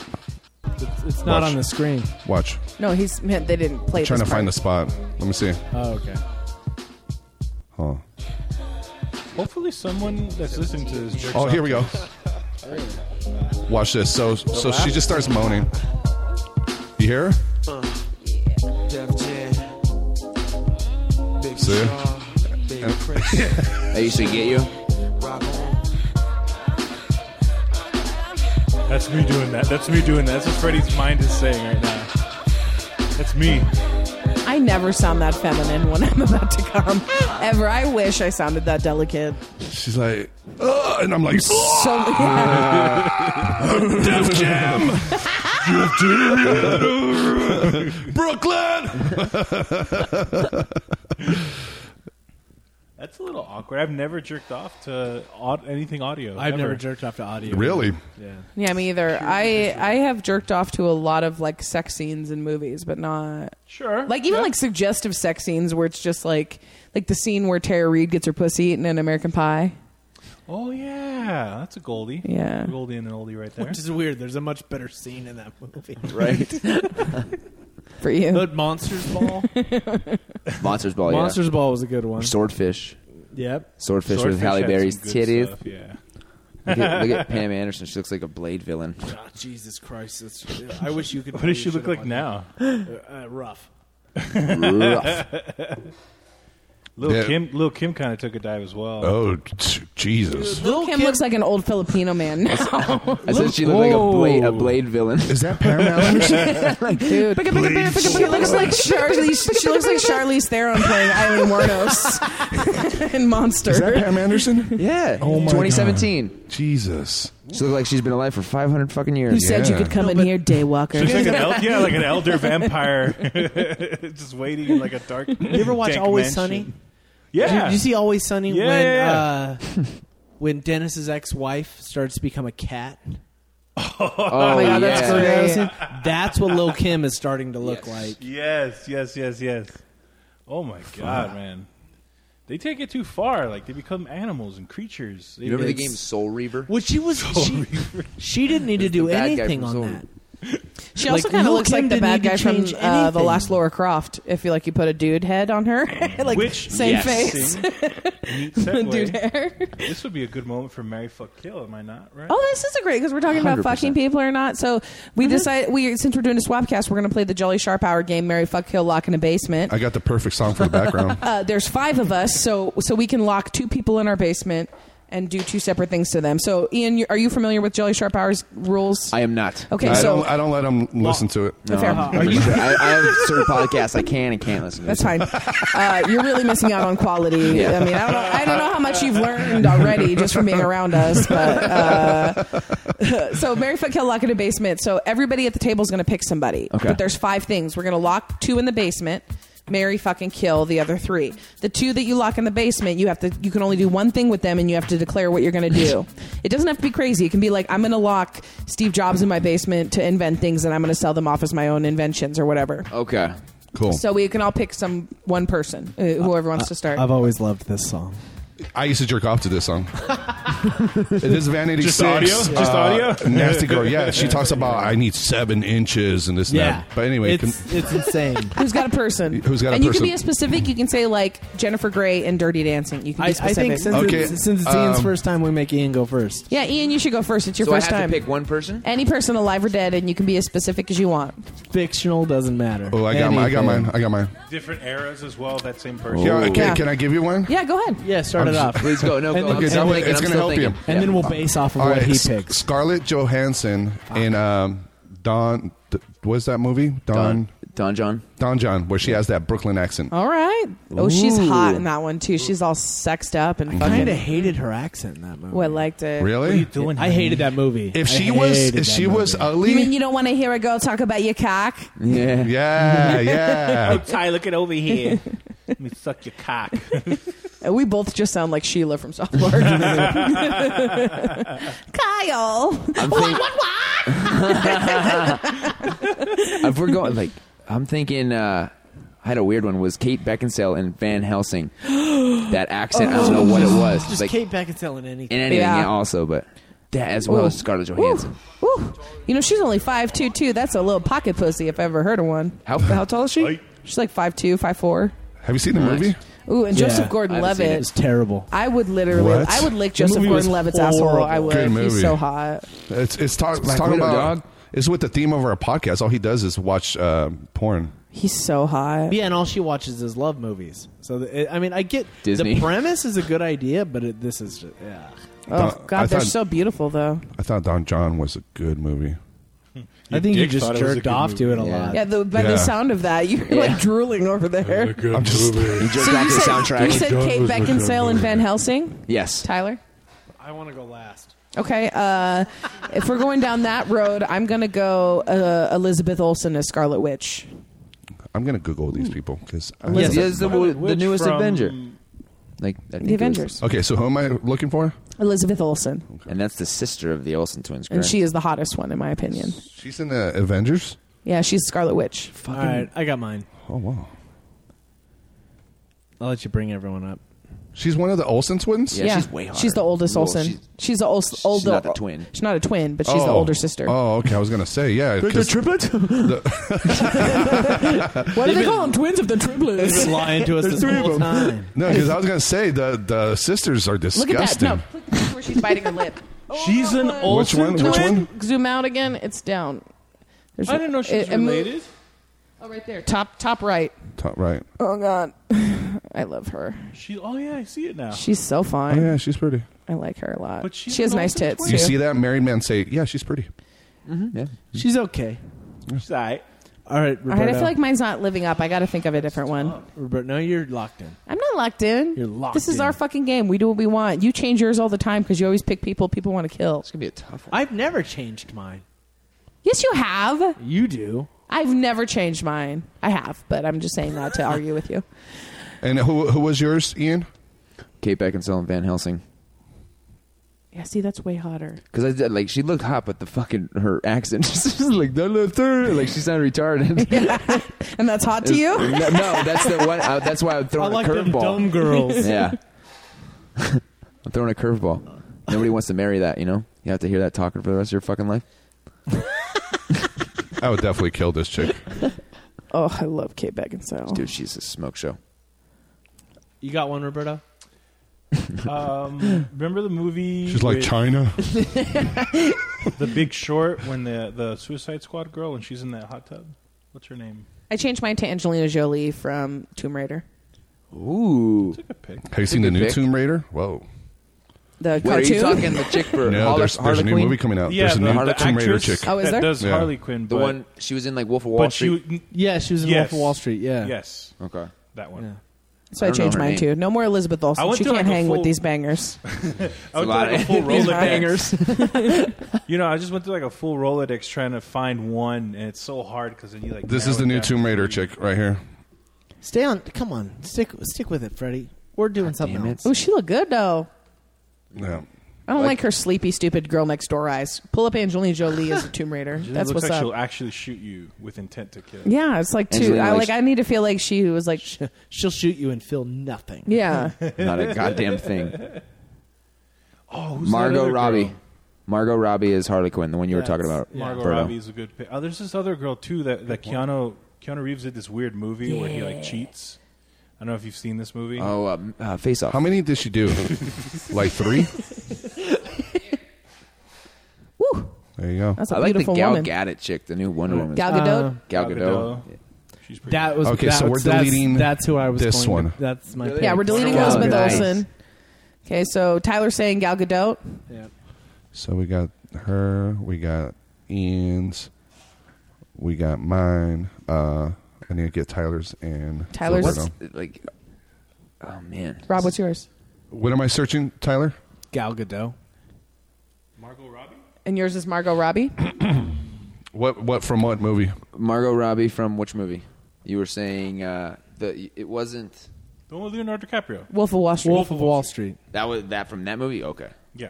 Speaker 3: It's, it's not
Speaker 1: Watch.
Speaker 3: on the screen.
Speaker 1: Watch.
Speaker 4: No, he's <laughs> man, they didn't play.
Speaker 1: Trying to
Speaker 4: this part.
Speaker 1: find the spot. Let me see.
Speaker 3: Oh, okay.
Speaker 1: Oh.
Speaker 5: hopefully someone that's listening to this. jerks
Speaker 1: Oh, here
Speaker 5: off
Speaker 1: we
Speaker 5: to
Speaker 1: go.
Speaker 5: this.
Speaker 1: Watch this. So so she just starts moaning. You hear? her? See?
Speaker 2: That used to get <laughs> you.
Speaker 5: That's me doing that. That's me doing that. That's what Freddie's mind is saying right now. That's me.
Speaker 4: I never sound that feminine when <laughs> I'm about to come. Ever. I wish I sounded that delicate.
Speaker 1: She's like, Ugh, and I'm like,
Speaker 4: So- <laughs>
Speaker 1: "Ugh." Def Jam, Def Jam! Brooklyn.
Speaker 5: That's a little awkward. I've never jerked off to aud- anything audio.
Speaker 3: I've never
Speaker 5: ever.
Speaker 3: jerked off to audio.
Speaker 1: Really?
Speaker 5: Yeah.
Speaker 4: Yeah, me either. I I have jerked off to a lot of like sex scenes in movies, but not
Speaker 5: sure.
Speaker 4: Like even like suggestive sex scenes where it's just like like the scene where Tara Reid gets her pussy eaten in American Pie.
Speaker 5: Oh yeah, that's a Goldie.
Speaker 4: Yeah.
Speaker 5: Goldie and an oldie right there.
Speaker 3: Which is weird. There's a much better scene in that movie.
Speaker 5: Right.
Speaker 4: For you.
Speaker 3: But Monsters
Speaker 2: <laughs>
Speaker 3: Ball.
Speaker 2: Monsters Ball. yeah.
Speaker 3: Monsters Ball was a good one.
Speaker 2: Swordfish.
Speaker 3: Yep.
Speaker 2: Swordfish,
Speaker 3: Swordfish
Speaker 2: with Halle
Speaker 3: had
Speaker 2: Berry's
Speaker 3: some good
Speaker 2: titties.
Speaker 3: stuff, yeah.
Speaker 2: Look at, look at Pam Anderson. She looks like a Blade villain.
Speaker 3: Ah, Jesus Christ. That's, I wish you could.
Speaker 5: What does she look like now?
Speaker 3: Uh, uh, rough.
Speaker 5: Lil
Speaker 1: Yeah.
Speaker 5: Kim, Lil Kim kind of took a dive as well.
Speaker 1: Oh, t- Jesus.
Speaker 4: Lil Kim, looks like an old Filipino man <laughs> now.
Speaker 2: I said she looked like a Blade, a Blade villain. <laughs> Is
Speaker 1: that <laughs> Pam
Speaker 4: Dude, she looks like Charlize. She looks like Charlize Theron playing Eileen Warnos <laughs> in Monster.
Speaker 2: Is that
Speaker 1: Pam Anderson?
Speaker 2: Yeah.
Speaker 1: Oh my God.
Speaker 2: 2017.
Speaker 1: Jesus.
Speaker 2: She looks like she's been alive for 500 fucking years.
Speaker 4: Who said you could come in here, Daywalker?
Speaker 5: She's like an el- yeah, like an elder vampire, <laughs> just waiting in like a dark.
Speaker 3: You ever watch
Speaker 5: dank
Speaker 3: Always
Speaker 5: mansion.
Speaker 3: Sunny? Did you,
Speaker 5: Yeah.
Speaker 3: did you see Always Sunny
Speaker 5: Yeah,
Speaker 3: when
Speaker 5: yeah,
Speaker 3: Uh, when Dennis's ex-wife starts to become a cat?
Speaker 5: Oh,
Speaker 3: my God, that's yeah. great. That's what Lil Kim is starting to look like.
Speaker 5: Yes, yes, yes, yes. Oh my god, man! They take it too far. Like they become animals and creatures. They-
Speaker 2: You remember the
Speaker 5: it's-
Speaker 2: game Soul Reaver?
Speaker 3: Well, she was she, she didn't need to
Speaker 2: It's the
Speaker 3: do
Speaker 2: bad guy
Speaker 3: anything
Speaker 2: from
Speaker 3: on
Speaker 2: Soul
Speaker 3: that.
Speaker 4: She also
Speaker 3: Like,
Speaker 4: kind of
Speaker 3: Lil
Speaker 4: looks like
Speaker 3: Kim
Speaker 4: the
Speaker 3: didn't
Speaker 4: bad
Speaker 3: need
Speaker 4: guy
Speaker 3: to
Speaker 4: from
Speaker 3: change
Speaker 4: uh, the
Speaker 3: anything.
Speaker 4: last Laura Croft. If you like, you put a dude head on her, <laughs> like
Speaker 5: Which
Speaker 4: same
Speaker 5: yes.
Speaker 4: face.
Speaker 3: <laughs>
Speaker 5: Sing. Neat
Speaker 4: <laughs>
Speaker 5: segue.
Speaker 4: dude hair.
Speaker 5: This would be a good moment for Mary Fuck Kill. Am I not right?
Speaker 4: Oh, this is a great because we're talking about
Speaker 5: 100%.
Speaker 4: fucking people or not. So we decide we since we're doing a swapcast, we're going to play the Jolly Sharp Hour game, Mary Fuck Kill Lock in a basement.
Speaker 1: I got the perfect song for the <laughs> background.
Speaker 4: Uh, there's five of us, so so we can lock two people in our basement and do two separate things to them. So Ian, you, are you familiar with Jolly Sharp Hour's rules?
Speaker 2: I am not.
Speaker 4: Okay,
Speaker 1: I
Speaker 4: so
Speaker 1: don't, I don't let them listen to it.
Speaker 4: No, Fair. I'm-
Speaker 2: I, I have certain podcasts I can and can't listen to.
Speaker 4: That's fine. Uh, you're really missing out on quality.
Speaker 2: Yeah.
Speaker 4: I mean, I don't, know, I don't know how much you've learned already just from being around us, but uh, <laughs> so Mary Fuck Kill Lock in a basement. So everybody at the table is going to pick somebody.
Speaker 2: Okay.
Speaker 4: But there's five things. We're going to lock two in the basement. Mary fucking kill the other three. The two that you lock in the basement, you have to you can only do one thing with them and you have to declare what you're
Speaker 2: <laughs>
Speaker 4: gonna do. it doesn't have to be crazy. It can be like, I'm gonna lock Steve Jobs in my basement to invent things and I'm gonna sell them off as my own inventions or whatever.
Speaker 2: Okay.
Speaker 1: Cool.
Speaker 4: So we can all pick some one person, uh, whoever wants to start.
Speaker 3: I've always loved this song.
Speaker 1: I used to jerk off to this song. it is Van 86.
Speaker 5: Just audio? Just audio?
Speaker 1: Nasty Girl. Yeah, she talks about I need seven inches and this and
Speaker 3: Yeah.
Speaker 1: that. But anyway,
Speaker 3: It's- it's insane.
Speaker 4: Who's got a person?
Speaker 1: Who's got a
Speaker 4: and you
Speaker 1: person?
Speaker 4: can be a specific. You can say like Jennifer Grey and Dirty Dancing. You can
Speaker 3: I,
Speaker 4: be
Speaker 3: I
Speaker 4: specific.
Speaker 3: think since, it's, since it's Ian's
Speaker 1: um,
Speaker 3: first time, we make Ian go first.
Speaker 4: yeah, Ian, you should go first. It's your
Speaker 2: So I
Speaker 4: first
Speaker 2: have to
Speaker 4: time.
Speaker 2: pick one person?
Speaker 4: Any person alive or dead, and you can be as specific as you want.
Speaker 3: Fictional doesn't matter.
Speaker 1: Oh, I got mine. I got mine. I got mine.
Speaker 5: Different eras as well. That same
Speaker 2: Oh,
Speaker 5: person.
Speaker 1: Yeah, okay,
Speaker 4: Yeah.
Speaker 1: can I give you one?
Speaker 4: Yeah, go ahead.
Speaker 3: Yeah, start
Speaker 1: I'm
Speaker 3: it
Speaker 1: just-
Speaker 3: off.
Speaker 1: Please go. No,
Speaker 3: And
Speaker 1: go.
Speaker 3: then-
Speaker 1: Okay,
Speaker 3: and
Speaker 1: that
Speaker 3: then-
Speaker 1: way it's gonna help you.
Speaker 3: And then
Speaker 1: Yeah.
Speaker 3: we'll base off of
Speaker 1: All
Speaker 3: what
Speaker 1: right,
Speaker 3: he
Speaker 1: Uh, S-
Speaker 3: picked.
Speaker 1: Scarlett Johansson in um, Don. D- what's that movie? Don.
Speaker 2: Don John.
Speaker 1: Don John, where she has that Brooklyn accent.
Speaker 4: All right. Oh, she's
Speaker 1: Ooh.
Speaker 4: hot in that one too. She's all sexed up and
Speaker 3: I kind of
Speaker 4: fucking.
Speaker 3: hated her accent in that movie.
Speaker 4: Oh, I liked it.
Speaker 1: Really?
Speaker 3: I hated that movie.
Speaker 1: If
Speaker 3: I
Speaker 1: she was,
Speaker 3: hated
Speaker 1: if
Speaker 3: that
Speaker 1: she was
Speaker 3: movie.
Speaker 1: ugly.
Speaker 4: You mean you don't want to hear a girl talk about your cock?
Speaker 2: Yeah.
Speaker 1: <laughs>
Speaker 3: <laughs>
Speaker 1: Yeah. Yeah.
Speaker 5: Oh, Ty, look at over here. Let me suck your cock. <laughs>
Speaker 4: Uh, We both just sound like Sheila from South
Speaker 1: <laughs>
Speaker 4: Park. <laughs> Kyle,
Speaker 2: I'm
Speaker 4: what,
Speaker 2: think-
Speaker 4: what, what?
Speaker 2: <laughs> if we're going like, I'm thinking. uh I had a weird one. Was Kate Beckinsale and Van
Speaker 4: <gasps>
Speaker 2: Helsing? that accent, I don't know what it
Speaker 4: Oh,
Speaker 2: was.
Speaker 3: Just
Speaker 2: like,
Speaker 3: Kate Beckinsale in anything.
Speaker 2: and anything also, but that as well as Scarlett Johansson.
Speaker 4: Woo. You know, she's only 5'2", too. That's a little pocket pussy if I ever heard of one.
Speaker 2: How,
Speaker 4: how tall is she? She's like 5'2", 5'4".
Speaker 1: Have you seen the movie?
Speaker 4: Ooh, and Joseph Gordon-Levitt.
Speaker 3: It's terrible.
Speaker 4: I would literally,
Speaker 1: What?
Speaker 4: I would lick
Speaker 1: The
Speaker 4: Joseph
Speaker 1: movie was
Speaker 4: Gordon-Levitt's asshole.
Speaker 1: horrible.
Speaker 4: I would.
Speaker 1: Good
Speaker 4: He's
Speaker 1: movie.
Speaker 4: so hot.
Speaker 1: It's it's, talk, it's
Speaker 4: Black
Speaker 1: talking
Speaker 4: Widow,
Speaker 1: about it's with the theme of our podcast. All he does is watch uh, porn.
Speaker 4: He's so hot.
Speaker 3: Yeah, and all she watches is love movies. So the, it, I mean, I get
Speaker 1: Disney.
Speaker 3: the <laughs> premise is a good idea, but it, this is just, yeah.
Speaker 4: Oh,
Speaker 1: Don-
Speaker 4: God,
Speaker 1: Uh, I
Speaker 4: they're
Speaker 1: thought-
Speaker 4: so beautiful, though.
Speaker 1: I thought Don John was a good movie.
Speaker 3: I think you just jerked off to it a lot.
Speaker 4: Yeah, the, by
Speaker 1: Yeah.
Speaker 4: the sound of that, you're like drooling over there.
Speaker 1: I'm just
Speaker 4: So you said, You said
Speaker 2: John
Speaker 4: Kate
Speaker 2: was my
Speaker 4: Beckinsale
Speaker 2: favorite.
Speaker 4: and Van Helsing?
Speaker 2: Yes.
Speaker 4: Tyler?
Speaker 3: I want to go last.
Speaker 4: Okay, uh, if we're going down that road, I'm going to go uh, Elizabeth Olsen as Scarlet Witch.
Speaker 1: I'm gonna Google
Speaker 4: Hmm.
Speaker 1: these people because
Speaker 2: Yes, yes, the, the newest Avenger. Like I think it was-
Speaker 4: Avengers.
Speaker 1: Okay, so who am I looking for?
Speaker 4: Elizabeth Olsen.
Speaker 2: And that's the sister of the Olsen twins.
Speaker 4: And
Speaker 2: correct?
Speaker 4: she is the hottest one, in my opinion.
Speaker 1: She's in the Avengers.
Speaker 4: Yeah, she's Scarlet Witch.
Speaker 3: All right, I got mine.
Speaker 1: Oh wow.
Speaker 3: I'll let you bring everyone up.
Speaker 1: She's one of the Olsen twins.
Speaker 4: She's the oldest
Speaker 1: Well,
Speaker 4: Olsen.
Speaker 1: she's-
Speaker 4: She's, the oldest. older-
Speaker 1: not a twin.
Speaker 4: She's not a twin, but she's the
Speaker 1: Oh.
Speaker 4: older sister.
Speaker 1: Oh, okay. I was gonna say yeah. 'cause
Speaker 3: triplets?
Speaker 4: Why do they call them twins if they're triplets?
Speaker 3: They've been lying to us There's this three of whole them. time.
Speaker 1: no, because I was gonna say the the sisters are
Speaker 4: Look at that.
Speaker 1: disgusting.
Speaker 4: No, click where she's biting her lip.
Speaker 5: She's an Olsen
Speaker 1: one? <laughs> Which
Speaker 5: twin?
Speaker 4: Zoom out again. It's down. There's-
Speaker 5: I didn't know she was
Speaker 4: it- it mo-
Speaker 5: related.
Speaker 4: Oh, right there. Top, top right.
Speaker 1: Top right.
Speaker 4: Oh God, <sighs> I love her.
Speaker 5: She. Oh yeah, I see it now.
Speaker 4: She's so fine.
Speaker 1: Oh, yeah, she's pretty.
Speaker 4: I like her a lot.
Speaker 5: But she's
Speaker 4: she has
Speaker 5: an
Speaker 4: nice
Speaker 5: Olsen
Speaker 4: tits.
Speaker 1: You
Speaker 4: too.
Speaker 1: see that married man say, "Yeah, she's pretty."
Speaker 2: Yeah.
Speaker 3: She's okay.
Speaker 5: She's all right.
Speaker 3: All right,
Speaker 4: All
Speaker 3: Roberto.
Speaker 4: right, I feel like mine's not living up. I got to think of a different one.
Speaker 3: Roberto, no, you're locked in.
Speaker 4: I'm not locked in.
Speaker 3: You're locked
Speaker 4: This is
Speaker 3: in.
Speaker 4: our fucking game. We do what we want. You change yours all the time because you always pick people people want to kill. It's
Speaker 2: gonna be a tough one.
Speaker 3: I've never changed mine.
Speaker 4: Yes, you have.
Speaker 3: You do.
Speaker 4: I've never changed mine. I have, but I'm just saying that to argue with you.
Speaker 1: And who who was yours, Ian?
Speaker 2: Kate Beckinsale and Van Helsing.
Speaker 4: <laughs> Yeah, see, that's way hotter.
Speaker 2: Because I did, like she looked hot, but the fucking her accent <laughs> just like "Da, da, da," like she sounded
Speaker 4: <laughs>
Speaker 2: retarded.
Speaker 4: And that's hot to
Speaker 2: <laughs>
Speaker 4: you?
Speaker 2: no, no, that's the one. I, that's why I'm throwing
Speaker 3: I like
Speaker 2: a
Speaker 3: them
Speaker 2: curveball.
Speaker 3: dumb girls.
Speaker 2: yeah, <laughs> I'm throwing a curveball. Nobody wants to marry that, you know. You have to hear that talking for the rest of your fucking life.
Speaker 1: I would definitely kill this chick.
Speaker 4: Oh, I love Kate Beckinsale.
Speaker 2: Dude, she's a smoke show.
Speaker 3: You got one, Roberto?
Speaker 5: Um, remember the movie?
Speaker 1: She's like
Speaker 5: with
Speaker 1: China.
Speaker 5: The Big Short when the the Suicide Squad girl and she's in that hot tub. What's her name?
Speaker 4: I changed mine to Angelina Jolie from Tomb Raider.
Speaker 2: Ooh.
Speaker 1: Have you seen the
Speaker 2: Good
Speaker 1: new
Speaker 2: pick.
Speaker 1: Tomb Raider? Whoa.
Speaker 4: The
Speaker 2: Wait, are you
Speaker 4: cartoon.
Speaker 2: talking the chick
Speaker 1: <laughs>
Speaker 2: for
Speaker 1: No,
Speaker 2: Harley,
Speaker 1: there's, there's a new
Speaker 2: Harley Quinn?
Speaker 1: movie coming out.
Speaker 5: Yeah,
Speaker 1: there's a
Speaker 5: the-
Speaker 1: new
Speaker 5: the
Speaker 1: Tomb Raider
Speaker 5: actress
Speaker 1: chick.
Speaker 4: Oh, is
Speaker 5: that
Speaker 4: there?
Speaker 5: does
Speaker 1: Yeah.
Speaker 5: Harley Quinn?
Speaker 2: The
Speaker 5: but-
Speaker 2: one she was in like Wolf of Wall
Speaker 5: but
Speaker 2: Street.
Speaker 5: She,
Speaker 3: <laughs> Yeah, she was in
Speaker 5: Yes.
Speaker 3: Wolf of Wall Street. Yeah.
Speaker 5: Yes,
Speaker 1: <laughs>
Speaker 2: okay.
Speaker 5: that one.
Speaker 4: so
Speaker 2: I
Speaker 4: I
Speaker 2: don't know
Speaker 4: changed
Speaker 2: her
Speaker 4: mine
Speaker 2: name.
Speaker 4: too. No more Elizabeth
Speaker 5: I
Speaker 4: Olsen.
Speaker 5: went
Speaker 4: She
Speaker 5: through,
Speaker 4: can't
Speaker 5: like, a
Speaker 4: hang
Speaker 5: <laughs> full-
Speaker 4: with these bangers.
Speaker 5: I went
Speaker 2: a lot
Speaker 5: through like a
Speaker 2: of-
Speaker 5: full
Speaker 2: These
Speaker 4: <laughs>
Speaker 5: Rolodex. you know, I just went through like a full Rolodex trying to find one, and it's so hard because then you like.
Speaker 1: This is
Speaker 5: narrow
Speaker 1: the
Speaker 5: it
Speaker 1: new
Speaker 5: down.
Speaker 1: Tomb Raider chick right here.
Speaker 3: Stay on. Come on. Stick stick with it, Freddie. We're doing something else.
Speaker 4: Oh, she looked good though.
Speaker 1: Yeah.
Speaker 4: I don't like, her sleepy, stupid girl next door eyes. Pull up Angelina Jolie as a Tomb Raider.
Speaker 5: It
Speaker 4: That's
Speaker 5: looks
Speaker 4: what's
Speaker 5: like
Speaker 4: up.
Speaker 5: she'll actually shoot you with intent to kill.
Speaker 4: Yeah, it's like two.
Speaker 2: Angelina
Speaker 4: I
Speaker 2: Jolie-
Speaker 4: like. I need to feel like she was like.
Speaker 3: She'll shoot you and feel nothing.
Speaker 2: <laughs>
Speaker 4: Yeah.
Speaker 2: Not a goddamn thing.
Speaker 5: Oh, who's that
Speaker 2: Margot
Speaker 5: other
Speaker 2: Robbie.
Speaker 5: girl?
Speaker 2: Margot Robbie is Harley Quinn, the one you were talking about.
Speaker 5: Margot
Speaker 2: Roberto.
Speaker 5: Uh, Robbie is a good pick. Oh, there's this other girl too that that Keanu Keanu Reeves did this weird movie where he like cheats. I don't know if you've seen this movie.
Speaker 2: Oh, um, uh, Face Off.
Speaker 1: How many did she do? <laughs> like three? <laughs>
Speaker 4: Woo.
Speaker 1: There you go.
Speaker 4: That's a
Speaker 2: I like the
Speaker 4: beautiful
Speaker 2: Gal
Speaker 4: woman.
Speaker 2: Gadot chick, the new Wonder Woman.
Speaker 4: Gal Gadot.
Speaker 2: Gal
Speaker 5: Gal
Speaker 2: Gadot.
Speaker 5: Gadot. She's pretty
Speaker 3: That was
Speaker 1: Okay,
Speaker 3: that
Speaker 1: so we're
Speaker 3: was- that's-
Speaker 1: deleting
Speaker 3: That's, who I was.
Speaker 1: this
Speaker 3: going to-
Speaker 1: one.
Speaker 3: that's my.
Speaker 4: yeah,
Speaker 3: pick.
Speaker 4: we're deleting
Speaker 2: Gal
Speaker 4: Elizabeth
Speaker 2: Gadot.
Speaker 4: Olsen. Okay, so Tyler's saying Gal Gadot.
Speaker 1: So we got her, we got Ian's, we got mine. Uh, I need to get Tyler's and
Speaker 4: Tyler's-
Speaker 1: Roberto.
Speaker 2: What's, like, oh man,
Speaker 4: Rob, what's yours?
Speaker 1: What am I searching, Tyler?
Speaker 3: Gal Gadot.
Speaker 5: Margot Robbie.
Speaker 4: And yours is Margot Robbie.
Speaker 1: What what from what movie?
Speaker 2: Margot Robbie from which movie? You were saying uh, the it wasn't
Speaker 5: The one with Leonardo DiCaprio.
Speaker 4: Wolf of Wall Street.
Speaker 3: Wolf of Wall Street.
Speaker 2: that was that from that movie. Okay,
Speaker 5: Yeah.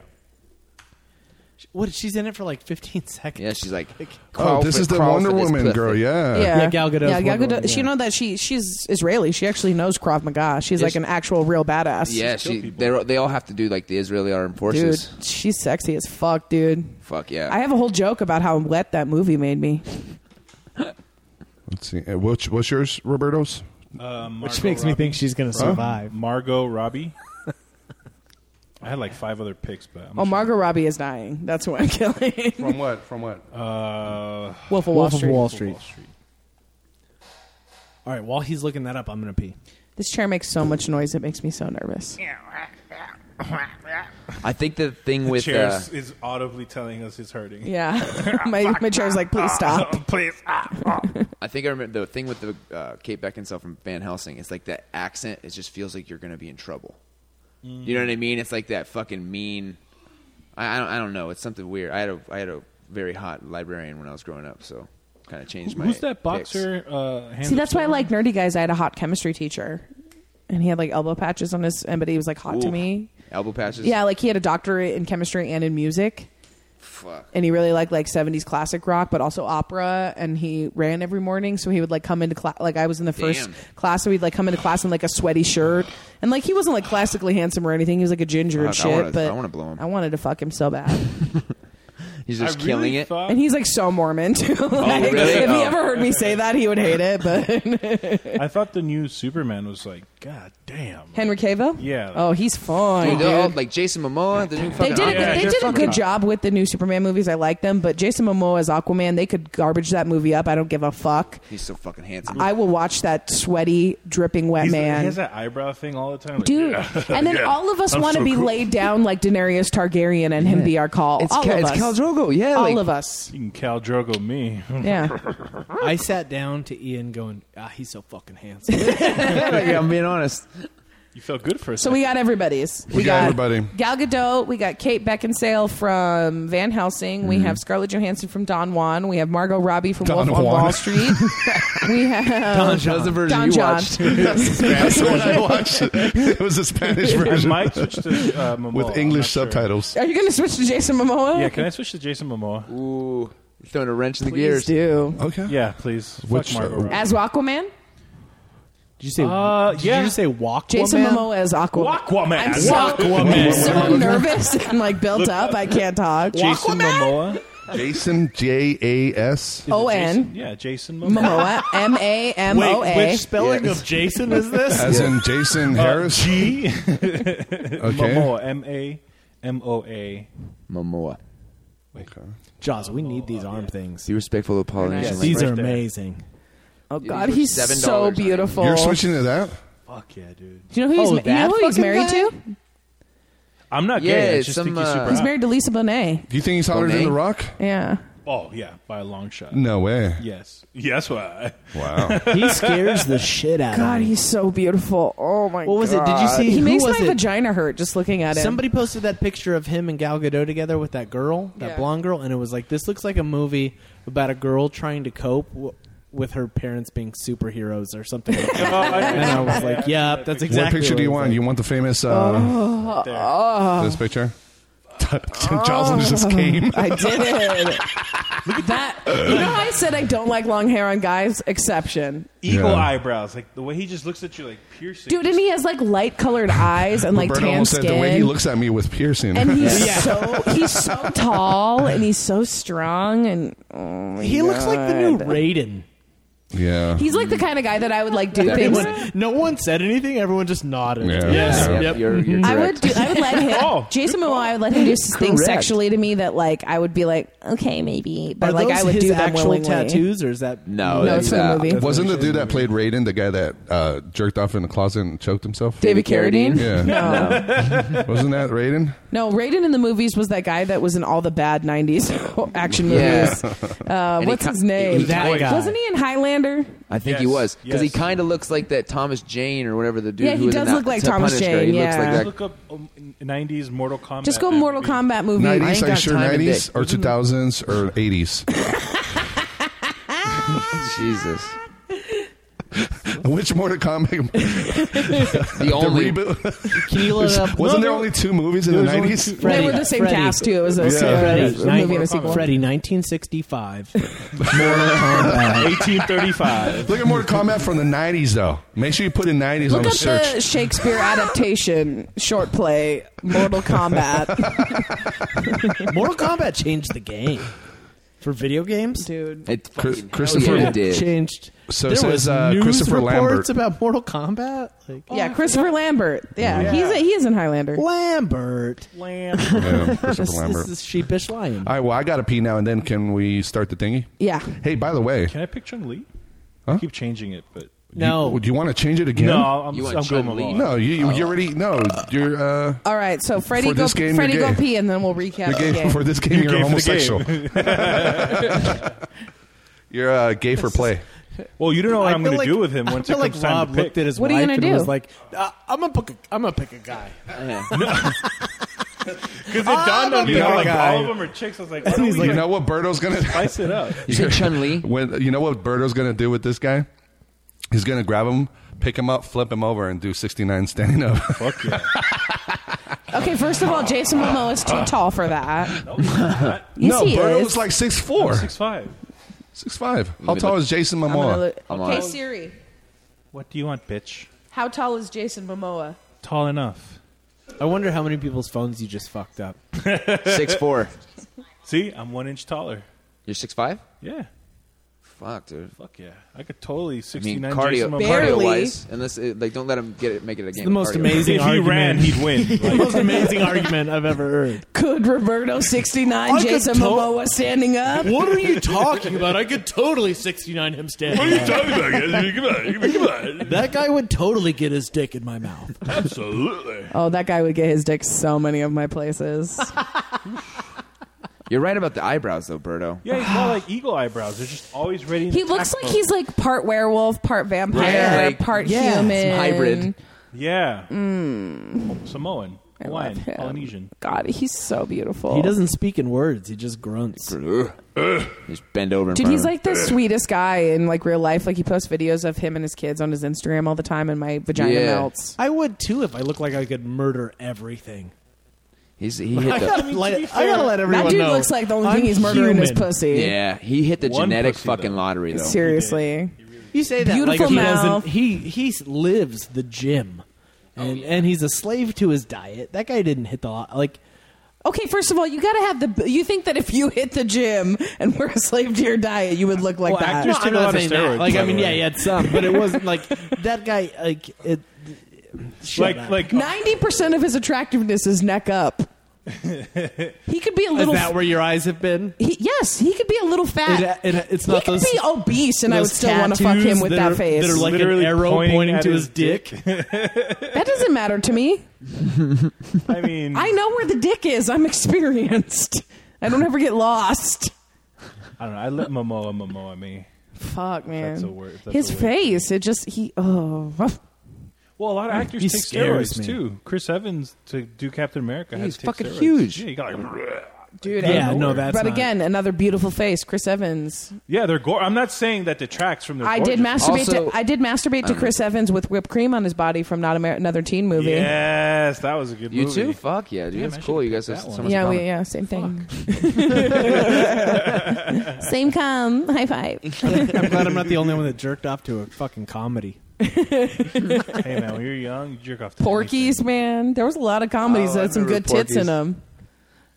Speaker 3: What? She's in it for like 15 seconds.
Speaker 2: Yeah,
Speaker 1: <laughs>
Speaker 2: she's like,
Speaker 1: Oh,
Speaker 2: crawl
Speaker 1: this
Speaker 2: for-
Speaker 1: is the
Speaker 2: crawl
Speaker 1: Wonder
Speaker 2: for this
Speaker 1: Woman
Speaker 2: cliff.
Speaker 1: girl. Yeah.
Speaker 4: Yeah,
Speaker 3: Gal Gadot's
Speaker 4: Yeah, Gal
Speaker 3: Wonder
Speaker 4: Gadot.
Speaker 3: Woman,
Speaker 4: She know that she she's Israeli. She actually knows Krav Maga. She's
Speaker 2: Yeah,
Speaker 4: like
Speaker 2: she-
Speaker 4: an actual real badass.
Speaker 2: Yeah, she. They they all have to do like the Israeli armed forces.
Speaker 4: Dude, she's sexy as fuck, dude.
Speaker 2: Fuck yeah.
Speaker 4: I have a whole joke about how wet that movie made me.
Speaker 1: Let's see. Uh, What's, what's yours, Roberto's?
Speaker 5: Uh,
Speaker 3: Which
Speaker 5: Margot
Speaker 3: makes me
Speaker 5: Robbie.
Speaker 3: think she's going to
Speaker 1: Huh?
Speaker 3: survive.
Speaker 5: Margot <laughs> Robbie. I had like five other picks, but I'm
Speaker 4: Oh, Margot Robbie is dying. That's who I'm <laughs> killing.
Speaker 1: From what? From
Speaker 5: <laughs>
Speaker 1: what?
Speaker 5: Uh,
Speaker 4: Wolf of Wall
Speaker 3: Wolf of
Speaker 4: Street.
Speaker 3: Wall Street. All right, while he's looking that up, I'm going to pee.
Speaker 4: This chair makes so much noise; it makes me so nervous.
Speaker 2: I think the thing with
Speaker 5: chair
Speaker 2: uh,
Speaker 5: is- is audibly telling us it's hurting. <laughs> Um,
Speaker 4: Yeah, <laughs>
Speaker 2: <laughs>
Speaker 4: my my chair's like,
Speaker 2: Oh.
Speaker 4: please stop.
Speaker 5: please. Ah,
Speaker 2: I think I remember the thing with the uh, Kate Beckinsale from Van Helsing. It's like that accent. It just feels like you're gonna be in trouble. You know what I mean? It's like that fucking mean. I, I don't. I don't know. It's something weird. I had a I had a very hot librarian when I was growing up, so kind of changed my.
Speaker 5: Who's that
Speaker 2: picks.
Speaker 5: boxer? Uh, hand
Speaker 4: See, that's why I like nerdy guys. I had a hot chemistry teacher, and he had like elbow patches on his, and but he was like hot to
Speaker 2: Ooh.
Speaker 4: me.
Speaker 2: Elbow patches.
Speaker 4: Yeah, like he had a doctorate in chemistry and in music.
Speaker 2: Fuck.
Speaker 4: and he really liked like 70s classic rock but also opera and he ran every morning so he would like come into class like i was in the first
Speaker 2: Damn.
Speaker 4: class so he'd like come into class in like a sweaty shirt and like he wasn't like classically handsome or anything he was like a ginger and
Speaker 2: Fuck, I
Speaker 4: shit
Speaker 2: wanna-
Speaker 4: but
Speaker 2: Oh, I wanna blow him.
Speaker 4: i wanted to fuck him so bad
Speaker 2: He's
Speaker 5: I
Speaker 2: just
Speaker 5: really
Speaker 2: killing it.
Speaker 5: thought-
Speaker 4: and he's like so mormon too <laughs> like,
Speaker 2: really?
Speaker 4: if he
Speaker 2: Oh.
Speaker 4: ever heard me say that he would hate it but <laughs>
Speaker 5: I thought the new Superman was like, God damn.
Speaker 4: henry cavill
Speaker 5: Yeah.
Speaker 4: oh he's fine
Speaker 2: Dude, they're all-
Speaker 4: dude.
Speaker 2: like Jason Momoa, the new
Speaker 4: They
Speaker 2: fucking.
Speaker 4: did,
Speaker 2: Aquaman.
Speaker 4: a, they
Speaker 5: just
Speaker 4: did a
Speaker 5: fucking-
Speaker 4: good job with the new Superman movies. I like them, but Jason Momoa as Aquaman, they could garbage that movie up. I don't give a fuck.
Speaker 2: He's so fucking handsome.
Speaker 4: I will watch that sweaty, dripping wet
Speaker 5: He's-
Speaker 4: man.
Speaker 5: He has that eyebrow thing all the time. like,
Speaker 4: Dude,
Speaker 5: yeah. <laughs>
Speaker 4: and then
Speaker 5: Yeah.
Speaker 4: all of us
Speaker 5: I'm
Speaker 4: want to
Speaker 5: so
Speaker 4: be
Speaker 5: cool.
Speaker 4: laid down like Daenerys Targaryen and him be our call.
Speaker 2: It's
Speaker 4: all
Speaker 2: Khal-
Speaker 4: of
Speaker 2: it's
Speaker 4: us.
Speaker 2: Khal Drogo, yeah,
Speaker 4: all
Speaker 2: like-
Speaker 4: of
Speaker 5: <laughs>
Speaker 4: us.
Speaker 5: You can Cal Drogo me. <laughs>
Speaker 4: Yeah,
Speaker 3: I sat down to Ian going, ah, he's so fucking handsome.
Speaker 2: yeah, I'm being honest.
Speaker 5: you felt good for a
Speaker 4: so
Speaker 5: second.
Speaker 4: we got everybody's. We,
Speaker 1: got everybody.
Speaker 4: Gal Gadot. We got Kate Beckinsale from Van Helsing. We have Scarlett Johansson from Don Juan. We have Margot Robbie from
Speaker 1: Don
Speaker 4: Wolf on
Speaker 1: Juan.
Speaker 4: Wall Street. we have
Speaker 2: That was the version
Speaker 4: Don
Speaker 2: you
Speaker 4: John. <laughs>
Speaker 2: watched.
Speaker 1: That's the one I watched. <laughs> It was a
Speaker 5: <laughs>
Speaker 1: Spanish
Speaker 5: I
Speaker 1: version
Speaker 5: might switch to uh, Momoa. I'm
Speaker 1: with
Speaker 5: not
Speaker 1: English
Speaker 5: sure.
Speaker 1: subtitles.
Speaker 4: Are you going to switch to Jason Momoa?
Speaker 5: Yeah, can I switch to Jason Momoa?
Speaker 2: Ooh, throwing a wrench in the
Speaker 4: Please
Speaker 2: gears.
Speaker 4: do.
Speaker 1: Okay.
Speaker 5: Yeah, please.
Speaker 1: Which- uh,
Speaker 5: Fuck Margot Robbie.
Speaker 4: As Aquaman,
Speaker 3: Did you say,
Speaker 5: Uh,
Speaker 3: did
Speaker 5: yeah.
Speaker 3: you just say walk
Speaker 4: Jason
Speaker 3: woman?
Speaker 4: Momoa as Aquaman.
Speaker 5: Aquaman.
Speaker 4: I'm so,
Speaker 5: Aquaman.
Speaker 4: I'm so nervous and like built up. I can't talk.
Speaker 5: Jason Momoa.
Speaker 1: Jason J A S.
Speaker 4: O
Speaker 5: Jason-
Speaker 4: N
Speaker 5: Yeah, Jason Momoa.
Speaker 4: Momoa M A M O
Speaker 3: Wait,
Speaker 4: A.
Speaker 3: which spelling
Speaker 2: Yes.
Speaker 3: of Jason is this?
Speaker 1: As in Jason <laughs> Harris.
Speaker 5: Uh, G.
Speaker 1: <laughs> Okay.
Speaker 5: Momoa. M A M O A.
Speaker 2: Momoa.
Speaker 3: Jaws, we need these arm things.
Speaker 2: Be respectful of Polynesian
Speaker 5: Yes.
Speaker 2: language.
Speaker 3: These
Speaker 5: right
Speaker 3: are
Speaker 5: there.
Speaker 3: amazing.
Speaker 4: Oh
Speaker 2: You
Speaker 4: God,
Speaker 2: put
Speaker 4: he's
Speaker 2: $7
Speaker 4: so
Speaker 2: on it.
Speaker 4: beautiful.
Speaker 1: You're switching to that?
Speaker 5: Fuck yeah, dude.
Speaker 4: Do you know who he's,
Speaker 3: Oh,
Speaker 4: ma- you know
Speaker 3: that
Speaker 4: who he's
Speaker 3: fucking
Speaker 4: married
Speaker 3: guy?
Speaker 4: to?
Speaker 5: I'm not
Speaker 2: Yeah,
Speaker 5: gay. I just
Speaker 2: some,
Speaker 5: think he's
Speaker 2: uh,
Speaker 5: super
Speaker 4: He's
Speaker 5: hot.
Speaker 4: married to Lisa Bonet.
Speaker 1: Do you think he's hotter than
Speaker 2: Bonet?
Speaker 1: The Rock?
Speaker 4: Yeah.
Speaker 5: Oh yeah, by a long shot.
Speaker 1: No way.
Speaker 5: Yes. Yes, why? <laughs>
Speaker 1: Wow.
Speaker 3: He scares the shit out
Speaker 4: God,
Speaker 3: of me.
Speaker 4: he's so beautiful. Oh my God.
Speaker 3: What was it? Did you see?
Speaker 4: He
Speaker 3: who
Speaker 4: makes my
Speaker 3: was it?
Speaker 4: vagina hurt just looking at him.
Speaker 3: Somebody posted that picture of him and Gal Gadot together with that girl, that
Speaker 4: Yeah.
Speaker 3: blonde girl, and it was like this looks like a movie about a girl trying to cope w- with her parents being superheroes or something. Like
Speaker 5: <laughs>
Speaker 3: that. and I was like, "Yep, that's exactly."
Speaker 1: what picture do you
Speaker 3: it was
Speaker 1: want?
Speaker 3: like.
Speaker 1: You want the famous uh,
Speaker 4: Ah.
Speaker 1: this
Speaker 5: <laughs>
Speaker 1: picture? Jocelyn just came.
Speaker 4: I
Speaker 3: <laughs>
Speaker 4: did it. that you know how I said I don't like long hair on guys. Exception,
Speaker 5: Eagle
Speaker 1: Yeah.
Speaker 5: eyebrows, like the way he just looks at you, like piercing.
Speaker 4: dude, and he has like light colored eyes and like
Speaker 1: Roberto
Speaker 4: tan
Speaker 1: almost
Speaker 4: skin.
Speaker 1: said the way he looks at me with piercing.
Speaker 4: and
Speaker 1: <laughs>
Speaker 4: he's
Speaker 3: Yeah.
Speaker 4: so he's so tall and he's so strong and oh my
Speaker 3: He looks like the new
Speaker 4: God.
Speaker 3: Raiden.
Speaker 1: yeah.
Speaker 4: He's like the kind of guy that I would like do things.
Speaker 3: Everyone- no one said anything. Everyone just nodded.
Speaker 1: Yeah.
Speaker 3: Yes.
Speaker 2: Yeah,
Speaker 3: Yep.
Speaker 2: You're, you're
Speaker 4: I would
Speaker 2: correct.
Speaker 4: do, I would let him
Speaker 5: Oh,
Speaker 4: Jason Momoa. I would let him do
Speaker 2: Correct.
Speaker 4: things sexually to me that like I would be like okay maybe, but
Speaker 3: Are
Speaker 4: like
Speaker 3: those
Speaker 4: I would
Speaker 3: his
Speaker 4: do them
Speaker 3: actual
Speaker 4: willingly.
Speaker 3: tattoos, or is that
Speaker 2: No,
Speaker 4: No,
Speaker 2: that's
Speaker 4: it's not a
Speaker 2: uh,
Speaker 4: movie.
Speaker 1: Wasn't the dude that played Raiden the guy that uh, jerked off in the closet and choked himself?
Speaker 4: David Carradine.
Speaker 1: Yeah.
Speaker 4: No.
Speaker 1: <laughs> Wasn't that Raiden?
Speaker 4: No, Raiden in the movies was that guy that was in all the bad '90s <laughs> action
Speaker 2: Yeah.
Speaker 4: movies. Uh,
Speaker 2: he
Speaker 4: what's
Speaker 2: co-
Speaker 4: his name?
Speaker 2: he-
Speaker 3: That
Speaker 2: toys.
Speaker 3: guy.
Speaker 4: Wasn't he in Highlander?
Speaker 2: I think he
Speaker 5: Yes,
Speaker 2: was because he
Speaker 5: yes.
Speaker 2: kind of looks like that Thomas Jane or whatever the dude.
Speaker 4: Yeah,
Speaker 2: who
Speaker 4: he
Speaker 2: was in
Speaker 4: does
Speaker 2: that-
Speaker 4: look like
Speaker 2: the
Speaker 4: Thomas
Speaker 2: Punisher. He
Speaker 4: Jane,
Speaker 2: looks
Speaker 4: yeah.
Speaker 2: like that.
Speaker 5: Look up um, '90s Mortal Kombat.
Speaker 4: Just go
Speaker 5: and
Speaker 4: Mortal
Speaker 5: it'd be- <laughs>
Speaker 4: Kombat movie.
Speaker 1: 90s,
Speaker 2: I ain't
Speaker 1: are you
Speaker 2: got
Speaker 1: sure
Speaker 2: time in
Speaker 1: 90s
Speaker 2: that.
Speaker 1: or 2000s or 80s?
Speaker 4: <laughs>
Speaker 2: Jesus.
Speaker 1: <laughs> Which Mortal Kombat? the,
Speaker 2: only-
Speaker 1: reboot.
Speaker 3: Can you look it up?
Speaker 1: Wasn't
Speaker 3: No,
Speaker 1: there
Speaker 3: no.
Speaker 1: only two movies in the
Speaker 3: There was only
Speaker 1: nineties?
Speaker 3: two- Freddy.
Speaker 4: They were the same
Speaker 3: Freddy.
Speaker 4: cast too. It was a
Speaker 1: Yeah.
Speaker 4: sequel-
Speaker 1: Freddy.
Speaker 4: a
Speaker 1: Nine-
Speaker 4: movie and a sequel.
Speaker 3: Freddy,
Speaker 1: <laughs>
Speaker 3: 1965. Mortal Kombat.
Speaker 5: 1835.
Speaker 1: Look at Mortal Kombat from the nineties, though. Make sure you put in nineties on
Speaker 4: Look
Speaker 1: the
Speaker 4: up
Speaker 1: search.
Speaker 4: the Shakespeare adaptation short play Mortal Kombat,
Speaker 3: Mortal Kombat changed the game for video games,
Speaker 4: dude.
Speaker 2: It
Speaker 1: Chris-
Speaker 2: fucking-
Speaker 1: Christopher-
Speaker 2: hell yeah, it did.
Speaker 3: Changed.
Speaker 1: So
Speaker 3: there
Speaker 1: says,
Speaker 3: was
Speaker 1: uh,
Speaker 3: news
Speaker 1: Christopher
Speaker 3: reports
Speaker 1: Lambert.
Speaker 3: about Mortal Kombat. Like, oh,
Speaker 4: Yeah, Christopher Lambert. Yeah, he's a, he is in Highlander.
Speaker 3: Lambert.
Speaker 5: Lamb.
Speaker 1: Yeah,
Speaker 3: This,
Speaker 1: Christopher Lambert. Uh,
Speaker 3: this is sheepish lion.
Speaker 1: All right, well, I got to pee now and then. Can we start the thingy?
Speaker 4: Yeah,
Speaker 1: Hey, by the way,
Speaker 5: Can I pick Chun Li?
Speaker 1: Huh?
Speaker 5: I keep changing it, but
Speaker 3: no,
Speaker 1: do you want to change it again?
Speaker 5: no, I'm,
Speaker 2: You want
Speaker 5: I'm going
Speaker 2: Chun-Li?
Speaker 5: along.
Speaker 1: No, you, you, you already no. You're uh,
Speaker 4: All right, so Freddy
Speaker 1: For
Speaker 4: go
Speaker 1: this game, you're
Speaker 4: Freddy go
Speaker 1: gay.
Speaker 4: pee, and then we'll recap
Speaker 1: you're
Speaker 4: the
Speaker 1: gay
Speaker 4: game.
Speaker 1: for this game.
Speaker 5: You
Speaker 1: You are
Speaker 5: gay for the
Speaker 1: homosexual. <laughs> you're uh, gay for play.
Speaker 5: Well, you don't know what
Speaker 3: I
Speaker 5: I'm
Speaker 3: feel
Speaker 5: going
Speaker 3: like-
Speaker 5: to do with him once
Speaker 3: I
Speaker 5: it
Speaker 3: feel like
Speaker 5: comes time
Speaker 3: Rob
Speaker 5: to pick.
Speaker 3: looked at his
Speaker 4: What are you
Speaker 3: wife
Speaker 4: gonna
Speaker 3: and
Speaker 4: do?
Speaker 3: was like, uh, "I'm gonna pick a, I'm gonna pick a guy."
Speaker 5: Because it dawned on me,
Speaker 1: I'm
Speaker 5: I'm like,
Speaker 3: guy.
Speaker 5: all of them are chicks. I was like, why don't
Speaker 3: He's
Speaker 5: we
Speaker 1: You
Speaker 5: like,
Speaker 1: know what Birdo's
Speaker 5: <laughs>
Speaker 1: gonna
Speaker 5: spice it up?
Speaker 2: You said Chun Li.
Speaker 1: <laughs> when you know what Birdo's gonna do with this guy? He's gonna grab him, pick him up, flip him over, and do 69 standing up.
Speaker 5: Fuck yeah.
Speaker 4: Okay, first of all, Jason Momoa is too tall for that. <laughs> yes,
Speaker 1: <laughs> no,
Speaker 4: he
Speaker 1: Birdo
Speaker 4: is.
Speaker 1: was like 6'4",
Speaker 5: Oh, Six five.
Speaker 1: 6'5". How
Speaker 2: me
Speaker 1: tall
Speaker 2: look.
Speaker 1: is Jason
Speaker 4: I'm gonna
Speaker 1: Momoa?
Speaker 4: look-
Speaker 2: I'm
Speaker 4: okay,
Speaker 2: on.
Speaker 4: Siri,
Speaker 5: What do you want, bitch?
Speaker 4: how tall is Jason Momoa?
Speaker 5: Tall enough.
Speaker 3: I wonder how many people's phones you just fucked <laughs> up.
Speaker 2: Six four.
Speaker 5: See, I'm one inch taller.
Speaker 2: You're six five.
Speaker 5: Yeah.
Speaker 2: Fuck, dude.
Speaker 5: Fuck yeah. I could totally
Speaker 2: I mean,
Speaker 5: 69
Speaker 2: cardio,
Speaker 5: Jason Momoa.
Speaker 4: Barely.
Speaker 2: cardio wise, unless it, like don't let him get it, make it a game.
Speaker 3: the
Speaker 2: of
Speaker 3: most
Speaker 2: cardio.
Speaker 3: amazing-
Speaker 5: If he
Speaker 3: Argument.
Speaker 5: ran, he'd <laughs> win.
Speaker 3: the
Speaker 5: Like,
Speaker 3: most amazing argument I've ever heard.
Speaker 4: Could Roberto sixty nine
Speaker 3: I could
Speaker 4: Jason
Speaker 3: to-
Speaker 4: Momoa standing up?
Speaker 3: What are you <laughs> talking about? I could totally 69 him standing. What are you talking about, guys? Come on, come on. That guy would totally get his dick in my mouth.
Speaker 4: Oh, that guy would get his dick so many of my places.
Speaker 2: You're right about the eyebrows though, Birdo.
Speaker 5: yeah, he's more like eagle eyebrows. They're just always
Speaker 4: <laughs>
Speaker 5: ready.
Speaker 4: he looks like he's like part werewolf, part vampire,
Speaker 2: Yeah, like-
Speaker 4: part
Speaker 3: yeah,
Speaker 4: human,
Speaker 2: it's hybrid.
Speaker 5: Yeah. Samoan, Hawaiian,
Speaker 4: love him.
Speaker 5: Polynesian.
Speaker 4: God, he's so
Speaker 3: <laughs>
Speaker 4: beautiful.
Speaker 3: He doesn't speak in words, he just grunts.
Speaker 2: Just bend over. In
Speaker 4: Dude,
Speaker 2: front
Speaker 4: he's
Speaker 2: of him.
Speaker 4: like the sweetest guy in like real life. Like he posts videos of him and his kids on his Instagram all the time, and my vagina
Speaker 2: Yeah.
Speaker 4: melts.
Speaker 3: I would too if I looked like I could murder everything.
Speaker 2: He's he hit
Speaker 3: I
Speaker 2: the <laughs>
Speaker 4: <laughs>
Speaker 3: gotta, let, I gotta let everyone
Speaker 4: That dude
Speaker 3: know.
Speaker 4: looks like the only
Speaker 3: I'm
Speaker 4: thing he's murdering
Speaker 3: human.
Speaker 4: is pussy.
Speaker 2: yeah he hit the
Speaker 5: One
Speaker 2: genetic
Speaker 5: pussy,
Speaker 2: fucking
Speaker 5: though.
Speaker 2: lottery though.
Speaker 4: Seriously.
Speaker 3: You say that
Speaker 4: Beautiful
Speaker 3: like he
Speaker 4: mouth. Oh,
Speaker 3: doesn't. He he lives the gym, and and he's a slave to his diet. That guy didn't hit the lot. Like
Speaker 4: Okay, first of all, you gotta have the. You think that if you hit the gym and were a slave to your diet, you would look like
Speaker 5: Well,
Speaker 4: that?
Speaker 3: No,
Speaker 5: actors took
Speaker 3: I'm
Speaker 5: a
Speaker 3: not
Speaker 5: lot of
Speaker 3: saying that.
Speaker 5: steroids,
Speaker 3: Like
Speaker 5: by
Speaker 3: I
Speaker 5: the
Speaker 3: mean, yeah,
Speaker 5: way.
Speaker 3: he had some, but it wasn't <laughs> like that guy. Like it.
Speaker 5: Like,
Speaker 3: Shut up.
Speaker 5: like
Speaker 4: Ninety percent of his attractiveness is neck
Speaker 3: <laughs>
Speaker 4: up. he could be a little.
Speaker 3: is that where your eyes have been?
Speaker 4: he, yes, he could be a little fat.
Speaker 3: It- it- it's
Speaker 4: he
Speaker 3: not
Speaker 4: could
Speaker 3: those-
Speaker 4: be obese, and I would
Speaker 3: Those
Speaker 4: still want to fuck
Speaker 3: tattoos
Speaker 4: him with
Speaker 3: that
Speaker 4: that
Speaker 3: are-
Speaker 4: face.
Speaker 3: That are like
Speaker 5: Literally
Speaker 3: an arrow
Speaker 5: pointing
Speaker 3: pointing,
Speaker 5: at
Speaker 3: to
Speaker 5: his
Speaker 3: his dick. <laughs>
Speaker 4: that doesn't matter to me.
Speaker 5: I
Speaker 4: <laughs>
Speaker 5: mean,
Speaker 4: I know where the dick is. I'm experienced. I don't ever get lost.
Speaker 5: I don't know. I let Momoa Momoa me.
Speaker 4: Fuck man,
Speaker 5: that's a word- if that's
Speaker 4: his
Speaker 5: a word.
Speaker 4: face. It just he. Oh,
Speaker 5: Well, a lot of actors
Speaker 3: He
Speaker 5: take
Speaker 3: scares
Speaker 5: steroids
Speaker 3: me.
Speaker 5: too. Chris Evans to do Captain America. had
Speaker 2: he's
Speaker 5: to take
Speaker 2: fucking
Speaker 5: steroids.
Speaker 2: huge.
Speaker 5: Yeah, you got like,
Speaker 4: dude.
Speaker 3: Yeah,
Speaker 4: I-
Speaker 3: no, that's
Speaker 4: But
Speaker 3: not-
Speaker 4: again, another beautiful face, Chris Evans.
Speaker 5: yeah, they're. Go- I'm not saying that detracts from their.
Speaker 4: I did
Speaker 5: gorgeous-
Speaker 4: masturbate.
Speaker 2: Also-
Speaker 4: to, I did masturbate to Chris Evans with whipped cream on his body from not Amer- another teen movie.
Speaker 5: Yes, that was a good
Speaker 2: You
Speaker 5: movie.
Speaker 2: too? Fuck yeah, dude.
Speaker 5: Damn, I
Speaker 2: that's
Speaker 5: should
Speaker 2: cool. You
Speaker 5: get
Speaker 2: guys have
Speaker 5: that
Speaker 2: so
Speaker 5: one.
Speaker 2: much in
Speaker 4: Yeah, we,
Speaker 2: common.
Speaker 4: yeah, same thing. <laughs> same cum. High five.
Speaker 3: I'm
Speaker 4: <laughs>
Speaker 3: glad I'm not the only one that jerked off to a fucking comedy.
Speaker 5: Hey man, when you're young, you jerk off. To
Speaker 4: Porkies, man. There was a lot of comedies
Speaker 2: Oh,
Speaker 4: that
Speaker 2: I
Speaker 4: had some
Speaker 2: remember
Speaker 4: good tits in
Speaker 2: Porky's.
Speaker 4: them.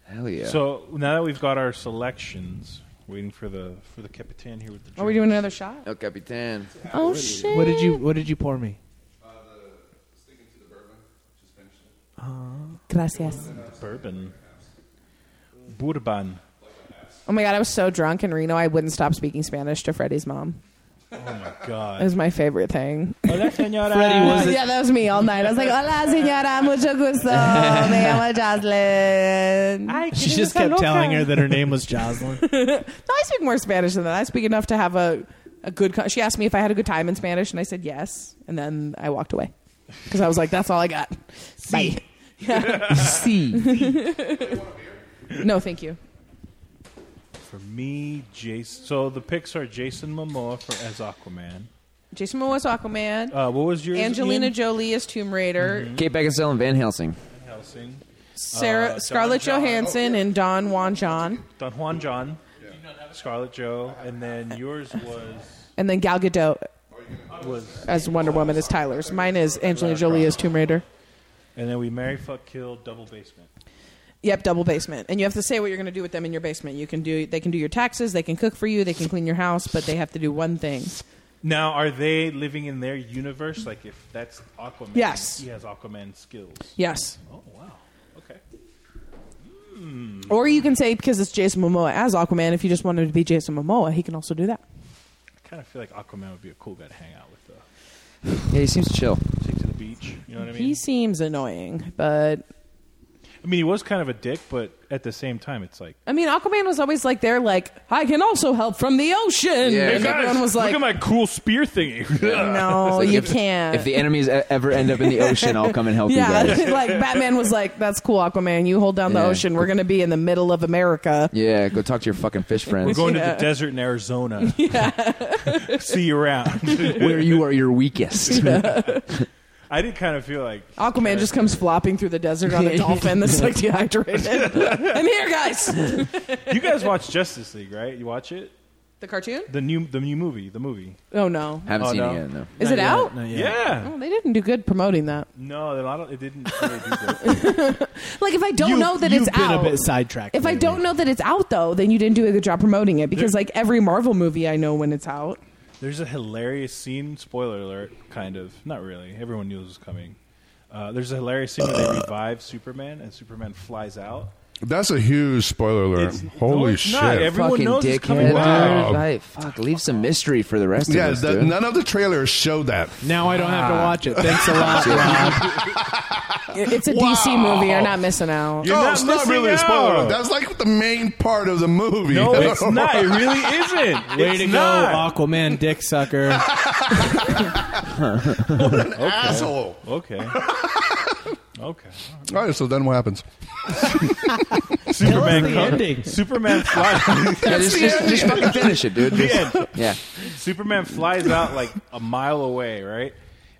Speaker 2: Hell yeah.
Speaker 5: anything. So now that we've got our selections, waiting for the for the capitan here with the.
Speaker 4: Are we
Speaker 5: drink.
Speaker 4: doing another shot?
Speaker 2: El Capitan.
Speaker 4: Oh shit!
Speaker 3: What did you What did you pour me?
Speaker 4: Gracias.
Speaker 5: bourbon? Bourbon.
Speaker 4: Oh my god, I was so drunk in Reno, I wouldn't stop speaking Spanish to Freddie's mom.
Speaker 5: Oh my
Speaker 4: It
Speaker 5: god.
Speaker 4: was my favorite thing.
Speaker 5: Hola, señora.
Speaker 3: <laughs> was it-
Speaker 4: yeah, that was me all night. I was like, "Hola, señora, mucho
Speaker 3: <laughs>
Speaker 4: gusto. Me llamo Jocelyn."
Speaker 3: She just kept telling her that her name
Speaker 4: <laughs>
Speaker 3: was Jocelyn.
Speaker 4: No, I speak more Spanish than that. I speak enough to have a, a good. Co- she asked me if I had a good time in Spanish, and I said yes. And then I walked away because I was like, that's all I got. Bye.
Speaker 5: <laughs>
Speaker 2: C.
Speaker 4: <laughs> No, thank you.
Speaker 5: For me, Jason. So the picks are Jason Momoa for as Aquaman,
Speaker 4: Jason Momoa's Aquaman.
Speaker 5: Uh, what was yours?
Speaker 4: Angelina
Speaker 5: Ian?
Speaker 4: Jolie is Tomb Raider.
Speaker 2: Kate Beckinsale and Van Helsing.
Speaker 5: Helsing.
Speaker 4: Sarah
Speaker 5: Uh,
Speaker 4: Scarlett
Speaker 5: Don John. Oh,
Speaker 4: Johansson and Don Juan John,
Speaker 5: Don Juan John, Scarlett Joe, and then yours was
Speaker 4: and then Gal Gadot
Speaker 5: was,
Speaker 4: as Wonder Woman is Tyler's. Mine is Angelina Jolie as Tomb Raider.
Speaker 5: and then we marry, fuck, kill, double basement.
Speaker 4: Yep, double basement. And you have to say what you're going to do with them in your basement. You can do they can do your taxes, they can cook for you, they can clean your house, but they have to do one thing.
Speaker 5: Now, are they living in their universe? Like, if that's Aquaman,
Speaker 4: Yes.
Speaker 5: he has Aquaman skills.
Speaker 4: Yes.
Speaker 5: Oh wow. Okay.
Speaker 4: Or you can say because it's Jason Momoa as Aquaman, if you just want him to be Jason Momoa, he can also do that.
Speaker 5: I kind of feel like Aquaman would be a cool guy to hang out with, though.
Speaker 2: Yeah, he seems chill.
Speaker 5: Take to the beach. You know what I mean?
Speaker 4: He seems annoying, but
Speaker 5: I mean, he was kind of a dick, but at the same time, it's like.
Speaker 4: I mean, Aquaman was always like there, like I can also help from the ocean.
Speaker 5: Hey,
Speaker 4: and
Speaker 5: guys,
Speaker 4: everyone was like,
Speaker 5: look at my cool spear thingy. <laughs>
Speaker 4: No,
Speaker 2: It's like
Speaker 4: Oh, you
Speaker 2: if-
Speaker 4: can't.
Speaker 2: If the enemies e- ever end up in the ocean, I'll come and help
Speaker 4: yeah,
Speaker 2: you guys.
Speaker 4: <laughs> like Batman was like, "That's cool, Aquaman. You hold down the
Speaker 2: Yeah.
Speaker 4: ocean. We're gonna be in the middle of America."
Speaker 2: Yeah, go talk to your fucking fish friends.
Speaker 4: We're going to the Yeah.
Speaker 5: desert
Speaker 4: <laughs>
Speaker 5: in Arizona. <laughs> See you around. <laughs>
Speaker 2: Where you are your
Speaker 4: <laughs>
Speaker 2: weakest.
Speaker 5: I did kind of feel like
Speaker 4: Aquaman just comes flopping through the
Speaker 3: <laughs>
Speaker 4: desert on a dolphin that's like dehydrated. I'm here, guys.
Speaker 5: you guys watch Justice League, right? You watch it,
Speaker 4: The cartoon?
Speaker 5: the new the new movie, the movie.
Speaker 4: Oh no,
Speaker 2: Haven't
Speaker 5: Oh,
Speaker 2: seen
Speaker 5: no.
Speaker 2: it yet. No.
Speaker 4: is it out?
Speaker 5: Yeah.
Speaker 4: Oh, they didn't do good promoting that.
Speaker 5: No, a lot of, it didn't.
Speaker 4: <laughs>
Speaker 5: Really do that.
Speaker 4: Like if I don't
Speaker 3: You've-
Speaker 4: know that
Speaker 3: you've
Speaker 4: it's
Speaker 3: been a
Speaker 4: out,
Speaker 3: bit sidetracked
Speaker 4: If I don't know that it's out though, then you didn't do a good job promoting it because like every Marvel movie, I know when
Speaker 3: <laughs>
Speaker 4: it's out.
Speaker 5: There's a hilarious scene. Spoiler alert, kind of. Not really. Everyone knew this was coming. Uh, there's a hilarious scene where they
Speaker 1: Uh.
Speaker 5: revive Superman, and Superman flies out.
Speaker 1: That's a huge spoiler alert.
Speaker 5: It's- no,
Speaker 1: Holy
Speaker 5: it's
Speaker 1: shit!
Speaker 5: not. Everyone
Speaker 2: Fucking
Speaker 5: knows it's coming
Speaker 2: dickhead.
Speaker 5: back.
Speaker 2: dude. Like, fuck, leave some mystery for the rest
Speaker 1: yeah,
Speaker 2: of us,
Speaker 1: that,
Speaker 2: dude.
Speaker 1: none of the trailers show that.
Speaker 3: Now I don't have to watch it. Thanks a lot, Rob.
Speaker 4: It- It's a DC movie. You're not missing out.
Speaker 1: no,
Speaker 5: not
Speaker 1: it's not
Speaker 5: missing
Speaker 1: really a spoiler.
Speaker 5: out.
Speaker 1: alert. Oh, That's like the main part of the movie. <laughs>
Speaker 5: No, it's not. It really isn't.
Speaker 3: Way
Speaker 5: it's
Speaker 3: to
Speaker 5: not.
Speaker 3: go, Aquaman, dick sucker.
Speaker 1: An asshole. <laughs>
Speaker 5: Okay. okay.
Speaker 1: All right, so then what happens?
Speaker 5: Superman
Speaker 3: the
Speaker 5: comes-
Speaker 3: ending.
Speaker 5: Superman
Speaker 1: <laughs>
Speaker 5: flies.
Speaker 2: Yeah, just, just, just fucking finish it, dude.
Speaker 5: The
Speaker 2: Just-
Speaker 5: end.
Speaker 2: yeah.
Speaker 5: Superman flies out like a mile away, right?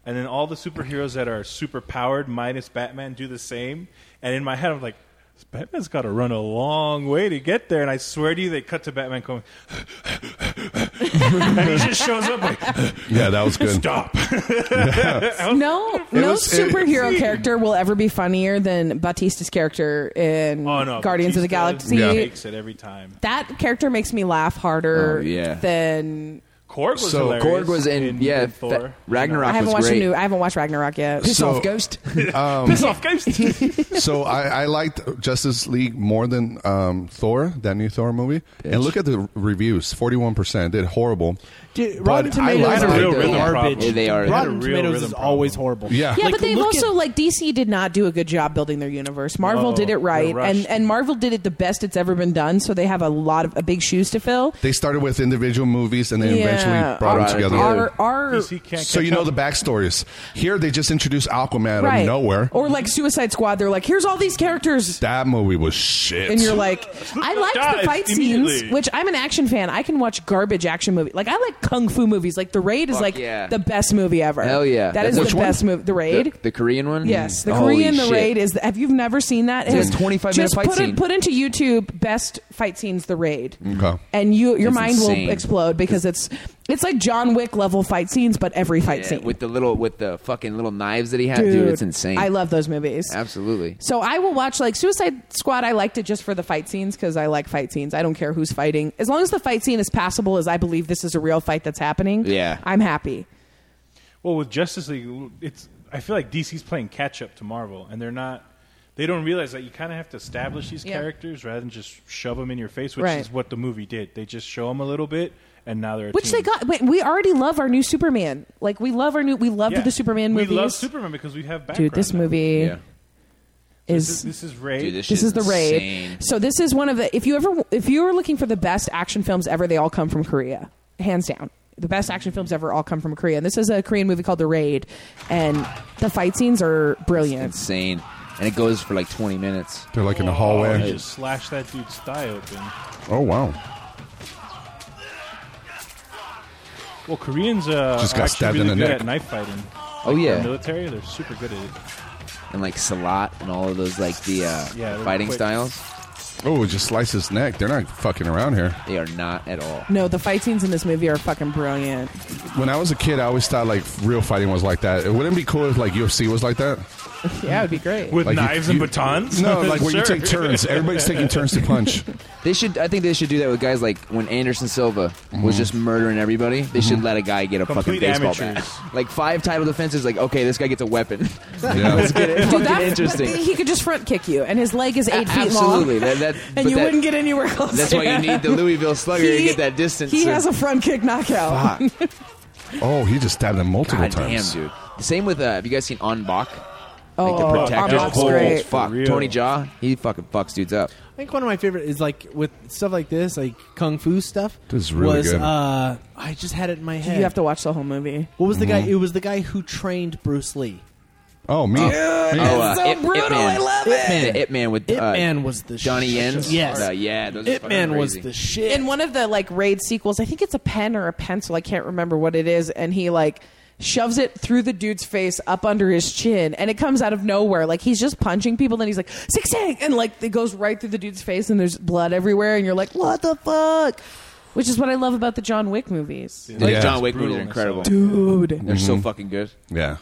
Speaker 5: And then all the superheroes that are super powered, minus Batman, do the same. And in my head, I'm like, Batman's got to run a long way to get there. And I swear to you, they cut to Batman going, <laughs> and he just shows up like,
Speaker 1: Yeah, that was <laughs> good.
Speaker 5: stop.
Speaker 4: No, no
Speaker 1: was- it-
Speaker 4: superhero
Speaker 1: it-
Speaker 4: character will ever be funnier than Batista's character in
Speaker 5: Oh no,
Speaker 4: Guardians of the
Speaker 5: Batista
Speaker 4: Galaxy.
Speaker 5: Makes it every time.
Speaker 4: That character makes me laugh harder
Speaker 2: Oh, yeah.
Speaker 4: than
Speaker 5: Korg was
Speaker 1: So,
Speaker 5: hilarious.
Speaker 2: Korg was in, yeah,
Speaker 5: Thor.
Speaker 2: Fa-
Speaker 5: You know.
Speaker 2: Ragnarok
Speaker 4: I haven't
Speaker 2: was
Speaker 4: watched
Speaker 2: great.
Speaker 4: a new. I haven't watched Ragnarok yet.
Speaker 2: Piss
Speaker 1: So-
Speaker 2: off, Ghost.
Speaker 5: Piss
Speaker 2: <laughs>
Speaker 5: off, Ghost.
Speaker 1: so I, I liked Justice League more than um, Thor, that new Thor movie. And look at the reviews, forty-one percent did horrible.
Speaker 3: Dude,
Speaker 1: But I
Speaker 3: Rotten Tomatoes
Speaker 1: like
Speaker 3: is
Speaker 1: the
Speaker 3: like
Speaker 1: real rhythm
Speaker 3: garbage.
Speaker 5: problem.
Speaker 2: Yeah, they are.
Speaker 5: They had a
Speaker 3: Rotten
Speaker 5: real
Speaker 3: Tomatoes
Speaker 5: rhythm
Speaker 3: is
Speaker 5: problem.
Speaker 3: always horrible.
Speaker 1: Yeah.
Speaker 4: Yeah,
Speaker 3: Like,
Speaker 4: but they've
Speaker 3: look
Speaker 4: also
Speaker 3: at-
Speaker 4: like DC did not do a good job building their universe. Marvel
Speaker 5: No,
Speaker 4: did it right,
Speaker 5: they're
Speaker 4: and
Speaker 5: rushed.
Speaker 4: and Marvel did it the best it's ever been done. So they have a lot of a big shoes to fill.
Speaker 1: They started with individual movies and then eventually brought
Speaker 4: our,
Speaker 1: them together.
Speaker 4: Our, our-
Speaker 5: DC can't
Speaker 1: so you
Speaker 5: catch
Speaker 1: know
Speaker 5: up.
Speaker 1: the backstories. Here they just introduced Aquaman out
Speaker 4: right
Speaker 1: of nowhere.
Speaker 4: or like Suicide Squad. They're like, here's all these characters.
Speaker 1: that movie was shit.
Speaker 4: and
Speaker 5: <laughs>
Speaker 4: you're like, I liked
Speaker 5: Dies
Speaker 4: the fight scenes,
Speaker 5: immediately.
Speaker 4: which I'm an action fan. I can watch garbage action movie. Like I like kung fu movies. Like The Raid is
Speaker 2: Fuck
Speaker 4: like
Speaker 2: yeah.
Speaker 4: the best movie ever.
Speaker 2: Hell yeah.
Speaker 4: that is
Speaker 2: Which
Speaker 4: the
Speaker 2: one?
Speaker 4: best movie. The Raid.
Speaker 2: The, the Korean one?
Speaker 4: Yes, the
Speaker 2: Holy
Speaker 4: Korean The
Speaker 2: shit.
Speaker 4: Raid is. The, have you never seen that? It
Speaker 2: It's a
Speaker 4: has-
Speaker 2: 25 minute
Speaker 4: Just
Speaker 2: fight
Speaker 4: put
Speaker 2: scene.
Speaker 4: it put into YouTube best fight scenes The Raid,
Speaker 1: Okay.
Speaker 4: and you your
Speaker 2: It's
Speaker 4: mind
Speaker 2: insane.
Speaker 4: will explode because it's it's like John Wick level fight scenes, but every fight
Speaker 2: Yeah,
Speaker 4: scene
Speaker 2: with the little with the fucking little knives that he had, dude, it's insane.
Speaker 4: I love those movies.
Speaker 2: Absolutely.
Speaker 4: So I will watch like Suicide Squad. I liked it just for the fight scenes because I like fight scenes. I don't care who's fighting, as long as the fight scene is passable. As I believe this is a real fight that's happening.
Speaker 2: Yeah.
Speaker 4: I'm happy.
Speaker 5: Well, with Justice League, it's I feel like DC's playing catch up to Marvel, and they're not. They don't realize that you kind of have to establish these
Speaker 4: Yeah.
Speaker 5: characters rather than just shove them in your face, which
Speaker 4: Right.
Speaker 5: is what the movie did. They just show them a little bit, and now they're a
Speaker 4: Which
Speaker 5: team.
Speaker 4: they got. Wait, we already love our new Superman. Like we love our new. We loved
Speaker 5: Yeah.
Speaker 4: the Superman movies.
Speaker 5: We love Superman because we have background.
Speaker 4: Dude, this
Speaker 5: now.
Speaker 4: movie
Speaker 2: Yeah.
Speaker 4: is.
Speaker 5: This is, this is Ray.
Speaker 2: Dude, this,
Speaker 4: this
Speaker 2: shit's
Speaker 4: is the raid.
Speaker 2: insane.
Speaker 4: So this is one of the if you ever if you were looking for the best action films ever, they all come from Korea, hands down. The best action films ever all come from Korea. And this is a Korean movie called The Raid, and the fight scenes are brilliant.
Speaker 2: Insane. And it goes for like 20 minutes.
Speaker 1: They're like in the
Speaker 5: Oh, he
Speaker 1: hallway.
Speaker 5: just slashed that dude's thigh open.
Speaker 1: Oh wow.
Speaker 5: Well, Koreans uh,
Speaker 1: Just
Speaker 5: are
Speaker 1: got
Speaker 5: actually
Speaker 1: stabbed in
Speaker 5: really
Speaker 1: the
Speaker 5: good
Speaker 1: neck.
Speaker 5: at knife fighting.
Speaker 2: Oh,
Speaker 5: Like,
Speaker 2: yeah.
Speaker 5: the military they're super good at it.
Speaker 2: and like Salat and all of those like the uh,
Speaker 5: Yeah, they're
Speaker 2: fighting
Speaker 5: quick.
Speaker 2: styles.
Speaker 1: Oh, just slice his neck. They're not fucking around here.
Speaker 2: They are not at all.
Speaker 4: No, the fight scenes in this movie are fucking brilliant.
Speaker 1: When I was a kid, I always thought like real fighting was like that. Wouldn't it be cool if like UFC was like that?
Speaker 4: Yeah, it'd be great.
Speaker 5: With
Speaker 1: Like, you-
Speaker 5: knives
Speaker 1: you-
Speaker 5: and batons?
Speaker 1: No, <laughs>
Speaker 5: <laughs>
Speaker 1: like where you
Speaker 5: Sure.
Speaker 1: take turns. Everybody's taking turns to punch.
Speaker 2: They should. I think they should do that with guys like when Anderson Silva was just murdering everybody. They should let a guy get a fucking
Speaker 5: Mhm. Complete
Speaker 2: baseball
Speaker 5: amateurs.
Speaker 2: bat. Like five title defenses. Like okay, this guy gets a weapon.
Speaker 1: Yeah.
Speaker 2: <laughs> Let's get it
Speaker 4: Dude,
Speaker 2: fucking
Speaker 4: that,
Speaker 2: interesting.
Speaker 4: but he could just front kick you, and his leg is eight feet
Speaker 2: Absolutely.
Speaker 4: long.
Speaker 2: That- that- but
Speaker 4: and you
Speaker 2: that-
Speaker 4: wouldn't get anywhere close.
Speaker 2: <laughs> That's why you
Speaker 4: Yeah. <laughs>
Speaker 2: need the Louisville Slugger to
Speaker 4: He-
Speaker 2: get that distance.
Speaker 4: He
Speaker 2: and-
Speaker 4: has a <laughs> front kick knockout.
Speaker 1: Oh, he just stabbed him multiple
Speaker 2: God
Speaker 1: times.
Speaker 2: damn, dude. The same with uh, have you guys seen On Bak?
Speaker 4: Oh,
Speaker 2: like the
Speaker 4: oh,
Speaker 2: protector.
Speaker 4: Anbak's great.
Speaker 2: Fuck
Speaker 4: For real.
Speaker 2: Tony Jaw. He fucking fucks dudes up.
Speaker 3: I think one of my favorite is like with stuff like this, like kung fu stuff.
Speaker 1: This is really
Speaker 3: was,
Speaker 1: good.
Speaker 3: Uh, I just had it in my head.
Speaker 4: You have to watch the whole movie.
Speaker 3: What was the guy?
Speaker 1: Mhm.
Speaker 3: It was the guy who trained Bruce Lee.
Speaker 1: Oh, me. Me.
Speaker 2: oh, uh,
Speaker 4: so
Speaker 2: Ip,
Speaker 4: brutal,
Speaker 2: Ip Man.
Speaker 4: I love it.
Speaker 2: The Ip Man with
Speaker 3: Ip
Speaker 2: uh,
Speaker 3: Man was the
Speaker 2: Johnny Yen's.
Speaker 3: Yes.
Speaker 2: Uh, yeah. Those are
Speaker 3: Ip
Speaker 2: fucking
Speaker 3: Man was
Speaker 2: crazy.
Speaker 3: the shit.
Speaker 4: In one of the like raid sequels, I think it's a pen or a pencil. I can't remember what it is, and he like shoves it through the dude's face up under his chin, and it comes out of nowhere. Like he's just punching people, then he's like six six, and like it goes right through the dude's face, and there's blood everywhere, and you're like, what the fuck? Which is what I love about the John Wick movies,
Speaker 2: Like
Speaker 1: Yeah.
Speaker 2: John Wick
Speaker 5: Brutal
Speaker 2: movies are
Speaker 5: in
Speaker 2: incredible.
Speaker 4: dude.
Speaker 2: They're so fucking good.
Speaker 1: Yeah.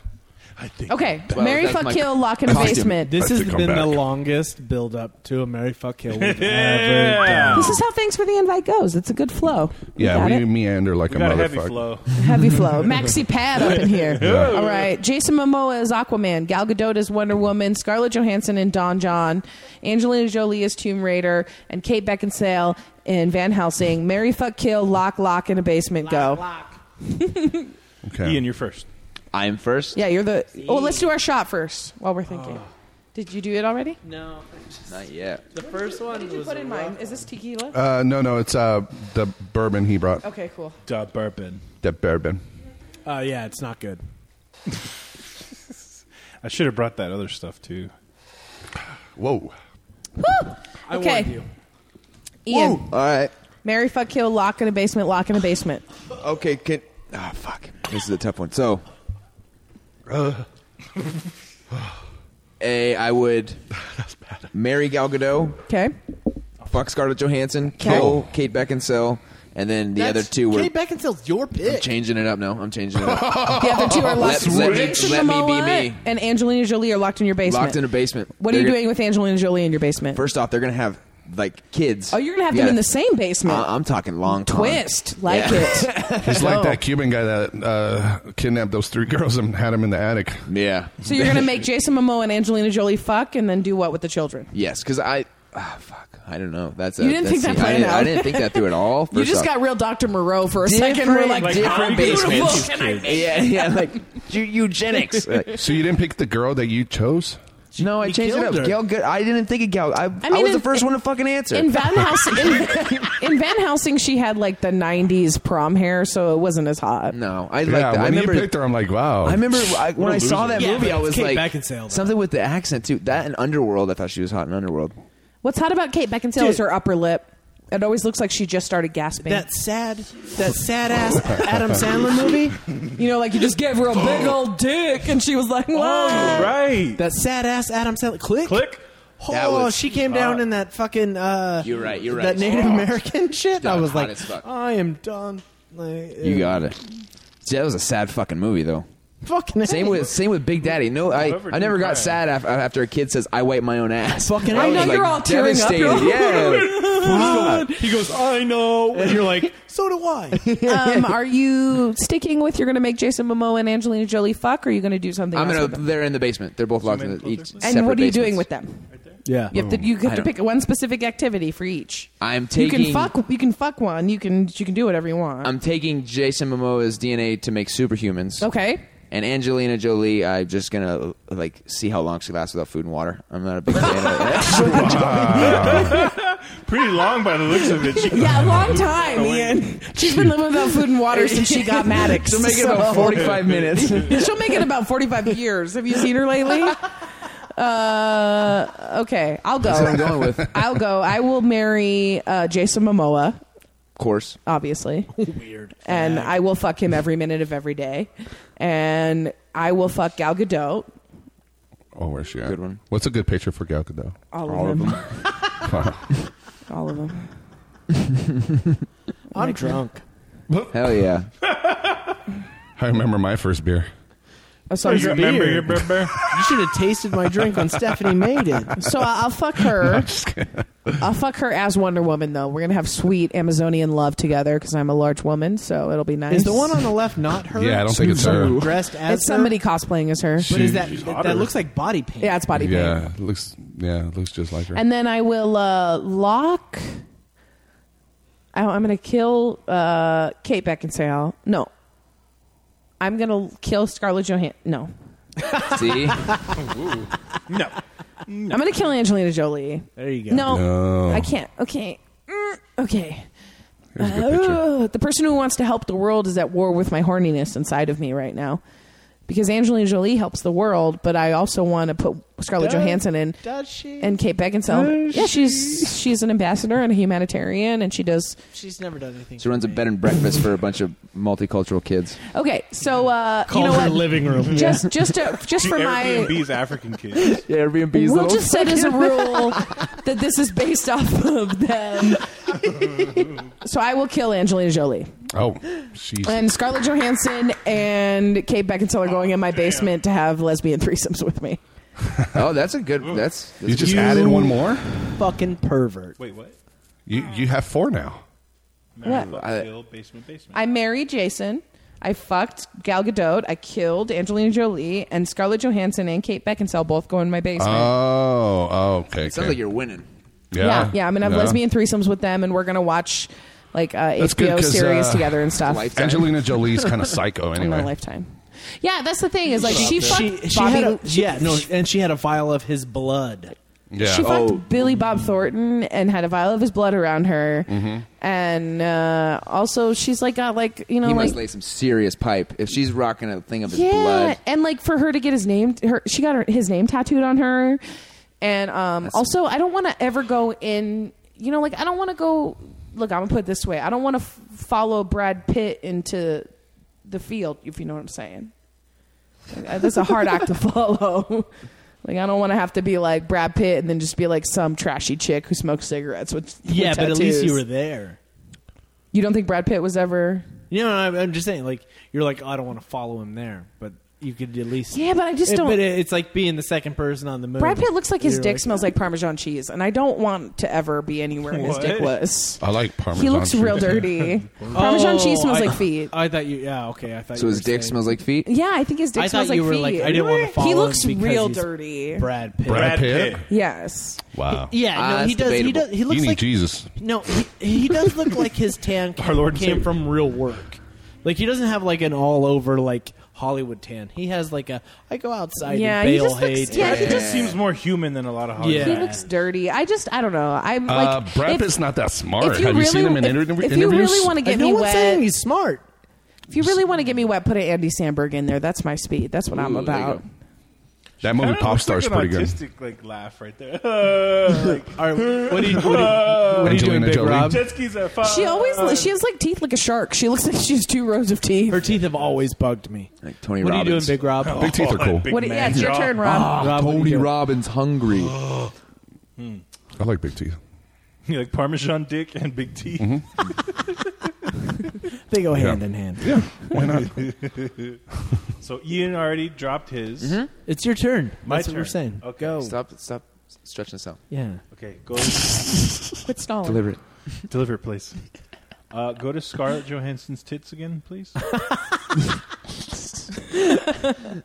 Speaker 4: Okay,
Speaker 2: Well,
Speaker 4: Mary
Speaker 2: that's
Speaker 4: fuck
Speaker 2: my-
Speaker 4: kill, lock in a
Speaker 2: Costume.
Speaker 4: basement.
Speaker 3: This
Speaker 1: I
Speaker 3: has
Speaker 1: have to
Speaker 3: been
Speaker 1: come
Speaker 3: the
Speaker 1: back.
Speaker 3: longest build up to a Mary Fuck Kill <laughs> we've ever
Speaker 5: Yeah.
Speaker 3: done.
Speaker 4: This is how thanks for the invite goes. It's a good flow. We
Speaker 1: Yeah,
Speaker 4: got
Speaker 1: we
Speaker 4: it.
Speaker 1: meander like
Speaker 5: We
Speaker 1: a
Speaker 5: got a heavy
Speaker 1: motherfucker.
Speaker 5: flow.
Speaker 4: Heavy flow. Maxi pad up in here. All right. Jason Momoa is Aquaman. Gal Gadot is Wonder Woman. Scarlett Johansson and Don John. Angelina Jolie is Tomb Raider. And Kate Beckinsale in Van Helsing. Mary fuck kill. Lock lock in a basement. go.
Speaker 1: Okay.
Speaker 5: Ian, you're first.
Speaker 2: I am first.
Speaker 4: Yeah, you're the. Oh, let's do our shot first while we're thinking. Did you do it already?
Speaker 3: No,
Speaker 2: Not yet.
Speaker 3: the first one.
Speaker 4: What did you put in mine? Is this tequila?
Speaker 1: uh, no, no, it's uh, the bourbon he brought.
Speaker 4: okay, cool.
Speaker 5: Duh, bourbon.
Speaker 1: The bourbon.
Speaker 3: Uh, yeah, it's not good.
Speaker 5: I should have brought that other stuff too.
Speaker 1: Whoa.
Speaker 3: I
Speaker 4: Okay.
Speaker 3: warned you.
Speaker 4: Ian,
Speaker 2: All right.
Speaker 4: Mary fuck kill. Lock in a basement. Lock in a basement.
Speaker 2: Okay. Can. Ah, fuck. This is a tough one. So. a, I would marry Gal Gadot,
Speaker 4: Okay.
Speaker 2: fuck Scarlett Johansson,
Speaker 4: Okay.
Speaker 2: kill Kate Beckinsale, and then the other two were.
Speaker 3: Kate Beckinsale's your
Speaker 2: I'm
Speaker 3: pick.
Speaker 2: changing it up now. I'm changing it up.
Speaker 4: The other
Speaker 2: <laughs>
Speaker 4: two are locked.
Speaker 2: Let- let me-
Speaker 4: Jason
Speaker 2: let me be
Speaker 4: Momoa
Speaker 2: me.
Speaker 4: And Angelina Jolie are locked in your <laughs> basement.
Speaker 2: Locked in a basement.
Speaker 4: What are you
Speaker 2: They're-
Speaker 4: doing with Angelina Jolie in your basement?
Speaker 2: First off, they're gonna have like kids.
Speaker 4: oh, you're gonna have
Speaker 2: You
Speaker 4: them in
Speaker 2: gotta-
Speaker 4: the same basement.
Speaker 2: I- Uh, I'm talking long con.
Speaker 4: Twist, like it.
Speaker 1: He's
Speaker 4: No.
Speaker 1: like that Cuban guy that uh, kidnapped those three girls and had them in the attic.
Speaker 2: <laughs> Yeah.
Speaker 4: So you're gonna make Jason Momoa and Angelina Jolie fuck, and then do what with the children?
Speaker 2: Yes, because I. Ah, fuck. I don't know. That's a,
Speaker 4: You didn't
Speaker 2: that's
Speaker 4: think that
Speaker 2: the- I
Speaker 4: plan
Speaker 2: didn't, I
Speaker 4: out.
Speaker 2: didn't think that through at all.
Speaker 4: You
Speaker 2: first
Speaker 4: just
Speaker 2: off.
Speaker 4: got real Dr. Moreau for a second. We're like,
Speaker 2: different
Speaker 4: beautiful,
Speaker 2: basements.
Speaker 4: can I
Speaker 2: <laughs>
Speaker 4: make-
Speaker 2: Yeah, yeah, like eu- eugenics. Like,
Speaker 1: So you didn't pick the girl that you chose?
Speaker 2: no, I
Speaker 3: He
Speaker 2: changed it up.
Speaker 3: killed her.
Speaker 2: Gal, good. I didn't think of Gal. I, I,
Speaker 4: mean,
Speaker 2: was the
Speaker 4: in-
Speaker 2: first one to fucking answer.
Speaker 4: In
Speaker 2: <laughs>
Speaker 4: Van Helsing, in, in Van Helsing, she had like the '90s prom hair, so it wasn't as hot.
Speaker 2: no, I
Speaker 1: Yeah,
Speaker 2: like. that.
Speaker 1: when
Speaker 2: I remember.
Speaker 1: you picked her, I'm like, wow.
Speaker 2: I <laughs> remember I, when I saw that
Speaker 3: Yeah,
Speaker 2: movie,
Speaker 3: but
Speaker 2: I
Speaker 3: it's
Speaker 2: was
Speaker 3: Kate
Speaker 2: like
Speaker 3: Beckinsale, though.
Speaker 2: something with the accent too. That and Underworld, I thought she was hot in Underworld.
Speaker 4: What's hot about Kate Beckinsale is
Speaker 3: Dude.
Speaker 4: her upper lip. It always looks like she just started gasping.
Speaker 3: That sad, that sad ass Adam Sandler movie.
Speaker 4: you know, like you just gave her
Speaker 2: <gasps>
Speaker 4: a big old dick, and she was like,
Speaker 2: Oh,
Speaker 4: "What?"
Speaker 5: Right.
Speaker 3: That sad ass Adam Sandler. Click.
Speaker 5: Click.
Speaker 2: That
Speaker 3: Oh,
Speaker 2: was
Speaker 3: she came down in that fucking. Uh,
Speaker 2: You're right, you're right.
Speaker 3: That Native
Speaker 2: Hot.
Speaker 3: American shit. I
Speaker 2: Dude,
Speaker 3: was
Speaker 2: hot
Speaker 3: like,
Speaker 2: as fuck.
Speaker 3: I am done. Like,
Speaker 2: You
Speaker 3: uh,
Speaker 2: got it. See, that was a sad fucking movie though.
Speaker 3: fucking
Speaker 2: Same with same with Big Daddy. No, I
Speaker 5: Whoever
Speaker 2: I never
Speaker 5: did
Speaker 2: got
Speaker 5: that.
Speaker 2: sad af- after a kid says I wipe my own ass.
Speaker 3: Fucking
Speaker 2: I
Speaker 3: I
Speaker 2: was,
Speaker 3: know,
Speaker 2: like,
Speaker 4: you're all tearing up.
Speaker 2: devastated.
Speaker 4: You're all- <laughs>
Speaker 2: Yeah. Fuck.
Speaker 5: He goes, I know.
Speaker 3: And you're <laughs> like, so do
Speaker 2: <laughs>
Speaker 3: I.
Speaker 4: um, are you sticking with you're going to make Jason Momoa and Angelina Jolie fuck, or are you going to do something?
Speaker 2: I'm
Speaker 4: else
Speaker 2: gonna.
Speaker 4: with them?
Speaker 2: They're in the basement. They're both locked
Speaker 5: in
Speaker 2: in the, each.
Speaker 5: closer, please?
Speaker 4: And what are you
Speaker 2: separate
Speaker 4: doing
Speaker 2: basements.
Speaker 4: with them?
Speaker 3: yeah.
Speaker 4: You have to, you have
Speaker 2: I
Speaker 4: to
Speaker 2: don't-
Speaker 4: pick one specific activity for each.
Speaker 2: I'm
Speaker 4: You
Speaker 2: taking-
Speaker 4: can fuck. You can fuck one. You can you can do whatever you want.
Speaker 2: I'm taking Jason Momoa's DNA to make superhumans.
Speaker 4: okay. <laughs>
Speaker 2: And Angelina Jolie, I'm just gonna like see how long she lasts without food and water. I'm not a big fan of
Speaker 4: <laughs>
Speaker 2: it.
Speaker 5: Pretty long by the looks of it. She-
Speaker 4: Yeah, a long time, Ian. She's been living without food and water since
Speaker 2: <laughs>
Speaker 4: she got Maddox.
Speaker 2: She'll make it about 45 minutes.
Speaker 4: <laughs> She'll make it about 45 years. Have you seen
Speaker 2: <laughs>
Speaker 4: her lately? Uh, okay, I'll go. <laughs>
Speaker 2: That's what I'm going with.
Speaker 4: I'll go. I will marry uh, Jason Momoa.
Speaker 2: course.
Speaker 4: <laughs> obviously.
Speaker 2: Weird.
Speaker 4: And I will fuck him every minute of every day. And I will fuck Gal Gadot.
Speaker 1: Oh, where's she at? Good one. What's a good picture for Gal <laughs> Gadot?
Speaker 4: All of All of them. them. All of <laughs> them.
Speaker 3: I'm drunk.
Speaker 1: Hell yeah. I remember my first beer.
Speaker 4: Oh, So it's beer.
Speaker 3: you should have tasted my drink when Stephanie made
Speaker 4: <laughs>
Speaker 3: it.
Speaker 4: So I- I'll fuck
Speaker 3: <laughs>
Speaker 4: her.
Speaker 3: I'm
Speaker 4: I'll fuck her as Wonder Woman, though. We're gonna have sweet Amazonian love together because I'm a large woman, so it'll be nice.
Speaker 3: Is the one on the left not her?
Speaker 1: Yeah, I don't think it's her.
Speaker 3: Dressed as
Speaker 4: It's somebody cosplaying as her.
Speaker 3: But is that that looks like body paint?
Speaker 4: Yeah, it's body paint.
Speaker 1: Yeah, it looks yeah, it looks just like her.
Speaker 4: And then I will uh, lock. I, I'm going to kill uh, Kate Beckinsale. No. I'm going to kill Scarlett Johansson. No.
Speaker 2: See?
Speaker 5: no.
Speaker 4: I'm going to kill Angelina Jolie.
Speaker 3: There you go.
Speaker 4: No,
Speaker 1: No.
Speaker 4: I can't. Okay. Mm, okay.
Speaker 1: Here's a good picture.
Speaker 4: Uh, the person who wants to help the world is at war with my horniness inside of me right now. Because Angelina Jolie helps the world, but I also want to put Scarlett
Speaker 3: Does-
Speaker 4: Johansson in
Speaker 3: does she?
Speaker 4: and Kate Beckinsale.
Speaker 3: Does
Speaker 4: yeah, she's she's an ambassador and a humanitarian, and she does.
Speaker 3: She's never done anything.
Speaker 2: She runs a bed and breakfast for a bunch of multicultural kids.
Speaker 4: Okay, so uh, you know what? Just just to,
Speaker 5: <laughs>
Speaker 4: just
Speaker 5: <laughs> Do
Speaker 4: for my
Speaker 5: Airbnb's African kids.
Speaker 2: Yeah, Airbnb's
Speaker 4: We'll just set as a rule that this is based off of them. so I will kill Angelina Jolie.
Speaker 1: Oh, she's
Speaker 4: And Scarlett Johansson and Kate Beckinsale are going
Speaker 1: Oh,
Speaker 4: in my basement to have lesbian <laughs> threesomes with me.
Speaker 2: Oh, that's a good. That's, that's
Speaker 1: You just added one more?
Speaker 3: Fucking pervert.
Speaker 5: Wait, what?
Speaker 1: You you have four now.
Speaker 4: <laughs> What?
Speaker 5: Fuck, Bill, basement, basement.
Speaker 4: I married Jason. I fucked Gal Gadot. I killed Angelina Jolie and Scarlett Johansson and Kate Beckinsale both go in my basement.
Speaker 1: Oh, oh, okay.
Speaker 2: It sounds like you're winning.
Speaker 1: Oh, Yeah,
Speaker 4: yeah, I'm gonna have
Speaker 1: yeah.
Speaker 4: lesbian threesomes with them, and we're gonna watch like uh,
Speaker 1: That's good
Speaker 4: HBO
Speaker 1: 'cause,
Speaker 4: series
Speaker 1: uh,
Speaker 4: together and stuff.
Speaker 1: Angelina Jolie's kind of psycho
Speaker 4: <laughs> In my
Speaker 1: anyway.
Speaker 4: lifetime. Yeah, that's the thing is like she fucked
Speaker 3: she, she
Speaker 4: Bobby.
Speaker 3: had a, yeah no, and she had a vial of his blood.
Speaker 1: Yeah.
Speaker 4: She fucked
Speaker 2: Oh.
Speaker 4: Billy Bob Thornton and had a vial of his blood around her,
Speaker 2: Mhm.
Speaker 4: and uh, also she's like got like you know
Speaker 2: he
Speaker 4: like
Speaker 2: must lay some serious pipe if she's rocking a thing of his
Speaker 4: yeah,
Speaker 2: blood.
Speaker 4: and like for her to get his name, her she got her, his name tattooed on her, and um, also I don't want to ever go in. You know, like I don't want to go. Look, I'm gonna put it this way: I don't want to f- follow Brad Pitt into the field, if you know what I'm saying. Like, I- that's a hard act to <laughs> follow. Like I don't want to have to be like Brad Pitt and then just be like some trashy chick who smokes cigarettes with with
Speaker 3: Yeah, but at least you
Speaker 4: tattoos.
Speaker 3: were there.
Speaker 4: You don't think Brad Pitt was ever?
Speaker 3: You know, I'm, I'm just saying, like you're like, oh, I don't want to follow him there, but you could at least.
Speaker 4: Yeah, but I just
Speaker 3: It-
Speaker 4: don't-
Speaker 3: But it, it's like being the second person on the moon.
Speaker 4: Brad Pitt looks like his
Speaker 3: You're
Speaker 4: dick smells like Parmesan cheese, and I don't want to ever be anywhere his dick was.
Speaker 1: Oh, I like Parmesan.
Speaker 4: he looks real dirty. Parmesan
Speaker 3: Oh,
Speaker 4: cheese smells
Speaker 3: I-
Speaker 4: like feet.
Speaker 3: I thought you. Yeah, okay. I thought.
Speaker 2: So
Speaker 3: you
Speaker 2: his
Speaker 3: were
Speaker 2: dick
Speaker 3: saying-
Speaker 2: smells like feet.
Speaker 4: Yeah, I think his dick
Speaker 3: I
Speaker 4: smells
Speaker 3: thought you
Speaker 4: like
Speaker 3: were
Speaker 4: feet.
Speaker 3: like, I didn't want to follow
Speaker 4: He looks
Speaker 3: him because
Speaker 4: real
Speaker 3: he's
Speaker 4: dirty.
Speaker 3: Brad Pitt.
Speaker 1: Brad Pitt?
Speaker 4: Yes.
Speaker 1: Wow.
Speaker 3: Yeah, no,
Speaker 2: Ah,
Speaker 3: he does. He does. He looks
Speaker 1: you need
Speaker 3: like
Speaker 1: Jesus.
Speaker 3: No, he, he does
Speaker 2: <laughs>
Speaker 3: look like his tan
Speaker 1: Our Lord and
Speaker 3: came
Speaker 1: Savior.
Speaker 3: from real work. Like he doesn't have like an all over like Hollywood tan. He has like a I go outside
Speaker 4: Yeah,
Speaker 3: and
Speaker 4: he
Speaker 3: bale
Speaker 4: just looks-
Speaker 3: hay
Speaker 4: yeah,
Speaker 3: tan.
Speaker 4: he
Speaker 5: Just seems more human than a lot of Hollywood.
Speaker 3: Yeah.
Speaker 4: He looks dirty. I just, I don't know. I'm like,
Speaker 1: uh, Brad
Speaker 4: if,
Speaker 1: Pitt's not that smart.
Speaker 4: if you
Speaker 1: Have you seen him
Speaker 4: really-
Speaker 1: in
Speaker 4: if-
Speaker 1: interv-
Speaker 4: if you
Speaker 1: interviews?
Speaker 4: really wanna get
Speaker 3: And no
Speaker 4: me
Speaker 3: one's
Speaker 4: wet-
Speaker 3: saying he's smart.
Speaker 4: if you really want to get me wet, put an Andy Sandberg in there. That's my speed. That's what I'm
Speaker 5: Ooh, there you
Speaker 4: about.
Speaker 1: that movie
Speaker 5: Kinda
Speaker 1: Pop
Speaker 5: looks
Speaker 1: Star is
Speaker 5: like an
Speaker 1: pretty good.
Speaker 5: autistic, like laugh right there. <laughs> Like,
Speaker 3: All right, what are you, what are you, what are you doing,
Speaker 1: Angelina
Speaker 3: Big
Speaker 1: Jolie.
Speaker 3: Rob?
Speaker 5: Jet skis are fun.
Speaker 4: She
Speaker 5: Uh,
Speaker 4: always, she has like teeth like a shark. She looks like she has two rows of teeth.
Speaker 3: Her teeth have always bugged me.
Speaker 2: Like Tony
Speaker 3: what are you doing,
Speaker 2: Robbins.
Speaker 3: Big Rob? Ah,
Speaker 1: Big teeth are cool.
Speaker 4: What, yeah, it's your
Speaker 5: <laughs>
Speaker 4: turn, Rob.
Speaker 3: Rob, what are you
Speaker 2: Tony
Speaker 3: doing?
Speaker 2: Robbins hungry.
Speaker 1: I like big teeth.
Speaker 5: You like Parmesan dick and big teeth.
Speaker 3: They go
Speaker 1: Yeah.
Speaker 3: hand in hand.
Speaker 1: Yeah. Why not?
Speaker 5: So Ian already dropped his.
Speaker 4: Mm-hmm.
Speaker 3: It's your turn.
Speaker 5: My
Speaker 3: That's what we're
Speaker 5: turn.
Speaker 1: Oh.
Speaker 3: saying.
Speaker 5: Okay.
Speaker 3: Go.
Speaker 2: Stop. Stop stretching this out.
Speaker 3: Yeah.
Speaker 5: Okay, go
Speaker 4: Quit stalling.
Speaker 2: Deliver it.
Speaker 5: <laughs> deliver it, please. Uh, go to Scarlett Johansson's tits again,
Speaker 4: <laughs>
Speaker 5: please.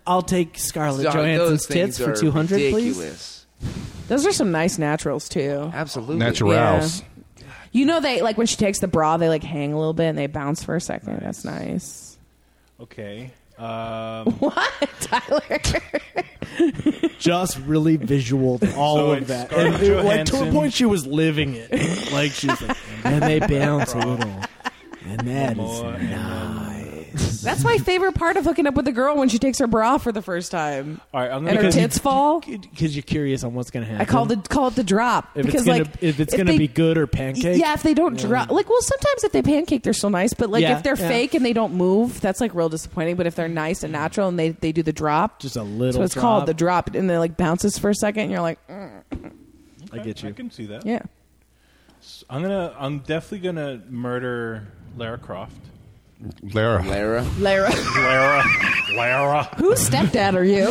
Speaker 3: I'll take Scarlett
Speaker 2: Sorry,
Speaker 3: Johansson's
Speaker 2: those things
Speaker 3: tits for
Speaker 2: are
Speaker 3: two hundred, please.
Speaker 2: ridiculous.
Speaker 4: Those are some nice naturals too.
Speaker 3: Uh,
Speaker 2: Absolutely.
Speaker 1: Naturals.
Speaker 4: You know they like when she takes the bra, they like hang a little bit and they bounce for a second. That's nice.
Speaker 5: Okay.
Speaker 4: <laughs>
Speaker 5: Um,
Speaker 4: What,
Speaker 3: <laughs>
Speaker 4: Tyler?
Speaker 3: Just really <laughs> visual, all
Speaker 5: So
Speaker 3: of
Speaker 5: it's
Speaker 3: that.
Speaker 5: Scarlett
Speaker 3: And it- like to a
Speaker 5: Johansson.
Speaker 3: point, she was living it. Like <laughs> she's like, and they bounce a little, and that is
Speaker 5: more, and then-
Speaker 3: nice.
Speaker 4: <laughs> That's my favorite part of hooking up with a girl when she takes her bra for the first time.
Speaker 3: All right, I'm gonna
Speaker 4: and her
Speaker 3: Because you-
Speaker 4: tits fall.
Speaker 3: because you're curious on what's going to happen.
Speaker 4: I call it call it the drop
Speaker 3: if
Speaker 4: because
Speaker 3: it's gonna,
Speaker 4: like
Speaker 3: if it's
Speaker 4: if
Speaker 3: going to
Speaker 4: they-
Speaker 3: be good or pancake.
Speaker 4: Yeah, if they don't drop, like, well, sometimes if they pancake, they're still nice. But like,
Speaker 3: Yeah,
Speaker 4: if they're
Speaker 3: yeah.
Speaker 4: fake and they don't move, that's like real disappointing. But if they're nice and natural and they, they do the drop,
Speaker 3: Just a little
Speaker 4: so it's
Speaker 3: drop.
Speaker 4: called the drop, and then like bounces for a second, and you're like, mm.
Speaker 3: I get you.
Speaker 5: I can see that.
Speaker 4: yeah,
Speaker 5: S- I'm gonna. I'm definitely gonna murder Lara Croft.
Speaker 1: Lara.
Speaker 2: Lara.
Speaker 4: Lara.
Speaker 5: Lara. Lara.
Speaker 4: <laughs> Whose stepdad
Speaker 3: <laughs>
Speaker 4: are you?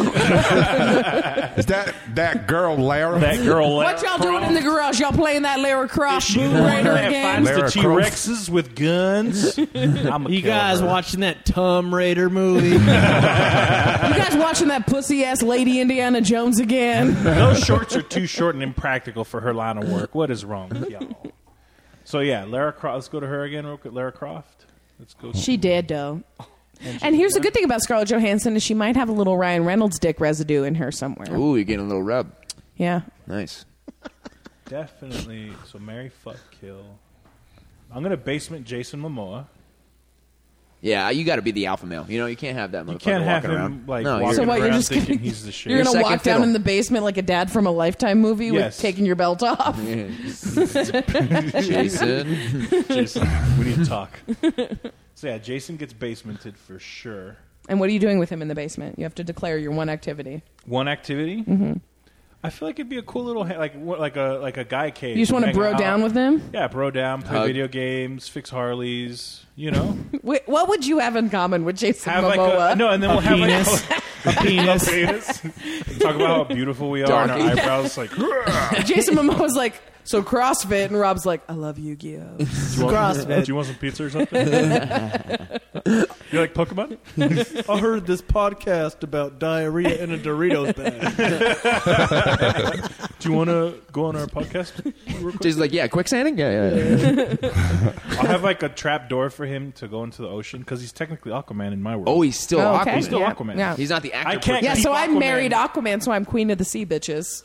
Speaker 1: Is that that girl Lara?
Speaker 5: That girl
Speaker 4: <laughs>
Speaker 5: Lara
Speaker 4: what y'all doing in the garage? Y'all playing that Lara <laughs> Croft Moon
Speaker 5: <laughs>
Speaker 4: Raider
Speaker 5: that
Speaker 4: game?
Speaker 5: finds
Speaker 1: Lara
Speaker 5: the T Rexes with guns. <laughs> I'm a
Speaker 3: You guys
Speaker 5: killer.
Speaker 3: watching that Tomb Raider <laughs> movie?
Speaker 4: You guys watching that pussy ass Lady Indiana Jones again?
Speaker 5: Those shorts are too short and impractical for her line of work. What is wrong with y'all? So yeah, Lara Croft. Let's go to her again, real quick. Lara Croft. Let's
Speaker 4: <laughs>
Speaker 5: go.
Speaker 4: She did though. And here's the good thing about Scarlett Johansson is she might have a little Ryan Reynolds dick residue in her somewhere.
Speaker 2: Ooh, you're getting a little rub.
Speaker 4: Yeah.
Speaker 2: Nice.
Speaker 5: Definitely. So Mary fuck kill. I'm gonna basement Jason Momoa.
Speaker 2: Yeah, you got to be the alpha male. You know, you can't have that motherfucker
Speaker 5: You can't have
Speaker 2: walking
Speaker 5: him
Speaker 2: around.
Speaker 5: like
Speaker 2: no,
Speaker 5: walking
Speaker 4: So what,
Speaker 5: around
Speaker 4: you're just gonna-
Speaker 5: thinking he's the
Speaker 4: <laughs>
Speaker 5: shit.
Speaker 4: You're gonna
Speaker 2: Second
Speaker 4: walk down
Speaker 2: fiddle.
Speaker 4: in the basement like a dad from a Lifetime movie
Speaker 5: Yes.
Speaker 4: with taking your belt off.
Speaker 2: <laughs> Jason.
Speaker 5: Jason, we need to talk.
Speaker 4: <laughs>
Speaker 5: So yeah, Jason gets basemented for sure.
Speaker 4: And what are you doing with him in the basement? You have to declare your one activity.
Speaker 5: One activity.
Speaker 4: Mm-hmm.
Speaker 5: I feel like it'd be a cool little ha- like what- like a like a guy cave.
Speaker 4: You just want to
Speaker 5: Hang
Speaker 4: bro
Speaker 5: out.
Speaker 4: down with him.
Speaker 5: Yeah, bro down, play
Speaker 2: Hug.
Speaker 5: video games, fix Harleys. You
Speaker 2: <laughs>
Speaker 5: know,
Speaker 4: Wait, what would you have in common with Jason
Speaker 5: have
Speaker 4: Momoa?
Speaker 5: like a no, and then
Speaker 3: A
Speaker 5: we'll have <laughs>
Speaker 3: penis.
Speaker 5: like
Speaker 3: a penis.
Speaker 5: penis. Talk about how beautiful we are and our
Speaker 2: Donkey.
Speaker 5: eyebrows like
Speaker 4: <laughs> <laughs> Jason Momoa's like so CrossFit, and Rob's like, I love Yu-Gi-Oh.
Speaker 5: Do you want some pizza
Speaker 2: <laughs>
Speaker 5: or something? you like Pokemon?
Speaker 3: I heard this podcast about diarrhea in a Doritos <laughs> bag.
Speaker 5: Do you want to go on
Speaker 2: <laughs>
Speaker 5: our podcast?
Speaker 2: Jason's like, yeah, quicksanding? Yeah, yeah, yeah.
Speaker 5: I'll have like a trap door for him to go into the ocean because he's technically Aquaman in my world.
Speaker 2: Oh, he's still
Speaker 4: Oh,
Speaker 2: Aquaman.
Speaker 4: okay.
Speaker 5: He's still
Speaker 4: Yeah.
Speaker 5: Aquaman.
Speaker 4: Yeah.
Speaker 2: He's not the actor.
Speaker 5: I can't-
Speaker 4: Yeah, so
Speaker 5: Deep
Speaker 4: I'm
Speaker 5: Aquaman.
Speaker 4: married Aquaman, so I'm queen of the sea, bitches.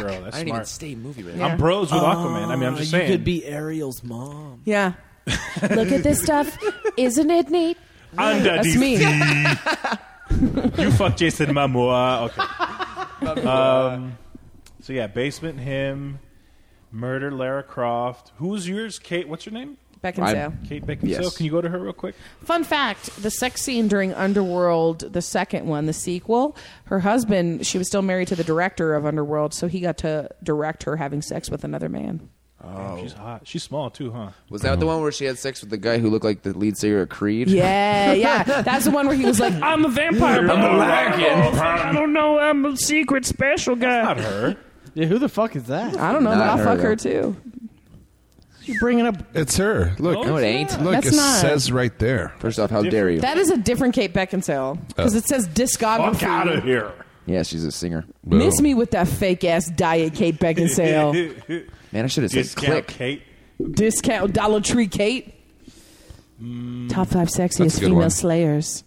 Speaker 5: girl, that's
Speaker 2: I didn't even
Speaker 5: smart.
Speaker 2: stay movie man.
Speaker 4: Yeah.
Speaker 5: I'm bros with Aquaman. I mean, I'm just saying.
Speaker 3: You could be Ariel's mom.
Speaker 4: Yeah. Look at this stuff. Isn't it neat?
Speaker 3: <laughs>
Speaker 4: That's
Speaker 5: Underneath
Speaker 4: me.
Speaker 5: you fuck Jason Momoa. Okay. um, so yeah, basement him, murder Lara Croft. Who's yours, Kate? What's your name?
Speaker 4: Beckinsale.
Speaker 5: Kate Beckinsale.
Speaker 2: Yes.
Speaker 5: Can you go to her real quick?
Speaker 4: Fun fact the sex scene during Underworld, the second one, the sequel, her husband, she was still married to the director of Underworld, so he got to direct her having sex with another man.
Speaker 5: Oh, she's hot. She's small too, <laughs> huh?
Speaker 2: Was that the one where she had sex with the guy who looked like the lead singer of Creed? <laughs>
Speaker 4: Yeah, yeah. That's the one where he was like, I'm a vampire. but I'm a werewolf. I don't know. I'm a secret special guy.
Speaker 5: Not her.
Speaker 3: Yeah, who the fuck is that?
Speaker 4: I don't know, but
Speaker 2: Not
Speaker 4: I'll
Speaker 2: her,
Speaker 4: fuck
Speaker 2: though.
Speaker 4: her too.
Speaker 3: You bringing up?
Speaker 1: It's her. Look,
Speaker 2: No, it ain't.
Speaker 1: look,
Speaker 4: That's
Speaker 1: it
Speaker 4: not-
Speaker 1: says right there.
Speaker 2: First off, how dare you?
Speaker 4: That is a different Kate Beckinsale because it says discography.
Speaker 5: Oh. Fuck out of here.
Speaker 2: yeah, she's a singer.
Speaker 4: Miss me with that fake ass diet Kate
Speaker 5: <laughs>
Speaker 4: Beckinsale.
Speaker 2: Man, I should have said
Speaker 5: Discount
Speaker 2: click.
Speaker 5: Kate.
Speaker 4: Discount Dollar Tree Kate. Top five
Speaker 1: That's a
Speaker 4: sexiest
Speaker 1: good
Speaker 4: female
Speaker 1: one.
Speaker 4: slayers.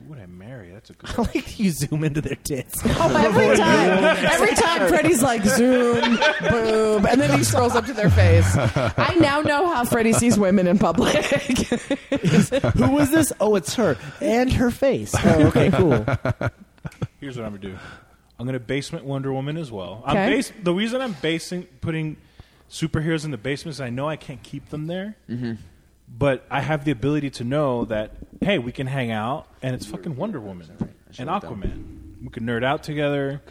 Speaker 5: Who would I marry? That's
Speaker 2: <laughs>
Speaker 5: a good.
Speaker 3: I <laughs> like you zoom into their <laughs> tits.
Speaker 4: Oh, every time, every time, Freddie's like zoom, boom, and then he scrolls up to their face. I now know how Freddie sees women in public.
Speaker 3: Who was this? Oh, it's her and her face. Oh, okay, <laughs> cool.
Speaker 5: Here's what I'm gonna do. I'm gonna basement Wonder Woman as well. I'm
Speaker 4: Okay.
Speaker 5: bas- the reason I'm basing putting superheroes in the basement is I know I can't keep them there,
Speaker 2: Mm-hmm.
Speaker 5: but I have the ability to know that hey, we can hang out, and it's fucking Wonder Woman and Aquaman. We can nerd out together.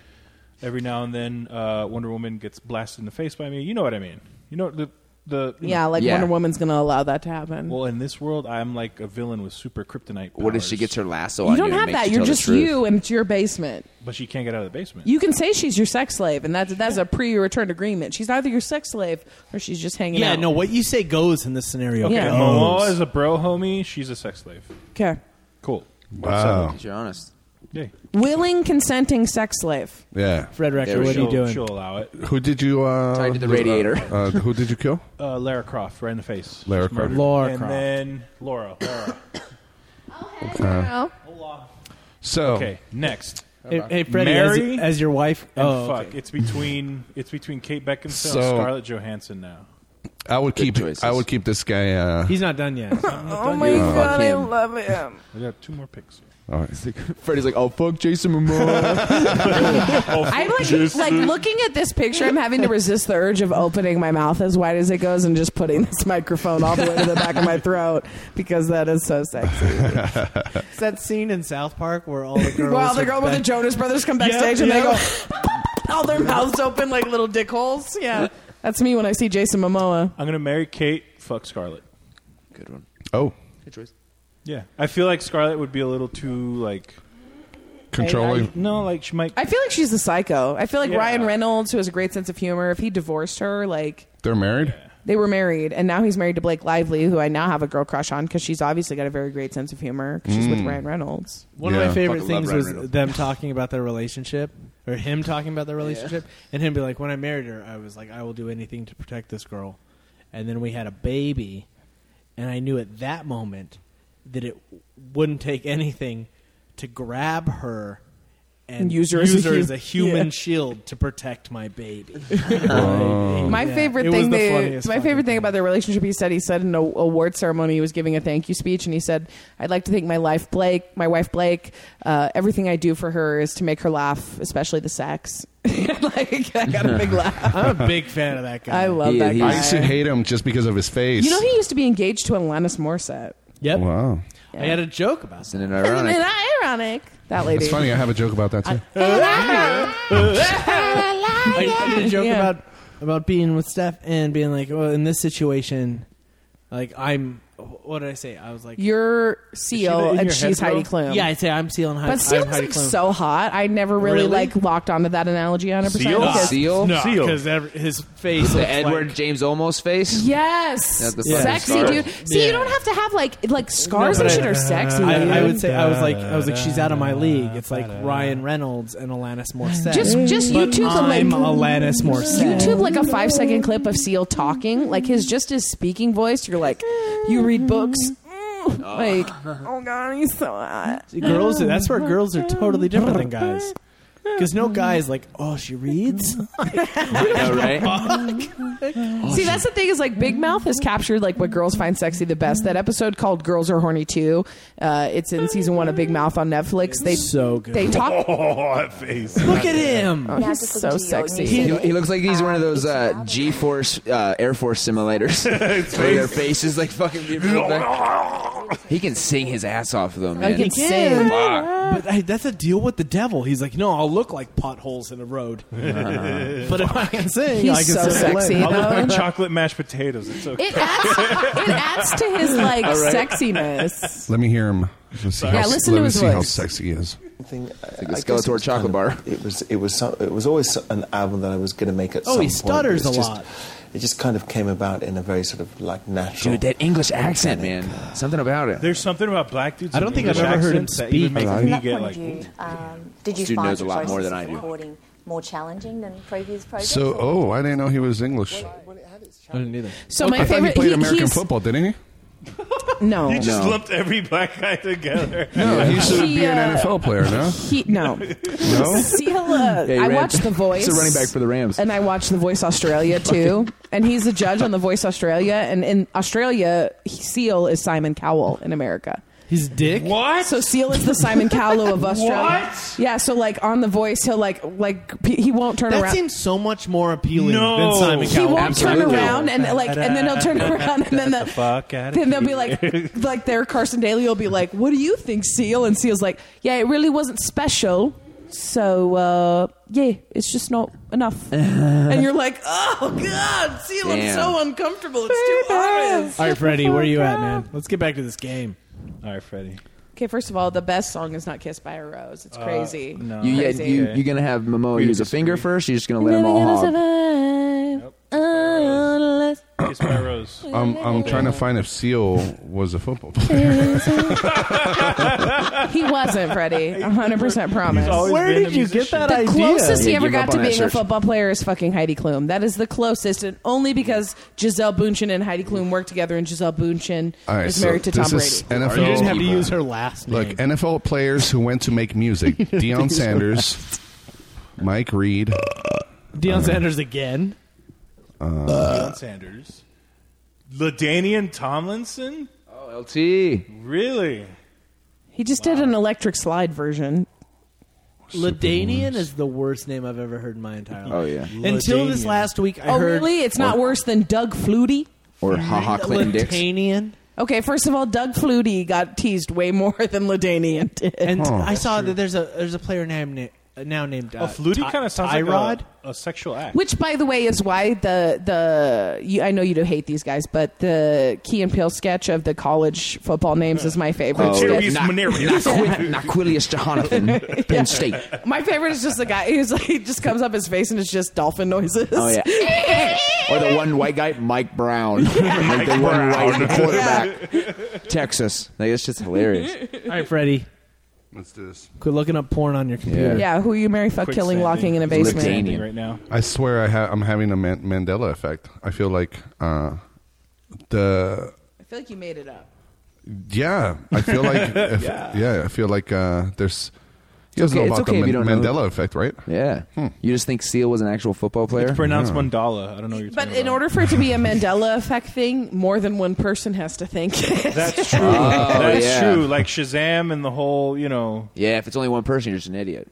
Speaker 5: Every now and then, uh, Wonder Woman gets blasted in the face by me. You know what I mean? You know the the
Speaker 4: <laughs>
Speaker 5: you
Speaker 4: yeah,
Speaker 5: know.
Speaker 4: like
Speaker 2: Yeah.
Speaker 4: Wonder Woman's gonna allow that to happen.
Speaker 5: Well, in this world, I'm like a villain with super kryptonite.
Speaker 2: What if she
Speaker 5: powers,
Speaker 2: gets her lasso on
Speaker 4: you don't
Speaker 2: and
Speaker 4: have
Speaker 2: makes
Speaker 4: that.
Speaker 2: you
Speaker 4: You're
Speaker 2: tell the
Speaker 4: just
Speaker 2: truth?
Speaker 4: you, and it's your basement.
Speaker 5: But she can't get out of the basement.
Speaker 4: You can say she's your sex slave, and that's that's a pre-return agreement. She's either your sex slave or she's just hanging
Speaker 3: Yeah,
Speaker 4: out.
Speaker 3: no. What you say goes in this scenario.
Speaker 4: Yeah.
Speaker 3: Goes.
Speaker 5: Momoa is a bro homie. She's a sex slave.
Speaker 4: Okay.
Speaker 5: Cool.
Speaker 1: Wow.
Speaker 2: You're honest.
Speaker 5: Yay.
Speaker 4: Willing, consenting sex slave.
Speaker 1: Yeah.
Speaker 3: Fred Rector,
Speaker 2: There
Speaker 3: what are
Speaker 5: she'll,
Speaker 3: you doing?
Speaker 5: she'll allow it.
Speaker 1: Who did you? Uh,
Speaker 2: Tied to the radiator. <laughs>
Speaker 1: Uh, who did you
Speaker 4: <laughs>
Speaker 1: kill?
Speaker 5: Uh, Lara Croft, right in the face.
Speaker 1: Lara
Speaker 5: Just murdered.
Speaker 1: Croft.
Speaker 3: Lara
Speaker 5: and
Speaker 3: Croft.
Speaker 5: then Laura. Laura.
Speaker 4: Oh.
Speaker 1: So
Speaker 5: Okay, next.
Speaker 3: Hey, hey Freddie,
Speaker 5: Mary
Speaker 3: as, as your wife.
Speaker 5: And
Speaker 3: oh,
Speaker 5: fuck,
Speaker 3: okay.
Speaker 5: it's between it's between Kate Beckinsale
Speaker 1: So-
Speaker 5: and Scarlett Johansson now.
Speaker 1: I would keep. I would keep this guy. Uh,
Speaker 3: He's not done <laughs> yet.
Speaker 4: Oh my god, I love him.
Speaker 5: I got two more picks.
Speaker 1: All right.
Speaker 2: Freddie's like, oh fuck Jason Momoa.
Speaker 4: I'm like, like looking at this picture. I'm having to resist the urge of opening my mouth as wide as it goes and just putting this microphone all the way to the back of my throat because that is so sexy.
Speaker 3: It's that scene in South Park where <laughs> all the girls.
Speaker 4: well, the
Speaker 3: are
Speaker 4: girl with the
Speaker 3: back-
Speaker 4: Jonas Brothers come backstage and they go, all their mouths open like little dick holes. Yeah, that's me when I see Jason Momoa.
Speaker 5: I'm gonna marry Kate. Fuck Scarlett.
Speaker 2: Good one.
Speaker 1: Oh,
Speaker 2: Good choice.
Speaker 5: Yeah, I feel like Scarlett would be a little too like
Speaker 1: Controlling.
Speaker 5: I- I- no, like she might.
Speaker 4: I feel like she's a psycho. I feel like
Speaker 5: Yeah.
Speaker 4: Ryan Reynolds, who has a great sense of humor, if he divorced her, like
Speaker 1: they're married.
Speaker 4: they were married, and now he's married to Blake Lively, who I now have a girl crush on because she's obviously got a very great sense of humor. 'cause She's with
Speaker 1: Mm.
Speaker 4: Ryan Reynolds.
Speaker 3: One of
Speaker 1: Yeah.
Speaker 3: my favorite
Speaker 2: Fucking love
Speaker 3: things
Speaker 2: Ryan
Speaker 3: was
Speaker 2: Reynolds.
Speaker 3: them talking about their relationship, or him talking about their relationship, and him be like, "When I married her, I was like, I will do anything to protect this girl," and then we had a baby, and I knew at that moment that it wouldn't take anything to grab her and
Speaker 4: Use her as a hu-
Speaker 3: as a human
Speaker 4: Yeah.
Speaker 3: shield to protect my
Speaker 4: <laughs>
Speaker 3: baby.
Speaker 1: Oh.
Speaker 4: My
Speaker 3: Yeah.
Speaker 4: favorite
Speaker 3: It was
Speaker 4: thing
Speaker 3: the
Speaker 4: they,
Speaker 3: funniest
Speaker 4: my
Speaker 3: fucking
Speaker 4: favorite thing about their relationship, he said, he said in a award ceremony, he was giving a thank you speech, and he said, "I'd like to thank my life, Blake, my wife, Blake. Uh, everything I do for her is to make her laugh, especially the sex. <laughs> like I
Speaker 1: <laughs>
Speaker 4: got a big laugh. <laughs>
Speaker 3: I'm a big fan of that guy.
Speaker 4: I love
Speaker 2: He-
Speaker 4: that
Speaker 2: he-
Speaker 4: guy.
Speaker 1: I used to hate him just because of his face.
Speaker 4: You know, he used to be engaged to Alanis Morissette.
Speaker 3: Yep,
Speaker 1: wow.
Speaker 3: I had a joke about
Speaker 2: Isn't it
Speaker 4: Isn't
Speaker 2: ironic?
Speaker 4: that ironic? That lady.
Speaker 1: It's funny. I have a joke about that too.
Speaker 3: I I did a joke
Speaker 4: Yeah.
Speaker 3: about about being with Steph and being like, well, in this situation, like I'm. What did I say? I was like,
Speaker 4: You're
Speaker 5: in
Speaker 4: Seal
Speaker 5: your
Speaker 4: E and she's
Speaker 5: head,
Speaker 4: Heidi
Speaker 5: bro?
Speaker 4: Klum.
Speaker 3: yeah, I say I'm sealing.
Speaker 4: But Seal
Speaker 3: I'm
Speaker 4: was
Speaker 3: Heidi
Speaker 4: like
Speaker 3: Klum.
Speaker 4: so hot. I never really,
Speaker 3: Really? E
Speaker 4: like locked onto that analogy 100%.
Speaker 5: Seal?
Speaker 3: Ah.
Speaker 4: because- E
Speaker 2: Seal?
Speaker 3: no,
Speaker 5: Seal.
Speaker 3: because his face.
Speaker 2: E The
Speaker 3: looks
Speaker 2: Edward
Speaker 3: like-
Speaker 2: James Olmos face? <laughs>
Speaker 4: Yes.
Speaker 2: Not the fucking
Speaker 4: Sexy
Speaker 2: scars.
Speaker 4: dude. See, you
Speaker 3: Yeah.
Speaker 4: don't have to have like like scars
Speaker 3: No,
Speaker 4: and
Speaker 3: but
Speaker 4: shit
Speaker 3: I-
Speaker 4: are sexy. dude.
Speaker 3: I, I would say I was like I was like she's out of my league. It's like Ryan Reynolds and Alanis Morissette.
Speaker 4: Just- just
Speaker 3: but
Speaker 4: YouTube the
Speaker 3: I'm
Speaker 4: link.
Speaker 3: Alanis Morissette.
Speaker 4: YouTube like a five second clip of Seal talking, like his just his speaking voice. You're like, you read books, Mm. like oh god, he's so hot.
Speaker 3: See, girls, that's where girls are totally different than guys. Because no guy is like, oh, she reads.
Speaker 2: I know, right?
Speaker 4: See, that's the thing is like Big Mouth has captured like what girls find sexy the best. That episode called "Girls Are Horny Too." Uh, it's in season one of Big Mouth on Netflix. They
Speaker 3: So good.
Speaker 4: They talk.
Speaker 5: Oh, that
Speaker 15: <laughs>
Speaker 5: face.
Speaker 3: Look at him.
Speaker 4: Oh, he's so sexy.
Speaker 2: He, he looks like he's one of those uh, G-force uh, Air Force <laughs> simulators. where their face is like fucking. <laughs> he can sing his ass off though, man.
Speaker 4: can sing.
Speaker 2: Fuck.
Speaker 3: But I, that's a deal with the devil. He's like, no, I'll look like potholes in the <laughs> road. but if I can sing,
Speaker 4: He's
Speaker 3: I can
Speaker 4: so
Speaker 3: sing.
Speaker 4: sexy.
Speaker 5: I look
Speaker 4: though.
Speaker 5: like chocolate mashed potatoes. It's
Speaker 4: <laughs>
Speaker 5: okay.
Speaker 4: It adds, it adds to his like sexiness.
Speaker 1: Let me hear him. Let's see
Speaker 4: Yeah,
Speaker 1: how,
Speaker 4: listen
Speaker 1: let
Speaker 4: to
Speaker 1: me
Speaker 4: his
Speaker 1: see how
Speaker 4: voice.
Speaker 1: sexy he is.
Speaker 15: thing. I
Speaker 2: Like a
Speaker 15: guess it was
Speaker 2: Skeletor
Speaker 15: kind
Speaker 2: chocolate
Speaker 15: of-
Speaker 2: bar.
Speaker 15: It was it was so- it was always so- an album that I was going to make at
Speaker 3: <laughs> Oh,
Speaker 15: some
Speaker 3: he
Speaker 15: point, but
Speaker 3: stutters
Speaker 15: it's
Speaker 3: a
Speaker 15: just-
Speaker 3: lot.
Speaker 15: It just kind of came about in a very sort of like natural.
Speaker 2: Dude, that English accent, man. Something about it.
Speaker 5: There's something about black dudes.
Speaker 3: I don't
Speaker 5: with
Speaker 3: think I've
Speaker 5: English
Speaker 3: ever heard him
Speaker 5: accents that even
Speaker 3: speak.
Speaker 5: makes
Speaker 3: Hello.
Speaker 5: me
Speaker 7: At
Speaker 5: get
Speaker 7: that
Speaker 5: like.
Speaker 7: point, you, um, did you
Speaker 2: Dude
Speaker 7: find
Speaker 2: knows
Speaker 7: the
Speaker 2: a lot more than
Speaker 7: process
Speaker 2: I
Speaker 7: of
Speaker 2: do.
Speaker 7: recording more challenging than previous projects?
Speaker 1: So,
Speaker 7: or-
Speaker 1: oh, I didn't know he was English.
Speaker 3: I didn't either.
Speaker 4: So my
Speaker 1: I thought he
Speaker 4: favorite.
Speaker 1: played
Speaker 4: he-
Speaker 1: American
Speaker 4: he's-
Speaker 1: football, didn't he?
Speaker 4: No,
Speaker 5: You just
Speaker 2: No.
Speaker 5: lumped every black guy together.
Speaker 1: No, he should
Speaker 4: He,
Speaker 1: be an
Speaker 4: uh,
Speaker 1: NFL player,
Speaker 4: <laughs>
Speaker 1: no?
Speaker 4: He no.
Speaker 1: No?
Speaker 4: Seal, uh,
Speaker 2: Yeah, he
Speaker 4: I
Speaker 2: ran-
Speaker 4: watched The Voice.
Speaker 2: He's a running back for the Rams.
Speaker 4: And I watched The Voice Australia too. and he's a judge on The Voice Australia. And in Australia, Seal is Simon Cowell in America.
Speaker 3: His dick.
Speaker 5: <laughs> What?
Speaker 4: So Seal is the Simon Cowell of Australia.
Speaker 5: What?
Speaker 4: Yeah. So like on The Voice, he'll like like p- he won't turn
Speaker 3: That
Speaker 4: around.
Speaker 3: seems so much more appealing
Speaker 5: No.
Speaker 3: than Simon
Speaker 5: He
Speaker 4: he
Speaker 3: Cowell.
Speaker 4: won't turn
Speaker 2: Absolutely.
Speaker 4: around and like and then he'll turn around and then <laughs> the,
Speaker 5: the fuck outta
Speaker 4: then they'll be
Speaker 5: here. <laughs>
Speaker 4: like like their Carson Daly will be like what do you think Seal and Seal's like yeah it really wasn't special so uh yeah it's just not enough and you're like oh god Seal I'm
Speaker 2: Damn.
Speaker 4: so uncomfortable it's too honest
Speaker 3: All right, Freddie, where are you at, man? Let's get back to this game.
Speaker 5: All right, Freddie.
Speaker 4: okay first of all the best song is not Kissed by a Rose it's crazy
Speaker 5: Uh, no.
Speaker 2: You, yeah,
Speaker 4: crazy
Speaker 2: you, you're gonna have Momoa use a
Speaker 5: disagree.
Speaker 2: finger first. You're just gonna let him all hog.
Speaker 4: survive
Speaker 7: Uh,
Speaker 4: unless
Speaker 5: Kiss my rose.
Speaker 7: <coughs>
Speaker 1: I'm, I'm trying to find if Seal was a football player.
Speaker 4: he wasn't
Speaker 5: <laughs>
Speaker 4: Freddie 100% promise
Speaker 5: He's always
Speaker 3: Where
Speaker 5: been a
Speaker 3: did you get
Speaker 5: musician.
Speaker 3: that
Speaker 4: the
Speaker 3: idea?
Speaker 4: closest he
Speaker 2: Yeah,
Speaker 4: ever
Speaker 2: give
Speaker 4: got
Speaker 2: up on
Speaker 4: to
Speaker 2: that
Speaker 4: being a
Speaker 2: search.
Speaker 4: football player is fucking Heidi Klum. That is the closest, and only because Giselle Bundchen and Heidi Klum worked together, and Giselle Bundchen
Speaker 1: All right,
Speaker 4: is
Speaker 1: so
Speaker 4: married to Tom
Speaker 1: this
Speaker 4: Brady.
Speaker 1: is
Speaker 3: You didn't have to
Speaker 1: NFL.
Speaker 3: use her last name.
Speaker 1: Look, NFL players who went to make music Deion Sanders, Mike Reed.
Speaker 3: Deion Sanders again.
Speaker 5: Deion Sanders. Ladanian Tomlinson?
Speaker 8: Oh, LT.
Speaker 5: Really?
Speaker 4: He just did an electric slide version.
Speaker 3: Ladanian is the worst name I've ever heard in my entire life.
Speaker 8: Oh, yeah.
Speaker 3: Until this
Speaker 4: Ladanian.
Speaker 3: last week, I
Speaker 4: oh,
Speaker 3: heard.
Speaker 4: really? It's not worse than Doug Flutie?
Speaker 8: Or haha Clinton Dix.
Speaker 2: <laughs>
Speaker 3: Ladanian.
Speaker 4: Okay, first of all, Doug Flutie got teased way more <laughs> than Ladanian did.
Speaker 3: And I saw that there's a there's a player named na- now named uh,
Speaker 5: oh, Flutie
Speaker 3: Ty-
Speaker 5: kind of sounds
Speaker 3: Tyrod.
Speaker 5: <laughs> like a, a sexual act.
Speaker 4: Which, by the way, is why the the you, I know you do hate these guys, but the Key and Peele sketch of the college football names is my favorite. sketch.
Speaker 8: Naquilius Jonathan, Penn State.
Speaker 4: My favorite is just the guy who's like he just comes up his face and it's just dolphin noises.
Speaker 8: Oh,
Speaker 4: <laughs>
Speaker 8: yeah. Or the one white guy, Mike Brown. like the one white the quarterback. Texas. Like, it's just hilarious.
Speaker 3: All right, Freddie.
Speaker 1: Let's do this.
Speaker 3: Quit looking up porn on your computer.
Speaker 4: Yeah, who you marry, fuck,
Speaker 3: Quick
Speaker 4: killing,
Speaker 3: standing.
Speaker 4: locking in a
Speaker 8: Quick
Speaker 4: basement.
Speaker 8: standing
Speaker 5: right now.
Speaker 1: I swear I ha- I'm having a Man- Mandela effect. I feel like uh, the
Speaker 4: I feel like you made it up.
Speaker 1: yeah. I feel like if- yeah. I feel like uh, there's. You guys
Speaker 8: okay,
Speaker 1: know
Speaker 8: it's
Speaker 1: about
Speaker 8: okay if
Speaker 1: the
Speaker 8: you
Speaker 1: Man-
Speaker 8: don't know.
Speaker 1: Mandela effect, right?
Speaker 8: Yeah. Hmm. You just think Seal was an actual football player?
Speaker 5: It's pronounced mandala. I don't know what you're
Speaker 4: But
Speaker 5: talking
Speaker 4: in
Speaker 5: about.
Speaker 4: order for it to be a Mandela effect thing, more than one person has to think.
Speaker 5: That's true.
Speaker 8: Oh,
Speaker 5: That's
Speaker 8: yeah.
Speaker 5: true. Like Shazam and the whole, you know.
Speaker 8: Yeah, if it's only one person, you're just an idiot.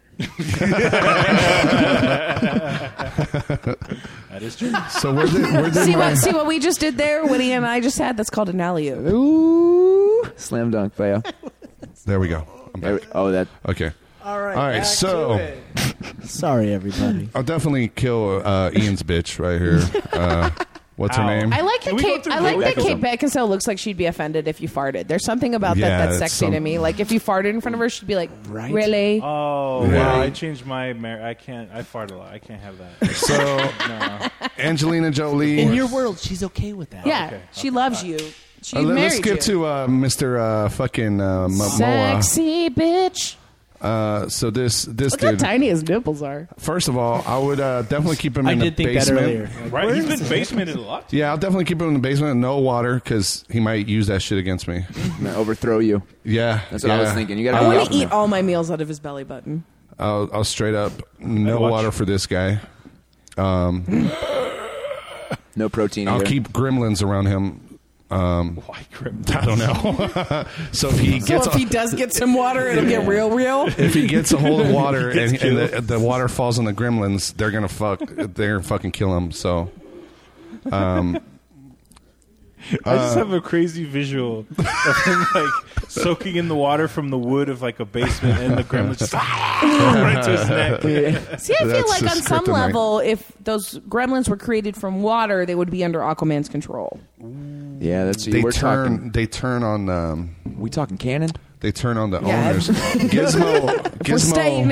Speaker 5: That is true.
Speaker 1: So where did where did
Speaker 4: <laughs> see
Speaker 1: my,
Speaker 4: what see what we just did there, Woody and I just had. That's called an alley oop.
Speaker 8: Ooh. Slam dunk, Theo.
Speaker 1: there we go. I'm back.
Speaker 8: Oh, that.
Speaker 1: Okay.
Speaker 3: All
Speaker 1: right. All right. so <laughs>
Speaker 3: Sorry, everybody.
Speaker 1: I'll definitely kill uh, Ian's bitch right here. Uh, what's
Speaker 5: Ow.
Speaker 1: her name?
Speaker 4: I like that
Speaker 5: Can we go
Speaker 4: Kate.
Speaker 5: through
Speaker 4: I like that Kate
Speaker 5: Beckinsale?
Speaker 4: Beckinsale looks like she'd be offended if you farted. There's something about
Speaker 1: Yeah,
Speaker 4: that that's
Speaker 1: it's
Speaker 4: sexy to
Speaker 1: some-
Speaker 4: me. Like if you farted in front of her, she'd be like,
Speaker 8: Right?
Speaker 4: "Really?
Speaker 5: Oh,
Speaker 1: Yeah.
Speaker 5: wow. I changed my. Mar- I can't. I fart a lot. I can't have that.
Speaker 1: so
Speaker 5: No.
Speaker 1: Angelina Jolie.
Speaker 3: In your world, she's okay with that.
Speaker 4: yeah,
Speaker 5: okay,
Speaker 4: she loves you. She
Speaker 1: Uh, let-
Speaker 4: married
Speaker 1: let's skip
Speaker 4: you."
Speaker 1: to uh, Mr. Uh, fucking uh, Momoa.
Speaker 4: Sexy bitch.
Speaker 1: Uh, so this this
Speaker 4: Look how
Speaker 1: dude.
Speaker 4: tiny his nipples are.
Speaker 1: First of all, I would uh, definitely keep him
Speaker 3: I
Speaker 1: in
Speaker 3: did
Speaker 1: the
Speaker 3: think
Speaker 1: basement.
Speaker 3: that earlier.
Speaker 5: Right? He's been basemented a lot.
Speaker 1: Yeah, I'll definitely keep him in the basement. No water because he might use that shit against me.
Speaker 8: I'm gonna overthrow you.
Speaker 1: Yeah,
Speaker 8: That's what I
Speaker 1: yeah.
Speaker 8: was thinking. You gotta
Speaker 4: I
Speaker 8: be
Speaker 4: want
Speaker 8: off
Speaker 4: to eat
Speaker 8: him.
Speaker 4: all my meals out of his belly button.
Speaker 1: I'll, I'll straight up no
Speaker 5: I'd watch.
Speaker 1: water for this guy. Um,
Speaker 8: No protein.
Speaker 1: I'll
Speaker 8: either. <laughs>
Speaker 1: keep gremlins around him. <laughs> Um,
Speaker 5: Why grim?
Speaker 1: I don't know. <laughs> so if he
Speaker 4: So
Speaker 1: gets
Speaker 4: if he does get some water, it'll get real,
Speaker 1: <laughs>
Speaker 4: real.
Speaker 1: if he gets a hold of water and, and the, the water falls on the gremlins, they're gonna fuck. They're gonna fucking kill him. So,
Speaker 8: <laughs>
Speaker 1: um,
Speaker 5: I
Speaker 1: Uh,
Speaker 5: just have a crazy visual
Speaker 1: <laughs>
Speaker 5: of him like soaking in the water from the wood of like a basement, and the gremlin just <laughs> right to his neck.
Speaker 4: See, I feel
Speaker 1: That's
Speaker 4: like
Speaker 1: the
Speaker 4: on some
Speaker 1: kryptonite.
Speaker 4: level, if those gremlins were created from water, they would be under Aquaman's control.
Speaker 8: Yeah, that's
Speaker 1: they
Speaker 8: we're
Speaker 1: turn.
Speaker 8: talking.
Speaker 1: They turn on. Um,
Speaker 8: We talking cannon?
Speaker 1: they turn on the
Speaker 4: Yeah. <laughs>
Speaker 1: owners. Gizmo. Gizmo.
Speaker 4: We're staying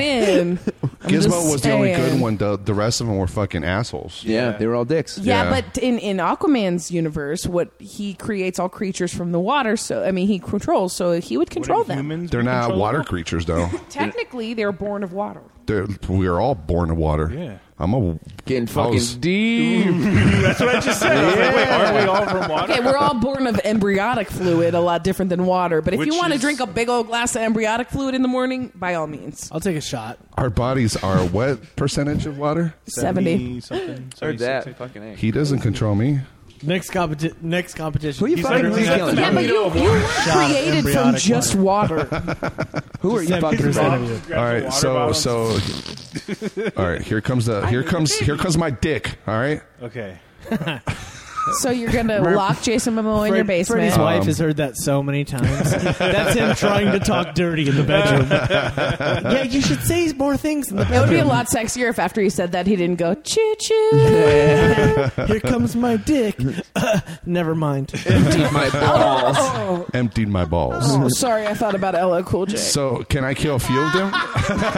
Speaker 1: <laughs>
Speaker 4: in. I'm just
Speaker 1: Gizmo was the only good
Speaker 4: saying.
Speaker 1: one. The, the rest of them were fucking assholes.
Speaker 8: Yeah, they were all dicks.
Speaker 4: Yeah,
Speaker 1: Yeah.
Speaker 4: but in, in Aquaman's universe, what he creates all creatures from the water. So I mean, he controls. So he would control
Speaker 5: Wouldn't
Speaker 4: them.
Speaker 5: humans
Speaker 1: They're
Speaker 5: be
Speaker 1: not
Speaker 5: controllable?
Speaker 1: water creatures,
Speaker 4: <laughs>
Speaker 1: though.
Speaker 4: Technically, they're born of water.
Speaker 1: They're, we are all born of water.
Speaker 5: Yeah.
Speaker 1: I'm a.
Speaker 8: Getting fucking
Speaker 1: was-
Speaker 8: deep.
Speaker 5: That's what I just said. I was like, wait, aren't we all from water?
Speaker 4: Okay, we're all born of embryonic fluid, a lot different than water. But if
Speaker 5: Which
Speaker 4: you want to
Speaker 5: is-
Speaker 4: drink a big old glass of embryonic fluid in the morning, by all means,
Speaker 3: I'll take a shot.
Speaker 1: Our bodies are what percentage of water?
Speaker 4: seventy.
Speaker 5: something.
Speaker 8: Heard
Speaker 5: 76, I
Speaker 8: that.
Speaker 5: think.
Speaker 8: Fucking A.
Speaker 1: He doesn't control me.
Speaker 3: Next competi- Next competition.
Speaker 8: Who you
Speaker 3: He's
Speaker 8: fucking
Speaker 3: under-
Speaker 8: who's
Speaker 3: that's
Speaker 8: killing?
Speaker 3: the
Speaker 4: Yeah, but you, you were
Speaker 3: Shot of
Speaker 4: created from
Speaker 3: embryonic
Speaker 4: just water.
Speaker 8: Who are you fucking?
Speaker 3: Seventy percent
Speaker 8: with?
Speaker 3: of you.
Speaker 1: All right, so so. All right, here comes the here comes here comes my dick. All right,
Speaker 5: Okay.
Speaker 4: so you're gonna lock Jason Momoa in your
Speaker 3: Fred- Freddy's
Speaker 4: basement.
Speaker 3: wife has heard that so
Speaker 1: <laughs>
Speaker 3: many times. That's him trying to talk dirty in the bedroom. yeah, you should say more things in the
Speaker 4: It would be a
Speaker 3: bedroom.
Speaker 4: lot sexier if after he said that he didn't go choo choo.
Speaker 1: <laughs>
Speaker 3: Here comes my dick. <laughs> never mind.
Speaker 8: Deep my balls.
Speaker 1: emptied my balls.
Speaker 4: Oh, sorry, I thought about LL Cool J.
Speaker 1: So can I kill a few of them?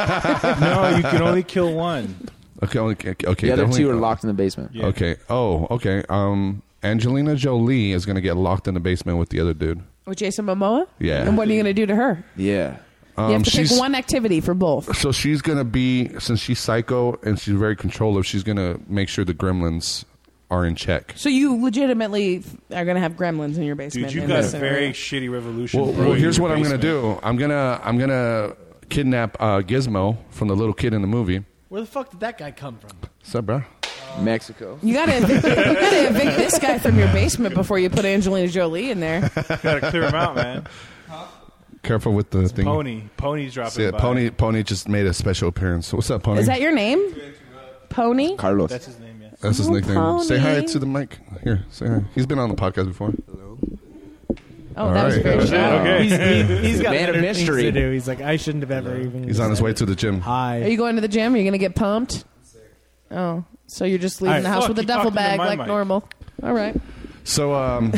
Speaker 5: No, you can only kill one.
Speaker 1: Okay, okay, okay.
Speaker 8: The other
Speaker 1: definitely-
Speaker 8: two are locked in the basement.
Speaker 5: Yeah.
Speaker 1: Okay. Oh, okay. Um, Angelina Jolie is gonna get locked in the basement with the other dude.
Speaker 4: With Jason Momoa?
Speaker 1: Yeah.
Speaker 4: And what are you going to do to her?
Speaker 8: Yeah.
Speaker 1: Um,
Speaker 4: You have to pick
Speaker 1: she's-
Speaker 4: one activity for both.
Speaker 1: So she's gonna be since she's psycho and she's very controlled. She's gonna make sure the gremlins are in check.
Speaker 4: So you legitimately are going to have gremlins in your basement.
Speaker 5: Dude, you
Speaker 4: in
Speaker 5: got
Speaker 4: this
Speaker 5: a
Speaker 4: scenario.
Speaker 5: very shitty revolution.
Speaker 1: Well,
Speaker 5: bro,
Speaker 1: well
Speaker 5: in
Speaker 1: here's
Speaker 5: your
Speaker 1: what I'm gonna
Speaker 5: basement.
Speaker 1: do. I'm gonna I'm gonna kidnap uh, Gizmo from the little kid in the movie.
Speaker 3: Where the fuck did that guy come from?
Speaker 1: What's up, bro?
Speaker 2: Mexico.
Speaker 4: You gotta, evict, you gotta evict this guy from your basement before you put Angelina Jolie in there.
Speaker 5: <laughs> Gotta clear him
Speaker 1: <laughs>
Speaker 5: out, man.
Speaker 1: Careful with the thing.
Speaker 5: Pony, pony's dropping
Speaker 1: See, it,
Speaker 5: by.
Speaker 1: Pony, Pony just made a special appearance. What's up, Pony?
Speaker 4: Is that your name? Pony.
Speaker 1: Carlos.
Speaker 5: That's his name. Yeah.
Speaker 1: That's his
Speaker 4: Oh,
Speaker 1: nickname.
Speaker 4: Pony.
Speaker 1: Say hi to the mic. Here, say hi. He's been on the podcast before.
Speaker 4: Oh,
Speaker 1: All
Speaker 4: that was
Speaker 1: right.
Speaker 4: very short.
Speaker 1: Okay.
Speaker 3: <laughs> He's, he, has got
Speaker 1: Man of
Speaker 3: better things
Speaker 1: mystery.
Speaker 3: to do. He's like, I shouldn't have ever even.
Speaker 1: He's on his way to the gym.
Speaker 3: Hi.
Speaker 4: Are you going to the gym? Are you gonna get pumped? Oh, so you're just leaving
Speaker 1: All right.
Speaker 4: the house
Speaker 1: Fuck,
Speaker 4: with a
Speaker 1: you
Speaker 4: duffel
Speaker 1: talked into
Speaker 4: bag
Speaker 1: my
Speaker 4: like
Speaker 1: mic.
Speaker 4: normal. All right.
Speaker 1: So, um,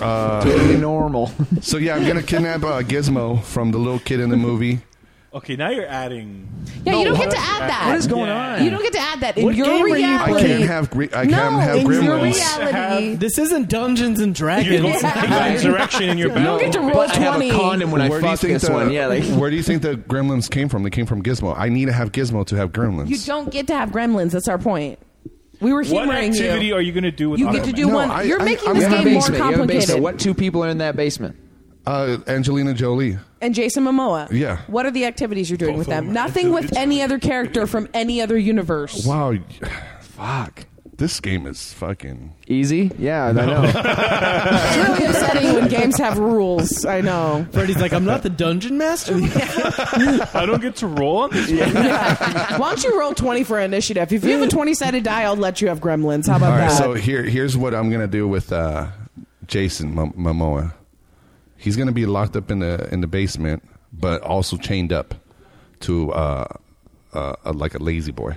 Speaker 1: uh,
Speaker 2: Totally normal.
Speaker 1: so yeah, I'm gonna kidnap uh, Gizmo from the little kid in the movie.
Speaker 5: <laughs> Okay, now you're adding.
Speaker 4: Yeah, you
Speaker 5: No,
Speaker 4: don't get
Speaker 5: what-
Speaker 4: to add that.
Speaker 5: What is going on?
Speaker 4: You don't get to add that in
Speaker 5: What
Speaker 4: your
Speaker 5: game are you
Speaker 4: reality.
Speaker 1: I can't have. Gre- I
Speaker 4: no,
Speaker 1: can't have
Speaker 4: in your
Speaker 1: gremlins.
Speaker 4: reality.
Speaker 3: This isn't Dungeons and
Speaker 4: You're <laughs>
Speaker 3: Dragons. <laughs>
Speaker 4: going
Speaker 5: direction in your
Speaker 4: <laughs> You don't get to roll twenty.
Speaker 1: Where do you think the- <laughs>
Speaker 2: <laughs>
Speaker 1: where do you think the gremlins came from? They came from Gizmo. I need to have Gizmo to have gremlins.
Speaker 4: You don't get to have gremlins. That's our point. We were
Speaker 5: What
Speaker 4: humoring
Speaker 5: activity
Speaker 4: you.
Speaker 5: are you going to do with?
Speaker 4: You get to do No, one- I- you're I- making I'm this
Speaker 2: You have a
Speaker 4: game more
Speaker 2: basement. You have a basement.
Speaker 4: complicated.
Speaker 2: What two people are in that basement?
Speaker 1: Uh, Angelina Jolie.
Speaker 4: and Jason Momoa.
Speaker 1: Yeah.
Speaker 4: What are the activities you're doing with them? Nothing with any other character from any other universe.
Speaker 1: Wow, fuck. This game is fucking
Speaker 2: easy. Yeah, I know.
Speaker 4: It's
Speaker 1: <laughs>
Speaker 4: really upsetting when games have rules. I know.
Speaker 3: Freddy's like, I'm not the dungeon master.
Speaker 5: I don't get to roll on this. Yeah.
Speaker 4: Why don't you roll twenty for initiative? If you have a twenty sided die, I'll let you have gremlins. How about
Speaker 1: All right,
Speaker 4: that?
Speaker 1: so here, here's what I'm gonna do with uh, Jason Mo- Momoa. He's gonna be locked up in the in the basement, but also chained up to uh, uh, uh, like a lazy boy.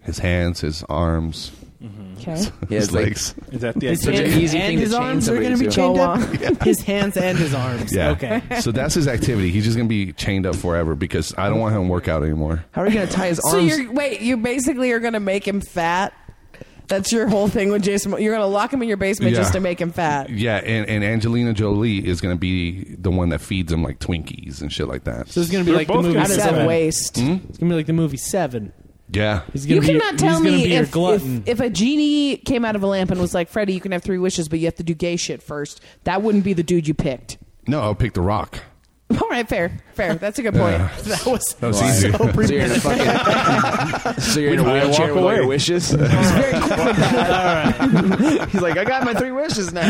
Speaker 1: His hands, his arms, <laughs>
Speaker 4: Okay.
Speaker 1: his legs.
Speaker 5: Is that the
Speaker 3: His
Speaker 5: activity?
Speaker 3: hands and his arms are going to be chained
Speaker 4: Go
Speaker 3: up.
Speaker 4: on.
Speaker 3: <laughs> His hands and his arms.
Speaker 1: Yeah.
Speaker 3: Okay.
Speaker 1: so that's his activity. He's just gonna be chained up forever because I don't want him to work out anymore.
Speaker 2: How are you going to tie his
Speaker 4: So
Speaker 2: arms?
Speaker 4: you're wait, you basically are gonna make him fat. That's your whole thing with Jason. Mo- You're gonna lock him in your basement
Speaker 1: Yeah.
Speaker 4: just to make him fat.
Speaker 1: Yeah, and, and Angelina Jolie is gonna be the one that feeds him like Twinkies and shit like that.
Speaker 3: So it's going to be
Speaker 5: They're
Speaker 3: like the
Speaker 5: both
Speaker 3: movie
Speaker 5: gonna be
Speaker 3: Seven.
Speaker 5: fat.
Speaker 4: Waste.
Speaker 1: Hmm?
Speaker 3: It's going to be like the movie Seven.
Speaker 1: yeah,
Speaker 3: He's
Speaker 4: You
Speaker 3: gonna be your-
Speaker 4: cannot tell
Speaker 3: he's gonna
Speaker 4: me
Speaker 3: be your
Speaker 4: if, <laughs>
Speaker 3: glutton.
Speaker 4: if if a genie came out of a lamp and was like, "Freddie, you can have three wishes, but you have to do gay shit first. That wouldn't be the dude you picked. <laughs>
Speaker 1: no, I'll pick The Rock.
Speaker 4: All right, fair, fair. That's a good point.
Speaker 1: Yeah.
Speaker 3: that was
Speaker 1: That was easy.
Speaker 2: <laughs> so you're in <laughs> a fucking. <laughs> so you're in a
Speaker 5: Why walk
Speaker 2: wheelchair with all your
Speaker 5: away?
Speaker 2: wishes. <laughs> He's like, I got my three wishes <laughs> now.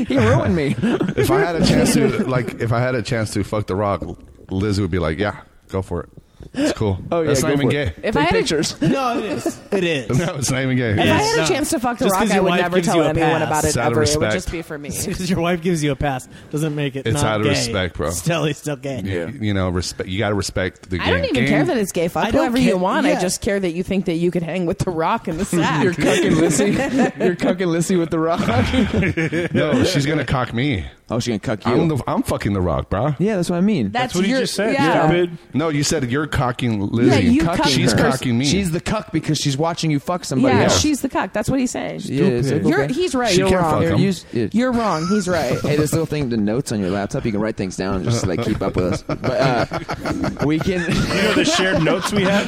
Speaker 2: <laughs> he ruined me.
Speaker 1: if I had a chance to like if I had a chance to fuck the rock, Liz would be like, Yeah, go for it. It's cool.
Speaker 2: Oh, yeah,
Speaker 1: That's not
Speaker 2: go
Speaker 1: even
Speaker 2: for
Speaker 1: gay.
Speaker 2: it.
Speaker 4: If
Speaker 2: Take
Speaker 4: I had a-
Speaker 2: pictures.
Speaker 3: <laughs> No, it is. It is.
Speaker 1: <laughs>
Speaker 3: <laughs>
Speaker 1: No, it's not even gay.
Speaker 4: If I
Speaker 3: Yes.
Speaker 4: had a
Speaker 3: No.
Speaker 4: chance to fuck the
Speaker 3: Just
Speaker 4: rock,
Speaker 3: 'cause
Speaker 4: I
Speaker 3: your
Speaker 4: would
Speaker 3: wife
Speaker 4: never
Speaker 3: gives
Speaker 4: tell
Speaker 3: you a
Speaker 4: anyone
Speaker 3: pass.
Speaker 4: about it
Speaker 1: It's out of
Speaker 4: ever. It would
Speaker 1: respect.
Speaker 4: just be for me.
Speaker 3: Because your wife gives you a pass doesn't make it.
Speaker 1: It's
Speaker 3: not
Speaker 1: out of
Speaker 3: gay.
Speaker 1: respect, bro.
Speaker 3: Still, it's still gay.
Speaker 1: You- You know, respect you gotta respect the
Speaker 4: I don't
Speaker 1: game.
Speaker 4: even care that it's gay. Fuck
Speaker 3: I don't
Speaker 4: whoever
Speaker 3: care-
Speaker 4: you want. I
Speaker 3: yeah.
Speaker 4: just care that you think that you could hang with the rock in the sack.
Speaker 2: You're cucking
Speaker 4: <laughs>
Speaker 2: Lissy. You're cucking Lissy with the rock.
Speaker 1: No, she's gonna cock me.
Speaker 2: Oh, she's gonna cuck you.
Speaker 1: I'm, the, I'm fucking the rock, bro.
Speaker 2: yeah, that's what I mean.
Speaker 4: That's,
Speaker 5: what he
Speaker 4: your,
Speaker 5: just said.
Speaker 4: Yeah.
Speaker 5: Stupid.
Speaker 1: No, you said you're cocking Lizzie.
Speaker 4: Yeah, you Cucking cuck
Speaker 1: she's
Speaker 4: her.
Speaker 1: cocking me.
Speaker 2: She's the cuck because she's watching you fuck somebody
Speaker 4: Yeah,
Speaker 2: else.
Speaker 4: she's the cuck. That's what he's saying.
Speaker 2: Yeah, it's like,
Speaker 4: You're,
Speaker 2: okay.
Speaker 4: he's right.
Speaker 1: She
Speaker 4: You're
Speaker 1: can't fuck
Speaker 4: wrong.
Speaker 1: him.
Speaker 2: Here, use it.
Speaker 4: You're wrong. He's right.
Speaker 2: <laughs> hey, this little thing, the notes on your laptop, you can write things down and just like keep up with us. But uh, we can.
Speaker 4: <laughs>
Speaker 5: You know the shared notes we have.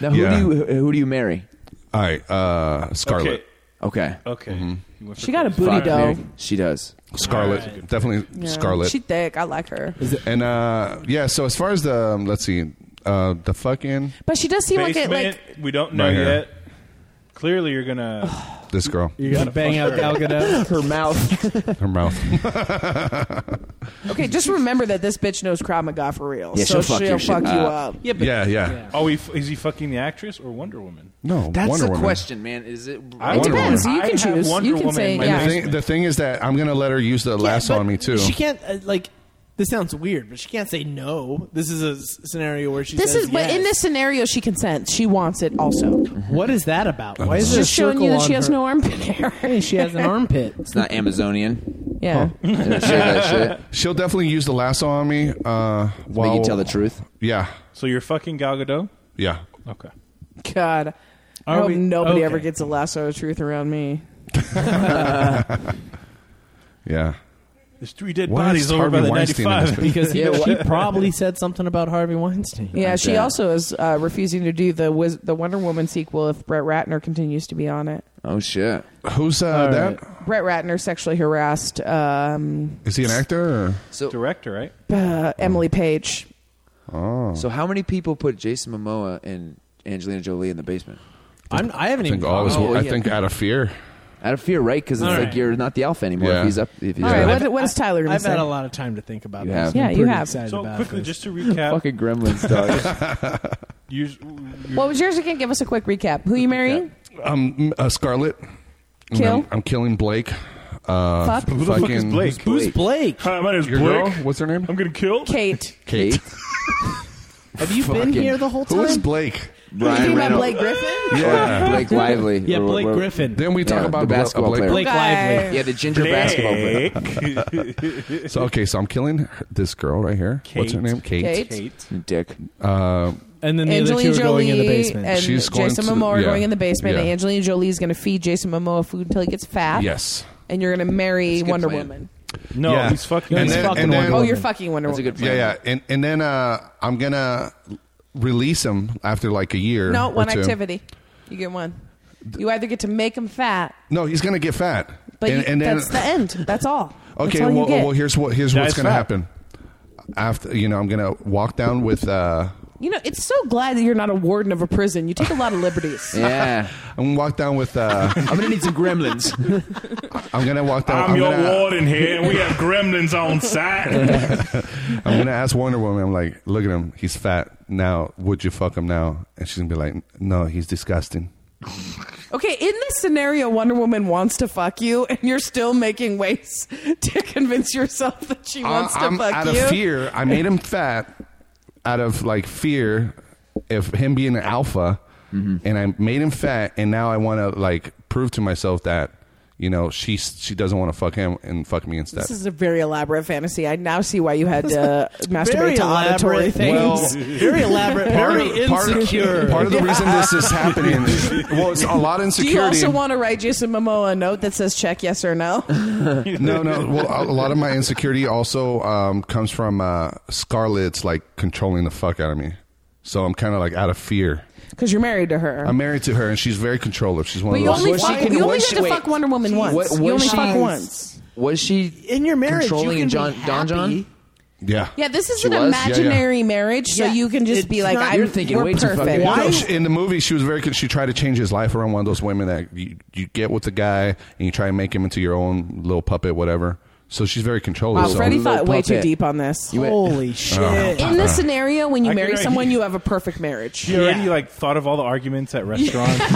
Speaker 2: now, who
Speaker 1: Yeah.
Speaker 2: do you who do you marry?
Speaker 1: All right, uh Scarlet.
Speaker 5: Okay.
Speaker 2: Okay,
Speaker 5: Okay. You went for
Speaker 4: She got a
Speaker 5: Chris.
Speaker 4: booty
Speaker 2: Fuck,
Speaker 4: dough.
Speaker 2: Mary. She does.
Speaker 1: Scarlet. Definitely
Speaker 4: Yeah.
Speaker 1: Scarlet.
Speaker 4: She thick. I like her.
Speaker 1: and uh yeah, so as far as the um, let's see, uh the fucking
Speaker 4: But she does seem like it.
Speaker 5: Basement.
Speaker 4: Like
Speaker 5: we don't know
Speaker 1: Right here.
Speaker 5: yet. Clearly, you're gonna.
Speaker 1: this girl.
Speaker 3: You gotta bang out Gal Gadot.
Speaker 2: Her mouth.
Speaker 1: Her mouth. <laughs>
Speaker 4: okay, just remember that this bitch knows Krav Maga for real.
Speaker 2: Yeah,
Speaker 4: so
Speaker 2: she'll fuck
Speaker 4: she'll
Speaker 2: your
Speaker 4: fuck
Speaker 2: shit
Speaker 4: you
Speaker 2: up.
Speaker 4: up.
Speaker 3: Yeah, but
Speaker 1: yeah, yeah,
Speaker 5: Oh, he, is he fucking the actress or Wonder Woman?
Speaker 1: No,
Speaker 2: That's
Speaker 1: Wonder
Speaker 2: the
Speaker 1: Woman.
Speaker 2: question, man. Is it?
Speaker 5: I
Speaker 4: It
Speaker 1: Wonder
Speaker 4: depends.
Speaker 5: Woman.
Speaker 4: You can
Speaker 5: I have
Speaker 4: choose.
Speaker 5: Wonder
Speaker 4: you can
Speaker 5: Woman
Speaker 4: say
Speaker 5: in my
Speaker 1: And
Speaker 4: yeah.
Speaker 1: the thing, the thing is that I'm gonna let her use the last
Speaker 3: Yeah,
Speaker 1: on
Speaker 3: but
Speaker 1: me too.
Speaker 3: She can't uh, like. This sounds weird, but she can't say no. This is a s- scenario where she
Speaker 4: This
Speaker 3: says
Speaker 4: is, but in
Speaker 3: yes.
Speaker 4: this scenario, she consents. She wants it also.
Speaker 3: What is that about? Why is
Speaker 4: It's
Speaker 3: there
Speaker 4: just
Speaker 3: a
Speaker 4: showing
Speaker 3: circle
Speaker 4: you that
Speaker 3: on
Speaker 4: she has
Speaker 3: her?
Speaker 4: no
Speaker 2: <laughs>
Speaker 4: armpit hair.
Speaker 3: She has an armpit.
Speaker 2: It's not Amazonian.
Speaker 4: Yeah.
Speaker 2: I don't share
Speaker 4: <laughs>
Speaker 2: that shit.
Speaker 1: She'll definitely use the lasso on me. Uh,
Speaker 2: Make
Speaker 1: while
Speaker 2: you tell the truth.
Speaker 1: Yeah,
Speaker 5: So you're fucking Gal Gadot.
Speaker 1: yeah.
Speaker 5: Okay.
Speaker 4: God. I
Speaker 3: Are
Speaker 4: hope
Speaker 3: we-
Speaker 4: nobody
Speaker 3: okay.
Speaker 4: ever gets a lasso of truth around me.
Speaker 1: Yeah.
Speaker 5: There's three dead
Speaker 1: Why
Speaker 5: bodies
Speaker 1: is
Speaker 5: over by
Speaker 1: Harvey
Speaker 5: the
Speaker 1: Weinstein in this
Speaker 5: 95.
Speaker 3: because he,
Speaker 2: Yeah, wha-
Speaker 3: <laughs> she probably said something about Harvey Weinstein.
Speaker 4: Yeah, she
Speaker 2: bet.
Speaker 4: also is uh, refusing to do the Wiz- the Wonder Woman sequel if Brett Ratner continues to be on it.
Speaker 2: Oh shit.
Speaker 1: Who's uh, that? Is
Speaker 4: Brett Ratner sexually harassed um,
Speaker 1: he an actor? Or?
Speaker 2: So
Speaker 5: <laughs> Director, right?
Speaker 4: uh, Emily Page.
Speaker 1: Oh.
Speaker 2: So how many people put Jason Momoa and Angelina Jolie in the basement?
Speaker 3: I'm, I haven't
Speaker 1: I think
Speaker 3: even.
Speaker 1: all is,
Speaker 2: Oh, well,
Speaker 1: I
Speaker 2: yeah.
Speaker 1: think out of fear.
Speaker 2: Out of fear, right? Because it's
Speaker 3: All
Speaker 2: like
Speaker 3: right.
Speaker 2: you're not the alpha anymore.
Speaker 1: Yeah.
Speaker 2: If he's up, if he's
Speaker 4: All right,
Speaker 2: up.
Speaker 4: what, what is Tyler going to
Speaker 3: I've
Speaker 4: say?
Speaker 3: had a lot of time to think about
Speaker 2: You have.
Speaker 3: this. I'm
Speaker 2: Yeah,
Speaker 4: you
Speaker 3: pretty
Speaker 4: have.
Speaker 3: Excited
Speaker 5: So
Speaker 3: about
Speaker 5: quickly,
Speaker 3: this.
Speaker 5: just to recap,
Speaker 2: fucking gremlins, dog.
Speaker 5: use-
Speaker 4: What was yours again? Give us a quick recap. Who you marrying?
Speaker 1: Um, uh, Scarlet. And
Speaker 4: Kill?
Speaker 1: I'm, I'm killing Blake. Uh, <laughs>
Speaker 4: Fuck.
Speaker 5: who the fuck is
Speaker 1: fucking-
Speaker 5: Blake?
Speaker 3: Who's Blake?
Speaker 5: Hi, my name's
Speaker 1: Your girl?
Speaker 5: Blake.
Speaker 1: What's her name?
Speaker 5: I'm gonna kill.
Speaker 4: Kate.
Speaker 1: Kate.
Speaker 3: Have you been
Speaker 2: Fucking-
Speaker 3: here the whole time?
Speaker 1: Who is Blake?
Speaker 4: You
Speaker 2: Brian
Speaker 4: think about
Speaker 2: Reynolds,
Speaker 4: <laughs> Blake Griffin?
Speaker 1: Yeah.
Speaker 2: Blake Lively.
Speaker 3: yeah,
Speaker 2: Or what-
Speaker 3: Blake
Speaker 2: what-
Speaker 3: Griffin.
Speaker 1: Then we talk
Speaker 2: Yeah,
Speaker 1: about
Speaker 2: the
Speaker 1: Bla-
Speaker 2: basketball
Speaker 1: Blake.
Speaker 2: player.
Speaker 3: Blake
Speaker 4: Guys.
Speaker 3: Lively.
Speaker 2: Yeah, the ginger basketball player.
Speaker 3: <laughs>
Speaker 1: So okay, so I'm killing her- this girl right here. What's her
Speaker 5: Kate.
Speaker 1: name? Kate.
Speaker 4: Kate.
Speaker 5: Kate.
Speaker 2: Dick.
Speaker 1: Uh,
Speaker 3: And then the
Speaker 4: Angelina
Speaker 3: other two are going
Speaker 4: Jolie
Speaker 3: in the basement.
Speaker 4: and
Speaker 1: She's going
Speaker 4: Jason
Speaker 1: to-
Speaker 4: Momoa are
Speaker 1: yeah.
Speaker 4: going in the basement.
Speaker 1: Yeah.
Speaker 4: And Angelina Jolie is going to feed Jason Momoa food until he gets fat.
Speaker 1: yes.
Speaker 4: And you're going to marry
Speaker 2: That's a good
Speaker 4: Wonder
Speaker 2: plan.
Speaker 4: Woman.
Speaker 5: No,
Speaker 1: Yeah.
Speaker 5: he's fucking.
Speaker 1: And
Speaker 5: he's
Speaker 1: then-
Speaker 5: fucking
Speaker 1: and then-
Speaker 5: Wonder
Speaker 4: Oh, you're
Speaker 5: Woman.
Speaker 4: fucking Wonder
Speaker 2: That's a
Speaker 4: Woman.
Speaker 2: good
Speaker 1: Yeah,
Speaker 2: plan.
Speaker 1: yeah, and and then uh, I'm gonna release him after like a year.
Speaker 4: No,
Speaker 1: or
Speaker 4: one
Speaker 1: two.
Speaker 4: activity. You get one. You either get to make him fat,
Speaker 1: No, he's gonna get fat.
Speaker 4: but
Speaker 1: and,
Speaker 4: you,
Speaker 1: and then
Speaker 4: that's the end. That's all.
Speaker 1: okay,
Speaker 4: That's all you
Speaker 1: well,
Speaker 4: get.
Speaker 1: well, here's what here's what's
Speaker 5: Dies
Speaker 1: gonna
Speaker 5: fat.
Speaker 1: happen. After you know, I'm gonna walk down with. Uh,
Speaker 4: You know, it's so glad that you're not a warden of a prison. You take a lot
Speaker 2: <laughs>
Speaker 4: of liberties.
Speaker 2: Yeah.
Speaker 1: I'm gonna walk down
Speaker 18: <laughs>
Speaker 1: with. Uh,
Speaker 2: I'm gonna need some <laughs> gremlins.
Speaker 1: I'm gonna walk down.
Speaker 18: I'm, your
Speaker 1: gonna,
Speaker 18: warden here, and we have gremlins on site.
Speaker 1: I'm gonna ask Wonder Woman. I'm like, look at him. He's fat now. Would you fuck him now? And she's gonna be like, no, he's disgusting.
Speaker 4: Okay, in this scenario, Wonder Woman wants to fuck you, and you're still making ways <laughs> to convince yourself that
Speaker 2: Uh,
Speaker 4: she wants
Speaker 1: I- I'm
Speaker 4: to fuck
Speaker 1: out
Speaker 4: you.
Speaker 1: of fear. I made him fat out of like fear of him being an alpha, and I made him fat, and now I want to like prove to myself that you know she she doesn't want to fuck him and fuck me instead.
Speaker 4: This is a very elaborate fantasy. I now see why you had <laughs> to
Speaker 3: Very
Speaker 4: masturbate to auditory
Speaker 3: elaborate.
Speaker 2: <laughs>
Speaker 4: things. <laughs>
Speaker 1: Well,
Speaker 3: very elaborate, very insecure.
Speaker 1: Part of, part of the reason this is happening, well, it's a lot of
Speaker 4: Do
Speaker 1: insecurity.
Speaker 4: you also want to write Jason Momoa a note that says check yes
Speaker 2: <laughs>
Speaker 4: or no?
Speaker 1: no, no. Well, a a lot of my insecurity also um, comes from uh, Scarlett's like controlling the fuck out of me. So I'm kind of like out of fear.
Speaker 4: Because you're married to her.
Speaker 1: I'm married to her, and she's very controlling. She's one
Speaker 4: but
Speaker 1: of
Speaker 4: you
Speaker 1: those.
Speaker 4: only,
Speaker 2: Was she
Speaker 4: fuck,
Speaker 2: con-
Speaker 4: you only
Speaker 2: was
Speaker 4: get
Speaker 2: she-
Speaker 4: to
Speaker 2: wait.
Speaker 4: fuck Wonder Woman once.
Speaker 2: What-
Speaker 4: you
Speaker 2: was
Speaker 4: only
Speaker 2: she-
Speaker 4: fuck once.
Speaker 2: Was she
Speaker 3: in your marriage,
Speaker 2: controlling
Speaker 3: you can
Speaker 2: and John
Speaker 3: be
Speaker 2: Don John?
Speaker 3: happy.
Speaker 1: yeah.
Speaker 4: Yeah, this is
Speaker 2: She
Speaker 4: an
Speaker 2: was? Yeah,
Speaker 1: yeah.
Speaker 4: imaginary marriage, so
Speaker 3: Yeah,
Speaker 4: you can just
Speaker 3: it's
Speaker 4: be like,
Speaker 3: not-
Speaker 4: I'm,
Speaker 2: you're thinking
Speaker 4: we're
Speaker 2: way too
Speaker 4: perfect.
Speaker 2: fucking
Speaker 1: No,
Speaker 2: Why-
Speaker 1: she- in the movie, she was very. con- She tried to change his life around. One of those women that you, you get with the guy and you try and make him into your own little puppet, whatever. So she's very controlling.
Speaker 4: Wow,
Speaker 1: so
Speaker 4: Freddie thought way too
Speaker 2: puppet.
Speaker 4: deep on this.
Speaker 2: went-
Speaker 3: Holy shit!
Speaker 4: In this scenario, when you
Speaker 5: I
Speaker 4: marry
Speaker 5: can-
Speaker 4: someone, you have a perfect marriage.
Speaker 5: She already like thought of all the arguments at restaurants.
Speaker 3: <laughs>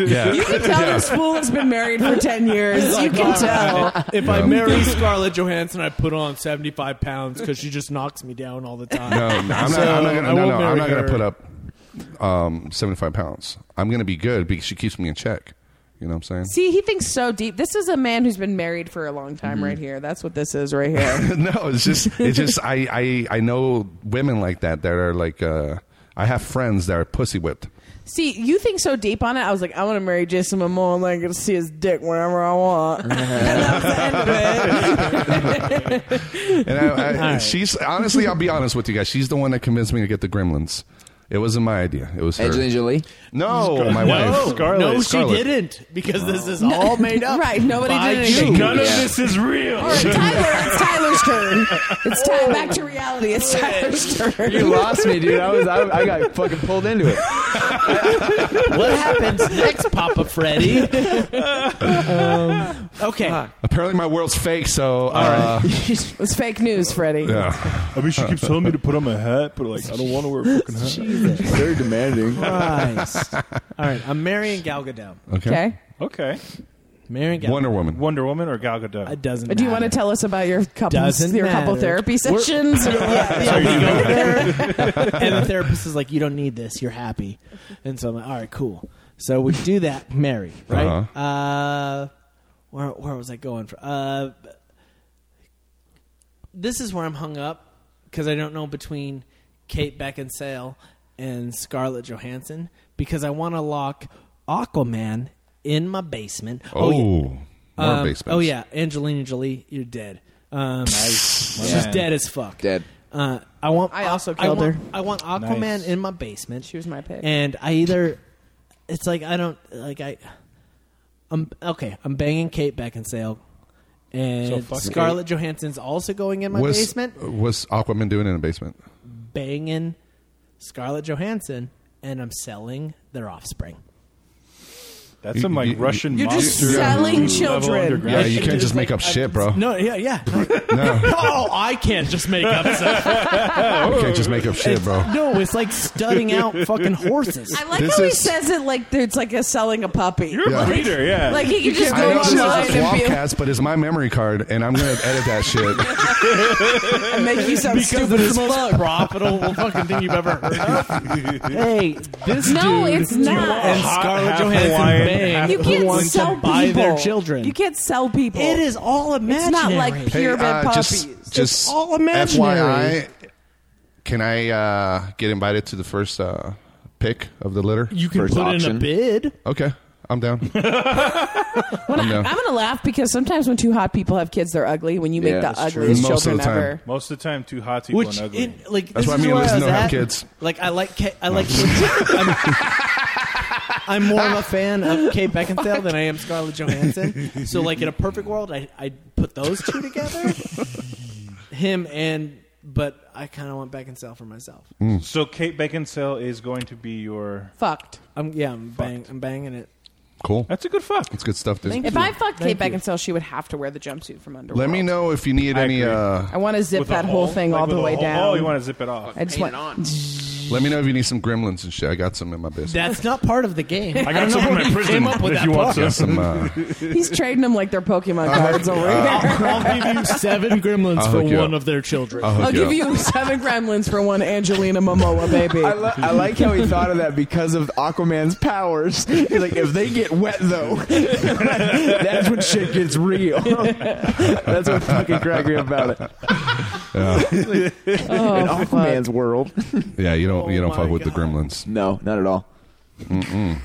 Speaker 5: yeah.
Speaker 4: You can tell this fool has been married for <laughs> 10 years. You can tell.
Speaker 3: If I marry Scarlett Johansson, I put on 75 pounds because she just knocks me down all the time.
Speaker 1: No, no, I'm not,
Speaker 3: So,
Speaker 1: I'm not gonna.
Speaker 3: I
Speaker 1: No,
Speaker 3: won't
Speaker 1: no, I'm
Speaker 3: marry
Speaker 1: not gonna
Speaker 3: her.
Speaker 1: put up um, 75 pounds. I'm gonna be good because she keeps me in check. You know what I'm saying?
Speaker 4: See, he thinks so deep. This is a man who's been married for a long time right here. That's what this is right
Speaker 1: <laughs>
Speaker 4: here. <laughs>
Speaker 1: no, it's just it's just I, I I know women like that that are like uh, I have friends that are pussy whipped.
Speaker 4: see, you think so deep on it. I was like, I want to marry Jason Momoa and I get to see his dick whenever I <laughs> want. and that was the end <laughs> of it.
Speaker 1: And I,
Speaker 3: <laughs>
Speaker 1: I, she's honestly, I'll be honest with you guys. She's the one that convinced me to get the Gremlins. It wasn't my idea. It was her.
Speaker 2: Angelina Jolie.
Speaker 1: No, my
Speaker 3: No,
Speaker 1: wife.
Speaker 5: Scarlett.
Speaker 3: no, she
Speaker 1: Scarlett.
Speaker 3: didn't because this is all made up.
Speaker 4: Right, nobody
Speaker 3: by
Speaker 4: did
Speaker 3: you.
Speaker 4: anything.
Speaker 18: None of
Speaker 2: Yeah.
Speaker 18: this is real.
Speaker 4: All right, Tyler, it's Tyler's turn. It's time back to reality. It's Tyler's turn.
Speaker 2: <laughs> You lost me, dude. I was I, I got fucking pulled into it.
Speaker 3: What happens next, Papa Freddy? Um, okay.
Speaker 1: Apparently, my world's fake. So, uh,
Speaker 4: It's fake news, Freddie.
Speaker 1: yeah.
Speaker 5: I mean, she keeps telling me to put on my hat, but like, I don't want to wear a
Speaker 3: <laughs>
Speaker 5: fucking hat.
Speaker 3: Jesus
Speaker 2: Very demanding.
Speaker 3: Christ. All right, I'm marrying Gal Gadot.
Speaker 1: Okay.
Speaker 4: Okay.
Speaker 5: Okay.
Speaker 3: Marrying Gal
Speaker 1: Wonder Woman.
Speaker 5: Wonder Woman or Gal Gadot?
Speaker 3: It doesn't
Speaker 4: Do you want to
Speaker 3: matter.
Speaker 4: tell us about your couple
Speaker 3: Doesn't
Speaker 4: your couple
Speaker 3: matter.
Speaker 4: therapy
Speaker 3: We're-
Speaker 4: sessions? yeah,
Speaker 3: <laughs> Yeah, we go there, <laughs> and the therapist is like, "You don't need this. You're happy." And so I'm like, "All right, cool." So we do that, married, right? uh
Speaker 1: Uh-huh.
Speaker 3: where where was I going from? Uh, this is where I'm hung up because I don't know between Kate Beckinsale and Scarlett Johansson because I want to lock Aquaman in my basement.
Speaker 1: Oh,
Speaker 3: yeah.
Speaker 1: more
Speaker 3: Um,
Speaker 1: basements.
Speaker 3: Oh yeah, Angelina Jolie, you're dead.
Speaker 1: <laughs>
Speaker 3: Um, She's
Speaker 5: Yeah.
Speaker 3: dead as fuck.
Speaker 2: Dead.
Speaker 3: Uh, I want.
Speaker 4: I also
Speaker 3: I
Speaker 4: killed
Speaker 3: want-
Speaker 4: her.
Speaker 3: I want Aquaman
Speaker 5: Nice.
Speaker 3: in my basement.
Speaker 4: She was my pick.
Speaker 3: And I either, it's like I don't like I. I'm okay. I'm banging Kate Beckinsale, and
Speaker 5: So fuck
Speaker 3: Scarlett Johansson's also going in my
Speaker 1: What's-
Speaker 3: basement.
Speaker 1: What's Aquaman doing in the basement?
Speaker 3: banging Scarlett Johansson, and I'm selling their offspring.
Speaker 5: That's some like Russian.
Speaker 3: You're just
Speaker 5: monster
Speaker 3: selling
Speaker 5: level
Speaker 3: children.
Speaker 5: underground
Speaker 1: Yeah, you
Speaker 5: shit.
Speaker 1: can't
Speaker 3: <laughs>
Speaker 1: just make up shit, bro.
Speaker 3: No, yeah, yeah. oh, I can't just make up
Speaker 5: <laughs>
Speaker 3: stuff.
Speaker 1: You can't just make up shit, bro.
Speaker 3: No, it's like studying out fucking horses.
Speaker 4: I like
Speaker 1: This
Speaker 4: how he
Speaker 1: is-
Speaker 4: says it like it's like a selling a puppy.
Speaker 1: You're a Yeah. breeder, yeah.
Speaker 5: <laughs>
Speaker 4: Like he can just
Speaker 1: I know
Speaker 4: go
Speaker 1: this is
Speaker 4: online
Speaker 1: a
Speaker 4: and be
Speaker 1: Swapcast, but it's my memory card, and I'm gonna edit that
Speaker 3: <laughs>
Speaker 1: shit.
Speaker 4: and make you sound
Speaker 3: because
Speaker 4: stupid
Speaker 3: it's
Speaker 4: as
Speaker 3: the most <laughs>
Speaker 4: fuck.
Speaker 3: profitable fucking thing you've ever heard
Speaker 4: <laughs>
Speaker 3: of. hey, this
Speaker 4: No,
Speaker 3: dude
Speaker 4: it's not.
Speaker 3: and
Speaker 4: Hot,
Speaker 3: Scarlett
Speaker 4: half
Speaker 3: Johansson
Speaker 4: Hawaiian,
Speaker 3: bang
Speaker 4: You can't
Speaker 3: wants
Speaker 4: sell
Speaker 3: to buy
Speaker 4: people.
Speaker 3: their children.
Speaker 4: You can't sell people. It
Speaker 3: is all
Speaker 4: It's not like
Speaker 1: Hey,
Speaker 4: purebred
Speaker 1: uh,
Speaker 4: puppies.
Speaker 1: Just, just
Speaker 3: all imaginary.
Speaker 1: FYI, can I uh, get invited to the first uh, pick of the litter?
Speaker 3: You can First put in a auction? bid.
Speaker 1: Okay, I'm down.
Speaker 4: When
Speaker 1: I'm
Speaker 4: I,
Speaker 1: down.
Speaker 4: I'm gonna laugh because sometimes when two hot people have kids, they're ugly. When you make the ugliest children ever,
Speaker 5: Most of the time, two hot people and ugly.
Speaker 3: in- like
Speaker 1: That's
Speaker 3: this
Speaker 1: why
Speaker 3: is
Speaker 1: me and
Speaker 3: where
Speaker 1: Liz
Speaker 3: I was
Speaker 1: don't have
Speaker 3: at.
Speaker 1: kids.
Speaker 3: Like I like Ka-
Speaker 1: <laughs>
Speaker 3: I like kids. I'm, I'm more of a fan of
Speaker 4: <laughs>
Speaker 3: Kate Beckinsale than I am Scarlett Johansson. So like in a perfect world, I I put those two
Speaker 1: <laughs>
Speaker 3: together, him and but I kind of want Beckinsale for myself.
Speaker 5: So Kate Beckinsale is going to be your.
Speaker 4: fucked.
Speaker 3: I'm yeah, I'm bang, I'm banging it.
Speaker 1: Cool.
Speaker 5: That's a good fuck.
Speaker 1: That's good stuff. Dude.
Speaker 4: if I fucked Kate Beckinsale, she would have to wear the jumpsuit from Underworld.
Speaker 1: Let me know if you need any. Uh,
Speaker 4: I want to zip
Speaker 5: With a
Speaker 4: that whole
Speaker 5: hole?
Speaker 4: thing
Speaker 5: Like
Speaker 4: all the
Speaker 5: with a
Speaker 4: way
Speaker 5: hole?
Speaker 4: down.
Speaker 5: Oh, you want to zip it off?
Speaker 4: I just want. <laughs>
Speaker 1: let me know if you need some gremlins and shit. I got some in my business.
Speaker 3: That's not part of the game.
Speaker 4: I
Speaker 3: don't
Speaker 4: got some
Speaker 3: know
Speaker 4: in
Speaker 3: where
Speaker 4: my
Speaker 3: you
Speaker 4: prison
Speaker 3: Came up with
Speaker 1: if
Speaker 3: that
Speaker 1: you want
Speaker 3: part.
Speaker 1: some, some, uh,
Speaker 4: He's trading them like they're Pokemon cards over
Speaker 1: Uh,
Speaker 3: <laughs>
Speaker 4: there.
Speaker 3: I'll give you seven gremlins
Speaker 1: I'll
Speaker 3: for
Speaker 1: hook you
Speaker 3: one
Speaker 1: up.
Speaker 3: of their children.
Speaker 1: I'll hook
Speaker 4: I'll give
Speaker 1: up.
Speaker 4: you seven gremlins for one Angelina Momoa baby.
Speaker 2: I, li- I like how he thought of that because of Aquaman's powers. He's like, if they get wet though, that's when shit gets
Speaker 4: <laughs>
Speaker 2: real. that's what fucking cracked me up about it. In
Speaker 4: Oh,
Speaker 2: Aquaman's world,
Speaker 1: Yeah, you don't you
Speaker 5: Oh
Speaker 1: don't fuck
Speaker 5: my
Speaker 1: with the gremlins.
Speaker 2: no, not at all.
Speaker 1: Mm-mm.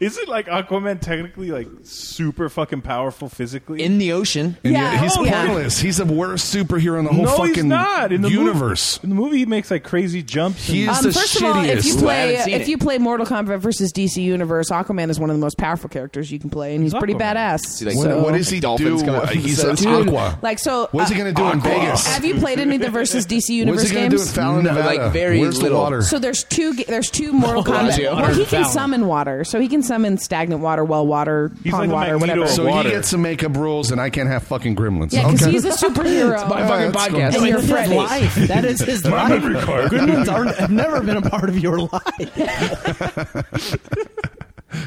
Speaker 5: Is it like Aquaman technically like super fucking powerful physically?
Speaker 2: In the ocean.
Speaker 1: And yet he's
Speaker 5: Oh, yeah.
Speaker 1: pointless. He's the worst superhero in the whole
Speaker 5: no,
Speaker 1: fucking
Speaker 5: he's not. In the
Speaker 1: universe.
Speaker 5: Movie, in the movie, he makes like crazy jumps.
Speaker 1: He
Speaker 5: and,
Speaker 1: is
Speaker 4: Um,
Speaker 1: the
Speaker 4: first
Speaker 1: shittiest.
Speaker 4: of all, if you
Speaker 1: Well, I
Speaker 4: play
Speaker 1: haven't seen
Speaker 4: if
Speaker 1: it.
Speaker 4: you play Mortal Kombat versus DC Universe, Aquaman is one of the most powerful characters you can play, and he's pretty
Speaker 1: Aquaman.
Speaker 4: badass.
Speaker 1: See, like,
Speaker 4: so.
Speaker 1: what- what does he
Speaker 2: Dolphins
Speaker 1: do?
Speaker 2: come out
Speaker 1: Uh,
Speaker 2: from the
Speaker 1: He's
Speaker 2: set.
Speaker 1: an
Speaker 2: Dude.
Speaker 1: aqua.
Speaker 4: Like so,
Speaker 1: What's he
Speaker 4: uh,
Speaker 1: gonna do in Vegas?
Speaker 4: Have you played any of the versus DC Universe
Speaker 1: <laughs> What's he gonna do in
Speaker 4: games?
Speaker 1: Fallon,
Speaker 2: No,
Speaker 1: Nevada?
Speaker 2: like, very
Speaker 1: Where's
Speaker 2: little.
Speaker 1: the water?
Speaker 4: So there's two. ga- There's two Mortal
Speaker 2: Water.
Speaker 4: Kombat.
Speaker 2: Water.
Speaker 4: Well, he can
Speaker 2: Fallon.
Speaker 4: summon water, so he can summon stagnant water, well water,
Speaker 5: He's
Speaker 4: pond
Speaker 5: like a
Speaker 4: water, whatever.
Speaker 1: so
Speaker 5: water.
Speaker 1: he gets to make up rules, and I can't have fucking gremlins.
Speaker 4: yeah, because
Speaker 1: okay.
Speaker 4: he's a superhero.
Speaker 1: It's my Yeah, fucking that's cool. podcast.
Speaker 4: And
Speaker 1: Wait,
Speaker 4: you're
Speaker 1: this is
Speaker 4: Freddy.
Speaker 3: life. That is his
Speaker 1: My
Speaker 3: life.
Speaker 1: memory card.
Speaker 3: Gremlins aren't, have never been a part of your
Speaker 1: <laughs>
Speaker 3: life.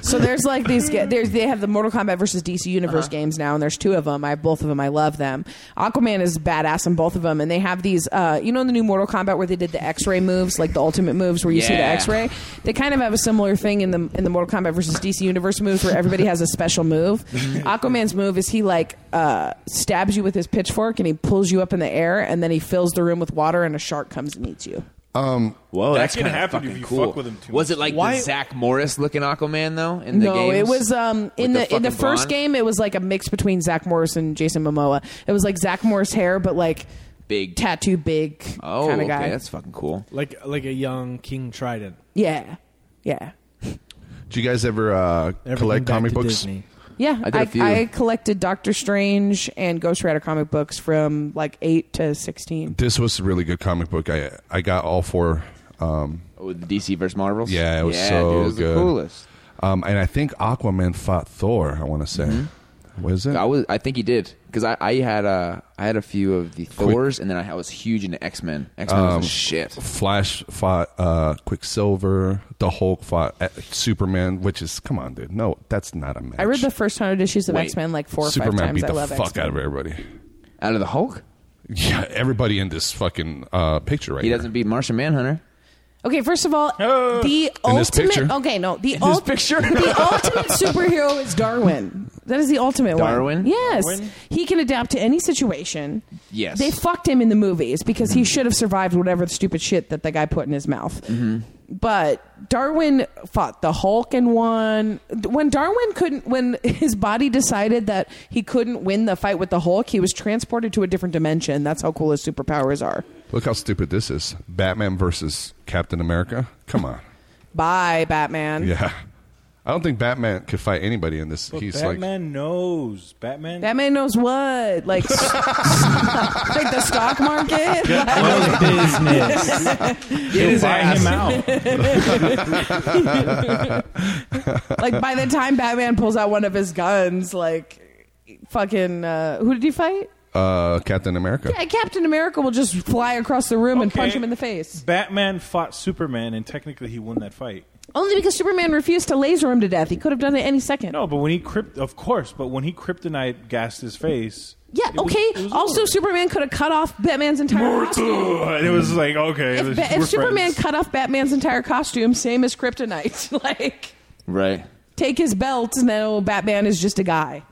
Speaker 4: So there's like these. ga- There's they have the Mortal Kombat versus DC Universe games now, and there's two of them. I have both of them. I love them. Aquaman is badass in both of them, and they have these. Uh, you know, in the new Mortal Kombat where they did the X-ray moves, like the Ultimate moves, where you see the
Speaker 2: Yeah.
Speaker 4: X-ray. They kind of have a similar thing in the in the Mortal Kombat versus DC Universe moves, where everybody has a special move. Aquaman's move is he like uh, stabs you with his pitchfork, and he pulls you up in the air, and then he fills the room with water, and a shark comes and eats you.
Speaker 1: um,
Speaker 2: Whoa,
Speaker 5: That
Speaker 2: that's
Speaker 5: can
Speaker 2: kinda
Speaker 5: happen if
Speaker 2: fucking
Speaker 5: you
Speaker 2: cool.
Speaker 5: fuck with him too
Speaker 2: Was
Speaker 5: much.
Speaker 2: it like
Speaker 5: Why-
Speaker 2: the Zach Morris looking Aquaman though? In the
Speaker 4: no,
Speaker 2: games?
Speaker 4: it was um in
Speaker 2: With
Speaker 4: the, in the
Speaker 2: fucking
Speaker 4: first
Speaker 2: blonde?
Speaker 4: game it was like a mix between Zach Morris and Jason Momoa. It was like Zach Morris hair, but like
Speaker 2: Big.
Speaker 4: tattoo, big
Speaker 2: Oh,
Speaker 4: kind
Speaker 2: okay,
Speaker 4: of guy.
Speaker 2: that's fucking cool.
Speaker 3: like like a young King Trident.
Speaker 4: yeah, yeah,
Speaker 1: do you guys ever uh, collect comic books?
Speaker 4: yeah.
Speaker 1: I did a few.
Speaker 4: collected Doctor Strange and Ghost Rider comic books from like eight to sixteen.
Speaker 1: This was a really good comic book. I I got all four. Um,
Speaker 2: Oh, the DC versus Marvels.
Speaker 1: yeah, it was
Speaker 2: yeah,
Speaker 1: so
Speaker 2: dude, it was
Speaker 1: good.
Speaker 2: The coolest.
Speaker 1: Um, and I think Aquaman fought Thor. I want to say,
Speaker 4: Mm-hmm.
Speaker 1: was it?
Speaker 2: I was. I think he did because I, I had uh, I had a few of the Thors, and then I, I was huge into X Men. X Men
Speaker 1: Um,
Speaker 2: was the shit.
Speaker 1: Flash fought uh, Quicksilver. The Hulk fought uh, Superman, which is come on, dude. No, that's not a match.
Speaker 4: I read the first hundred issues of
Speaker 1: Wait.
Speaker 4: X Men like four or
Speaker 1: Superman
Speaker 4: five times.
Speaker 1: beat
Speaker 4: I
Speaker 1: the
Speaker 4: love
Speaker 1: fuck
Speaker 4: X
Speaker 1: out of
Speaker 4: Men.
Speaker 1: everybody. <laughs>
Speaker 2: Out of the Hulk,
Speaker 1: Yeah, everybody in this fucking uh, picture right
Speaker 2: he
Speaker 1: here.
Speaker 2: doesn't beat Martian Manhunter.
Speaker 4: Okay, first of all, the
Speaker 1: Oh. In this
Speaker 4: ultimate.
Speaker 1: picture?
Speaker 4: Okay, no, the ultimate
Speaker 2: picture.
Speaker 4: the
Speaker 1: <laughs>
Speaker 4: ultimate superhero is Darwin. That is the ultimate
Speaker 2: Darwin?
Speaker 4: one. Yes,
Speaker 2: Darwin?
Speaker 4: he can adapt to any situation.
Speaker 2: Yes.
Speaker 4: they fucked him in the movies because
Speaker 1: Mm-hmm.
Speaker 4: he should have survived whatever the stupid shit that the guy put in his mouth.
Speaker 2: Mm-hmm.
Speaker 4: But Darwin fought the Hulk and won. When Darwin couldn't, when his body decided that he couldn't win the fight with the Hulk, he was transported to a different dimension. That's how cool his superpowers are.
Speaker 1: Look how stupid this is. Batman versus Captain America. Come on.
Speaker 4: Bye, Batman.
Speaker 1: Yeah. I don't think Batman could fight anybody in this.
Speaker 5: But
Speaker 1: He's like
Speaker 5: Batman knows. Batman.
Speaker 4: Batman knows what, like, s- <laughs> like the stock market. <laughs> Like- <laughs>
Speaker 5: He'll buy him out.
Speaker 4: like by the time Batman pulls out one of his guns, like fucking uh, who did he fight?
Speaker 1: uh, Captain America.
Speaker 4: Yeah, Captain America will just fly across the room and
Speaker 5: Okay.
Speaker 4: punch him in the face.
Speaker 5: Batman fought Superman, and technically he won that fight.
Speaker 4: Only because Superman refused to laser him to death. He could have done it any second.
Speaker 5: No, but when he crypt, of course, but when he kryptonite gassed his face.
Speaker 4: Yeah,
Speaker 5: it was-
Speaker 4: okay.
Speaker 5: it was
Speaker 4: also,
Speaker 5: over.
Speaker 4: Superman could have cut off Batman's entire costume.
Speaker 5: Ugh, and it was like okay. it
Speaker 4: If,
Speaker 5: was-
Speaker 4: Ba-
Speaker 5: we're
Speaker 4: if Superman
Speaker 5: friends.
Speaker 4: cut off Batman's entire costume, same as Kryptonite. <laughs> like,
Speaker 2: Right.
Speaker 4: take his belt, and then oh, Batman is just a guy.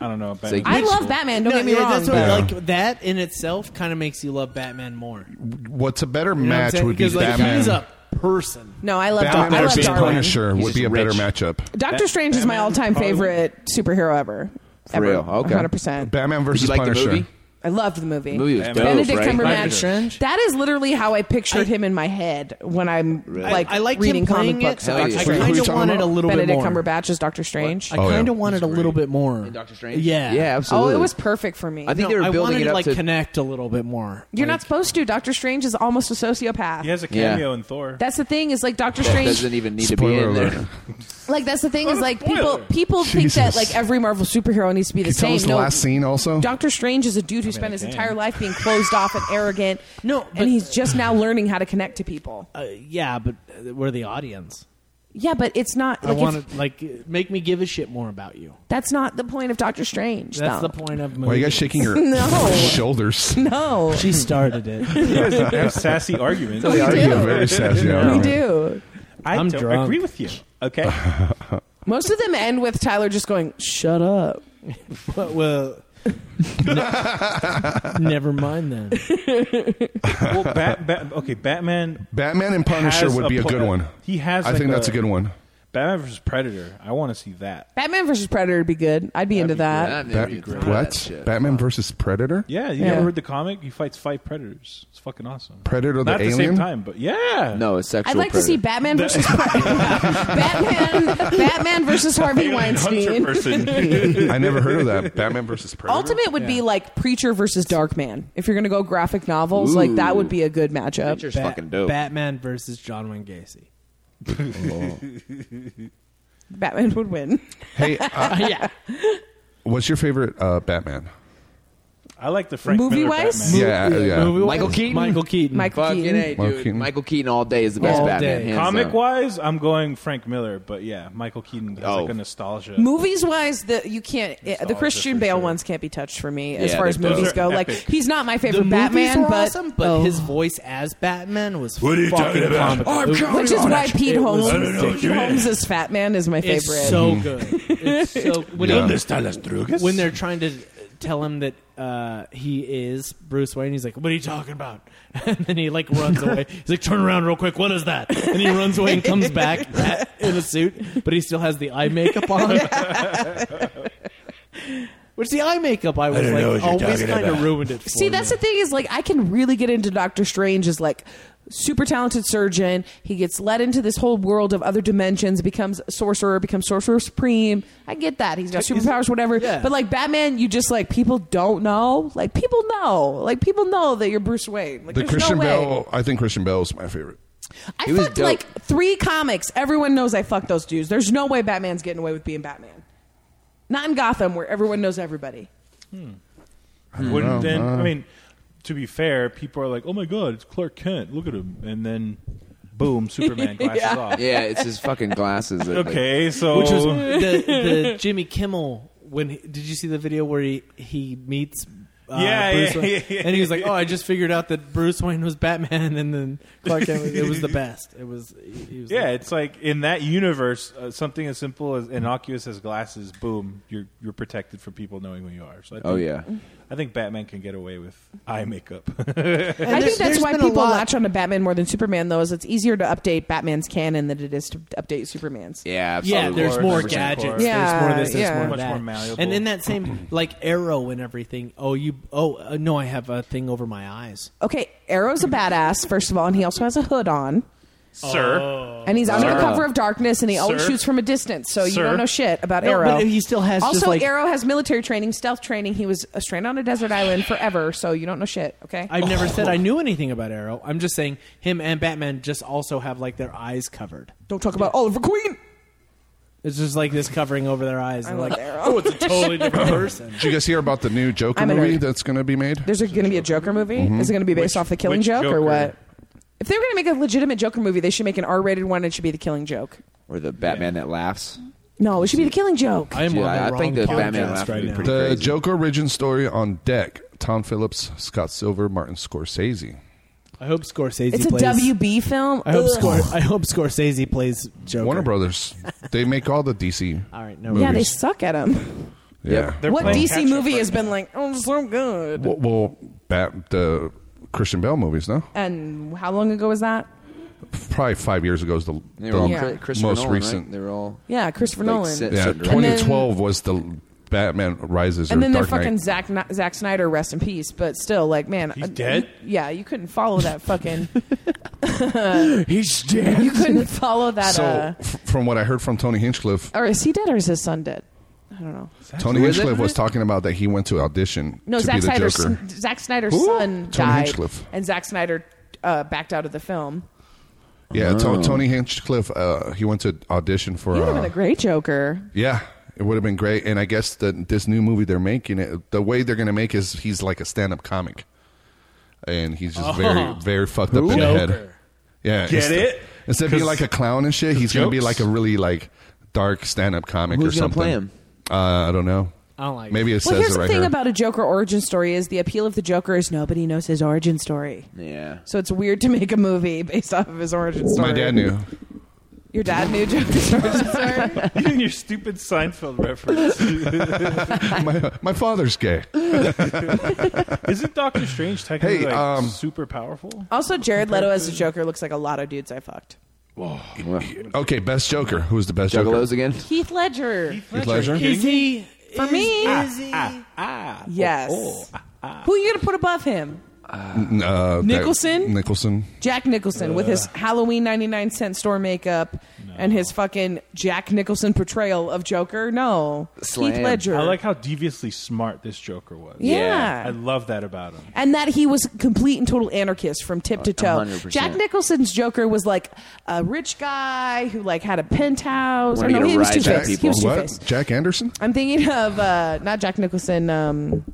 Speaker 5: I don't know.
Speaker 2: Batman.
Speaker 4: I love Batman. Don't
Speaker 3: No,
Speaker 4: get me
Speaker 3: yeah,
Speaker 4: wrong.
Speaker 3: That's what,
Speaker 1: Yeah.
Speaker 3: Like that in itself kind of makes you love Batman more.
Speaker 1: What's a better
Speaker 3: You know what I'm
Speaker 1: match
Speaker 3: saying?
Speaker 1: would be
Speaker 3: Because, like,
Speaker 1: Batman.
Speaker 3: He's a person.
Speaker 4: No, I love
Speaker 1: Batman
Speaker 4: Dar- I love
Speaker 1: versus
Speaker 4: Darwin.
Speaker 1: Punisher
Speaker 4: He's
Speaker 1: would be a
Speaker 4: just
Speaker 1: better
Speaker 4: rich.
Speaker 1: matchup.
Speaker 4: Doctor Strange is my all-time favorite superhero ever.
Speaker 1: For
Speaker 4: ever,
Speaker 1: real? Okay.
Speaker 4: 100%.
Speaker 1: Batman versus
Speaker 2: like the
Speaker 1: Punisher.
Speaker 2: movie?
Speaker 4: I loved the movie.
Speaker 2: The movie was dope,
Speaker 4: Benedict
Speaker 2: right? Doctor
Speaker 4: Cumberbatch. That is literally how I pictured him in my head when I'm like,
Speaker 3: I, I liked
Speaker 4: reading
Speaker 3: him
Speaker 4: comic
Speaker 3: playing
Speaker 4: books.
Speaker 3: it.
Speaker 4: of Doctor
Speaker 3: I
Speaker 4: Strange.
Speaker 3: kind of wanted a little
Speaker 4: Benedict
Speaker 3: bit more.
Speaker 4: Cumberbatch as Doctor Strange.
Speaker 1: Oh,
Speaker 3: I kind of wanted a little bit more.
Speaker 2: Doctor Strange?
Speaker 3: Yeah,
Speaker 2: Yeah, absolutely.
Speaker 4: Oh, it was perfect for me.
Speaker 2: I think they were
Speaker 3: I
Speaker 2: building
Speaker 3: wanted
Speaker 2: it
Speaker 3: to
Speaker 2: up
Speaker 3: like
Speaker 2: to-
Speaker 3: connect a little bit more.
Speaker 4: You're not supposed to. Doctor Strange is almost a sociopath.
Speaker 5: He has a
Speaker 2: Yeah.
Speaker 5: cameo in Thor.
Speaker 4: That's the thing is like Doctor
Speaker 2: That
Speaker 4: Strange
Speaker 2: doesn't even need to
Speaker 1: Spoiler
Speaker 2: be in
Speaker 1: alert.
Speaker 2: there.
Speaker 4: Like that's the thing is like people
Speaker 5: spoiler.
Speaker 4: people think that
Speaker 1: Jesus.
Speaker 4: like every Marvel superhero needs to be the
Speaker 1: Can you tell
Speaker 4: same.
Speaker 1: us the
Speaker 4: no,
Speaker 1: last scene also?
Speaker 4: Doctor Strange is a dude who
Speaker 5: I
Speaker 4: spent his
Speaker 5: can.
Speaker 4: entire life being closed off and arrogant. <laughs> No, and he's just now learning how to connect to people.
Speaker 3: Uh, yeah, but uh, we're the audience.
Speaker 4: Yeah, but it's not.
Speaker 3: I
Speaker 4: Like,
Speaker 3: want
Speaker 4: it's-
Speaker 3: to like make me give a shit more about you.
Speaker 4: that's not the point of Doctor Strange.
Speaker 3: That's
Speaker 4: though.
Speaker 3: the point of.
Speaker 1: Why are you guys shaking your
Speaker 4: No.
Speaker 2: <laughs>
Speaker 1: shoulders?
Speaker 4: No,
Speaker 3: She started it.
Speaker 5: You guys have sassy arguments.
Speaker 1: We argue
Speaker 2: <laughs>
Speaker 1: do. very sassy
Speaker 5: Yeah.
Speaker 4: we
Speaker 1: arguments.
Speaker 4: do.
Speaker 5: I
Speaker 3: I'm
Speaker 5: don't
Speaker 3: drunk.
Speaker 5: agree with you. Okay.
Speaker 4: Most of them end with Tyler just going, "Shut up."
Speaker 3: well, well, ne- never mind then.
Speaker 5: Well, Bat, Bat, okay, Batman.
Speaker 1: Batman and Punisher
Speaker 5: has
Speaker 1: would be a
Speaker 5: pla-
Speaker 1: good one.
Speaker 5: He has.
Speaker 1: I
Speaker 5: like
Speaker 1: think that's a good one.
Speaker 5: Batman versus Predator. I want to see that.
Speaker 4: Batman versus Predator would be good. I'd be into that.
Speaker 2: I've never
Speaker 1: Bat-
Speaker 2: even thought of that
Speaker 1: what?
Speaker 2: shit.
Speaker 1: Batman versus Predator?
Speaker 5: Yeah, you
Speaker 4: Yeah.
Speaker 5: ever read the comic? He fights five predators. It's fucking awesome.
Speaker 1: Predator
Speaker 5: Not
Speaker 1: the
Speaker 5: at the same
Speaker 1: alien?
Speaker 5: time, but yeah.
Speaker 2: No, it's sexual.
Speaker 4: I'd like to
Speaker 2: predator.
Speaker 4: see Batman versus Batman, Batman versus Harvey Weinstein.
Speaker 1: I never heard of that. Batman versus Predator.
Speaker 4: Ultimate would be like Preacher versus Darkman. If you're going to go graphic novels, like that would be a good matchup.
Speaker 2: Preacher's
Speaker 3: Bat-
Speaker 2: fucking dope.
Speaker 3: Batman versus John Wayne Gacy.
Speaker 4: Batman would win.
Speaker 1: Hey, uh,
Speaker 3: yeah,
Speaker 1: what's your favorite uh, Batman?
Speaker 5: I like the Frank
Speaker 4: Movie
Speaker 5: Miller
Speaker 4: wise?
Speaker 5: Batman.
Speaker 1: Yeah, yeah.
Speaker 3: Movie-wise,
Speaker 2: Michael Keaton?
Speaker 3: Michael Keaton.
Speaker 4: Michael
Speaker 2: Fucking
Speaker 4: Keaton.
Speaker 2: A, dude.
Speaker 1: Michael Keaton.
Speaker 2: Michael Keaton all day is the best
Speaker 3: All
Speaker 2: Batman.
Speaker 3: day.
Speaker 2: hands
Speaker 5: Comic
Speaker 2: down.
Speaker 5: wise, I'm going Frank Miller, but yeah, Michael Keaton has
Speaker 2: Oh.
Speaker 5: like a nostalgia.
Speaker 4: Movies wise, the you can't eh,
Speaker 5: Nostalgia
Speaker 4: the Christian
Speaker 5: for
Speaker 4: Bale
Speaker 5: sure.
Speaker 4: ones can't be touched for me as
Speaker 2: Yeah,
Speaker 4: far as
Speaker 2: they're
Speaker 4: movies
Speaker 5: dope.
Speaker 4: go.
Speaker 5: They're
Speaker 4: like
Speaker 5: epic.
Speaker 4: he's not my
Speaker 3: The
Speaker 4: favorite
Speaker 3: movies
Speaker 4: Batman,
Speaker 3: were
Speaker 4: but oh.
Speaker 3: awesome, but his voice as Batman was
Speaker 15: What are you
Speaker 3: fucking
Speaker 15: talking about?
Speaker 3: comical.
Speaker 15: I'm
Speaker 3: It was-
Speaker 4: <laughs>
Speaker 15: counting
Speaker 4: which is
Speaker 15: on
Speaker 4: why
Speaker 15: it.
Speaker 4: Pete
Speaker 3: It
Speaker 4: Holmes,
Speaker 3: was-
Speaker 15: I don't know what
Speaker 4: Pete
Speaker 15: you mean.
Speaker 4: Holmes as Fat Man is my
Speaker 3: It's
Speaker 4: favorite.
Speaker 3: so good. It's <laughs> so when,
Speaker 1: Yeah.
Speaker 3: he-
Speaker 15: están las drogas?
Speaker 3: when they're trying to tell him that uh, he is Bruce Wayne, he's like, "What are you talking about?" <laughs> And then he like runs away. He's like, "Turn around real quick. What is that?" And he runs away and comes back <laughs> at- in a suit, but he still has the eye makeup on. <laughs> Which the eye makeup I was
Speaker 15: don't know what
Speaker 3: like
Speaker 15: you're
Speaker 3: always
Speaker 15: talking
Speaker 3: kind of
Speaker 15: about.
Speaker 3: ruined it. For
Speaker 4: See, that's
Speaker 3: me.
Speaker 4: the thing is like I can really get into Doctor Strange as like super talented surgeon. He gets led into this whole world of other dimensions, becomes a sorcerer, becomes sorcerer supreme. I get that. He's got superpowers, whatever.
Speaker 3: Yeah.
Speaker 4: But like Batman, you just like people don't know. Like people know. Like people know that you're Bruce Wayne. Like
Speaker 1: The
Speaker 4: there's
Speaker 1: Christian
Speaker 4: no way.
Speaker 1: Bale, I think Christian Bale is my favorite.
Speaker 4: I
Speaker 2: was
Speaker 4: fucked
Speaker 2: dope.
Speaker 4: like three comics. Everyone knows I fucked those dudes. There's no way Batman's getting away with being Batman. Not in Gotham where everyone knows everybody.
Speaker 5: Wouldn't then?
Speaker 1: Uh,
Speaker 5: I mean, to be fair, people are like, "Oh my god, it's Clark Kent! Look at him!" And then, boom, Superman glasses off.
Speaker 2: Yeah, it's his fucking glasses. That, like,
Speaker 5: Okay, so
Speaker 3: Which was the,
Speaker 5: <laughs>
Speaker 3: the Jimmy Kimmel when he, did you see the video where he he meets uh,
Speaker 5: Yeah,
Speaker 3: Bruce
Speaker 5: yeah,
Speaker 3: Wayne?
Speaker 5: yeah, yeah.
Speaker 3: and he was like, "Oh, I just figured out that Bruce Wayne was Batman, and then Clark Kent." was- It
Speaker 5: <laughs>
Speaker 3: was the best. It was. He, he was
Speaker 5: yeah,
Speaker 3: like-
Speaker 5: it's like in that universe, uh, something as simple as innocuous as glasses, boom, you're you're protected from people knowing who you are. So I think,
Speaker 2: Oh yeah.
Speaker 5: I think Batman can get away with eye makeup. <laughs>
Speaker 4: I
Speaker 3: there's-
Speaker 4: think that's
Speaker 3: there's
Speaker 4: why
Speaker 3: been a
Speaker 4: people
Speaker 3: lot-
Speaker 4: latch onto Batman more than Superman, though, is it's easier to update Batman's canon than it is to update Superman's.
Speaker 2: Yeah.
Speaker 3: yeah.
Speaker 2: absolutely.
Speaker 3: There's
Speaker 5: Lord,
Speaker 3: more
Speaker 5: 100%
Speaker 3: gadgets.
Speaker 5: Clark.
Speaker 4: Yeah,
Speaker 3: there's more this. There's
Speaker 4: yeah.
Speaker 3: more
Speaker 5: Much
Speaker 3: that.
Speaker 5: more malleable.
Speaker 3: and in that same like Arrow and everything. Oh, you. Oh uh, no, I have a thing over my eyes.
Speaker 4: Okay, Arrow's a badass, first of all, and he also has a hood on.
Speaker 15: sir.
Speaker 4: And he's under
Speaker 15: Sir.
Speaker 4: the cover of darkness, and he always
Speaker 15: Sir.
Speaker 4: shoots from a distance, so you
Speaker 15: Sir.
Speaker 4: don't know shit about
Speaker 15: No,
Speaker 4: Arrow.
Speaker 15: but he still has just,
Speaker 4: also
Speaker 15: like-
Speaker 4: Arrow has military training, stealth training. He was uh, stranded on a desert island forever, so you don't know shit. Okay,
Speaker 3: I've never said I knew anything about Arrow. I'm just saying him and Batman just also have like their eyes covered.
Speaker 4: Don't talk about Oliver <laughs> Queen.
Speaker 3: It's just like this covering over their eyes.
Speaker 4: I
Speaker 3: and
Speaker 4: love
Speaker 3: like,
Speaker 4: Arrow.
Speaker 3: oh, it's a <laughs> totally different person.
Speaker 1: Did you guys hear about the new Joker
Speaker 4: I'm in a
Speaker 1: movie
Speaker 4: hurry.
Speaker 1: that's going to be made?
Speaker 4: There's going to be a Joker movie.
Speaker 1: Mhm.
Speaker 4: Is it going to be
Speaker 1: Which-
Speaker 4: based off the Killing
Speaker 1: which
Speaker 4: Joke
Speaker 1: Joker?
Speaker 4: or what? If they were going to make a legitimate Joker movie, they should make an R-rated one. and It should be the Killing Joke.
Speaker 2: Or the Batman that laughs.
Speaker 4: No, it should be the Killing Joke.
Speaker 2: I am Dude, on the I- I think wrong the Batman podcast laugh would right be now. pretty
Speaker 1: the
Speaker 2: crazy.
Speaker 1: Joker origin story on deck. Tom Phillips, Scott Silver, Martin Scorsese.
Speaker 3: I hope Scorsese.
Speaker 4: It's a
Speaker 3: plays,
Speaker 4: WB film.
Speaker 3: I hope
Speaker 4: Ugh.
Speaker 3: Scor- I hope Scorsese plays Joker.
Speaker 1: Warner Brothers. they make all the DC.
Speaker 3: All right,
Speaker 4: Yeah, they suck at them.
Speaker 1: Yeah.
Speaker 4: what DC movie has been like? Oh, so good.
Speaker 1: Well, well Bat, the Christian Bale movies, no?
Speaker 4: And how long ago was that?
Speaker 1: Probably five years ago is the,
Speaker 2: They
Speaker 1: the
Speaker 2: were all
Speaker 4: Yeah.
Speaker 2: Chri- Christopher
Speaker 1: most
Speaker 2: Nolan, right?
Speaker 1: recent.
Speaker 2: They were all
Speaker 4: Yeah, Christopher
Speaker 2: Like,
Speaker 4: Nolan.
Speaker 2: sit-
Speaker 1: Yeah,
Speaker 2: sit-
Speaker 4: And then-
Speaker 1: 2012 was the Batman Rises
Speaker 4: And
Speaker 1: or
Speaker 4: then they're
Speaker 1: Dark
Speaker 4: fucking
Speaker 1: Knight.
Speaker 4: Zack, Ni- Zack Snyder, rest in peace. But still, like, man, he's
Speaker 1: dead?
Speaker 4: yeah, you couldn't follow
Speaker 1: <laughs>
Speaker 4: that fucking.
Speaker 1: he's dead.
Speaker 4: You couldn't follow that.
Speaker 1: so,
Speaker 4: uh,
Speaker 1: f- from what I heard from Tony Hinchcliffe,
Speaker 4: or is he dead or is his son dead? I don't know.
Speaker 1: Tony
Speaker 4: Who is it?
Speaker 1: Hinchcliffe was talking about that he went to audition
Speaker 4: No,
Speaker 1: to be
Speaker 4: Zack
Speaker 1: the
Speaker 4: Snyder's
Speaker 1: Joker.
Speaker 4: Zack Snyder's
Speaker 1: Who?
Speaker 4: son
Speaker 1: Tony
Speaker 4: died,
Speaker 1: Hinchcliffe.
Speaker 4: and Zack Snyder uh, backed out of the film.
Speaker 1: Yeah, To-
Speaker 4: Oh.
Speaker 1: Tony Hinchcliffe. Uh, he went to audition for.
Speaker 4: He would have
Speaker 1: uh,
Speaker 4: been a great Joker.
Speaker 1: yeah, it would have been great. And I guess that this new movie they're making, it, the way they're going to make is he's like a stand-up comic, and he's just very,
Speaker 19: Oh.
Speaker 1: very fucked
Speaker 19: Who?
Speaker 1: up in the head.
Speaker 19: Joker.
Speaker 1: Yeah,
Speaker 19: Get
Speaker 1: instead-
Speaker 19: it?
Speaker 1: Instead of being
Speaker 19: 'Cause
Speaker 1: like a clown and shit,
Speaker 19: the
Speaker 1: he's going to be
Speaker 19: jokes?
Speaker 1: like a really like dark stand-up comic
Speaker 2: Who's
Speaker 1: or
Speaker 2: gonna
Speaker 1: something.
Speaker 2: play him?
Speaker 1: Uh, I don't know.
Speaker 3: I don't like
Speaker 1: Maybe it
Speaker 4: well,
Speaker 1: says
Speaker 4: here's
Speaker 1: it right
Speaker 4: the thing
Speaker 1: here.
Speaker 4: about a Joker origin story is the appeal of the Joker is nobody knows his origin story.
Speaker 2: Yeah.
Speaker 4: So it's weird to make a movie based off of his origin story.
Speaker 1: My dad knew.
Speaker 4: Your dad knew
Speaker 1: <laughs>
Speaker 4: Joker's origin story.
Speaker 5: you and your stupid
Speaker 4: <laughs>
Speaker 5: Seinfeld reference.
Speaker 1: my, <laughs> my father's gay.
Speaker 5: Isn't Doctor Strange technically
Speaker 1: Hey,
Speaker 5: like,
Speaker 1: um,
Speaker 5: super powerful?
Speaker 4: Also, Jared Leto as the Joker looks like a lot of dudes I fucked.
Speaker 1: Okay, best Joker. Who's the best
Speaker 2: Juggalos
Speaker 1: Joker?
Speaker 2: again?
Speaker 4: Heath Ledger. Heath
Speaker 1: Ledger. Ledger?
Speaker 4: Is he? For me,
Speaker 11: Ah,
Speaker 4: ah, yes. Who are you gonna put above him?
Speaker 1: N- uh, that-
Speaker 4: Nicholson?
Speaker 1: Nicholson.
Speaker 4: Jack Nicholson with
Speaker 1: Uh.
Speaker 4: his Halloween 99 cent store makeup and his fucking Jack Nicholson portrayal of Joker. No. Heath Ledger.
Speaker 5: I like how deviously smart this Joker was.
Speaker 4: Yeah.
Speaker 5: I love that about him.
Speaker 4: and that he was complete and total anarchist from tip to toe.
Speaker 5: 100%.
Speaker 4: Jack Nicholson's Joker was like a rich guy who like had a penthouse.
Speaker 1: Wanna
Speaker 4: Or no,
Speaker 1: get a
Speaker 4: he was
Speaker 1: rise
Speaker 4: two
Speaker 1: out of
Speaker 4: faced. He was two
Speaker 1: people.
Speaker 4: faced.
Speaker 1: What? Jack Anderson?
Speaker 4: I'm thinking of uh, not Jack Nicholson. Um,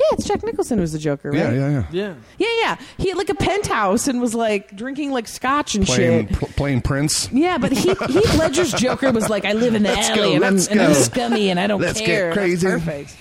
Speaker 4: yeah, it's Jack Nicholson who's the Joker, right?
Speaker 1: Yeah, yeah, yeah.
Speaker 3: Yeah.
Speaker 4: Yeah, yeah. He had like a penthouse and was like drinking like scotch and
Speaker 1: Playing,
Speaker 4: shit.
Speaker 1: pl- playing Prince.
Speaker 4: Yeah, but he
Speaker 1: <laughs>
Speaker 4: Heath Ledger's Joker was like, I live in the
Speaker 1: Let's
Speaker 4: alley
Speaker 1: go,
Speaker 4: and, I'm,
Speaker 1: let's
Speaker 4: and I'm
Speaker 1: go.
Speaker 4: scummy and I don't
Speaker 1: Let's get
Speaker 4: care. That's
Speaker 1: crazy.
Speaker 4: perfect.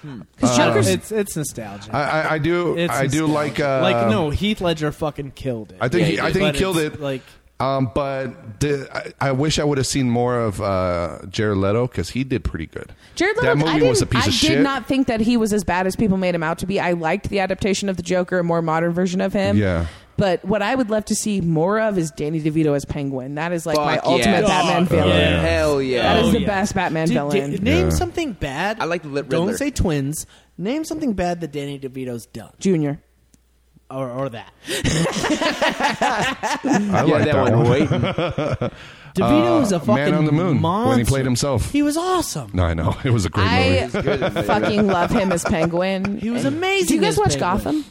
Speaker 1: Hmm.
Speaker 4: Because
Speaker 1: Uh,
Speaker 4: Joker's
Speaker 3: it's it's nostalgia.
Speaker 1: I, I, I do.
Speaker 3: It's
Speaker 1: I do
Speaker 3: nostalgia.
Speaker 1: like. Uh,
Speaker 3: like no, Heath Ledger fucking killed it.
Speaker 1: I think.
Speaker 3: Yeah,
Speaker 1: he,
Speaker 3: he
Speaker 1: I
Speaker 3: did.
Speaker 1: think
Speaker 3: But
Speaker 1: he killed
Speaker 3: it's
Speaker 1: it. Like. Um, but the, I, I wish I would have seen more of uh, Jared Leto because he did pretty good.
Speaker 4: Jared Leto,
Speaker 1: that movie
Speaker 4: I didn't,
Speaker 1: was a piece
Speaker 4: I
Speaker 1: of
Speaker 4: did
Speaker 1: shit.
Speaker 4: not think that he was as bad as people made him out to be. I liked the adaptation of the Joker, a more modern version of him.
Speaker 1: Yeah.
Speaker 4: But what I would love to see more of is Danny DeVito as Penguin. That is like my
Speaker 2: Fuck
Speaker 4: ultimate
Speaker 2: yes.
Speaker 4: Batman
Speaker 2: Fuck
Speaker 4: villain.
Speaker 2: yeah. Hell yeah.
Speaker 4: That is
Speaker 2: Oh
Speaker 4: the
Speaker 2: yeah.
Speaker 4: best Batman
Speaker 3: Dude,
Speaker 4: villain.
Speaker 3: d- name something bad. I like
Speaker 2: the Lit
Speaker 3: Don't
Speaker 2: Riddler.
Speaker 3: say twins. Name something bad that Danny DeVito's done.
Speaker 4: Junior.
Speaker 3: Or, or that.
Speaker 1: Uh, I
Speaker 2: Yeah,
Speaker 1: like
Speaker 2: that one waiting.
Speaker 3: DeVito was a
Speaker 1: Uh, Man on
Speaker 3: fucking
Speaker 1: the Moon when he
Speaker 3: monster.
Speaker 1: played himself.
Speaker 3: He was awesome.
Speaker 1: No, I know <laughs> it was a great
Speaker 4: I
Speaker 1: movie.
Speaker 4: fucking love him as Penguin. He
Speaker 3: was amazing
Speaker 4: Do you guys
Speaker 3: as
Speaker 4: watch
Speaker 3: Penguin.
Speaker 4: Gotham?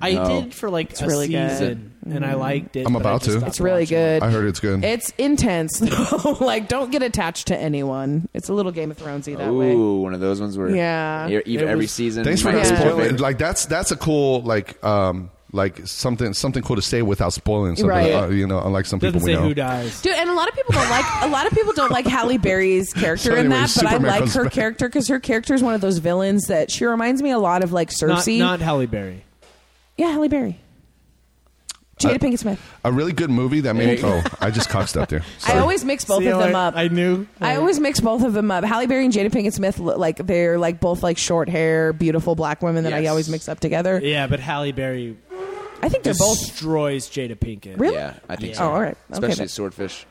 Speaker 3: I
Speaker 1: No.
Speaker 3: did for like
Speaker 4: It's
Speaker 3: a
Speaker 4: really good. Mm-hmm.
Speaker 3: season, and I liked it.
Speaker 1: I'm
Speaker 3: but I
Speaker 1: about
Speaker 3: just
Speaker 1: to.
Speaker 3: stopped
Speaker 4: It's really
Speaker 3: watching
Speaker 4: good.
Speaker 1: I heard it's good.
Speaker 4: It's intense <laughs> though. like, don't get attached to anyone. It's a little Game of Thronesy <laughs> that way.
Speaker 2: Ooh, one of those ones where
Speaker 4: Yeah.
Speaker 2: e- even
Speaker 4: It
Speaker 2: every
Speaker 4: was-
Speaker 2: season.
Speaker 1: Thanks for
Speaker 2: might
Speaker 1: not
Speaker 2: be your
Speaker 1: spoiling.
Speaker 2: favorite.
Speaker 1: Like that's that's a cool like um like something something cool to say without spoiling something.
Speaker 4: Right.
Speaker 1: Uh, you know, unlike some
Speaker 3: Doesn't
Speaker 1: people
Speaker 3: say
Speaker 1: we know.
Speaker 3: who dies.
Speaker 4: Dude, and a lot of people don't like a lot of people don't like Halle Berry's character
Speaker 1: So
Speaker 4: in
Speaker 1: anyway,
Speaker 4: that, but
Speaker 1: Superman
Speaker 4: I like
Speaker 1: comes
Speaker 4: her
Speaker 1: back.
Speaker 4: character because her character is one of those villains that she reminds me a lot of like
Speaker 3: Not,
Speaker 4: Cersei.
Speaker 3: not Halle Berry.
Speaker 4: yeah, Halle Berry. Jada
Speaker 1: Uh,
Speaker 4: Pinkett Smith.
Speaker 1: A really good movie that
Speaker 4: <laughs>
Speaker 1: made.
Speaker 4: Hey.
Speaker 1: oh, I just cock stepped there.
Speaker 4: I always mix both
Speaker 3: See
Speaker 4: of
Speaker 3: how
Speaker 4: them
Speaker 3: I-
Speaker 4: up.
Speaker 3: I knew.
Speaker 4: I always mix both of them up. Halle Berry and Jada Pinkett Smith, look like they're like both like short hair, beautiful black women that I
Speaker 3: Yes.
Speaker 4: always mix up together.
Speaker 3: Yeah, but Halle Berry.
Speaker 4: I think they're both.
Speaker 3: destroys Jada Pinkett.
Speaker 4: Really?
Speaker 2: Yeah, I think
Speaker 4: Yeah.
Speaker 2: so.
Speaker 4: Oh, all right. Okay,
Speaker 2: Especially
Speaker 4: then.
Speaker 2: Swordfish.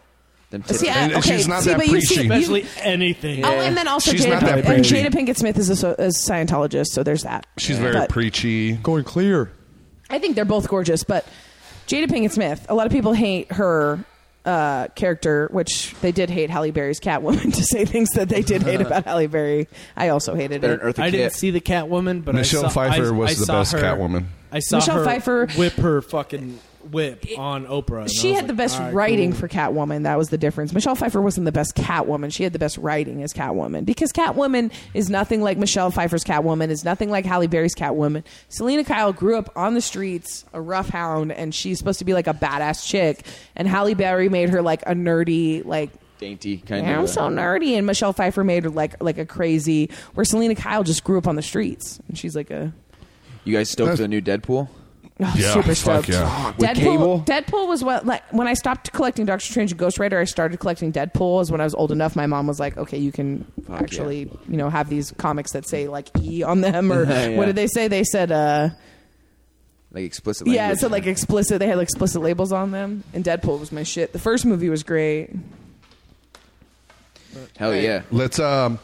Speaker 2: Them
Speaker 4: See,
Speaker 2: tits.
Speaker 4: I- And okay, she's not see, that but you see- preachy. you-
Speaker 3: especially anything.
Speaker 4: Oh, and then also Jada, Pink- and Jada Pinkett Smith is a, so- is a Scientologist, so there's that.
Speaker 1: She's very
Speaker 4: But
Speaker 1: preachy. Going clear.
Speaker 4: I think they're both gorgeous, but Jada Pinkett Smith. A lot of people hate her uh, character, which they did hate Halle Berry's Catwoman. <laughs> to say things that they did
Speaker 1: <laughs>
Speaker 4: hate about Halle Berry, I also hated
Speaker 20: Better
Speaker 4: it.
Speaker 20: than Eartha
Speaker 4: I
Speaker 3: I didn't see the Catwoman, but
Speaker 1: Michelle
Speaker 3: I saw,
Speaker 1: Pfeiffer
Speaker 3: I-
Speaker 1: was
Speaker 3: I
Speaker 1: the
Speaker 3: saw
Speaker 1: best
Speaker 3: her-
Speaker 1: Catwoman.
Speaker 3: I saw
Speaker 4: Michelle
Speaker 3: her
Speaker 4: Pfeiffer-
Speaker 3: whip her fucking whip on Oprah. and I
Speaker 4: she
Speaker 3: was
Speaker 4: had the
Speaker 3: like,
Speaker 4: best
Speaker 3: "All right,
Speaker 4: writing
Speaker 3: cool."
Speaker 4: for Catwoman. That was the difference. Michelle Pfeiffer wasn't the best Catwoman. She had the best writing as Catwoman because Catwoman is nothing like Michelle Pfeiffer's Catwoman. Is nothing like Halle Berry's Catwoman. Selena Kyle grew up on the streets, a rough hound, and she's supposed to be like a badass chick. And Halle Berry made her like a nerdy, like
Speaker 2: dainty kind
Speaker 4: yeah,
Speaker 2: of.
Speaker 4: I'm so nerdy. And Michelle Pfeiffer made her like like a crazy. Where Selena Kyle just grew up on the streets, and she's like a
Speaker 2: You guys stoked for the new Deadpool?
Speaker 4: Oh, super stoked.
Speaker 2: With
Speaker 4: Deadpool,
Speaker 2: cable?
Speaker 4: Deadpool was what like when I stopped collecting Doctor Strange and Ghost Rider, I started collecting Deadpool. Is when I was old enough, my mom was like, "Okay, you can
Speaker 2: Fuck
Speaker 4: actually, you know, have these comics that say like E on them
Speaker 2: <laughs>
Speaker 4: or
Speaker 2: Yeah.
Speaker 4: what did they say? They said, uh,
Speaker 2: Like explicit.
Speaker 4: yeah,
Speaker 2: language.
Speaker 4: so like explicit. They had like explicit labels on them. And Deadpool was my shit. The first movie was great.
Speaker 2: Hell yeah.
Speaker 3: <laughs>
Speaker 1: Let's um.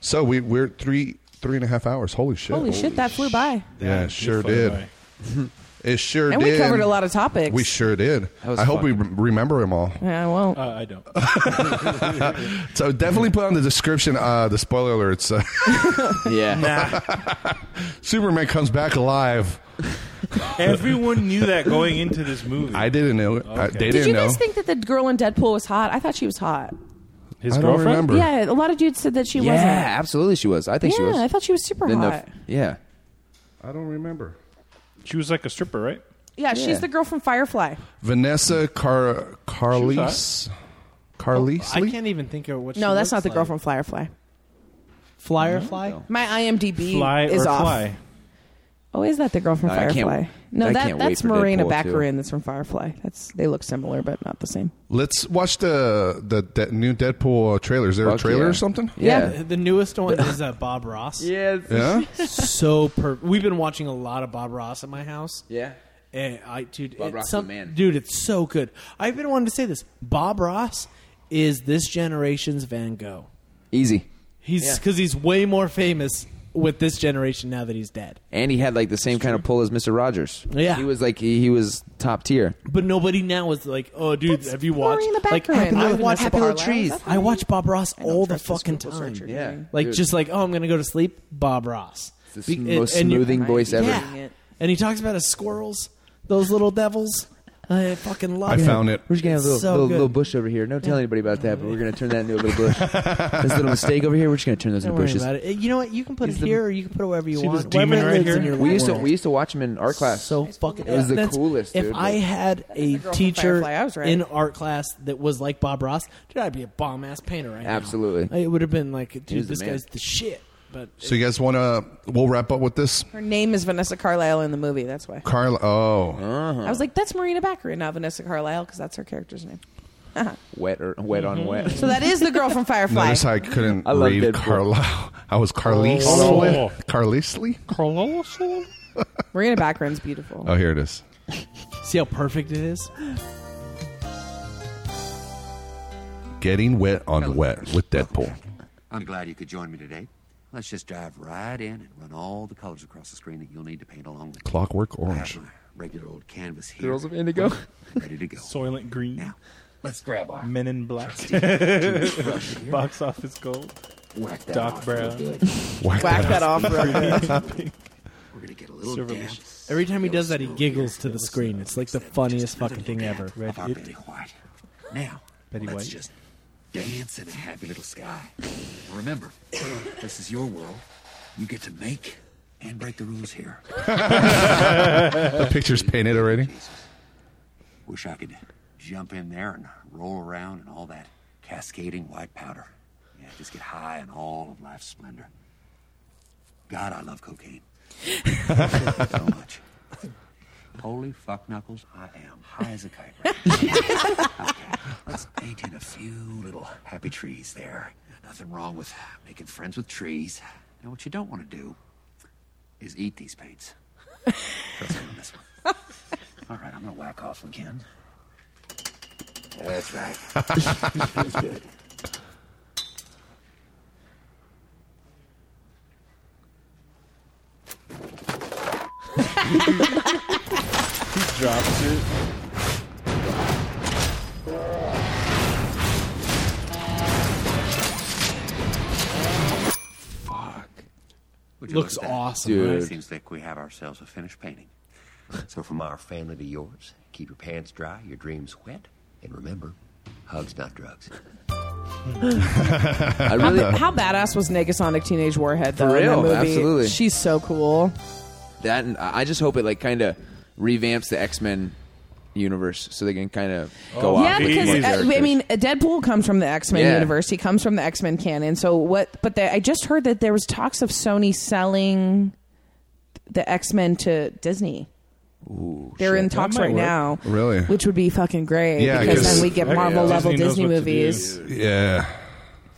Speaker 1: So we we're three three and a half hours. Holy shit!
Speaker 4: Holy, shit, that flew by.
Speaker 1: Yeah, it sure did. <laughs> it sure
Speaker 4: And we
Speaker 1: did.
Speaker 4: covered a lot of topics.
Speaker 1: We sure did. I
Speaker 4: was
Speaker 1: hope we re- remember them all.
Speaker 4: Yeah, I won't.
Speaker 5: Uh, I don't.
Speaker 1: So definitely put on the description uh, the spoiler alerts. <laughs> Uh,
Speaker 2: yeah.
Speaker 1: Superman comes back alive.
Speaker 5: Everyone knew that going into this movie.
Speaker 1: I didn't know. I-
Speaker 5: Okay.
Speaker 1: they
Speaker 4: Did
Speaker 1: didn't
Speaker 4: you
Speaker 1: know.
Speaker 4: guys think that the girl in Deadpool was hot? I thought she was hot.
Speaker 5: His
Speaker 1: I don't
Speaker 5: girlfriend?
Speaker 1: remember.
Speaker 4: Yeah, a lot of dudes said that she
Speaker 2: yeah,
Speaker 4: wasn't.
Speaker 2: absolutely. She was. I think she
Speaker 4: Yeah,
Speaker 2: was.
Speaker 4: I thought she was super
Speaker 2: Then the-
Speaker 4: hot.
Speaker 2: yeah.
Speaker 1: I don't remember.
Speaker 5: She was like a stripper, right?
Speaker 4: Yeah,
Speaker 5: Yeah.
Speaker 4: she's the girl from Firefly.
Speaker 1: Vanessa Car Carlise. Carlise.
Speaker 3: Oh, I can't even think of what.
Speaker 4: No,
Speaker 3: she
Speaker 4: that's not
Speaker 3: looks
Speaker 4: the girl
Speaker 3: like.
Speaker 4: from Firefly.
Speaker 3: Firefly.
Speaker 4: My IMDb
Speaker 5: Fly
Speaker 4: is
Speaker 5: or
Speaker 4: off.
Speaker 5: fly?
Speaker 4: Oh, is that the girl from
Speaker 5: I can't-
Speaker 4: Firefly? No,
Speaker 5: I
Speaker 4: that
Speaker 5: can't wait
Speaker 4: that's
Speaker 5: for
Speaker 4: Marina
Speaker 5: Deadpool, too.
Speaker 4: Baccarin. That's from Firefly. That's they look similar but not the same.
Speaker 1: Let's watch the the, the new Deadpool uh, trailer. Is there a
Speaker 2: Fuck
Speaker 1: trailer
Speaker 2: yeah.
Speaker 1: or something?
Speaker 3: The, the
Speaker 1: <laughs>
Speaker 3: newest one is uh, Bob Ross.
Speaker 2: Yes. <laughs>
Speaker 1: Yeah?
Speaker 3: so per- we've been watching a lot of Bob Ross at my house.
Speaker 2: Yeah.
Speaker 3: And Eh, I, dude,
Speaker 2: Bob
Speaker 3: it's
Speaker 2: Ross is
Speaker 3: some-
Speaker 2: the man.
Speaker 3: dude, it's so good. I've been wanting to say this. Bob Ross is this generation's Van Gogh.
Speaker 2: Easy.
Speaker 3: He's
Speaker 2: Yeah.
Speaker 3: because he's way more famous with this generation now that he's dead.
Speaker 2: And he had like the same kind of pull as Mister Rogers.
Speaker 3: Yeah.
Speaker 2: He was like he, he was top tier.
Speaker 3: But nobody now is like, oh, dude, have you watched?
Speaker 4: Marina
Speaker 3: Like,
Speaker 4: Baccarin.
Speaker 3: I
Speaker 4: Happy
Speaker 3: watch Happy
Speaker 4: Little
Speaker 3: Little
Speaker 4: Trees.
Speaker 3: Trees.
Speaker 4: That's
Speaker 3: I watch Bob Ross all the fucking
Speaker 4: Google
Speaker 3: time.
Speaker 4: search you're Yeah. doing.
Speaker 3: like
Speaker 2: Dude.
Speaker 3: just like, oh, I'm gonna go to sleep. Bob Ross.
Speaker 2: It's the
Speaker 3: Be-
Speaker 2: sm-
Speaker 3: and-
Speaker 2: most
Speaker 3: and you-
Speaker 2: smoothing voice ever.
Speaker 3: Yeah. And he talks about his squirrels, those little devils. I fucking love.
Speaker 1: I found it.
Speaker 2: We're just gonna have a little,
Speaker 3: So
Speaker 2: little,
Speaker 3: good.
Speaker 2: little bush over here. Don't tell anybody about that, but we're gonna turn that into a little
Speaker 3: <laughs>
Speaker 2: bush. this little mistake over here, we're just gonna turn those
Speaker 3: Don't
Speaker 2: into
Speaker 3: worry
Speaker 2: bushes.
Speaker 3: about it. You know what? You can put it here, or you can put it wherever you
Speaker 5: See this
Speaker 3: want. Wherever
Speaker 5: demon
Speaker 3: it
Speaker 5: right
Speaker 3: lives
Speaker 5: here?
Speaker 3: in your
Speaker 2: We used to
Speaker 3: world.
Speaker 2: we used to watch him in art class.
Speaker 3: So fucking.
Speaker 2: It was the
Speaker 3: that's-
Speaker 2: coolest,
Speaker 3: If
Speaker 2: dude.
Speaker 3: I had a
Speaker 4: girl from
Speaker 3: teacher
Speaker 4: Firefly, I was right.
Speaker 3: in art class that was like Bob Ross, dude, I'd be a bomb ass painter right now.
Speaker 2: Absolutely.
Speaker 3: It would have been like, dude,
Speaker 2: was the
Speaker 3: this
Speaker 2: man.
Speaker 3: guy's the shit. But
Speaker 1: So you guys want to? We'll wrap up with this.
Speaker 4: Her name is Vanessa Carlyle in the movie. That's why
Speaker 1: Carl. Oh.
Speaker 4: I was like, that's Marina Baccarin, not Vanessa Carlyle, because that's her character's name.
Speaker 2: wet or wet on wet.
Speaker 3: Mhm.
Speaker 4: So that is the girl from Firefly.
Speaker 1: Notice how I couldn't
Speaker 2: I love
Speaker 1: read
Speaker 2: Deadpool.
Speaker 1: Carlisle. <laughs> I was Carlisle.
Speaker 5: Oh.
Speaker 1: Carlisle?
Speaker 5: Carlos?
Speaker 4: Marina Baccarin's beautiful.
Speaker 1: Oh, here it is.
Speaker 3: see how perfect it is.
Speaker 1: Getting wet on wet with Deadpool.
Speaker 15: I'm glad you could join me today. Let's just dive right in and run all the colors across the screen that you'll need to paint along with
Speaker 1: Clockwork orange.
Speaker 15: regular old canvas here.
Speaker 2: Girls of <laughs> Indigo.
Speaker 15: Ready to go.
Speaker 5: Soylent Green.
Speaker 15: Let's grab our
Speaker 5: Men in Black. <laughs>
Speaker 15: Trusty.
Speaker 5: Box office gold.
Speaker 15: Whack that
Speaker 5: Doc
Speaker 15: off
Speaker 5: Brown.
Speaker 15: real good.
Speaker 1: Whack Whack that that off off real real good.
Speaker 5: good.
Speaker 15: We're gonna get a little
Speaker 5: Silver
Speaker 15: damp.
Speaker 3: Every time he does that, he giggles to the screen. It's like the funniest fucking thing ever.
Speaker 15: of our Betty White. Now,
Speaker 3: Betty
Speaker 15: let's
Speaker 3: White.
Speaker 15: just dance in a happy little sky. Remember, <coughs> this is your world. You get to make and break the rules here.
Speaker 1: the picture's painted already.
Speaker 15: Wish I could jump in there and roll around in all that cascading white powder. Yeah, just get high in all of life's splendor. God, I love cocaine. so much. Holy fuck knuckles, I am high as a kite. Right now. okay, let's paint in a few little happy trees there. Nothing wrong with making friends with trees. Now, what you don't want to do is eat these paints. Trust me on this one. All right, I'm gonna whack off again. That's right. Feels good.
Speaker 5: drops it.
Speaker 15: Would you
Speaker 3: Looks
Speaker 15: look at that?
Speaker 3: awesome, right?
Speaker 15: Seems like we have ourselves a finished painting. So from our family to yours, keep your pants dry, your dreams wet, and remember, hugs not drugs.
Speaker 4: I
Speaker 15: really-
Speaker 4: how, how badass was Negasonic Teenage Warhead though?
Speaker 2: For
Speaker 4: in that
Speaker 2: real,
Speaker 4: movie?
Speaker 2: absolutely.
Speaker 4: She's so cool.
Speaker 2: That and I I just hope it like kind of revamps the X Men universe so they can kind of go off.
Speaker 4: Oh, yeah,
Speaker 2: with
Speaker 4: because
Speaker 2: more
Speaker 4: uh, I
Speaker 2: characters.
Speaker 4: mean, Deadpool comes from the X Men
Speaker 2: Yeah.
Speaker 4: universe. He comes from the X Men canon. So what? But they, I just heard that there was talks of Sony selling the X Men to Disney. They're in
Speaker 2: shit.
Speaker 4: talks
Speaker 2: That might
Speaker 4: right
Speaker 2: work.
Speaker 4: now,
Speaker 1: Really?
Speaker 4: which would be fucking great.
Speaker 1: Yeah,
Speaker 4: because
Speaker 1: 'cause-
Speaker 4: then we get
Speaker 1: Yeah,
Speaker 4: Marvel level
Speaker 1: Disney knows
Speaker 4: Disney
Speaker 1: what to do.
Speaker 4: movies.
Speaker 1: Yeah.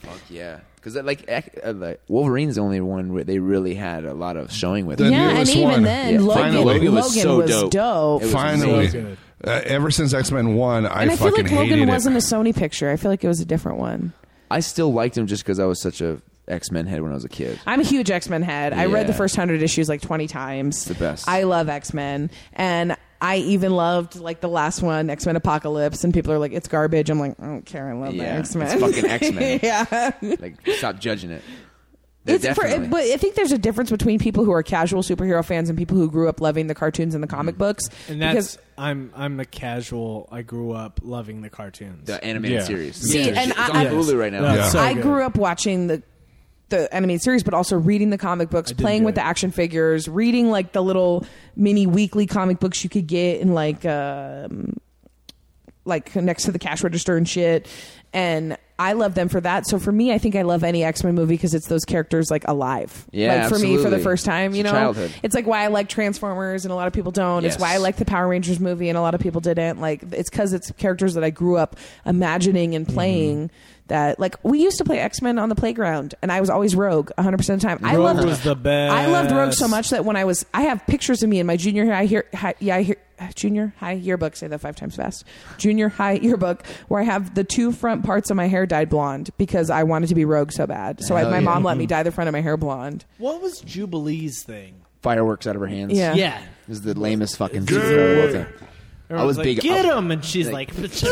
Speaker 2: Fuck yeah. Because like, ec- uh, like Wolverine's the only one where they really had a lot of showing with.
Speaker 1: The
Speaker 2: him.
Speaker 1: Yeah, and newest even one. then, Logan-
Speaker 2: Logan was
Speaker 1: Logan
Speaker 2: so
Speaker 1: was
Speaker 2: dope.
Speaker 4: dope.
Speaker 2: It was
Speaker 1: Finally,
Speaker 2: amazing.
Speaker 1: uh, ever since X Men One, I,
Speaker 4: and I feel
Speaker 1: fucking
Speaker 4: like Logan
Speaker 1: hated
Speaker 4: wasn't
Speaker 1: it. <laughs>
Speaker 4: a Sony picture. I feel like it was a different one.
Speaker 2: I still liked him just because I was such a X Men head when I was a kid.
Speaker 4: I'm a huge X Men head. I read
Speaker 2: Yeah.
Speaker 4: the first hundred issues like twenty times.
Speaker 2: the best.
Speaker 4: I love X Men, and I even loved like the last one, X Men Apocalypse. And people are like, "It's garbage." I'm like, "I don't care. I love
Speaker 2: Yeah,
Speaker 4: X Men.
Speaker 2: it's fucking X-Men.
Speaker 4: yeah,
Speaker 2: like, stop judging it. They
Speaker 4: <laughs> it's for,
Speaker 2: definitely-
Speaker 4: but I think there's a difference between people who are casual superhero fans and people who grew up loving the cartoons and the comic books.
Speaker 3: Mm. And that's I'm I'm the casual. I grew up loving the cartoons,
Speaker 2: The animated Yeah. series.
Speaker 4: See, and I,
Speaker 3: No, it's so
Speaker 4: I
Speaker 3: good.
Speaker 4: grew up watching the the animated series, but also reading the comic books, playing with the action figures, reading like the little mini weekly comic books you could get in like um, like next to the cash register and shit. And I love them for that. So for me, I think I love any X Men movie because it's those characters like alive.
Speaker 2: Yeah,
Speaker 4: like for me for the
Speaker 2: absolutely.
Speaker 4: first time, you
Speaker 2: It's
Speaker 4: know,
Speaker 2: your childhood.
Speaker 4: it's like why I like Transformers and a lot of people don't. It's
Speaker 2: Yes.
Speaker 4: why I like the Power Rangers movie and a lot of people didn't. Like it's because it's characters that I grew up imagining and playing.
Speaker 3: Mm-hmm.
Speaker 4: That like we used to play X Men on the playground, and I was always Rogue 100 percent of the time. I
Speaker 3: Rogue
Speaker 4: loved
Speaker 3: was the best.
Speaker 4: I loved Rogue so much that when I was, I have pictures of me in my junior high, year, high yeah, I hear, junior high yearbook. Say that five times fast. Junior high yearbook, where I have the two front parts of my hair dyed blonde because I wanted to be Rogue so bad. So I,
Speaker 2: Hell
Speaker 4: my
Speaker 2: yeah.
Speaker 4: mom let me
Speaker 3: Mm-hmm.
Speaker 4: dye the front of my hair blonde.
Speaker 3: What was Jubilee's thing?
Speaker 2: Fireworks out of her hands.
Speaker 4: Yeah. Yeah.
Speaker 2: This is the lamest fucking Super Bowl of all time. I was
Speaker 3: Everyone's like,
Speaker 2: big.
Speaker 3: Get
Speaker 2: I-
Speaker 3: him, and she's like, It's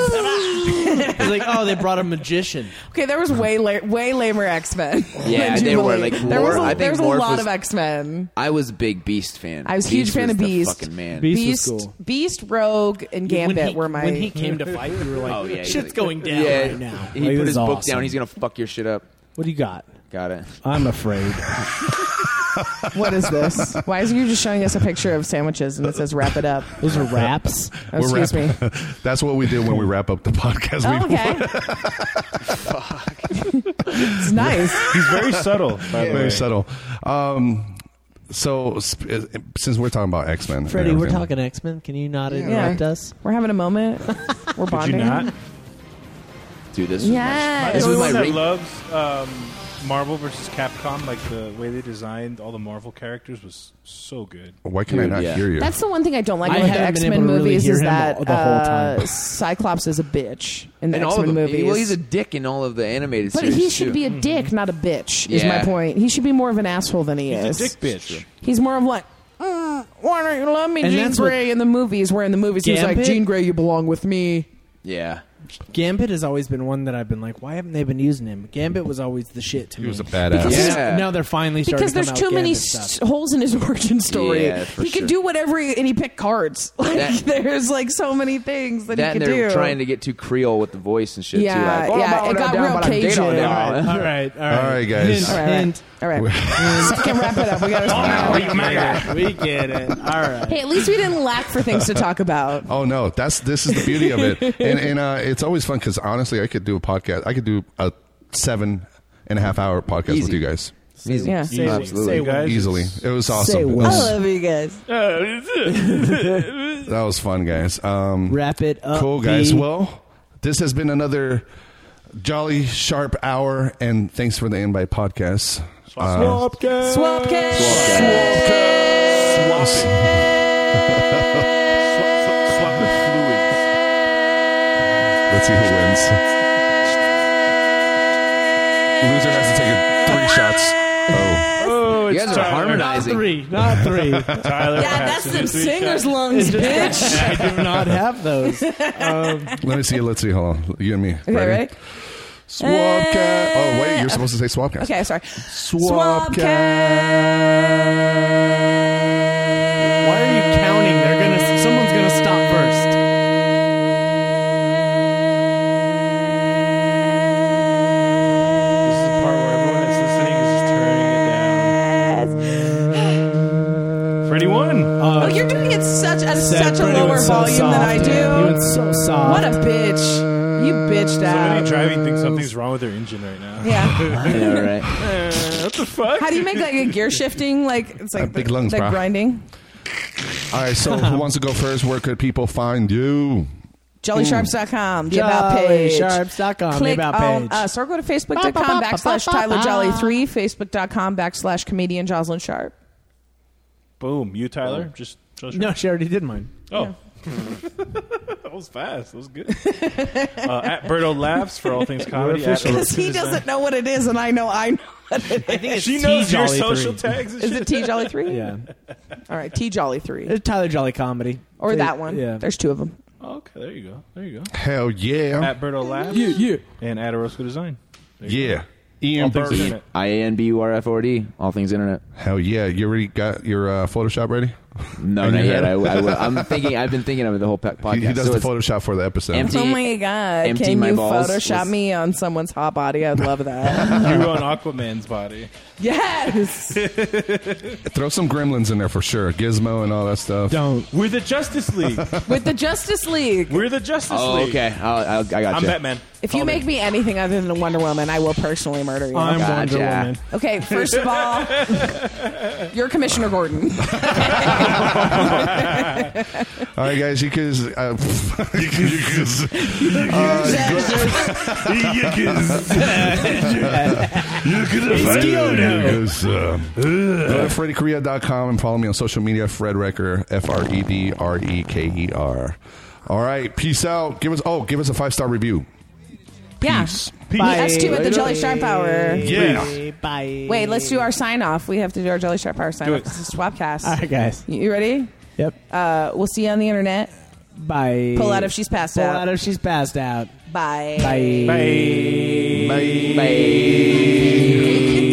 Speaker 3: like, oh, they brought a magician.
Speaker 4: Okay, there was way la- way lamer X Men.
Speaker 2: <laughs> Yeah, they were, like,
Speaker 4: there was
Speaker 2: Morph-
Speaker 4: a,
Speaker 2: I think
Speaker 4: there was a
Speaker 2: Morph
Speaker 4: lot
Speaker 2: was-
Speaker 4: of X Men.
Speaker 2: I was a big Beast fan.
Speaker 4: I was a huge fan of
Speaker 2: the
Speaker 4: Beast.
Speaker 2: Fucking man.
Speaker 4: Beast, Beast, Rogue, and
Speaker 3: Yeah, when
Speaker 4: <laughs> Gambit
Speaker 3: he-
Speaker 4: were my.
Speaker 3: when
Speaker 4: <laughs>
Speaker 3: he came to fight, you were like,
Speaker 2: <laughs> Oh yeah,
Speaker 3: shit's going down
Speaker 2: yeah,
Speaker 3: right now.
Speaker 2: He
Speaker 3: Like, it
Speaker 2: put
Speaker 3: was
Speaker 2: his book
Speaker 3: awesome.
Speaker 2: down. He's gonna fuck your shit up.
Speaker 3: What do
Speaker 2: <laughs>
Speaker 3: you got?
Speaker 2: Got it.
Speaker 3: I'm afraid.
Speaker 4: what is this? Why is you just showing us a picture of sandwiches and it says "wrap it up"?
Speaker 3: Those are wraps.
Speaker 4: Oh, excuse me.
Speaker 1: wrap- <laughs> That's what we do when we wrap up the podcast.
Speaker 4: Oh,
Speaker 1: We-
Speaker 4: okay.
Speaker 5: <laughs>
Speaker 4: it's nice.
Speaker 5: He's very subtle. By the
Speaker 1: very
Speaker 5: way.
Speaker 1: subtle. Um, so sp- uh, since we're talking about X Men,
Speaker 3: Freddie, we're talking X Men. Can you not interrupt us?
Speaker 4: We're having a moment. We're
Speaker 5: Could you
Speaker 4: bonding.
Speaker 5: not?
Speaker 2: Dude, this.
Speaker 4: Yes.
Speaker 5: This
Speaker 4: This was
Speaker 5: one
Speaker 4: my
Speaker 5: that
Speaker 4: re-
Speaker 5: loves um, Marvel versus Capcom, like the way they designed all the Marvel characters was so good.
Speaker 1: Why can I not hear you?
Speaker 4: That's the one thing I don't like
Speaker 5: I
Speaker 4: about the
Speaker 5: haven't
Speaker 4: X
Speaker 5: been
Speaker 4: Men
Speaker 5: able to really
Speaker 4: movies
Speaker 5: hear
Speaker 4: is
Speaker 5: him
Speaker 4: that
Speaker 5: all- the whole time.
Speaker 4: uh, Cyclops is a bitch in the
Speaker 2: And all
Speaker 4: X
Speaker 2: of
Speaker 4: Men
Speaker 2: them.
Speaker 4: movies.
Speaker 2: Well, he's a dick in all of the animated
Speaker 4: but
Speaker 2: series.
Speaker 4: he should
Speaker 2: too.
Speaker 4: be a dick, not a bitch. Is
Speaker 2: Mm-hmm.
Speaker 4: my
Speaker 2: Yeah.
Speaker 4: point. He should be more of an asshole than he
Speaker 2: He's
Speaker 4: is.
Speaker 2: a dick bitch.
Speaker 4: He's more of like, "Mm, why don't you love me,
Speaker 3: And
Speaker 4: Jean
Speaker 3: that's what-
Speaker 4: Grey? In the movies, where in the movies he's like,
Speaker 3: Gambit?
Speaker 4: Jean Grey, you belong with me.
Speaker 2: Yeah.
Speaker 3: Gambit has always been one that I've been like, why haven't they been using him? Gambit was always the shit to me. He
Speaker 1: was a badass.
Speaker 2: Yeah.
Speaker 3: Now they're finally starting
Speaker 4: because
Speaker 3: to come
Speaker 4: there's
Speaker 3: out
Speaker 4: too many
Speaker 3: Gambit
Speaker 4: s
Speaker 3: stuff.
Speaker 4: holes in his origin story.
Speaker 2: Yeah, for
Speaker 4: he could
Speaker 2: sure.
Speaker 4: do whatever, he, and he picked cards. <laughs> Like
Speaker 2: That-
Speaker 4: there's like so many things that,
Speaker 2: That
Speaker 4: he
Speaker 2: and
Speaker 4: could
Speaker 2: they're
Speaker 4: do.
Speaker 2: trying to get too Creole with the voice and shit too.
Speaker 4: Yeah,
Speaker 2: Like, oh,
Speaker 4: yeah,
Speaker 2: I'm
Speaker 4: it
Speaker 2: out
Speaker 4: got
Speaker 2: down
Speaker 4: real
Speaker 2: by the date
Speaker 4: Cajun.
Speaker 2: on
Speaker 4: All
Speaker 2: down.
Speaker 3: all
Speaker 4: right,
Speaker 3: right, all right.
Speaker 1: All right, guys.
Speaker 3: Hint,
Speaker 4: All right,
Speaker 3: hint.
Speaker 4: all
Speaker 2: <laughs>
Speaker 4: right. We can wrap it up. We got to.
Speaker 3: We get it. All right.
Speaker 4: Hey, at least we didn't lack for things to
Speaker 2: <laughs>
Speaker 4: talk about.
Speaker 1: Oh no, that's this is the beauty of
Speaker 4: <laughs>
Speaker 1: it, and and uh, it's always fun because honestly, I could do a podcast. I could do a seven and a half hour podcast with
Speaker 2: Easy.
Speaker 1: you guys
Speaker 2: Easy.
Speaker 4: Yeah.
Speaker 5: Easy.
Speaker 2: Absolutely.
Speaker 5: Say guys,
Speaker 1: easily.
Speaker 5: it's-
Speaker 1: It was awesome. It
Speaker 4: I
Speaker 1: was-
Speaker 4: love you guys.
Speaker 1: that was fun, guys. Um,
Speaker 3: Wrap it up.
Speaker 1: cool, guys.
Speaker 3: B.
Speaker 1: Well, this has been another jolly sharp hour, and thanks for the invite podcast. Uh,
Speaker 5: Swapcast.
Speaker 4: Swapcast.
Speaker 1: let's see who wins. Loser has to take a, three shots. Oh.
Speaker 5: Oh, it's
Speaker 2: guys are
Speaker 5: Tyler.
Speaker 2: harmonizing.
Speaker 5: Not three, not three. Tyler
Speaker 4: Yeah,
Speaker 5: has
Speaker 4: that's
Speaker 5: to
Speaker 4: them
Speaker 5: do three
Speaker 4: singer's
Speaker 5: shots.
Speaker 4: lungs, <laughs> bitch.
Speaker 3: I do not have those. Um,
Speaker 1: Let me see. Let's see. Hold on. You and me.
Speaker 4: Okay, ready?
Speaker 1: Swamp cat. Oh wait, you're supposed to say swamp cat.
Speaker 4: Okay, sorry.
Speaker 1: Swamp
Speaker 3: Why are you counting? They're gonna. Someone's gonna stop first.
Speaker 5: This is the part where everyone that's listening is just turning it down. Freddie won.
Speaker 4: oh, you're doing it such at
Speaker 5: Sad
Speaker 4: such a
Speaker 5: Freddy
Speaker 4: lower
Speaker 5: went so
Speaker 4: volume than
Speaker 5: soft,
Speaker 4: I do.
Speaker 5: man. He went so soft.
Speaker 4: What a bitch! You bitched
Speaker 5: Somebody
Speaker 4: out.
Speaker 5: driving thinks something's wrong with their engine right now.
Speaker 3: <laughs>
Speaker 4: Yeah.
Speaker 2: Yeah, right.
Speaker 5: Uh, what the fuck?
Speaker 4: How do you make like a gear shifting? Like it's like
Speaker 1: big
Speaker 4: the-
Speaker 1: lungs,
Speaker 4: like
Speaker 1: brah.
Speaker 4: grinding.
Speaker 1: All right. So who wants to go first? Where could people find you?
Speaker 4: JollySharps.com, the about page.
Speaker 3: JollySharps.com, the
Speaker 4: Click
Speaker 3: about
Speaker 4: on
Speaker 3: page.
Speaker 4: us or go to
Speaker 3: Ba, ba, ba,
Speaker 4: Facebook.com
Speaker 3: ba,
Speaker 4: backslash
Speaker 3: ba, ba,
Speaker 4: Tyler
Speaker 3: ba.
Speaker 4: Jolly 3, Facebook.com backslash comedian Jocelyn Sharp.
Speaker 5: Boom. You,
Speaker 4: Oh.
Speaker 5: Tyler? Just.
Speaker 3: <laughs> No, she already did mine.
Speaker 5: Oh. <laughs> that was fast. That was good. Uh, at Berto Laughs for all things comedy. at Berto
Speaker 4: Because he
Speaker 5: Design.
Speaker 4: doesn't know what it is, and I know <laughs> I know what it is. I think
Speaker 5: She knows your social tags. And
Speaker 4: Is it T Jolly
Speaker 5: <laughs>
Speaker 4: 3?
Speaker 3: Yeah.
Speaker 4: All right, T Jolly 3.
Speaker 3: It's Tyler Jolly comedy
Speaker 4: Or
Speaker 3: They-
Speaker 4: that one.
Speaker 3: Yeah.
Speaker 4: There's two of them.
Speaker 5: Okay, there you go. There you go.
Speaker 1: Hell yeah.
Speaker 5: At Berto Laughs.
Speaker 3: Yeah, yeah.
Speaker 5: And at Orozco Design. There you
Speaker 1: Yeah.
Speaker 5: go. All
Speaker 1: Ian
Speaker 5: things
Speaker 1: Burke.
Speaker 5: internet.
Speaker 2: I A N B U R F O R D. All things internet.
Speaker 1: Hell yeah. You already got your uh, Photoshop ready?
Speaker 2: No,
Speaker 1: In
Speaker 2: not
Speaker 1: your
Speaker 2: yet.
Speaker 1: head?
Speaker 2: I, I will. I'm thinking. I've been thinking of it the whole pe- podcast.
Speaker 1: He, he does
Speaker 2: So
Speaker 1: the
Speaker 2: it's-
Speaker 1: Photoshop for the episode.
Speaker 2: Empty-
Speaker 4: Oh my god.
Speaker 2: empty
Speaker 4: Can
Speaker 2: my
Speaker 4: you
Speaker 2: balls <laughs>
Speaker 4: Photoshop
Speaker 2: was-
Speaker 4: me on someone's hot body? I'd love that.
Speaker 5: You on Aquaman's body.
Speaker 4: <laughs> yes.
Speaker 1: Throw some gremlins in there for sure. Gizmo and all that stuff.
Speaker 3: Don't.
Speaker 5: We're the Justice League.
Speaker 4: <laughs> With the Justice League.
Speaker 5: We're the Justice
Speaker 2: Oh,
Speaker 5: League.
Speaker 2: okay. I'll, I'll, I got
Speaker 5: I'm
Speaker 2: you.
Speaker 5: Batman.
Speaker 4: If you
Speaker 5: All
Speaker 4: make
Speaker 5: day.
Speaker 4: me anything other than a Wonder Woman, I will personally murder you.
Speaker 3: I'm
Speaker 2: Gotcha.
Speaker 3: Wonder Woman.
Speaker 4: okay, first of
Speaker 5: <laughs>
Speaker 4: all, you're Commissioner Gordon.
Speaker 5: Uh,
Speaker 1: All right, guys, you guys. Uh, <laughs> you <laughs> guys- you guys, um, Go to FreddyKorea.com and follow me on social media, Fred Recker, F R E D R E K E R. All right, peace out. Give us oh, give us a five star review.
Speaker 4: <laughs> yeah.
Speaker 1: Peace.
Speaker 4: Meet us too at the Jelly Sharp Hour.
Speaker 1: Yeah.
Speaker 3: Bye.
Speaker 4: Wait, let's do our sign off. We have to do our Jelly Sharp Hour sign
Speaker 5: Do
Speaker 4: off.
Speaker 5: it.
Speaker 4: This is Swapcast.
Speaker 3: All right, guys.
Speaker 4: You you ready?
Speaker 3: Yep.
Speaker 4: Uh, we'll see you on the internet.
Speaker 3: Bye.
Speaker 4: Pull out if she's passed
Speaker 3: Pull
Speaker 4: out.
Speaker 3: out if she's passed out.
Speaker 4: Bye.
Speaker 3: Bye.
Speaker 5: Bye.
Speaker 2: Bye.
Speaker 7: Oh,